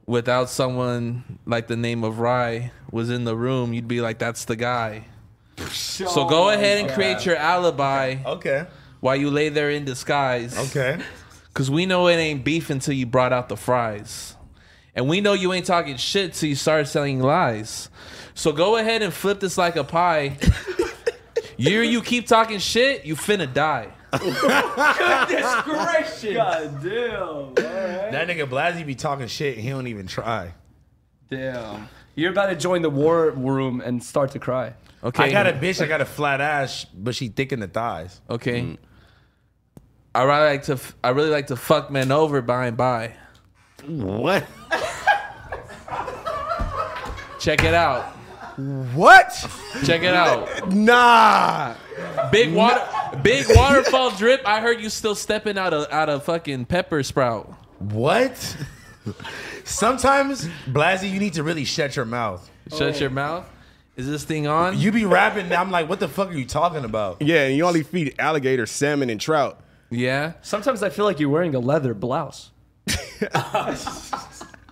Speaker 1: without someone like the name of Rye was in the room, you'd be like, That's the guy. So go ahead and create your alibi
Speaker 5: Okay.
Speaker 1: while you lay there in disguise.
Speaker 5: Okay.
Speaker 1: Cause we know it ain't beef until you brought out the fries. And we know you ain't talking shit till you start selling lies. So go ahead and flip this like a pie. you you keep talking shit, you finna die.
Speaker 4: God damn.
Speaker 5: That nigga Blasi be talking shit. And he don't even try.
Speaker 4: Damn. You're about to join the war room and start to cry.
Speaker 1: Okay.
Speaker 5: I got a bitch. I got a flat ass, but she thick in the thighs.
Speaker 1: Okay. Mm. I really like to f- I really like to fuck men over by and by.
Speaker 3: What?
Speaker 1: Check it out.
Speaker 3: What?
Speaker 1: Check it out.
Speaker 3: Nah.
Speaker 1: Big water big waterfall drip. I heard you still stepping out of out of fucking pepper sprout.
Speaker 5: What? Sometimes Blasi, you need to really shut your mouth.
Speaker 3: Oh.
Speaker 1: Shut your mouth. Is this thing on?
Speaker 5: You be rapping. I'm like, what the fuck are you talking about?
Speaker 3: Yeah, and you only feed alligator, salmon, and trout.
Speaker 1: yeah.
Speaker 4: Sometimes I feel like you're wearing a leather blouse.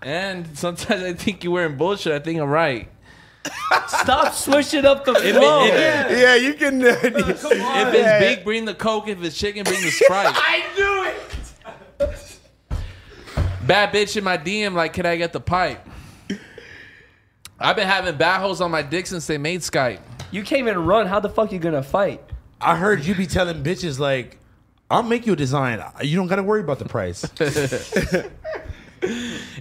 Speaker 1: And sometimes I think you're wearing bullshit. I think I'm right. Oh,
Speaker 4: Stop swishing up the flow.
Speaker 1: if it-
Speaker 3: Yeah, you can.
Speaker 1: If it's big, bring the Coke. If it's chicken, bring the Sprite. I knew it. Bad bitch in my DM, like, can I get the pipe? I've been having bad holes on my dick since they made Skype.
Speaker 4: You can't even run. How the fuck you gonna fight?
Speaker 5: I heard you be telling bitches like, I'll make you a design. You don't gotta worry about the price.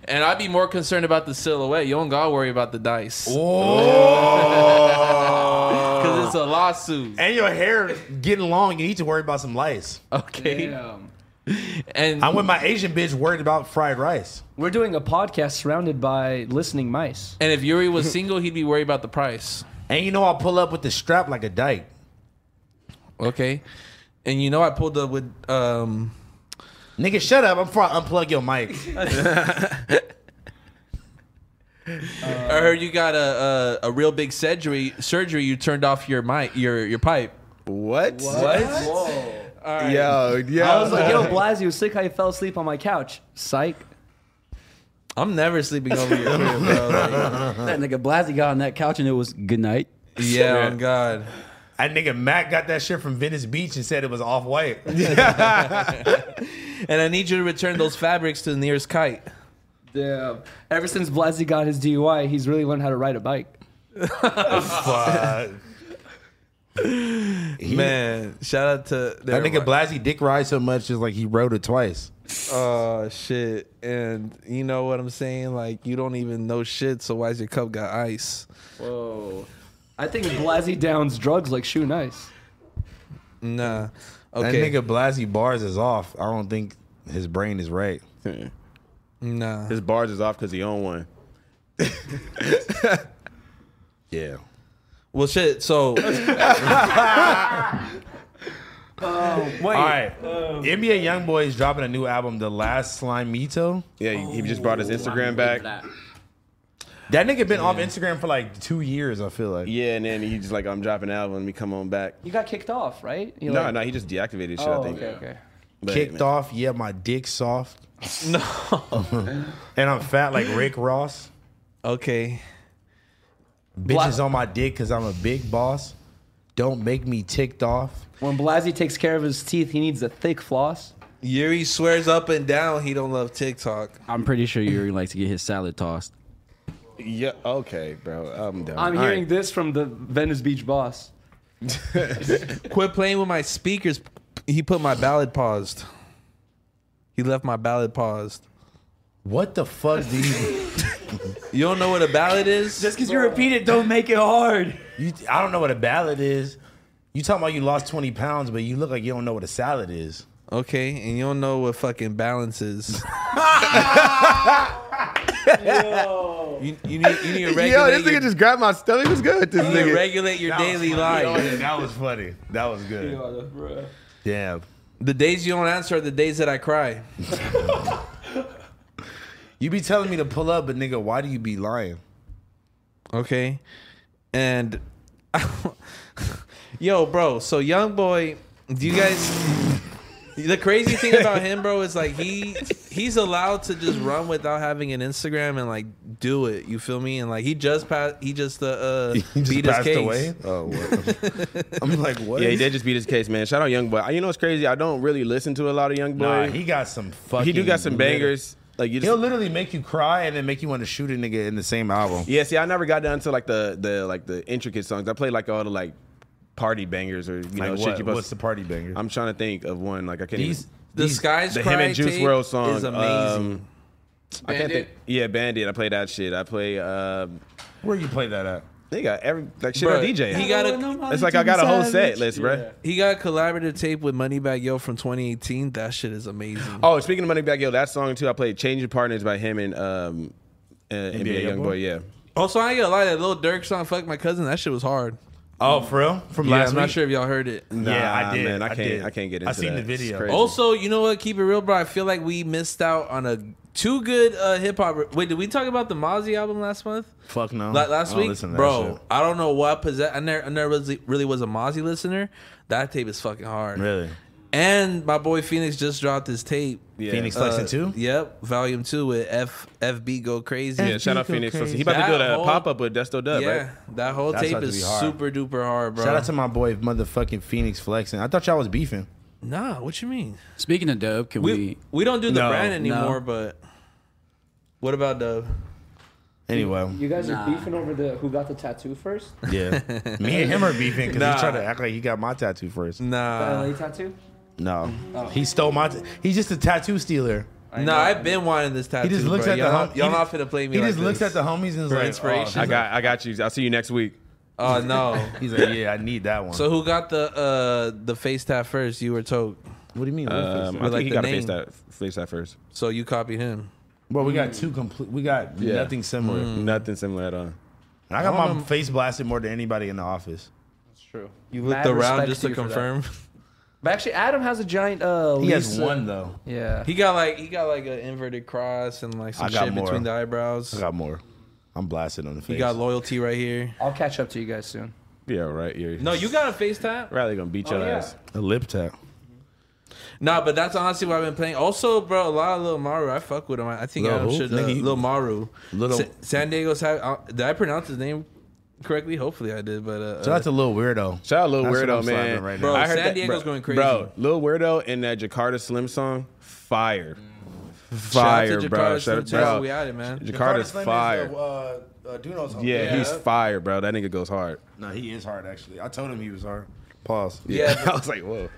Speaker 1: And I'd be more concerned about the silhouette. You don't gotta worry about the dice. Because it's a lawsuit.
Speaker 5: and your hair getting long, you need to worry about some lice.
Speaker 1: Okay. And
Speaker 5: I'm with my Asian bitch worried about fried rice.
Speaker 4: We're doing a podcast surrounded by listening mice.
Speaker 1: and if Yuri was single, he'd be worried about the price.
Speaker 5: And you know I'll pull up with the strap like a dyke.
Speaker 1: Okay. And you know I pulled up with um
Speaker 5: Nigga, shut up. I'm far unplug your mic.
Speaker 1: I heard you got a, a a real big surgery surgery you turned off your mic your your pipe.
Speaker 3: What?
Speaker 4: Whoa.
Speaker 3: Yo, yo.
Speaker 4: I was like, yo, Blasey was sick how you fell asleep on my couch. Psych.
Speaker 1: I'm never sleeping over your crib, bro. Like,
Speaker 8: That nigga Blasey got on that couch and it was good night.
Speaker 1: yeah, on God.
Speaker 5: that nigga Matt got that shit from Venice Beach and said it was off white.
Speaker 1: And I need you to return those fabrics to the nearest kite.
Speaker 4: Damn. Ever since Blasey got his DUI, he's really learned how to ride a bike.
Speaker 5: Fuck.
Speaker 1: Man, shout out to
Speaker 5: That nigga Blasey dick rides so much, it's like he rode it twice.
Speaker 1: Oh shit! And you know what I'm saying? Like you don't even know shit, so why's your cup got ice?
Speaker 4: Whoa. I think Blasey downs drugs like Shoe Nice.
Speaker 1: Nah. Okay.
Speaker 5: That nigga Blasey bars is off. I don't think his brain is right.
Speaker 1: nah.
Speaker 3: His bars is off because he owned one.
Speaker 5: Yeah.
Speaker 1: Well, shit. So
Speaker 5: All right. NBA YoungBoy is dropping a new album, The Last Slime Mito.
Speaker 3: Yeah, he, he just brought
Speaker 4: Oh,
Speaker 3: his Instagram back.
Speaker 5: That nigga been off Instagram for like two years, I feel like.
Speaker 3: Yeah, and then he just like, I'm dropping an album. Let me come on back.
Speaker 4: You got kicked off, right? You
Speaker 3: No,
Speaker 4: like-
Speaker 3: no, he just deactivated shit.
Speaker 4: Oh,
Speaker 3: I think.
Speaker 4: okay, okay.
Speaker 3: But,
Speaker 5: Kicked
Speaker 3: man,
Speaker 5: off. Yeah, my dick soft. No. and I'm fat like Rick Ross.
Speaker 1: okay.
Speaker 5: Bitches on my dick because I'm a big boss. Don't make me ticked off.
Speaker 4: When Blasey takes care of his teeth, he needs a thick floss.
Speaker 1: Yuri swears up and down he don't love TikTok.
Speaker 8: I'm pretty sure Yuri likes to get his salad tossed.
Speaker 3: Yeah. Okay, bro. I'm done.
Speaker 4: I'm
Speaker 3: All
Speaker 4: hearing
Speaker 3: right.
Speaker 4: this from the Venice Beach boss.
Speaker 1: Quit playing with my speakers. He put my ballad paused. He left my ballad paused.
Speaker 5: What the fuck do you,
Speaker 1: You don't know what a ballad is?
Speaker 4: Just because you repeat it, don't make it hard.
Speaker 5: you? I don't know what a ballad is. You talking about you lost 20 pounds, but you look like you don't know what a salad is.
Speaker 1: okay, and you don't know what fucking balance is. you, you need you need to regulate,
Speaker 3: Yo, this nigga
Speaker 1: your,
Speaker 3: just grabbed my stomach. What's good with this
Speaker 1: you need to
Speaker 3: nigga?
Speaker 1: regulate your daily life.
Speaker 5: Oh, That was funny. That was good. Damn.
Speaker 1: The days you don't answer are the days that I cry.
Speaker 5: You be telling me to pull up, but nigga, why do you be lying?
Speaker 1: Okay. And yo, bro, so young boy, do you guys the crazy thing about him, bro, is like he he's allowed to just run without having an Instagram and like do it. You feel me? And like he just passed he just uh, uh beat his case.
Speaker 5: Oh, what? I'm like, what?
Speaker 3: Yeah, he did just beat his case, man. Shout out Young Boy. You know what's crazy? I don't really listen to a lot of Young
Speaker 5: Nah,
Speaker 3: Boy.
Speaker 5: he got some fucking.
Speaker 3: he do got some
Speaker 5: lit-
Speaker 3: bangers. Like you just
Speaker 5: He'll literally make you cry and then make you want to shoot a nigga in the same album.
Speaker 3: Yeah, see, I never got down to like the the like the intricate songs. I played like all the like party bangers or you
Speaker 5: Like,
Speaker 3: know
Speaker 5: what-
Speaker 3: shit. You
Speaker 5: what's the party banger?
Speaker 3: I'm trying to think of one. Like I can't.
Speaker 5: These,
Speaker 3: even,
Speaker 1: The
Speaker 5: these-
Speaker 1: Skies
Speaker 3: the
Speaker 1: Cry
Speaker 3: him and Juice
Speaker 1: tape
Speaker 3: World song
Speaker 1: is amazing.
Speaker 3: um, I can't think.
Speaker 7: Bandit?
Speaker 3: Yeah, Bandit. I play that shit. I play. Um,
Speaker 5: Where you play that at?
Speaker 3: they got every like shit
Speaker 1: Bruh,
Speaker 3: on DJ.
Speaker 1: He got a
Speaker 3: it's like I got a whole set list, bro.
Speaker 1: he got a collaborative tape with Moneybag Yo from 2018. That shit is amazing.
Speaker 3: Oh, speaking of Money Back Yo, that song too. I played "Changing Partners" by him and um, uh, NBA,
Speaker 5: Youngboy?
Speaker 3: Youngboy. Yeah,
Speaker 1: Also, I ain't gonna lie, that little Dirk song, "Fuck My Cousin," that shit was hard.
Speaker 5: Oh, for real? From
Speaker 1: Yeah,
Speaker 5: last
Speaker 1: I'm
Speaker 5: week?
Speaker 1: not sure if y'all heard it.
Speaker 5: yeah, I
Speaker 3: Nah,
Speaker 5: did.
Speaker 3: man, I can't-
Speaker 5: did.
Speaker 3: I can't get
Speaker 5: I
Speaker 3: into
Speaker 5: seen
Speaker 3: that.
Speaker 5: the
Speaker 3: It's
Speaker 5: video.
Speaker 3: crazy.
Speaker 1: Also, you know what? Keep it real, bro. I feel like we missed out on a too good uh, hip hop. Wait, did we talk about the Mozzie album last month?
Speaker 5: Fuck no.
Speaker 1: La- last
Speaker 5: I don't
Speaker 1: week,
Speaker 5: listen to that
Speaker 1: bro.
Speaker 5: shit.
Speaker 1: I don't know what possess. I never, I never really, really was a Mozzie listener. That tape is fucking hard.
Speaker 5: Really?
Speaker 1: And my boy Phoenix just dropped his tape.
Speaker 3: yeah.
Speaker 5: Phoenix
Speaker 1: Uh,
Speaker 5: Flexing too?
Speaker 1: Yep, Volume Two with F FB Go Crazy.
Speaker 3: Yeah, shout out Phoenix. He about
Speaker 1: That
Speaker 3: to do a
Speaker 1: whole-
Speaker 3: pop up with Desto Dub,
Speaker 1: Yeah,
Speaker 3: right?
Speaker 1: that whole
Speaker 5: That's about
Speaker 1: tape
Speaker 5: to be
Speaker 1: is
Speaker 5: hard.
Speaker 1: super duper hard, bro.
Speaker 5: Shout out to my boy, motherfucking Phoenix Flexing. I thought y'all was beefing.
Speaker 1: nah, what you mean?
Speaker 8: Speaking of dub, can we?
Speaker 1: We we don't do the
Speaker 3: No.
Speaker 1: brand anymore, but what about the
Speaker 5: Anyway,
Speaker 4: You guys are beefing over the who got the tattoo first?
Speaker 5: yeah. Me and him are beefing because
Speaker 1: Nah.
Speaker 5: he tried to act like he got my tattoo first.
Speaker 1: nah?
Speaker 4: LA tattoo?
Speaker 5: No.
Speaker 1: Oh.
Speaker 5: He stole my. T- he's just a tattoo stealer.
Speaker 1: No, I've been wanting this tattoo.
Speaker 5: He just looks
Speaker 1: bro.
Speaker 5: at
Speaker 1: y'all,
Speaker 5: the hom-
Speaker 1: y'all
Speaker 5: he
Speaker 1: not
Speaker 5: just-
Speaker 1: finna play me.
Speaker 5: He
Speaker 1: like
Speaker 5: just looks
Speaker 1: this.
Speaker 5: at the homies and is like,
Speaker 1: inspiration.
Speaker 5: "Oh."
Speaker 3: I got, I got you. I'll see you next week.
Speaker 1: Oh no.
Speaker 5: He's like, yeah, I need that one.
Speaker 1: so who got the uh the face tat first? You or Toke?
Speaker 2: What do you mean? What
Speaker 3: Um, I
Speaker 2: face?
Speaker 3: think
Speaker 1: like
Speaker 3: he
Speaker 1: the
Speaker 3: got to
Speaker 1: name.
Speaker 3: face that, face that first.
Speaker 1: So you copied him.
Speaker 2: Well, we got two complete. We got
Speaker 3: Yeah. Mm.
Speaker 2: nothing similar.
Speaker 3: Nothing similar at all.
Speaker 2: I got my face blasted more than anybody in the office.
Speaker 1: You looked
Speaker 4: Mad
Speaker 1: around
Speaker 4: respect
Speaker 1: just to
Speaker 4: to you for that.
Speaker 1: confirm.
Speaker 4: But actually, Adam has a giant. Uh,
Speaker 2: He has
Speaker 4: Lisa-
Speaker 2: one though.
Speaker 4: Yeah.
Speaker 1: He got like he got like an inverted cross and like some
Speaker 2: I got
Speaker 1: shit
Speaker 2: more.
Speaker 1: between the eyebrows.
Speaker 2: I got more. I'm blasted on the face.
Speaker 1: You got loyalty right here.
Speaker 4: I'll catch up to you guys soon.
Speaker 3: Yeah, right. You're,
Speaker 1: No, you Oh, got a face tap.
Speaker 3: Riley gonna beat your
Speaker 4: yeah.
Speaker 3: ass.
Speaker 2: a lip tap.
Speaker 1: Nah, but that's honestly what I've been playing. Also, bro, a lot of Lil Maru. I fuck with him. I I think
Speaker 2: Lil
Speaker 1: Adam
Speaker 2: who?
Speaker 1: should. Uh,
Speaker 2: Nigga, you-
Speaker 1: Lil Maru.
Speaker 2: Little-
Speaker 1: Sa- San Diego's. Have, uh, did I pronounce his name correctly? Hopefully, I did. But uh,
Speaker 2: So that's a little weirdo.
Speaker 3: Shout out Lil
Speaker 2: That's what
Speaker 3: Weirdo,
Speaker 2: I'm slapping
Speaker 3: man.
Speaker 2: right now.
Speaker 1: Bro,
Speaker 3: I heard
Speaker 1: San
Speaker 3: that-
Speaker 1: Diego's
Speaker 3: bro,
Speaker 1: going crazy.
Speaker 3: Bro, Lil Weirdo and that Jakarta Slim song, fire.
Speaker 1: Mm. shout out to
Speaker 3: Fire, bro.
Speaker 1: Jakarta
Speaker 3: Shout out,
Speaker 1: Slim
Speaker 3: bro.
Speaker 1: Too. We at it, man.
Speaker 3: Jakarta's fire.
Speaker 2: uh, uh, Duno's homie.
Speaker 3: yeah, he's fire, bro. That nigga goes hard.
Speaker 2: no, he is hard actually. I told him he was hard. Pause.
Speaker 1: Yeah,
Speaker 3: I was like, whoa.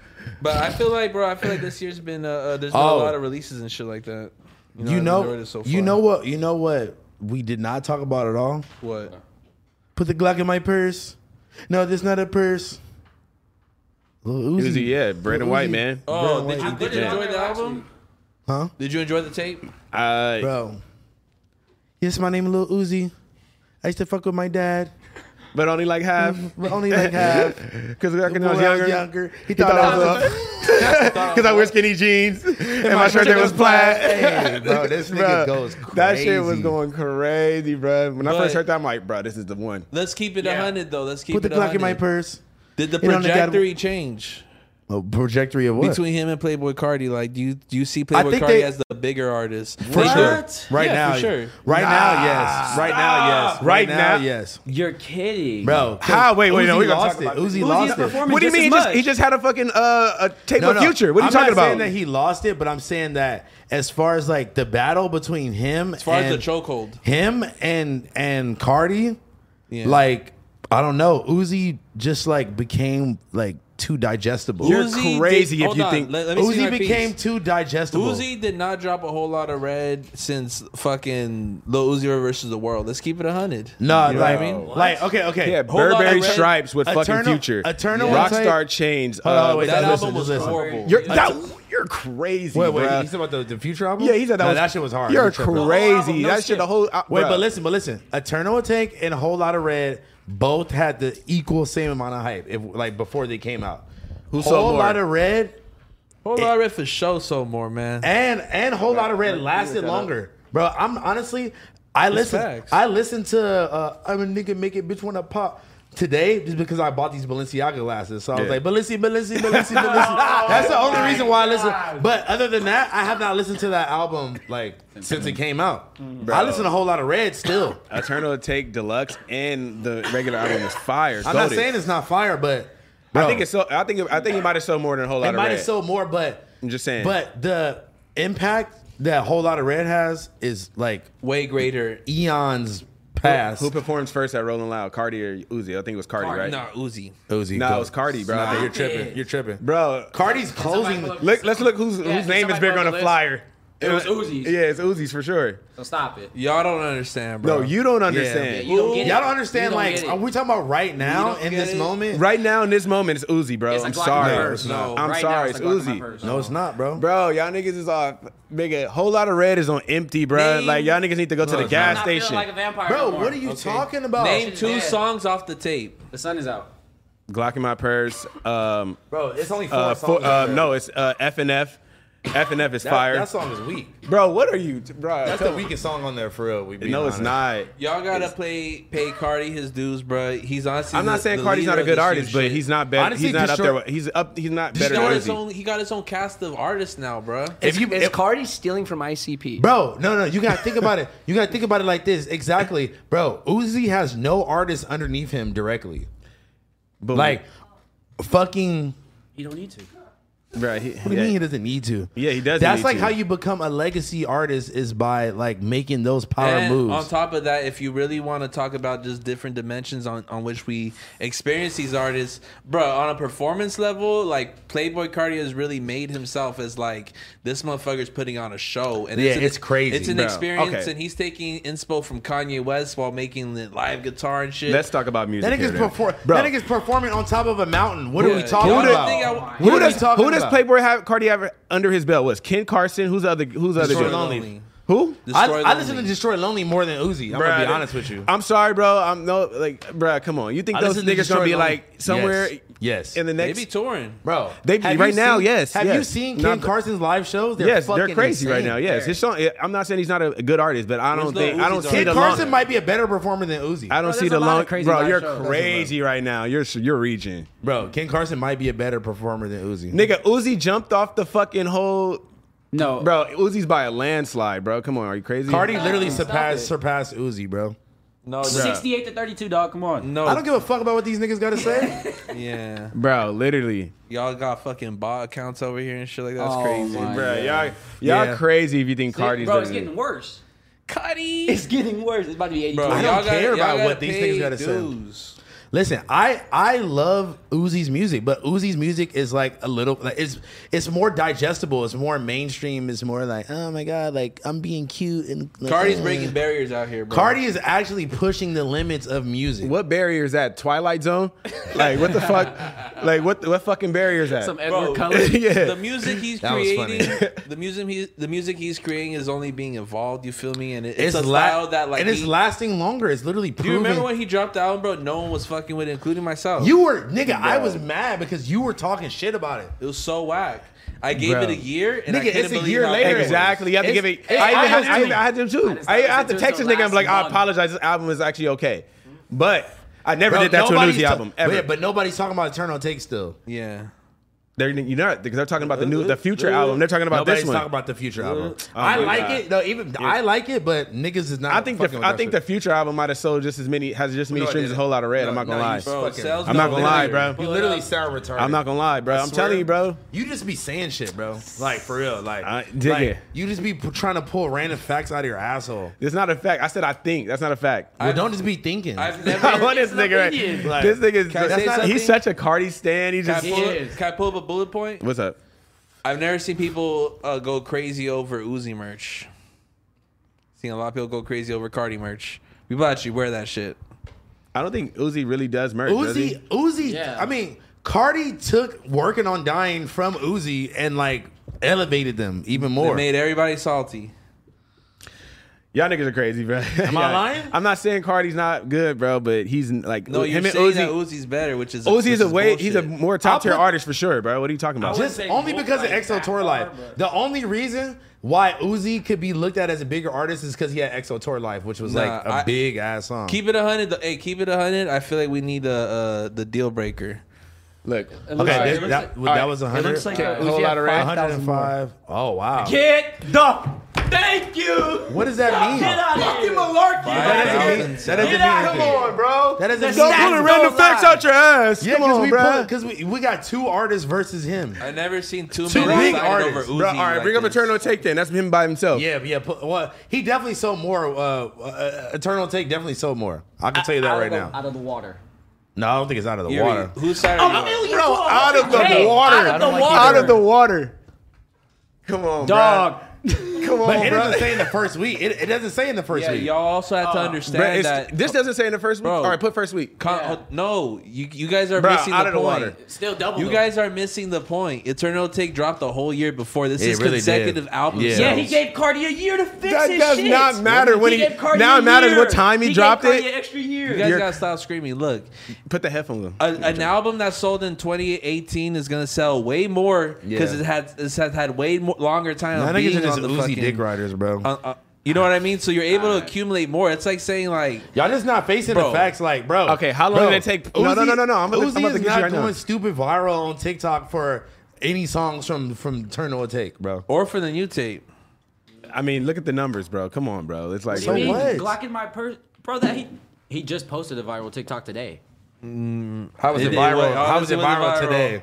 Speaker 1: But I feel like, bro, I feel like this year's been uh, uh there's been
Speaker 2: Oh.
Speaker 1: a lot of releases and shit like that.
Speaker 2: you
Speaker 1: I've
Speaker 2: know,
Speaker 1: enjoyed it so
Speaker 2: you
Speaker 1: far.
Speaker 2: know what, you know what we did not talk about at all.
Speaker 1: what?
Speaker 2: Put the Glock in my purse. No, this not a purse. Lil Uzi,
Speaker 3: Uzi, yeah, Brandon
Speaker 2: Uzi.
Speaker 3: White, man.
Speaker 1: Oh,
Speaker 2: Bro,
Speaker 1: did
Speaker 2: like-
Speaker 1: you, did you
Speaker 3: Yeah.
Speaker 1: enjoy the album?
Speaker 2: huh,
Speaker 1: Did you enjoy the tape?
Speaker 3: Uh,
Speaker 2: bro? Yes, my name is Lil Uzi. I used to fuck with my dad,
Speaker 3: But only like half.
Speaker 2: but only like half.
Speaker 3: Because back when I was
Speaker 2: When I was
Speaker 3: younger,
Speaker 2: younger, he thought I was a
Speaker 3: because I wear skinny jeans and my shirt that was plaid.
Speaker 2: Hey, bro, this
Speaker 3: Bruh,
Speaker 2: nigga goes crazy.
Speaker 3: That shit was going crazy, bro. When I
Speaker 1: But-
Speaker 3: first heard that, I'm like, bro, this is the one.
Speaker 1: Let's keep it a
Speaker 9: Yeah.
Speaker 1: 100 though. Let's keep
Speaker 2: Put the
Speaker 1: it a
Speaker 2: Glock in my
Speaker 1: 100.
Speaker 2: purse.
Speaker 1: Did the
Speaker 2: It only got-
Speaker 1: trajectory change
Speaker 2: Oh, trajectory of what?
Speaker 1: between him and Playboy Cardi? Like, do you do you see Playboy
Speaker 2: think
Speaker 1: Cardi
Speaker 2: they-
Speaker 1: as the bigger artist?
Speaker 2: For sure. Right
Speaker 1: Yeah,
Speaker 2: now,
Speaker 1: for sure.
Speaker 2: Right now, yes. Right now, yes.
Speaker 3: Right now?
Speaker 2: yes.
Speaker 4: You're kidding,
Speaker 2: Bro,
Speaker 3: How? Wait, wait,
Speaker 2: Uzi
Speaker 3: no, we gonna
Speaker 2: lost
Speaker 3: talk
Speaker 2: it.
Speaker 3: about
Speaker 2: Uzi
Speaker 4: Uzi's
Speaker 2: lost it.
Speaker 4: performance
Speaker 3: What do
Speaker 4: just
Speaker 3: you mean? He
Speaker 4: as
Speaker 3: just,
Speaker 4: much.
Speaker 3: he just had a fucking uh, a tape of future. What are you
Speaker 2: I'm
Speaker 3: talking
Speaker 2: not
Speaker 3: about?
Speaker 2: Saying that he lost it, but I'm saying that as far as like the battle between him,
Speaker 1: As far
Speaker 2: and
Speaker 1: as the chokehold,
Speaker 2: him and and Cardi,
Speaker 1: Yeah.
Speaker 2: like I don't know, Uzi just like became like too digestible.
Speaker 3: You're crazy if
Speaker 1: hold
Speaker 3: you
Speaker 1: on,
Speaker 3: think-
Speaker 1: let- let me see
Speaker 2: Uzi
Speaker 1: my piece.
Speaker 2: became too digestible.
Speaker 1: Uzi did not drop a whole lot of red since fucking Lil Uzi Vert versus the world. Let's keep it a hundred.
Speaker 2: no,
Speaker 1: you know
Speaker 2: like,
Speaker 1: what I mean?
Speaker 2: like okay, okay.
Speaker 3: yeah,
Speaker 1: Hold on,
Speaker 3: Burberry
Speaker 1: Red-
Speaker 3: stripes with fucking
Speaker 2: Eternal-
Speaker 3: future.
Speaker 2: Eternal
Speaker 3: rock
Speaker 2: Tape-
Speaker 3: star chains.
Speaker 2: Hold on,
Speaker 3: uh,
Speaker 2: wait,
Speaker 1: That
Speaker 2: just
Speaker 1: album
Speaker 2: listen,
Speaker 1: was
Speaker 2: just listen.
Speaker 1: horrible.
Speaker 3: you're that, you're crazy,
Speaker 2: Wait, wait.
Speaker 3: bruh.
Speaker 2: He's talking about the, the future album?
Speaker 3: yeah, he said that
Speaker 2: No,
Speaker 3: was
Speaker 2: that shit was hard.
Speaker 3: You're
Speaker 2: He tripping.
Speaker 3: crazy.
Speaker 4: no
Speaker 3: that shit,
Speaker 4: shit.
Speaker 3: the whole uh,
Speaker 2: Wait,
Speaker 3: bruh.
Speaker 2: but listen, but listen. Eternal Tank and Whole Lot of Red both had the equal same amount of hype if like before they came out. Who
Speaker 3: sold
Speaker 2: Whole
Speaker 3: more?
Speaker 2: Lot of Red
Speaker 1: Whole lot of red for show so more, man.
Speaker 2: and and Whole Lot of Red lasted longer. Bro, I'm honestly I listen
Speaker 1: facts.
Speaker 2: I listen to uh, I'm a nigga make it bitch wanna pop today just because I bought these Balenciaga glasses. So I was
Speaker 3: Yeah. Oh
Speaker 2: like Balenci Balenci Balenci Balenci. That's the only reason why I listen. But other than that, I have not listened to that album like since it came out.
Speaker 3: Mm-hmm.
Speaker 2: I listen to a whole lot of Red still.
Speaker 3: Eternal Take Deluxe and the regular album is fire.
Speaker 2: I'm not
Speaker 3: Goated.
Speaker 2: saying it's not fire, but
Speaker 3: I think it's so. I think I think he might have sold more than a whole lot
Speaker 2: it
Speaker 3: of
Speaker 2: might
Speaker 3: red.
Speaker 2: have sold more, but
Speaker 3: I'm just saying.
Speaker 2: But the impact that whole lot of red has is like
Speaker 1: Way greater.
Speaker 3: E
Speaker 2: eons past.
Speaker 3: Who performs first at Rolling Loud? Cardi or Uzi? I think it was Cardi, right? Oh.
Speaker 1: Nah, Uzi.
Speaker 2: Uzi,
Speaker 3: No,
Speaker 2: go.
Speaker 3: it was Cardi, bro. I
Speaker 2: Nah,
Speaker 3: think-
Speaker 2: you're tripping. You're tripping,
Speaker 3: bro.
Speaker 2: Cardi's closing.
Speaker 9: look-
Speaker 3: Look, let's look who's, whose
Speaker 9: can
Speaker 3: name is
Speaker 9: somebody
Speaker 3: big
Speaker 9: put
Speaker 3: on
Speaker 9: the
Speaker 3: the
Speaker 9: list?
Speaker 3: flyer.
Speaker 9: It was Uzi's.
Speaker 3: Yeah, it's Uzi's for sure.
Speaker 9: So stop it.
Speaker 1: Y'all don't understand, bro.
Speaker 3: No, you don't understand.
Speaker 9: You don't get it.
Speaker 2: Y'all don't understand.
Speaker 9: You don't
Speaker 2: like,
Speaker 9: get it.
Speaker 2: are we talking about right now
Speaker 1: don't
Speaker 2: in
Speaker 1: get
Speaker 2: this
Speaker 1: it.
Speaker 2: moment?
Speaker 3: Right now in this moment, it's Uzi, bro.
Speaker 9: It's a
Speaker 3: I'm
Speaker 9: Glock in my
Speaker 3: sorry.
Speaker 9: purse.
Speaker 1: No.
Speaker 3: I'm
Speaker 9: Right now,
Speaker 3: sorry.
Speaker 9: it's a
Speaker 3: It's
Speaker 9: Glock in my
Speaker 3: Uzi.
Speaker 9: purse.
Speaker 2: No, it's not, bro.
Speaker 3: Bro, y'all niggas is off. Nigga, whole lot of red is on empty, bro.
Speaker 9: Name-
Speaker 3: Like y'all niggas need to go to the
Speaker 2: it's
Speaker 9: I'm
Speaker 3: gas
Speaker 9: not feeling
Speaker 3: station.
Speaker 9: like a vampire.
Speaker 2: Bro,
Speaker 9: no more.
Speaker 2: what are you
Speaker 9: Okay.
Speaker 2: talking about?
Speaker 1: Name
Speaker 9: is
Speaker 1: two
Speaker 9: bad.
Speaker 1: songs off the tape.
Speaker 9: The sun is out.
Speaker 3: Glock in my purse. Um,
Speaker 2: bro, it's only four
Speaker 3: uh,
Speaker 2: songs.
Speaker 3: for, uh,
Speaker 2: out there.
Speaker 3: no, it's uh, F and F. F and F is
Speaker 2: that,
Speaker 3: fire.
Speaker 2: That song is weak.
Speaker 3: Bro, what are you, bro?
Speaker 2: That's
Speaker 3: come
Speaker 2: the
Speaker 3: on.
Speaker 2: weakest song on there for real. We
Speaker 3: No, it's not.
Speaker 1: Y'all gotta play pay Cardi his dues, bro. He's honestly.
Speaker 3: I'm
Speaker 1: the-
Speaker 3: not saying
Speaker 1: the
Speaker 3: Cardi's not
Speaker 1: leader
Speaker 3: a
Speaker 1: of
Speaker 3: good
Speaker 1: this
Speaker 3: artist,
Speaker 1: year's
Speaker 3: but
Speaker 1: shit.
Speaker 3: he's not better.
Speaker 2: Honestly,
Speaker 3: he's not up
Speaker 2: Destroy-
Speaker 3: there. with- He's up. He's not
Speaker 1: He
Speaker 3: better
Speaker 1: got
Speaker 3: than
Speaker 1: his
Speaker 3: Uzi.
Speaker 1: own. He got his own cast of artists now, bro.
Speaker 2: If you
Speaker 4: Is Cardi stealing from ICP?
Speaker 2: Bro, no, no, you gotta think about it. You gotta think about it like this. Exactly, bro. Uzi has no artist underneath him directly.
Speaker 3: Boom.
Speaker 2: Like, fucking.
Speaker 9: You don't need to.
Speaker 3: bro, he, what
Speaker 2: What do you mean he doesn't need to?
Speaker 3: Yeah, he doesn't
Speaker 2: That's
Speaker 3: need
Speaker 2: like
Speaker 3: to.
Speaker 2: how you become a legacy artist is by like making those power
Speaker 1: And on
Speaker 2: moves.
Speaker 1: top of that, if you really want to talk about just different dimensions on, on which we experience these artists, bro, on a performance level, like Playboy Cardi has really made himself as like this motherfucker's putting on a show, and
Speaker 2: Yeah,
Speaker 1: an-
Speaker 2: it's crazy,
Speaker 1: It's an
Speaker 3: bro.
Speaker 1: experience,
Speaker 3: Okay.
Speaker 1: and he's taking inspo from Kanye West while making the live guitar and shit.
Speaker 3: Let's talk about music.
Speaker 2: that nigga's
Speaker 3: here, then.
Speaker 2: perform.
Speaker 3: Bro,
Speaker 2: That nigga's performing on top of a mountain. What are we
Speaker 1: Yeah.
Speaker 2: talking
Speaker 1: Y'all don't
Speaker 2: about?
Speaker 1: think I-
Speaker 2: What
Speaker 3: who
Speaker 2: are we
Speaker 3: does,
Speaker 2: talking
Speaker 3: who does last Playboy have Cardi ever under his belt was Ken Carson. Who's the other? Who's the other?
Speaker 5: Destroy
Speaker 3: dude?
Speaker 5: Lonely.
Speaker 3: Who?
Speaker 2: I,
Speaker 1: Destroy
Speaker 2: I
Speaker 1: Lonely.
Speaker 2: listen to Destroy Lonely more than Uzi. I'm
Speaker 3: Bruh,
Speaker 2: gonna
Speaker 3: I
Speaker 2: be
Speaker 3: didn't-
Speaker 2: honest with you.
Speaker 3: I'm sorry, bro. I'm no like, bruh. Come on. You think
Speaker 5: I
Speaker 3: those
Speaker 5: listen to
Speaker 3: niggas gonna be
Speaker 5: Destroy
Speaker 3: like
Speaker 5: Lonely.
Speaker 3: somewhere?
Speaker 5: Yes. Yes.
Speaker 3: In the
Speaker 1: They
Speaker 3: next.
Speaker 1: be touring.
Speaker 2: Bro,
Speaker 3: They-
Speaker 2: have
Speaker 3: right
Speaker 2: you
Speaker 3: now,
Speaker 2: seen-
Speaker 3: yes,
Speaker 2: Have you
Speaker 3: yes.
Speaker 2: seen
Speaker 3: Not
Speaker 2: Ken
Speaker 3: the-
Speaker 2: Carson's live shows? They're
Speaker 3: Yes, they're
Speaker 2: fucking
Speaker 3: crazy right
Speaker 2: insane.
Speaker 3: now. Yes, his song. I'm not saying he's not a good artist, but I don't
Speaker 1: Lil
Speaker 3: think I don't
Speaker 1: Uzi's
Speaker 3: see
Speaker 2: Ken
Speaker 3: the
Speaker 1: artist?
Speaker 3: long.
Speaker 2: Carson might be a better performer than Uzi.
Speaker 3: I don't
Speaker 8: Bro,
Speaker 3: see
Speaker 8: there's
Speaker 3: the
Speaker 8: a lot of
Speaker 3: long.
Speaker 8: crazy
Speaker 3: bro,
Speaker 8: live
Speaker 3: you're
Speaker 8: shows.
Speaker 3: crazy right now. You're you're reaching.
Speaker 2: Bro, Ken Carson might be a better performer than Uzi.
Speaker 3: Nigga, Uzi jumped off the fucking whole.
Speaker 8: No,
Speaker 3: Bro, Uzi's by a landslide, bro. Come on, are you crazy?
Speaker 2: Cardi literally
Speaker 11: Stop
Speaker 2: surpassed
Speaker 11: it.
Speaker 2: surpassed Uzi, bro.
Speaker 1: No, bruh.
Speaker 11: 68 to 32, dog. Come on.
Speaker 1: no.
Speaker 2: I don't give a fuck about what these niggas gotta say.
Speaker 1: yeah,
Speaker 3: bro, literally.
Speaker 1: y'all got fucking bot accounts over here and shit like that's crazy.
Speaker 11: Oh my
Speaker 3: Bro,
Speaker 11: God.
Speaker 3: y'all, y'all
Speaker 2: Yeah.
Speaker 3: crazy if you think Cardi's.
Speaker 11: Bro, it's
Speaker 3: better than-
Speaker 11: getting worse.
Speaker 1: Cuddy,
Speaker 11: It's getting worse. It's about to be 82.
Speaker 1: bro,
Speaker 2: I don't
Speaker 1: y'all
Speaker 2: care
Speaker 1: gotta,
Speaker 2: about
Speaker 1: y'all
Speaker 2: what these things gotta
Speaker 1: gotta
Speaker 2: say.
Speaker 1: pay dues.
Speaker 2: Listen, I I love Uzi's music, but Uzi's music is like a little like it's it's more digestible, it's more mainstream, it's more like oh my god, like I'm being cute and like,
Speaker 1: Cardi's
Speaker 2: uh.
Speaker 1: breaking barriers out here, bro.
Speaker 2: Cardi is actually pushing the limits of music.
Speaker 3: What barrier is that? Twilight Zone? Like what the fuck? Like what? What fucking barrier is that?
Speaker 8: some
Speaker 1: Bro,
Speaker 8: Edward Cullen.
Speaker 3: yeah.
Speaker 1: The music he's
Speaker 2: That was funny.
Speaker 1: creating, the music he, the music he's creating is only being evolved. You feel me? And it,
Speaker 2: It's,
Speaker 1: it's, a
Speaker 2: la-
Speaker 1: style that like
Speaker 2: and it's
Speaker 1: he-
Speaker 2: lasting longer. It's literally
Speaker 1: Do
Speaker 2: proving.
Speaker 1: you remember when he dropped the album, bro? No one was fucking with it, including myself.
Speaker 2: You were nigga. I was mad because you were talking shit about it.
Speaker 1: it was so whack. I gave
Speaker 3: Bro.
Speaker 1: it a year, and I
Speaker 2: Nigga,
Speaker 1: couldn't
Speaker 2: it's a
Speaker 1: believe
Speaker 2: year
Speaker 1: how
Speaker 2: later.
Speaker 1: bad it was.
Speaker 3: Exactly. You have to
Speaker 2: It's-
Speaker 3: give it.
Speaker 2: it's-
Speaker 3: I, even
Speaker 2: I
Speaker 3: had,
Speaker 2: was
Speaker 3: I,
Speaker 2: too.
Speaker 3: even had them too.
Speaker 11: just
Speaker 3: I,
Speaker 11: thought
Speaker 3: have
Speaker 11: it
Speaker 3: to
Speaker 11: was
Speaker 3: text this
Speaker 11: the
Speaker 3: nigga. I'm like, "Oh,
Speaker 11: last
Speaker 3: I
Speaker 11: one.
Speaker 3: apologize. This album is actually okay, but I never did that to an
Speaker 2: nobody's
Speaker 3: Uzi
Speaker 2: ta-
Speaker 3: album ever.
Speaker 2: Yeah, but nobody's talking about Eternal Take still.
Speaker 1: Yeah.
Speaker 3: they're you know because they're talking about the new the future album. They're talking about
Speaker 2: nobody's
Speaker 3: this one.
Speaker 2: talking about the future album.
Speaker 3: Oh
Speaker 2: I
Speaker 3: my
Speaker 2: like
Speaker 3: God.
Speaker 2: it. No, even I like it, but niggas is not.
Speaker 3: I think
Speaker 2: fucking
Speaker 3: the,
Speaker 2: with
Speaker 3: I
Speaker 2: that
Speaker 3: think the
Speaker 2: shit.
Speaker 3: future album might have sold just as many has just as many
Speaker 2: No, it
Speaker 3: streams as
Speaker 2: didn't.
Speaker 3: a whole lot of red.
Speaker 2: No,
Speaker 3: I'm not
Speaker 2: no,
Speaker 3: gonna
Speaker 2: you
Speaker 3: lie.
Speaker 1: Bro,
Speaker 2: Fucking-
Speaker 1: sales
Speaker 3: I'm not
Speaker 1: don't
Speaker 3: gonna lie,
Speaker 1: matter.
Speaker 3: bro.
Speaker 2: you literally sound retarded.
Speaker 3: I'm not gonna lie, bro. I'm telling you, bro.
Speaker 2: You just be saying shit, bro. Like for real. Like,
Speaker 3: I dig
Speaker 2: like,
Speaker 3: it.
Speaker 2: You just be p- trying to pull random facts out of your asshole.
Speaker 3: It's not a fact. I said I think. That's not a fact.
Speaker 2: Well, don't just be thinking.
Speaker 1: I've
Speaker 3: I
Speaker 1: never.
Speaker 3: want this nigga. Right. this nigga is.
Speaker 1: Can I say
Speaker 3: that's not- he's
Speaker 1: something?
Speaker 3: such a Cardi stan. He
Speaker 1: Can I,
Speaker 3: just.
Speaker 1: pull, up- can I pull up a bullet point?
Speaker 3: What's up?
Speaker 1: I've never seen people uh, go crazy over Uzi merch. Seen a lot of people go crazy over Cardi merch. People actually wear that shit.
Speaker 3: I don't think Uzi really does merch. does he?
Speaker 2: Uzi, Uzi.
Speaker 8: Yeah.
Speaker 2: I mean, Cardi took working on dying from Uzi and like elevated them even
Speaker 1: It
Speaker 2: more.
Speaker 1: made everybody salty.
Speaker 3: Y'all niggas are crazy, bro. Am
Speaker 2: I lying?
Speaker 3: I'm not saying Cardi's not good, bro, but he's like
Speaker 1: No, you're
Speaker 3: him and
Speaker 1: saying that
Speaker 3: Uzi.
Speaker 1: Uzi's better, which is
Speaker 3: Uzi
Speaker 1: which
Speaker 3: is a way. He's a
Speaker 1: bullshit.
Speaker 3: more top tier
Speaker 2: put-
Speaker 3: artist for sure, bro. What are you talking about?
Speaker 2: just
Speaker 11: say
Speaker 2: only
Speaker 11: both
Speaker 2: because of
Speaker 11: like
Speaker 2: EXO
Speaker 11: that
Speaker 2: Tour
Speaker 11: far,
Speaker 2: Life.
Speaker 11: but-
Speaker 2: The only reason why Uzi could be looked at as a bigger artist is because he had EXO Tour Life, which was
Speaker 1: Nah,
Speaker 2: like a
Speaker 1: I-
Speaker 2: big ass song.
Speaker 1: Keep it a hundred. th- Hey, keep it a hundred. I feel like we need the uh, the deal breaker.
Speaker 3: Look,
Speaker 2: okay,
Speaker 11: Alright,
Speaker 2: this-
Speaker 11: it looks
Speaker 2: that,
Speaker 11: like-
Speaker 2: well, that was
Speaker 4: It
Speaker 2: 100.
Speaker 4: looks like a
Speaker 11: Whole
Speaker 4: Uzi
Speaker 3: lot
Speaker 4: had
Speaker 3: of red.
Speaker 4: 5,000 more.
Speaker 2: 105. Oh wow.
Speaker 11: Get the. Thank you.
Speaker 2: What does that mean?
Speaker 11: Get out of here.
Speaker 2: That
Speaker 11: malarkey.
Speaker 2: doesn't mean. That doesn't mean anything.
Speaker 3: bro.
Speaker 2: That doesn't
Speaker 3: Don't
Speaker 2: mean
Speaker 3: pull the
Speaker 2: anything.
Speaker 3: random facts out your ass.
Speaker 2: Yeah,
Speaker 3: Come on,
Speaker 2: we
Speaker 3: bro.
Speaker 2: because we, we got two artists versus him.
Speaker 1: I've never seen two,
Speaker 2: Two
Speaker 1: men
Speaker 2: big
Speaker 1: excited
Speaker 2: artists.
Speaker 1: over Uzi.
Speaker 3: Bro, all right,
Speaker 1: like
Speaker 3: bring up
Speaker 1: this.
Speaker 3: Eternal Take then. That's him by himself.
Speaker 2: Yeah, yeah. pu- Well, he definitely sold more. Uh, uh, Eternal Take definitely sold more. I can tell you that
Speaker 11: Out of
Speaker 2: right
Speaker 11: the-
Speaker 2: now.
Speaker 11: Out of the water.
Speaker 2: No, I don't think it's out of the
Speaker 1: Yuri,
Speaker 2: water.
Speaker 1: Whose side are you on?
Speaker 11: Million
Speaker 3: Bro,
Speaker 11: to a
Speaker 3: out of the
Speaker 11: hundred K.
Speaker 3: water.
Speaker 11: Out of the water.
Speaker 3: Out of the water. Come on,
Speaker 11: Dog.
Speaker 3: Bro. Come on,
Speaker 2: But it
Speaker 3: bro.
Speaker 2: doesn't say in the first week. It, it doesn't say in the first
Speaker 1: Yeah,
Speaker 2: week.
Speaker 1: y'all also have to understand
Speaker 3: Bro, it's-
Speaker 1: that
Speaker 3: this doesn't say in the first week.
Speaker 1: Bro.
Speaker 3: All right, put first week.
Speaker 1: Con- hold- No, you you guys are
Speaker 3: Bro,
Speaker 1: missing
Speaker 3: out
Speaker 1: the
Speaker 3: of the
Speaker 1: point.
Speaker 3: water.
Speaker 11: Still double.
Speaker 1: You
Speaker 11: though.
Speaker 1: guys are missing the point. Eternal Take dropped the whole year before. This
Speaker 2: It
Speaker 1: is
Speaker 2: really did.
Speaker 1: consecutive album.
Speaker 2: Yeah.
Speaker 11: Yeah, he gave Cardi a year to fix
Speaker 3: That
Speaker 11: his
Speaker 3: does
Speaker 11: shit.
Speaker 3: not matter when he-
Speaker 11: gave Cardi
Speaker 3: now
Speaker 11: a
Speaker 3: it matters
Speaker 11: year.
Speaker 3: what time he
Speaker 11: gave
Speaker 3: dropped
Speaker 11: Cardi
Speaker 3: it.
Speaker 11: an extra year.
Speaker 1: You guys
Speaker 3: You're-
Speaker 1: gotta stop screaming. Look,
Speaker 3: Put the headphones on.
Speaker 1: a, an album that sold in 2018 is gonna sell way more because
Speaker 2: Yeah.
Speaker 1: it had it's had, had way more, longer time.
Speaker 2: I
Speaker 1: of
Speaker 2: think
Speaker 1: being
Speaker 2: it's just
Speaker 1: on the
Speaker 2: Uzi
Speaker 1: fucking,
Speaker 2: dick riders, bro.
Speaker 1: on- on- you know what I mean? So you're able to accumulate more. It's like saying like
Speaker 2: y'all just not facing
Speaker 1: Bro.
Speaker 2: the facts, like, bro.
Speaker 3: Okay, how long
Speaker 2: bro,
Speaker 3: did it take- No, no, no, no, no, I'm about to-
Speaker 2: Uzi
Speaker 3: I'm about to
Speaker 2: is
Speaker 3: get you
Speaker 2: not
Speaker 3: right now.
Speaker 2: doing stupid viral on TikTok for any songs from from Eternal Take, bro.
Speaker 1: or for the new tape.
Speaker 3: I mean, look at the numbers, bro. Come on, bro. It's like
Speaker 11: What do
Speaker 2: So
Speaker 11: you mean?
Speaker 2: what?
Speaker 11: Glocking my purse, bro. That he he just posted a viral TikTok today.
Speaker 2: How was
Speaker 1: It-
Speaker 2: it
Speaker 1: it
Speaker 2: viral?
Speaker 1: was-
Speaker 2: How was it
Speaker 1: it was
Speaker 2: viral
Speaker 1: viral.
Speaker 2: today?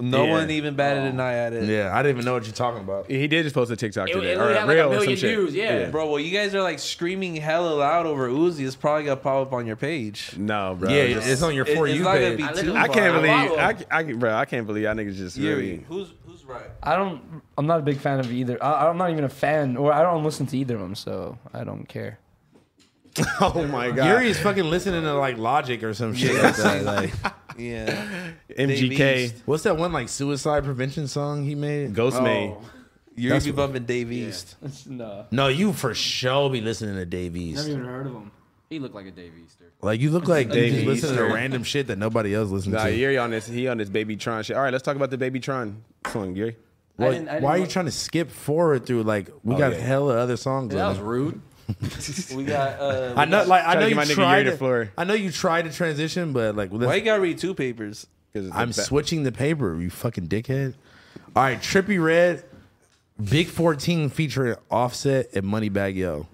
Speaker 1: No
Speaker 3: Yeah.
Speaker 1: one even batted
Speaker 11: Oh.
Speaker 1: an eye at it.
Speaker 2: Yeah, I didn't even know what you're talking about.
Speaker 3: he did just post a TikTok
Speaker 11: It-
Speaker 3: today,
Speaker 11: it
Speaker 3: or
Speaker 11: would
Speaker 3: a
Speaker 11: have, like, a
Speaker 3: reel or some
Speaker 11: million
Speaker 3: shit.
Speaker 11: views, yeah.
Speaker 1: Bro, well, you guys are like screaming hella loud over Uzi. It's probably gonna pop up on your page.
Speaker 3: No, bro.
Speaker 2: Yeah,
Speaker 3: just-
Speaker 2: it's on your
Speaker 1: It-
Speaker 2: for
Speaker 1: it's
Speaker 2: you
Speaker 1: not gonna
Speaker 2: page.
Speaker 1: be
Speaker 11: I
Speaker 1: too.
Speaker 11: literally-
Speaker 3: I can't
Speaker 1: viral.
Speaker 3: believe,
Speaker 11: follow.
Speaker 3: I, I, bro, I can't believe y'all niggas just
Speaker 1: Yuri,
Speaker 3: really.
Speaker 1: who's who's right?
Speaker 4: I don't. I'm not a big fan of either. I, I'm not even a fan, or I don't listen to either of them, so I don't care.
Speaker 3: Oh my god,
Speaker 2: Yuri is fucking listening to like Logic or some shit. like that, like-
Speaker 1: Yeah.
Speaker 3: MGK.
Speaker 2: What's that one like suicide prevention song he made?
Speaker 3: Ghost
Speaker 2: Oh.
Speaker 3: May.
Speaker 1: You're
Speaker 2: That's
Speaker 1: be
Speaker 2: what-
Speaker 1: bumping Dave East.
Speaker 4: no.
Speaker 2: No, you for sure be listening to Dave East.
Speaker 11: Never even heard of him. He looked like a Dave Easter.
Speaker 2: Like you look like Dave
Speaker 3: Dave
Speaker 2: just listening to
Speaker 3: Easter.
Speaker 2: random shit that nobody else listens
Speaker 3: Nah,
Speaker 2: to.
Speaker 3: Yuri on this. He on this Baby Tron shit. All right, let's talk about the Baby Tron song, Yuri.
Speaker 2: What-
Speaker 4: didn't- I didn't
Speaker 2: why are you
Speaker 4: look-
Speaker 2: trying to skip forward through like we
Speaker 3: Oh,
Speaker 2: got
Speaker 3: yeah.
Speaker 2: hella other songs?
Speaker 11: That
Speaker 2: on
Speaker 11: was
Speaker 2: it.
Speaker 11: rude.
Speaker 4: We got. Uh,
Speaker 1: um,
Speaker 2: I know, like
Speaker 3: Try
Speaker 2: I
Speaker 3: to
Speaker 2: know
Speaker 3: get my
Speaker 2: you
Speaker 3: nigga
Speaker 2: tried.
Speaker 3: Yuri the
Speaker 2: To,
Speaker 3: floor.
Speaker 2: I know you tried to transition, but like let's-
Speaker 1: Why you gotta read two papers?
Speaker 3: 'Cause it's a
Speaker 2: I'm
Speaker 3: ba-
Speaker 2: switching the paper, you fucking dickhead. All right, Trippy Red, Big 14 featuring Offset and Moneybag Yo.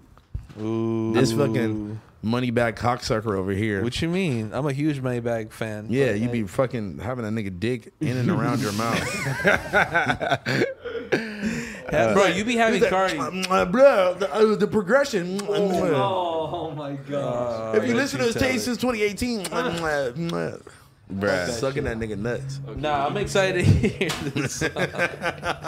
Speaker 2: This fucking Moneybag cocksucker over here.
Speaker 1: What you mean? I'm a huge Maybach fan.
Speaker 2: yeah, you be fucking having a nigga dick in and around your mouth.
Speaker 1: bro, you be having Cardi.
Speaker 2: Uh, bro, the, uh, the progression.
Speaker 4: Oh, oh my Uh. god.
Speaker 2: if Uh, you listen to his taste since 2018, Bruh. sucking that nigga nuts.
Speaker 1: Nah, I'm excited to hear this.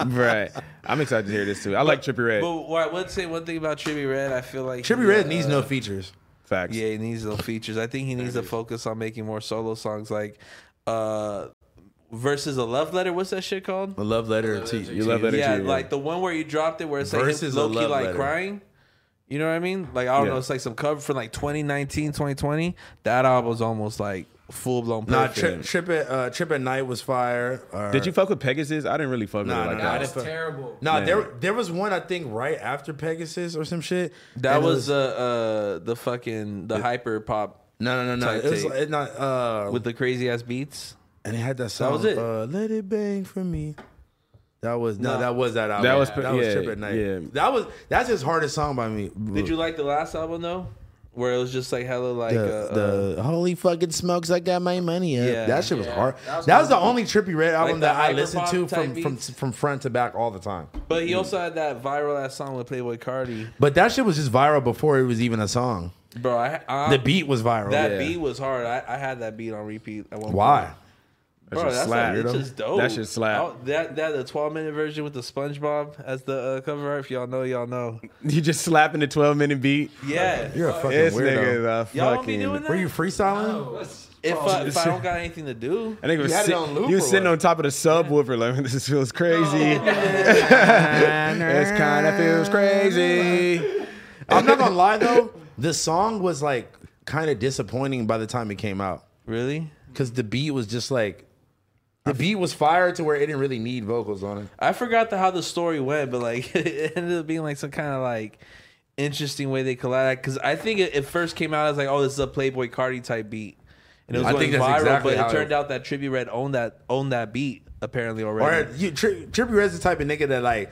Speaker 3: Right. I'm excited to hear this too. I like Trippy Red.
Speaker 1: But what, let's say one thing about Trippy Red. I feel like
Speaker 2: Trippy
Speaker 1: he,
Speaker 2: Red
Speaker 1: uh,
Speaker 2: needs no features.
Speaker 3: Facts.
Speaker 1: Yeah, he needs no features. I think he needs to focus on making more solo songs like uh versus a love letter. What's that shit called?
Speaker 2: A love letter to you.
Speaker 3: You love that.
Speaker 1: yeah, like the one where you dropped it where it's like
Speaker 2: Versus a
Speaker 1: low key
Speaker 2: love
Speaker 1: like
Speaker 2: letter.
Speaker 1: crying. You know what I mean? Like I don't
Speaker 3: Yeah.
Speaker 1: know, it's like some cover from like 2019, 2020. That album's almost like full blown
Speaker 2: Nah,
Speaker 1: perfect.
Speaker 2: trip, trip at uh, trip at night was fire. or-
Speaker 3: Did you fuck with Pegasus? I didn't really fuck
Speaker 2: Nah,
Speaker 3: with it like
Speaker 2: nah,
Speaker 3: that.
Speaker 2: I didn't
Speaker 7: That's
Speaker 2: fuck-
Speaker 7: terrible.
Speaker 2: Nah,
Speaker 3: Man.
Speaker 2: there there was one I think right after Pegasus or some shit.
Speaker 1: That
Speaker 2: And it
Speaker 1: was uh, uh the fucking the hyper pop
Speaker 2: no no no no.
Speaker 1: type
Speaker 2: It was
Speaker 1: tape.
Speaker 2: it not uh
Speaker 1: with the crazy ass beats.
Speaker 2: and it had that song.
Speaker 1: was it.
Speaker 2: Uh, Let it bang for me. That was no, that was that album.
Speaker 3: That was-
Speaker 2: that was
Speaker 3: yeah,
Speaker 2: trip at night.
Speaker 3: yeah.
Speaker 2: That was that's his hardest song by me.
Speaker 1: Did you like the last album though? Where it was just like hella like uh,
Speaker 2: the,
Speaker 1: uh,
Speaker 2: the holy fucking smokes! I got my money. Up.
Speaker 1: Yeah.
Speaker 2: that shit was hard. That
Speaker 7: That
Speaker 2: was,
Speaker 7: was
Speaker 2: the only Trippy Red album
Speaker 1: the
Speaker 2: that I listened
Speaker 1: hyperpop
Speaker 2: to
Speaker 1: type
Speaker 2: from, from
Speaker 1: beats.
Speaker 2: from front to back all the time.
Speaker 1: But he also had that viral ass song with Playboy Cardi.
Speaker 2: But that shit was just viral before it was even a song.
Speaker 1: Bro, I, I
Speaker 2: The beat was viral.
Speaker 1: Uh, that
Speaker 3: yeah.
Speaker 1: beat was hard. I, I had that beat on repeat at one
Speaker 2: Why?
Speaker 1: point. Bro,
Speaker 3: shit
Speaker 1: that's
Speaker 3: slap,
Speaker 1: like, it's
Speaker 3: weirdo.
Speaker 1: just dope.
Speaker 3: That shit slap.
Speaker 1: I- that that the twelve minute version with the SpongeBob as the uh, cover art. If y'all know, y'all know.
Speaker 3: You just slapping the 12 minute beat.
Speaker 1: Yeah.
Speaker 2: You're a fucking
Speaker 3: This
Speaker 2: weirdo.
Speaker 3: nigga is a fucking.
Speaker 1: y'all don't be doing that.
Speaker 2: Were you freestyling?
Speaker 1: if, I, if I don't got anything to do,
Speaker 3: I think it was
Speaker 2: had it
Speaker 3: sit-
Speaker 2: on loop
Speaker 3: you
Speaker 2: or
Speaker 3: was sitting
Speaker 2: what?
Speaker 3: on top of the subwoofer like this feels crazy.
Speaker 1: Oh,
Speaker 3: this kind of feels crazy.
Speaker 2: I'm not gonna lie though, the song was like kind of disappointing by the time it came out
Speaker 1: really,
Speaker 2: because the beat was just like the beat was fire to where it didn't really need vocals on it.
Speaker 1: I forgot the, how the story went, but like it ended up being like some kind of like interesting way they collided. Because I think it, it first came out as like, oh, this is a Playboy Cardi type beat, and it was
Speaker 2: I
Speaker 1: going
Speaker 2: think that's
Speaker 1: viral.
Speaker 2: exactly
Speaker 1: but
Speaker 2: how it-
Speaker 1: it turned out that Tribute Red owned that owned that beat apparently already.
Speaker 2: Or you, Tri- Trippy Red's the type of nigga that like.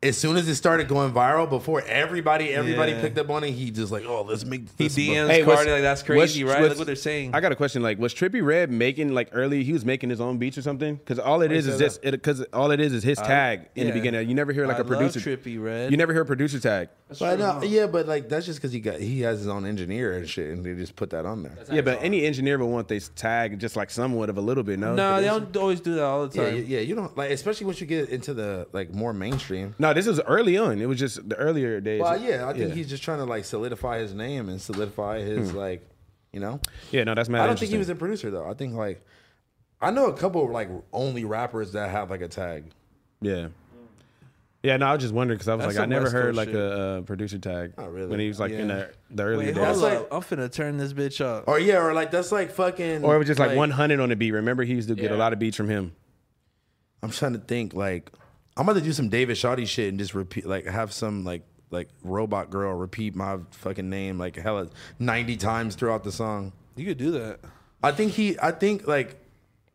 Speaker 2: As soon as it started going viral, before everybody everybody
Speaker 1: Yeah.
Speaker 2: picked up on it, he just like, oh, let's make
Speaker 1: he
Speaker 2: this.
Speaker 1: DMs
Speaker 3: Hey, what's-
Speaker 1: Cardi like that's
Speaker 3: what's-
Speaker 1: crazy, right?
Speaker 3: what's-
Speaker 1: Look what they're saying.
Speaker 3: I got a question. Like, was Trippy Red making like early? He was making his own beats or something? Because all it is is just because all it is is his tag in
Speaker 1: yeah.
Speaker 3: the beginning. You never hear like
Speaker 1: I
Speaker 3: a
Speaker 1: love
Speaker 3: producer.
Speaker 1: Trippy Red.
Speaker 3: You never hear a producer tag.
Speaker 2: But no, yeah, but like that's just because he got he has his own engineer and shit, and they just put that on there.
Speaker 3: Yeah, but any engineer would want they tag just like somewhat of a little bit. No,
Speaker 1: no, they
Speaker 3: Producer?
Speaker 1: don't always do that all the
Speaker 2: Yeah,
Speaker 1: time.
Speaker 2: you- yeah, you don't like, especially once you get into the like more mainstream.
Speaker 3: No, this was early on. It was just the earlier days.
Speaker 2: Well, yeah, Hmm. I think he's just trying to like solidify his name and solidify his like, you know.
Speaker 3: Yeah, no, that's mad.
Speaker 2: I don't think he was a producer
Speaker 3: interesting.
Speaker 2: though. I think like, I know a couple of, like only rappers that have like a tag.
Speaker 3: Yeah. Yeah, no, I was just wondering because I was
Speaker 1: That's
Speaker 3: like, I
Speaker 1: some
Speaker 3: never
Speaker 1: West
Speaker 3: heard
Speaker 1: Coast
Speaker 3: like
Speaker 1: shit.
Speaker 3: a uh, producer tag.
Speaker 2: Not really.
Speaker 3: When he was like in
Speaker 1: Yeah.
Speaker 3: the, the early
Speaker 1: Wait,
Speaker 3: days.
Speaker 1: hold
Speaker 2: like-
Speaker 1: up. I'm finna turn this bitch up.
Speaker 2: Or yeah, or like that's like fucking.
Speaker 3: Or it was just like, 100 on the beat. Remember, he used to get a lot of beats from him.
Speaker 2: I'm trying to think like, I'm about to do some David Shoddy shit and just repeat like have some like like robot girl repeat my fucking name like hella ninety times throughout the song.
Speaker 1: You could do that.
Speaker 2: I think he. I think like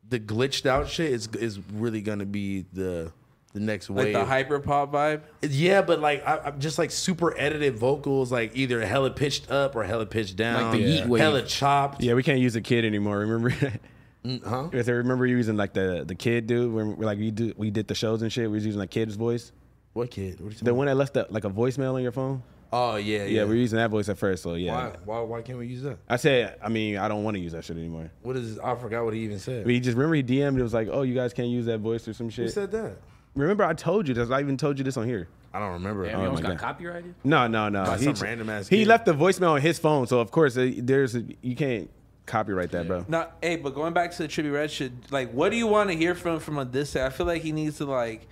Speaker 2: the glitched out shit is is really gonna be the the next
Speaker 1: Like
Speaker 2: wave.
Speaker 1: the hyper pop vibe.
Speaker 2: yeah, but like I, I'm just like super edited vocals, like either hella pitched up or hella pitched down,
Speaker 8: Like the Yeah. yeet wave.
Speaker 2: hella chopped.
Speaker 3: Yeah, we can't use the kid anymore. Remember?
Speaker 1: Mm,
Speaker 3: Huh? If I remember using like the the kid dude when like we do we did the shows and shit, we was using like kid's voice.
Speaker 2: What kid? What are you
Speaker 3: The
Speaker 2: talking
Speaker 3: one that left the, like a voicemail on your phone.
Speaker 2: about? Oh yeah,
Speaker 3: Yeah,
Speaker 2: yeah.
Speaker 3: we were using that voice at first. So yeah,
Speaker 2: why, why why can't we use that?
Speaker 3: I said I mean I don't want to use that shit anymore.
Speaker 2: What is? I forgot what he even said.
Speaker 3: But he just remember he DM'd it was like, oh, you guys can't use that voice or some
Speaker 2: Who
Speaker 3: shit.
Speaker 2: said that?
Speaker 3: remember I told you this. I even told you this on here.
Speaker 2: I don't remember. Oh
Speaker 11: Damn, you almost
Speaker 3: Oh my
Speaker 11: got
Speaker 3: God.
Speaker 11: copyrighted.
Speaker 3: No, no, no.
Speaker 2: By
Speaker 3: he
Speaker 2: some
Speaker 3: ju-
Speaker 2: random ass
Speaker 3: He
Speaker 2: kid.
Speaker 3: left the voicemail on his phone, so of course uh, there's a, you can't copyright that, bro.
Speaker 1: No, hey, but going back to the Trippy Red shit, like, what do you want to hear from from a this? I feel like he needs to like.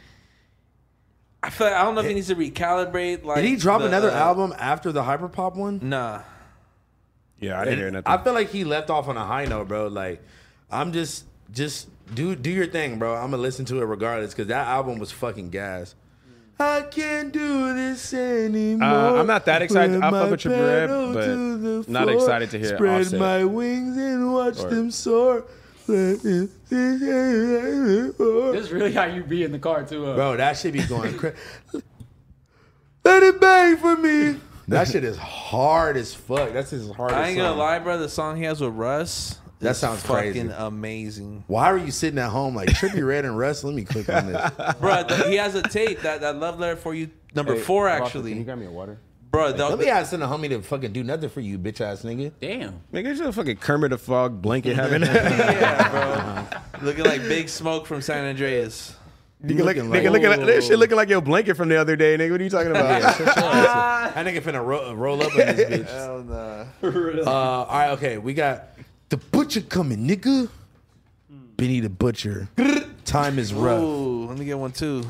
Speaker 1: I feel like, I don't know if he needs to recalibrate. Like,
Speaker 2: Did he drop
Speaker 1: the,
Speaker 2: another
Speaker 1: uh,
Speaker 2: album after the hyperpop one?
Speaker 1: Nah.
Speaker 3: Yeah, I didn't hear nothing.
Speaker 2: I feel like he left off on a high note, bro. Like, I'm just, just do do your thing, bro. I'm gonna listen to it regardless because that album was fucking gas. I can't do this anymore.
Speaker 3: Uh, I'm not that excited.
Speaker 2: Spread
Speaker 3: I fuck
Speaker 2: my
Speaker 3: with your bread,
Speaker 2: pedal
Speaker 3: but
Speaker 2: to the
Speaker 3: not
Speaker 2: floor.
Speaker 3: excited to hear
Speaker 2: Spread
Speaker 3: Offset.
Speaker 2: my wings and watch
Speaker 3: Or-
Speaker 2: them soar.
Speaker 11: This is really how you be in the car too, uh. huh?
Speaker 2: Bro, that should be going crazy. Let it bang for me. That shit is hard as fuck. That's his hardest.
Speaker 1: I ain't gonna
Speaker 2: song.
Speaker 1: lie, bro. The song he has with Russ.
Speaker 2: That
Speaker 1: is
Speaker 2: sounds
Speaker 1: fucking
Speaker 2: crazy.
Speaker 1: amazing,
Speaker 2: Why are you sitting at home like Trippy Red and Russ? Let me click on this.
Speaker 1: bro. th- he has a tape that that love letter for you, number
Speaker 2: Hey,
Speaker 1: four,
Speaker 2: Rocker,
Speaker 1: actually.
Speaker 2: can you
Speaker 1: grab me a
Speaker 2: water?
Speaker 1: bro? the-
Speaker 2: Let me ask a homie to fucking do nothing for you, bitch ass nigga.
Speaker 11: Damn.
Speaker 3: Nigga, it's just a fucking Kermit the Frog blanket having.
Speaker 2: Uh-huh.
Speaker 1: looking like Big Smoke from San Andreas.
Speaker 3: Nigga, look, nigga, look at that- that shit looking like your blanket from the other day, nigga. What are you talking about?
Speaker 2: That nigga finna ro- roll up in this bitch.
Speaker 1: Hell nah.
Speaker 2: Uh, all right, okay, we got the butcher coming, nigga. Benny the butcher. Time is rough.
Speaker 1: Ooh, let me get one too.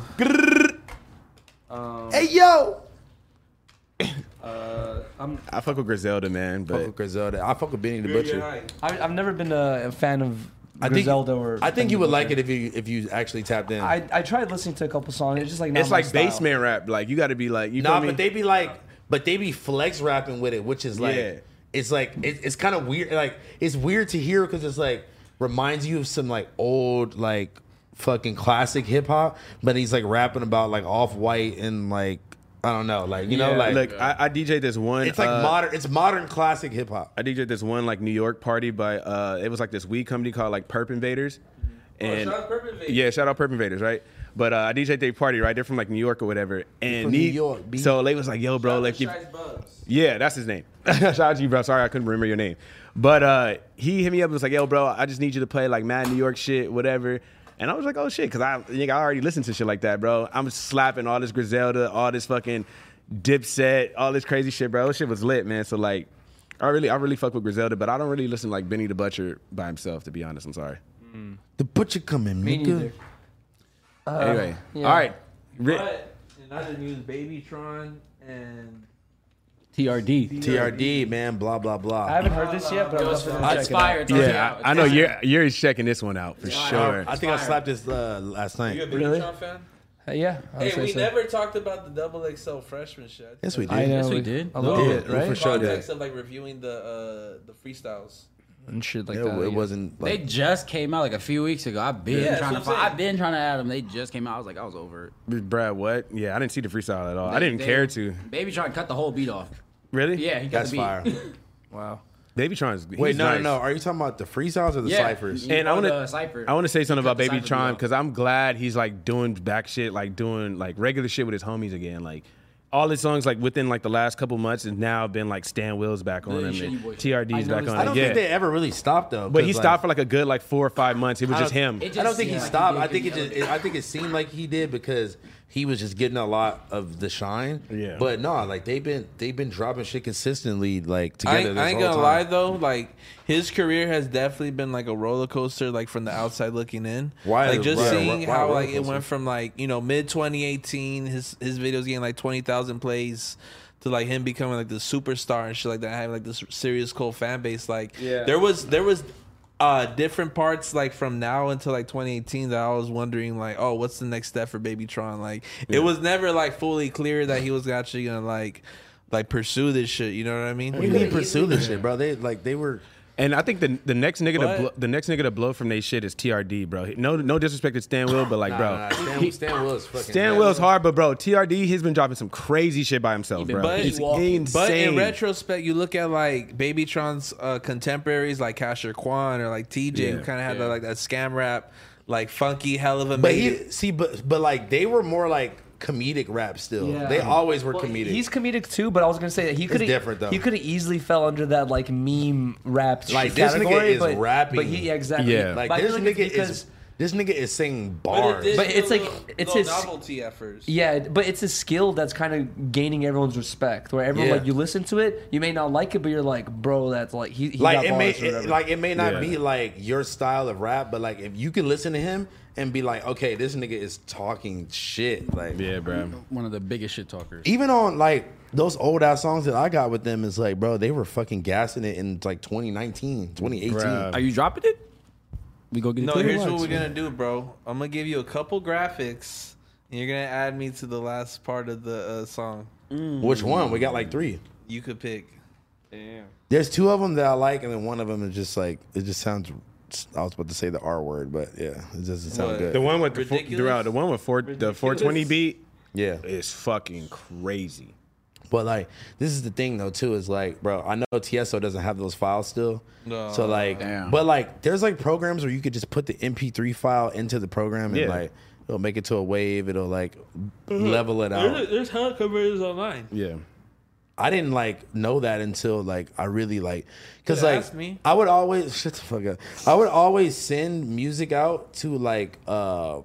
Speaker 11: Um,
Speaker 2: Hey yo.
Speaker 11: uh, I'm.
Speaker 3: I fuck with Griselda, man. But
Speaker 2: Fuck with Griselda. I fuck with Benny the butcher.
Speaker 4: I, I've never been a, a fan of
Speaker 2: I think,
Speaker 4: Griselda or.
Speaker 2: I think
Speaker 4: Benny
Speaker 2: you would
Speaker 4: the
Speaker 2: like
Speaker 4: Butcher.
Speaker 2: it if you if you actually tapped in.
Speaker 4: I, I tried listening to a couple songs. It's just like not
Speaker 3: it's
Speaker 4: my
Speaker 3: like
Speaker 4: style.
Speaker 3: basement rap. Like you got to be like you.
Speaker 2: nah,
Speaker 3: feel me?
Speaker 2: but they be like, but they be flex rapping with it, which is like,
Speaker 3: Yeah.
Speaker 2: it's like it, it's kind of weird. Like it's weird to hear because it's like reminds you of some like old like fucking classic hip hop, but he's like rapping about like off white and like I don't know, like you know,
Speaker 3: Yeah,
Speaker 2: like
Speaker 3: look, I, I DJ this one.
Speaker 2: it's like
Speaker 3: uh,
Speaker 2: modern, it's modern classic hip hop.
Speaker 3: I DJed this one like New York party by uh it was like this weed company called like Perp Invaders. And
Speaker 1: Oh, shout out Perp Invaders.
Speaker 3: Yeah, shout out Perp Invaders, right? But uh, I DJed their party, right? They're from like New York or whatever. And
Speaker 2: New
Speaker 3: he-
Speaker 2: York, B.
Speaker 3: so they was like, yo, bro, like if,
Speaker 1: Bugs.
Speaker 3: yeah, that's his name. Shout out to you, bro. Sorry, I couldn't remember your name. But uh, he hit me up and was like, yo, bro, I just need you to play like mad New York shit, whatever. And I was like, oh shit, because I, nigga, I already listened to shit like that, bro. I'm slapping all this Griselda, all this fucking Dipset, all this crazy shit, bro. This shit was lit, man. So like, I really, I really fuck with Griselda, but I don't really listen to like Benny the Butcher by himself, to be honest. I'm sorry.
Speaker 2: The butcher coming,
Speaker 4: Me
Speaker 2: nigga.
Speaker 4: neither.
Speaker 2: Uh,
Speaker 3: anyway,
Speaker 4: yeah.
Speaker 3: all right. Ri-
Speaker 1: But and I didn't use Babytron and
Speaker 8: TRD.
Speaker 2: TRD, man, blah blah blah.
Speaker 4: I haven't heard this yet, but I'm definitely gonna
Speaker 11: It's
Speaker 4: check it out.
Speaker 11: fire. It's already
Speaker 3: yeah,
Speaker 11: out.
Speaker 3: I, I know you're, you're checking this one out for sure.
Speaker 2: I think I slapped this uh, last
Speaker 1: you a
Speaker 2: night.
Speaker 1: Babytron
Speaker 4: Really?
Speaker 1: fan?
Speaker 4: Uh, yeah. I would
Speaker 1: Hey,
Speaker 4: say
Speaker 1: we
Speaker 4: so.
Speaker 1: never talked about the double XL freshman shit.
Speaker 2: Yes, we did.
Speaker 4: I know.
Speaker 8: Yes, we did.
Speaker 4: A little
Speaker 2: Yeah,
Speaker 4: bit,
Speaker 2: we for
Speaker 4: right?
Speaker 2: sure. showed
Speaker 1: Context of like reviewing the uh, the freestyles.
Speaker 4: And shit like
Speaker 2: Yeah,
Speaker 4: that.
Speaker 2: it
Speaker 4: yeah.
Speaker 2: wasn't.
Speaker 8: They
Speaker 2: Like,
Speaker 8: just came out like a few weeks ago. I've been
Speaker 1: Yeah,
Speaker 8: trying to.
Speaker 1: that's what I'm
Speaker 8: Find,
Speaker 1: saying.
Speaker 8: I've been trying to add them. They just came out. I was like, I was over it.
Speaker 3: Brad, what? Yeah, I didn't see the freestyle at all. I
Speaker 8: They-
Speaker 3: didn't
Speaker 8: they-
Speaker 3: care to.
Speaker 8: Baby trying to cut the whole beat off.
Speaker 3: Really?
Speaker 8: Yeah, he got
Speaker 2: that's
Speaker 8: the beat.
Speaker 2: fire.
Speaker 4: Wow.
Speaker 3: Babytron's. he's
Speaker 2: Wait, no,
Speaker 3: nice.
Speaker 2: no, no. Are you talking about the freestyles or the
Speaker 8: Yeah.
Speaker 2: ciphers?
Speaker 8: You
Speaker 3: And I
Speaker 8: know
Speaker 3: wanna-
Speaker 8: the uh, Cypher.
Speaker 3: I want to say something about
Speaker 8: Cut the
Speaker 3: Baby
Speaker 8: cypher
Speaker 3: Tron
Speaker 8: beat off.
Speaker 3: because I'm glad he's like doing back shit, like doing like regular shit with his homies again. Like all his songs, like within like the last couple months, has now been like Stan Will's back on
Speaker 8: Yeah,
Speaker 3: him,
Speaker 8: you
Speaker 3: and
Speaker 8: should- you-
Speaker 3: TRD's
Speaker 8: I
Speaker 3: back
Speaker 8: noticed
Speaker 3: on
Speaker 2: I
Speaker 3: him.
Speaker 2: don't
Speaker 3: Yeah,
Speaker 2: think they ever really stopped though.
Speaker 3: but
Speaker 2: 'cause,
Speaker 3: he
Speaker 2: like,
Speaker 3: stopped for like a good like four or five months. It was just him.
Speaker 8: it
Speaker 2: I don't think he
Speaker 8: Yeah, like he
Speaker 2: stopped.
Speaker 8: did
Speaker 2: I think it
Speaker 8: get
Speaker 2: just. It, I think it seemed like he did because he was just getting a lot of the shine.
Speaker 3: Yeah.
Speaker 2: But no, like they've been they've been dropping shit consistently like
Speaker 1: I
Speaker 2: together.
Speaker 1: ain't, I ain't gonna lie though, like his career has definitely been like a roller coaster, like from the outside looking in.
Speaker 2: Why-
Speaker 1: Like just
Speaker 2: why-
Speaker 1: seeing
Speaker 2: why
Speaker 1: how
Speaker 2: roller
Speaker 1: like it
Speaker 2: coaster?
Speaker 1: went from like you know mid 2018, his his videos getting like 20,000 plays. To like him becoming like the superstar and shit like that, having like this serious cold fan base. Like
Speaker 4: Yeah.
Speaker 1: there was there was uh different parts like from now until like 2018 that I was wondering like, oh, what's the next step for Baby Tron? Like it was never like fully clear that he was actually gonna like like pursue this shit. You know what I mean?
Speaker 2: We didn't pursue this shit, bro. They like they were.
Speaker 3: And I think the the next nigga
Speaker 1: What?
Speaker 3: to blow, the next nigga to blow from they shit is TRD, bro. No no disrespect to Stan Will, but like bro,
Speaker 2: Nah, Stan, Stan Will is fucking.
Speaker 3: Stan Will's hard, but bro, TRD he's been dropping some crazy shit by himself,
Speaker 8: Even
Speaker 3: bro.
Speaker 1: But,
Speaker 3: It's
Speaker 1: but in
Speaker 3: insane.
Speaker 1: retrospect, you look at like Babytron's uh, contemporaries like Kasher Kwan or like TJ, who
Speaker 3: Yeah.
Speaker 1: kind of had that, like that scam rap, like funky hell of a.
Speaker 2: But
Speaker 1: made
Speaker 2: he
Speaker 1: it.
Speaker 2: see, but but like they were more like comedic rap still.
Speaker 4: Yeah.
Speaker 2: They always were
Speaker 4: Well,
Speaker 2: comedic.
Speaker 4: He's comedic too, but I was gonna say that he could
Speaker 2: different, though.
Speaker 4: He could have easily fell under that like meme rap
Speaker 2: Like, this nigga
Speaker 4: category.
Speaker 2: is
Speaker 4: but,
Speaker 2: rapping.
Speaker 4: But he yeah, exactly.
Speaker 3: Yeah.
Speaker 4: But
Speaker 2: Like,
Speaker 4: I feel
Speaker 2: this
Speaker 4: it's
Speaker 2: nigga is-
Speaker 4: because
Speaker 5: This nigga is singing
Speaker 1: But,
Speaker 5: bars.
Speaker 1: it did
Speaker 4: But
Speaker 1: feel
Speaker 4: it's like-
Speaker 1: little-
Speaker 4: it's
Speaker 1: little
Speaker 4: his-
Speaker 1: novelty at first.
Speaker 4: Yeah, but it's a skill that's kind of gaining everyone's respect. Where everyone
Speaker 5: Yeah.
Speaker 4: like you listen to it, you may not like it, but you're like, bro, that's like he, he
Speaker 5: like
Speaker 4: got
Speaker 5: it may
Speaker 4: bars or
Speaker 5: it-
Speaker 4: whatever.
Speaker 5: like it may not
Speaker 4: Yeah.
Speaker 5: be like your style of rap, but like if you can listen to him and be like, okay, this nigga is talking shit. Like yeah, bro.
Speaker 8: One of the biggest shit talkers.
Speaker 5: Even on like those old ass songs that I got with them is like, bro, they were fucking gassing it in like 2019, 2018.
Speaker 8: Are you dropping it? We go get
Speaker 1: No,
Speaker 8: it.
Speaker 1: here's what we're gonna do, bro. I'm gonna give you a couple graphics, and you're gonna add me to the last part of the uh, song.
Speaker 5: Which one? We got like three.
Speaker 1: You could pick. Damn.
Speaker 5: There's two of them that I like, and then one of them is just like it just sounds. I was about to say the R word, but yeah, it doesn't sound
Speaker 3: What?
Speaker 5: good.
Speaker 3: The one with the, fo- Darrell, the one with four, the
Speaker 5: Ridiculous?
Speaker 3: 420 beat.
Speaker 5: Yeah,
Speaker 3: is fucking crazy.
Speaker 5: But like, this is the thing though too is like, bro, I know TSO doesn't have those files still.
Speaker 3: No.
Speaker 5: so like,
Speaker 3: Damn.
Speaker 5: but like, there's like programs where you could just put the MP3 file into the program and
Speaker 3: Yeah.
Speaker 5: like, it'll make it to a wave. It'll like
Speaker 1: Mm-hmm.
Speaker 5: level it out.
Speaker 1: There's hella converters online.
Speaker 5: Yeah. I didn't like know that until like I really like because
Speaker 1: Could've
Speaker 5: like
Speaker 1: asked me.
Speaker 5: I would always shut the fuck up. I would always send music out to like uh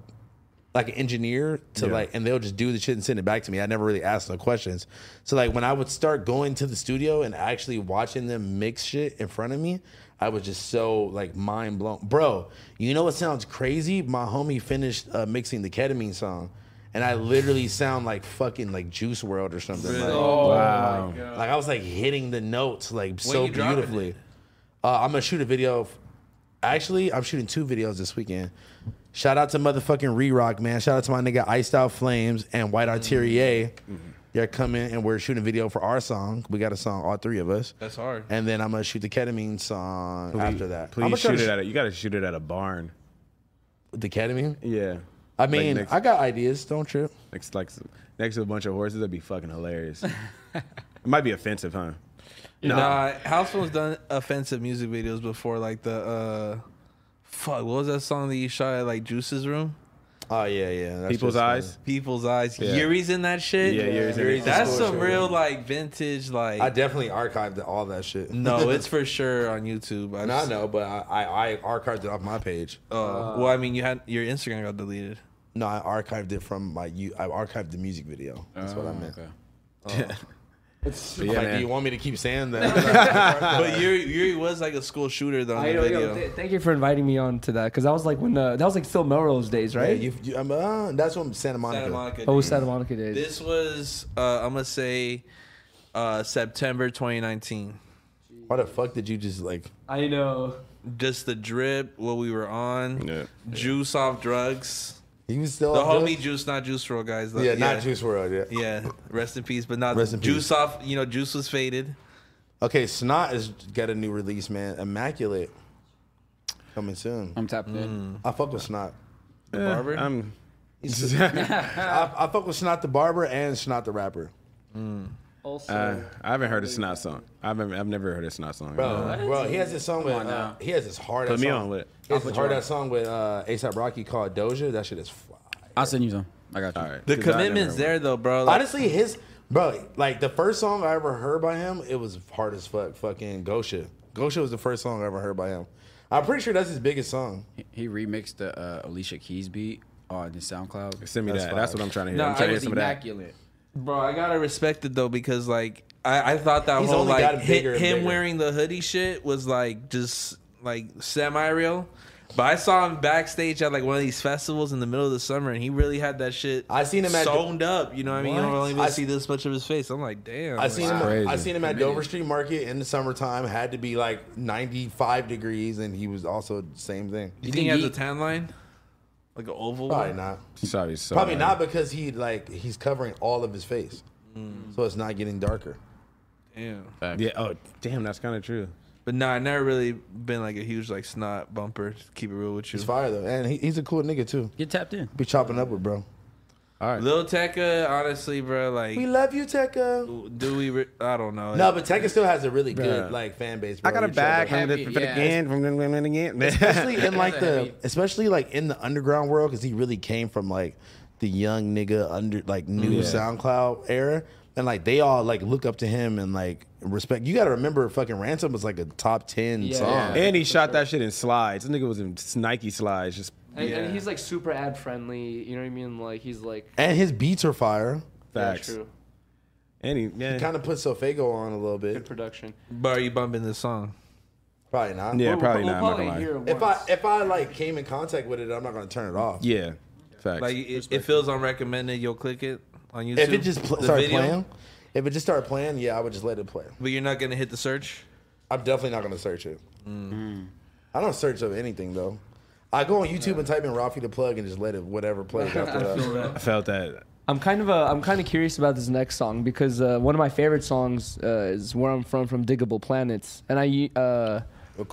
Speaker 5: like an engineer to
Speaker 3: Yeah.
Speaker 5: like and they'll just do the shit and send it back to me. I never really asked no questions. So like when I would start going to the studio and actually watching them mix shit in front of me, I was just so like mind blown. Bro, you know what sounds crazy? My homie finished uh, mixing the ketamine song. And I literally sound like fucking like Juice World or something.
Speaker 3: Really?
Speaker 5: Like,
Speaker 3: Oh, Wow. my
Speaker 5: Like I was like hitting the notes like so
Speaker 3: you dropping
Speaker 5: beautifully. Uh, I'm gonna shoot a video. Of, actually, I'm shooting two videos this weekend. Shout out to motherfucking Rerock, man. Shout out to my nigga Iced Out Flames and White Arteria. They're coming and we're shooting video for our song. We got a song, all three of us.
Speaker 1: That's hard.
Speaker 5: And then I'm gonna shoot the ketamine song after that.
Speaker 3: please
Speaker 5: I'ma try
Speaker 3: shoot
Speaker 5: to
Speaker 3: it
Speaker 5: sh-
Speaker 3: at a, You got to shoot it at a barn.
Speaker 5: the ketamine.
Speaker 3: Yeah,
Speaker 5: I
Speaker 3: Like
Speaker 5: mean,
Speaker 3: next-
Speaker 5: I got ideas. Don't trip.
Speaker 3: next like next to a bunch of horses. That'd be fucking hilarious. it might be offensive, huh?
Speaker 1: Nah, House Phone's done offensive music videos before, like the uh, fuck, what was that song that you shot at like Juice's room?
Speaker 5: Oh yeah, yeah. that's
Speaker 3: People's
Speaker 5: just, uh,
Speaker 3: eyes.
Speaker 1: People's eyes.
Speaker 3: Yeah.
Speaker 1: Yuri's in that shit.
Speaker 3: Yeah, Yuri's in it.
Speaker 1: That's
Speaker 3: Yuri's
Speaker 1: some
Speaker 3: in it.
Speaker 1: real like vintage like.
Speaker 5: I definitely archived all that shit.
Speaker 1: no, it's for sure on YouTube.
Speaker 5: No, I know, but I, I, I archived it off my page.
Speaker 1: Uh, well, I mean, you had your Instagram got deleted.
Speaker 5: No, I archived it from my. You, I archived the music video. That's what I
Speaker 8: Oh,
Speaker 5: meant.
Speaker 8: okay.
Speaker 5: It's,
Speaker 3: Yeah,
Speaker 5: like,
Speaker 3: man.
Speaker 5: do you want me to keep saying that?
Speaker 1: but Yuri, Yuri was like a school shooter though.
Speaker 4: I
Speaker 1: In the
Speaker 4: know, yo,
Speaker 1: video.
Speaker 4: th- thank you for inviting me on to that because that was like when uh, that was like Phil Melrose days, right?
Speaker 5: Yeah, you, you, I'm, uh, that's what Santa Monica.
Speaker 1: Santa Monica.
Speaker 4: oh,
Speaker 1: days.
Speaker 4: Santa Monica days.
Speaker 1: This was uh, I'm gonna say uh, September 2019.
Speaker 5: Why the fuck did you just like?
Speaker 4: I know.
Speaker 1: Just the drip, what we were on,
Speaker 3: Yeah.
Speaker 1: juice off drugs.
Speaker 5: He was still
Speaker 1: the
Speaker 5: on
Speaker 1: homie
Speaker 5: drugs?
Speaker 1: juice, not juice world guys. though.
Speaker 5: Oh, Yeah, not Juice World. Yeah.
Speaker 1: Yeah, rest in peace. But not
Speaker 5: Rest in
Speaker 1: juice off. You know, juice was faded.
Speaker 5: Okay, Snot has got a new release, man. Immaculate, coming soon.
Speaker 3: Um,
Speaker 8: I'm tapped in.
Speaker 5: I fuck with Snot.
Speaker 3: The
Speaker 1: barber?
Speaker 3: Eh, I'm. Uh,
Speaker 5: I, I fuck with Snot the barber and Snot the rapper.
Speaker 4: Also,
Speaker 3: Uh, I haven't heard a snot song. I've never, I've never heard a snot song.
Speaker 5: Bro, bro, he has this song with uh, he has this hard.
Speaker 3: Put
Speaker 5: ass
Speaker 3: me
Speaker 5: song.
Speaker 3: on with it.
Speaker 5: He
Speaker 3: I'll
Speaker 5: has
Speaker 3: put
Speaker 5: this
Speaker 3: you
Speaker 5: hard
Speaker 3: on.
Speaker 5: ass song with uh, ASAP Rocky called Doja. That shit is. Fly.
Speaker 8: I'll send you some. I got you. All right.
Speaker 1: The commitment's there though, bro. Like,
Speaker 5: Honestly, his bro, like the first song I ever heard by him, it was hard as fuck. Fucking Gosha. Gosha was the first song I ever heard by him. I'm pretty sure that's his biggest song.
Speaker 8: He remixed the uh, Alicia Keys beat on the SoundCloud.
Speaker 3: Send me
Speaker 8: That's
Speaker 3: that.
Speaker 8: fire.
Speaker 3: That's what I'm trying to hear.
Speaker 1: Nah,
Speaker 3: I'm trying
Speaker 1: I
Speaker 3: to hear
Speaker 1: was
Speaker 3: some of
Speaker 4: Mm.
Speaker 3: that.
Speaker 8: Immaculate.
Speaker 1: bro, I gotta respect it though because like I, I thought that
Speaker 5: He's
Speaker 1: whole
Speaker 5: only
Speaker 1: like
Speaker 5: gotten
Speaker 1: hi-
Speaker 5: bigger and
Speaker 1: him
Speaker 5: bigger.
Speaker 1: wearing the hoodie shit was like just like semi real. But I saw him backstage at like one of these festivals in the middle of the summer, and he really had that shit.
Speaker 5: I seen him at the-
Speaker 1: sewned up. You know what I mean? You don't
Speaker 5: What?
Speaker 1: really
Speaker 5: I
Speaker 1: see this much of his face. I'm like, damn.
Speaker 5: I seen
Speaker 1: like,
Speaker 5: him.
Speaker 3: crazy.
Speaker 5: I seen him at
Speaker 8: Committed.
Speaker 5: Dover Street Market in the summertime. Had to be like 95 degrees, and he was also the same thing.
Speaker 1: You think he has
Speaker 8: he-
Speaker 1: a tan line, like an oval?
Speaker 5: Probably
Speaker 1: one?
Speaker 5: not.
Speaker 3: He's probably so
Speaker 5: Probably not because he like he's covering all of his face, so it's not getting darker.
Speaker 1: Damn.
Speaker 3: Yeah. Oh, damn. That's kind of true.
Speaker 1: But nah, I never really been like a huge like snot bumper. to keep it real with you.
Speaker 5: He's fire though, and he, he's a cool nigga too.
Speaker 8: Get tapped in.
Speaker 5: Be chopping up with bro.
Speaker 1: Lil Tecca, honestly, bro, like,
Speaker 5: We love you, Tekka.
Speaker 1: do we? Re- I don't know.
Speaker 5: No, but Tekka still has a really
Speaker 3: Bruh.
Speaker 5: good like fan base.
Speaker 3: I
Speaker 5: Bro.
Speaker 3: got a
Speaker 5: You
Speaker 3: bag
Speaker 5: tripping.
Speaker 3: from the,
Speaker 8: Happy-
Speaker 3: from the
Speaker 8: yeah.
Speaker 3: end, from the from the end.
Speaker 5: especially in like
Speaker 8: Happy.
Speaker 5: the especially like in the underground world because he really came from like the young nigga under like new
Speaker 3: Yeah.
Speaker 5: SoundCloud era. And like they all like look up to him and like respect. You got to remember, fucking ransom was like a top ten
Speaker 8: Yeah.
Speaker 5: song.
Speaker 3: And he shot that shit in slides. This nigga was in Nike slides, just
Speaker 4: And,
Speaker 5: Yeah.
Speaker 4: and he's like super ad friendly. You know what I mean? Like he's like
Speaker 5: And his beats are fire.
Speaker 4: Yeah, true.
Speaker 3: And he,
Speaker 5: He kind of put Sofago on a little bit. Good
Speaker 4: production.
Speaker 1: But are you bumping this song?
Speaker 5: Probably not.
Speaker 3: Yeah, We'll- probably we'll not, I'm not probably gonna lie. hear
Speaker 5: If I if I like came in contact with it, I'm not gonna turn it off.
Speaker 3: Yeah. Facts.
Speaker 1: Like it, it feels unrecommended. You'll click it on YouTube.
Speaker 5: If it just pl-
Speaker 1: The
Speaker 5: started
Speaker 1: video?
Speaker 5: playing, if it just started playing, yeah, I would just let it play.
Speaker 1: but you're not gonna hit the search.
Speaker 5: I'm definitely not gonna search it.
Speaker 3: Mm.
Speaker 5: Mm. I don't search up anything though. I go on YouTube and type in Rafi the plug and just let it whatever plays after
Speaker 4: I feel
Speaker 5: that.
Speaker 4: that.
Speaker 3: I felt that.
Speaker 4: I'm kind of uh, I'm kind of curious about this next song because uh, one of my favorite songs uh, is "Where I'm From" from Diggable Planets, and I uh,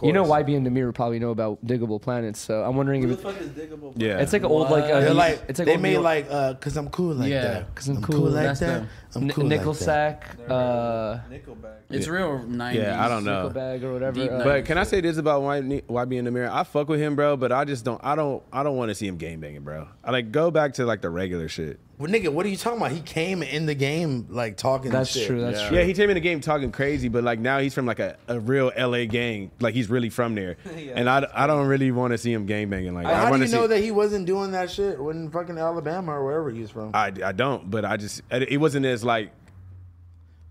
Speaker 4: you know
Speaker 5: course.
Speaker 4: YB and Demir probably know about Diggable Planets, so I'm wondering if
Speaker 1: fuck is Diggable?
Speaker 3: Yeah.
Speaker 4: it's like an old like, uh,
Speaker 5: They're
Speaker 4: New-
Speaker 5: like
Speaker 4: it's like
Speaker 5: they
Speaker 4: old
Speaker 5: made
Speaker 4: New-
Speaker 5: like uh, cause I'm cool like that.
Speaker 4: because I'm, cool,
Speaker 5: like that. I'm
Speaker 4: N-
Speaker 5: cool
Speaker 4: nickel
Speaker 5: like that.
Speaker 4: sack, uh,
Speaker 1: Nickelback.
Speaker 8: It's real 90s.
Speaker 3: Yeah, I don't know.
Speaker 4: Nickelback or whatever.
Speaker 8: Deep
Speaker 4: uh,
Speaker 3: But can I say this about YB, YB in the mirror? I fuck with him, bro, but I just don't. I don't. I don't want to see him game banging, bro. I like go back to like the regular shit.
Speaker 5: Well, nigga, what are you talking about? He came in the game like talking.
Speaker 4: That's
Speaker 5: shit.
Speaker 4: true, that's
Speaker 5: yeah.
Speaker 3: Yeah, he came in the game talking crazy, but like now he's from like a, a real LA gang. Like he's really from there, and I, I don't really want to see him game banging like. that. I
Speaker 5: Oh, How do
Speaker 3: want
Speaker 5: you
Speaker 3: to
Speaker 5: know
Speaker 3: see.
Speaker 5: that he wasn't doing that shit when fucking Alabama or wherever he was from?
Speaker 3: I, I don't, but I just it it wasn't as like.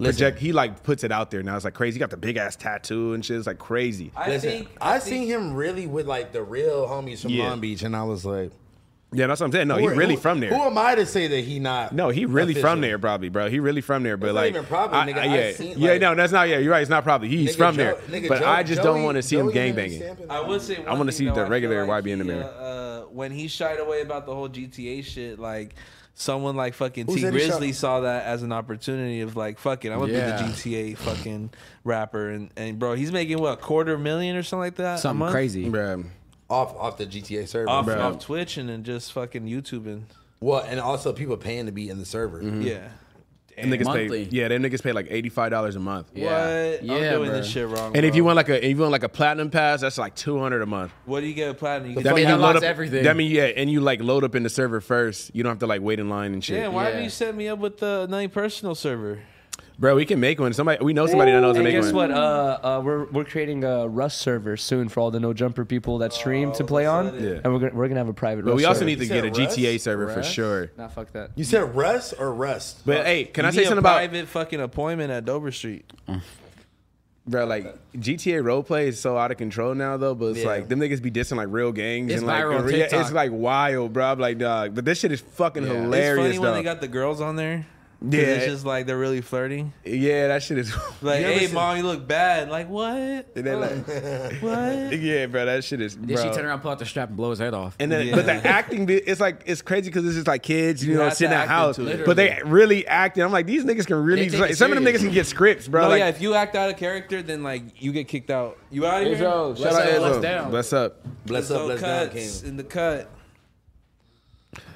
Speaker 3: Project. He like puts it out there now. It's like crazy. He got the big ass tattoo and shit. It's like crazy.
Speaker 1: I
Speaker 5: Listen,
Speaker 1: think
Speaker 5: I, seen him really with like the real homies from
Speaker 3: Yeah.
Speaker 5: Long Beach, and I was like,
Speaker 3: yeah, that's what I'm saying. No,
Speaker 5: who
Speaker 3: he's
Speaker 5: are-
Speaker 3: really
Speaker 5: who-
Speaker 3: from there.
Speaker 5: Who am I to say that he not?
Speaker 3: No, he really
Speaker 5: official?
Speaker 3: from there, probably, bro. He really from there, but
Speaker 5: It's not
Speaker 3: like,
Speaker 5: even probably,
Speaker 3: I-
Speaker 5: nigga.
Speaker 3: I-
Speaker 5: I've
Speaker 3: yeah,
Speaker 5: seen,
Speaker 3: yeah,
Speaker 5: like-
Speaker 3: no, that's not. Yeah, you're right. It's not probably. He's
Speaker 5: Nigga,
Speaker 3: from
Speaker 5: Joe-
Speaker 3: there,
Speaker 5: nigga,
Speaker 3: but
Speaker 5: Joe-
Speaker 3: I just
Speaker 5: Joey-
Speaker 3: don't want to see him
Speaker 5: Joey
Speaker 3: gang
Speaker 5: Henry
Speaker 3: banging.
Speaker 5: Stampin'.
Speaker 1: I would say one thing,
Speaker 3: wanna see
Speaker 1: though,
Speaker 3: the
Speaker 1: I feel
Speaker 3: regular
Speaker 1: like
Speaker 3: YB in the
Speaker 1: he,
Speaker 3: mirror.
Speaker 1: Uh, uh, when he shied away about the whole GTA shit, like someone like fucking
Speaker 5: Who
Speaker 1: T
Speaker 5: said he shot-
Speaker 1: Grizzly saw that as an opportunity of like fucking, I'm gonna
Speaker 8: Yeah.
Speaker 1: be the GTA fucking rapper and and bro, he's making what quarter million or something like that, a
Speaker 8: Something
Speaker 1: month?
Speaker 8: crazy.
Speaker 3: Bruh.
Speaker 5: off off the GTA server.
Speaker 1: off
Speaker 3: Bro.
Speaker 1: off Twitch and then just fucking YouTubing.
Speaker 5: Well, and also people paying to be in the server.
Speaker 3: Mm-hmm.
Speaker 1: Yeah.
Speaker 3: Them niggas
Speaker 8: Monthly.
Speaker 3: pay, yeah, them niggas pay like eighty five dollars a month.
Speaker 8: Yeah.
Speaker 1: What?
Speaker 8: Yeah,
Speaker 1: I'm doing
Speaker 8: bro.
Speaker 1: this shit wrong.
Speaker 3: And if
Speaker 1: bro.
Speaker 3: you want like a, if you want like a platinum pass, that's like two hundred a month.
Speaker 1: what do you get with platinum? You
Speaker 8: That
Speaker 1: get
Speaker 8: means
Speaker 3: you
Speaker 8: unlocks
Speaker 3: load up,
Speaker 8: everything.
Speaker 3: That mean yeah, and you like load up in the server first. You don't have to like wait in line and shit.
Speaker 1: Damn, why did
Speaker 8: Yeah.
Speaker 1: you set me up with the nine personal server?
Speaker 3: Bro, we can make one. Somebody we know somebody that knows how to
Speaker 4: And
Speaker 3: make
Speaker 4: guess
Speaker 3: one.
Speaker 4: what? Uh, uh, we're we're creating a Rust server soon for all the no jumper people that stream to play on,
Speaker 3: Yeah.
Speaker 4: and we're gonna, we're gonna have a private.
Speaker 3: But
Speaker 4: Rust
Speaker 3: we also
Speaker 4: server.
Speaker 3: need to get a
Speaker 5: said Rust?
Speaker 3: GTA server for
Speaker 8: Rust?
Speaker 3: sure.
Speaker 4: Nah, fuck that.
Speaker 5: You said Rust or Rust?
Speaker 3: But hey, can I
Speaker 1: You
Speaker 3: say
Speaker 1: need a
Speaker 3: something about
Speaker 1: private fucking appointment at Dover Street?
Speaker 3: Bro, like GTA roleplay is so out of control now though, but it's
Speaker 5: Yeah.
Speaker 3: like them niggas be dissing like real gangs
Speaker 8: It's
Speaker 3: and like
Speaker 8: viral on
Speaker 3: yeah,
Speaker 8: TikTok.
Speaker 3: it's like wild, bro. I'm like dog, but this shit is fucking hilarious.
Speaker 1: It's funny when they
Speaker 3: dog.
Speaker 1: got the girls on there. 'cause
Speaker 3: Yeah.
Speaker 1: it's just like they're really flirting.
Speaker 3: yeah, that shit is
Speaker 1: Like,
Speaker 3: You ever
Speaker 1: hey,
Speaker 3: seen-
Speaker 1: mom, you look bad. Like, what?
Speaker 3: They like,
Speaker 1: What?
Speaker 3: yeah, bro, that shit is.
Speaker 8: Did
Speaker 3: bro.
Speaker 8: she turn around, pull out the strap, and blow his head off?
Speaker 3: And then,
Speaker 1: Yeah.
Speaker 3: but the acting, bit, it's like it's crazy because it's just like kids, you,
Speaker 1: You
Speaker 3: know,
Speaker 1: have to
Speaker 3: sitting at
Speaker 1: act
Speaker 3: house,
Speaker 1: into it.
Speaker 3: but they really acting. I'm like, these niggas can really.
Speaker 8: They take
Speaker 3: like,
Speaker 8: it
Speaker 3: some of them niggas
Speaker 8: serious.
Speaker 3: can get scripts, bro.
Speaker 1: no,
Speaker 3: like,
Speaker 1: Oh, yeah, if you act out of character, then like you get kicked out. You out of here?
Speaker 4: Yo,
Speaker 3: shout out
Speaker 8: up,
Speaker 3: Ezzo.
Speaker 8: bless down.
Speaker 3: Bless up.
Speaker 5: Bless
Speaker 1: So
Speaker 5: up, bless down, King.
Speaker 1: cuts in the cut.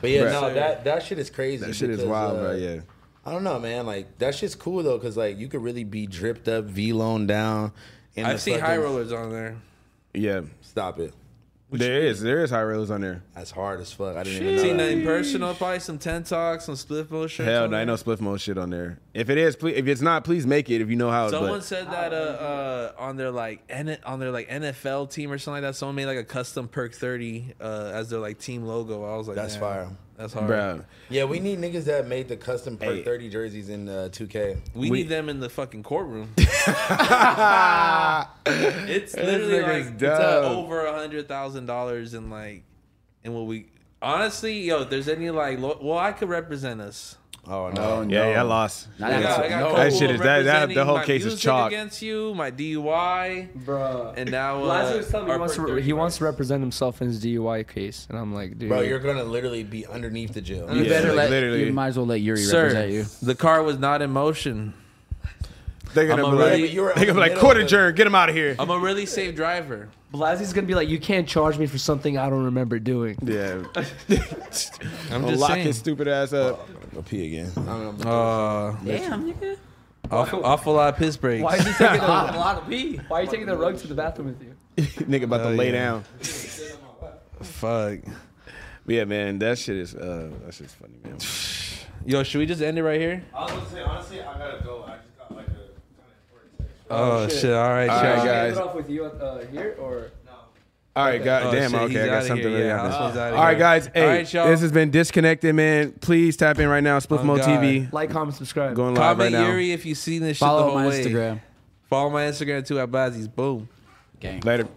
Speaker 5: But yeah,
Speaker 3: Right.
Speaker 5: no, that that shit is crazy.
Speaker 3: That shit is
Speaker 5: because,
Speaker 3: wild,
Speaker 5: uh,
Speaker 3: bro. Yeah.
Speaker 5: I don't know, man. Like that shit's cool though, cause like you could really be dripped up, V loan down. in
Speaker 1: I've
Speaker 5: the
Speaker 1: seen
Speaker 5: fucking-
Speaker 1: high rollers on there.
Speaker 3: Yeah.
Speaker 5: Stop it.
Speaker 3: There is. There is high rails on there.
Speaker 5: That's hard as fuck. I didn't
Speaker 1: Seen
Speaker 5: even know.
Speaker 1: nothing personal, probably some ten talks, some split motion.
Speaker 3: Hell no, ain't no spliff mode shit on there. If it is, please, if it's not, please make it if you know how.
Speaker 1: Someone
Speaker 3: But
Speaker 1: said that uh, uh, on their like N- on their like NFL team or something like that. Someone made like a custom perk thirty uh, as their like team logo. I was like,
Speaker 5: That's
Speaker 1: "Damn,
Speaker 5: fire.
Speaker 1: That's hard,
Speaker 3: bro,
Speaker 5: Yeah, we need niggas that made the custom per
Speaker 3: Hey.
Speaker 5: thirty jerseys in uh, 2K.
Speaker 1: We,
Speaker 3: We-
Speaker 1: need them in the fucking courtroom. it's literally
Speaker 3: nigga's
Speaker 1: like it's uh,
Speaker 3: dumb.
Speaker 1: over a hundred thousand dollars in like, in what we honestly, yo, if there's any like, lo- well, I could represent us.
Speaker 5: Oh no.
Speaker 3: yeah, yeah, I lost.
Speaker 8: Not
Speaker 1: I got, I got
Speaker 8: No.
Speaker 1: Cole
Speaker 3: That shit is- that- that- the
Speaker 1: representing
Speaker 3: whole
Speaker 1: my
Speaker 3: case is
Speaker 1: music
Speaker 3: chalk.
Speaker 1: against you, my DUI,
Speaker 4: Bruh.
Speaker 1: and now uh,
Speaker 4: Lazarus was telling me
Speaker 1: our
Speaker 4: he wants, to,
Speaker 1: perk
Speaker 4: re- he
Speaker 1: 30
Speaker 4: wants to represent himself in his DUI case, and I'm like, dude,
Speaker 5: Bro, you're gonna literally be underneath the jail.
Speaker 8: You
Speaker 3: Yeah,
Speaker 8: better
Speaker 3: like,
Speaker 8: let.
Speaker 3: literally.
Speaker 8: You might as well let Yuri
Speaker 1: Sir,
Speaker 8: represent you.
Speaker 1: the car was not in motion.
Speaker 3: They're gonna
Speaker 1: I'm
Speaker 3: be
Speaker 1: already-
Speaker 3: like,
Speaker 5: But you were
Speaker 3: they're gonna
Speaker 5: in
Speaker 3: be
Speaker 5: the
Speaker 3: like
Speaker 5: middle
Speaker 3: court
Speaker 5: of it.
Speaker 3: adjourned. Get him out of here.
Speaker 1: I'm a really safe driver.
Speaker 4: Blazzy's gonna be like, you can't charge me for something I don't remember doing.
Speaker 3: Yeah.
Speaker 1: I'm
Speaker 3: I'll
Speaker 1: just
Speaker 3: lock
Speaker 1: saying. Oh,
Speaker 3: his stupid ass up.
Speaker 5: I'll pee again. I don't know.
Speaker 1: Uh,
Speaker 8: Damn, nigga.
Speaker 1: awful, awful lot of piss breaks.
Speaker 4: Why is he taking the,
Speaker 8: A lot of pee.
Speaker 4: why are you taking the rug to the bathroom with you?
Speaker 3: Nigga about to
Speaker 1: Hell
Speaker 3: lay
Speaker 1: yeah.
Speaker 3: down.
Speaker 1: Fuck.
Speaker 3: But yeah, man, that shit is uh, that shit's funny, man.
Speaker 1: Yo, should we just end it right here?
Speaker 12: I was gonna say, honestly, I gotta go. I just got like a kind of important
Speaker 1: Oh, shit. All right,
Speaker 3: All
Speaker 1: y'all.
Speaker 3: right,
Speaker 4: Leave
Speaker 3: guys.
Speaker 4: it off with you uh, here or?
Speaker 3: All right, guys.
Speaker 1: Oh,
Speaker 3: damn,
Speaker 1: shit,
Speaker 3: okay.
Speaker 1: he's
Speaker 3: I got
Speaker 1: outta
Speaker 3: something
Speaker 1: here.
Speaker 3: really
Speaker 1: Yeah,
Speaker 3: happened.
Speaker 1: this one's outta
Speaker 3: All right,
Speaker 1: here.
Speaker 3: guys. Hey,
Speaker 1: All right, y'all. Oh,
Speaker 3: this has been disconnected, man. Please tap in right now. Spliffmo
Speaker 1: God.
Speaker 3: TV.
Speaker 4: Like, comment, subscribe.
Speaker 3: Going live
Speaker 1: Comment
Speaker 3: right now.
Speaker 1: Yuri if you've seen this
Speaker 8: Follow
Speaker 1: shit the whole
Speaker 8: my
Speaker 1: way.
Speaker 8: Instagram.
Speaker 1: Follow my Instagram too at Blazzy's. Boom.
Speaker 8: Gang.
Speaker 3: Later.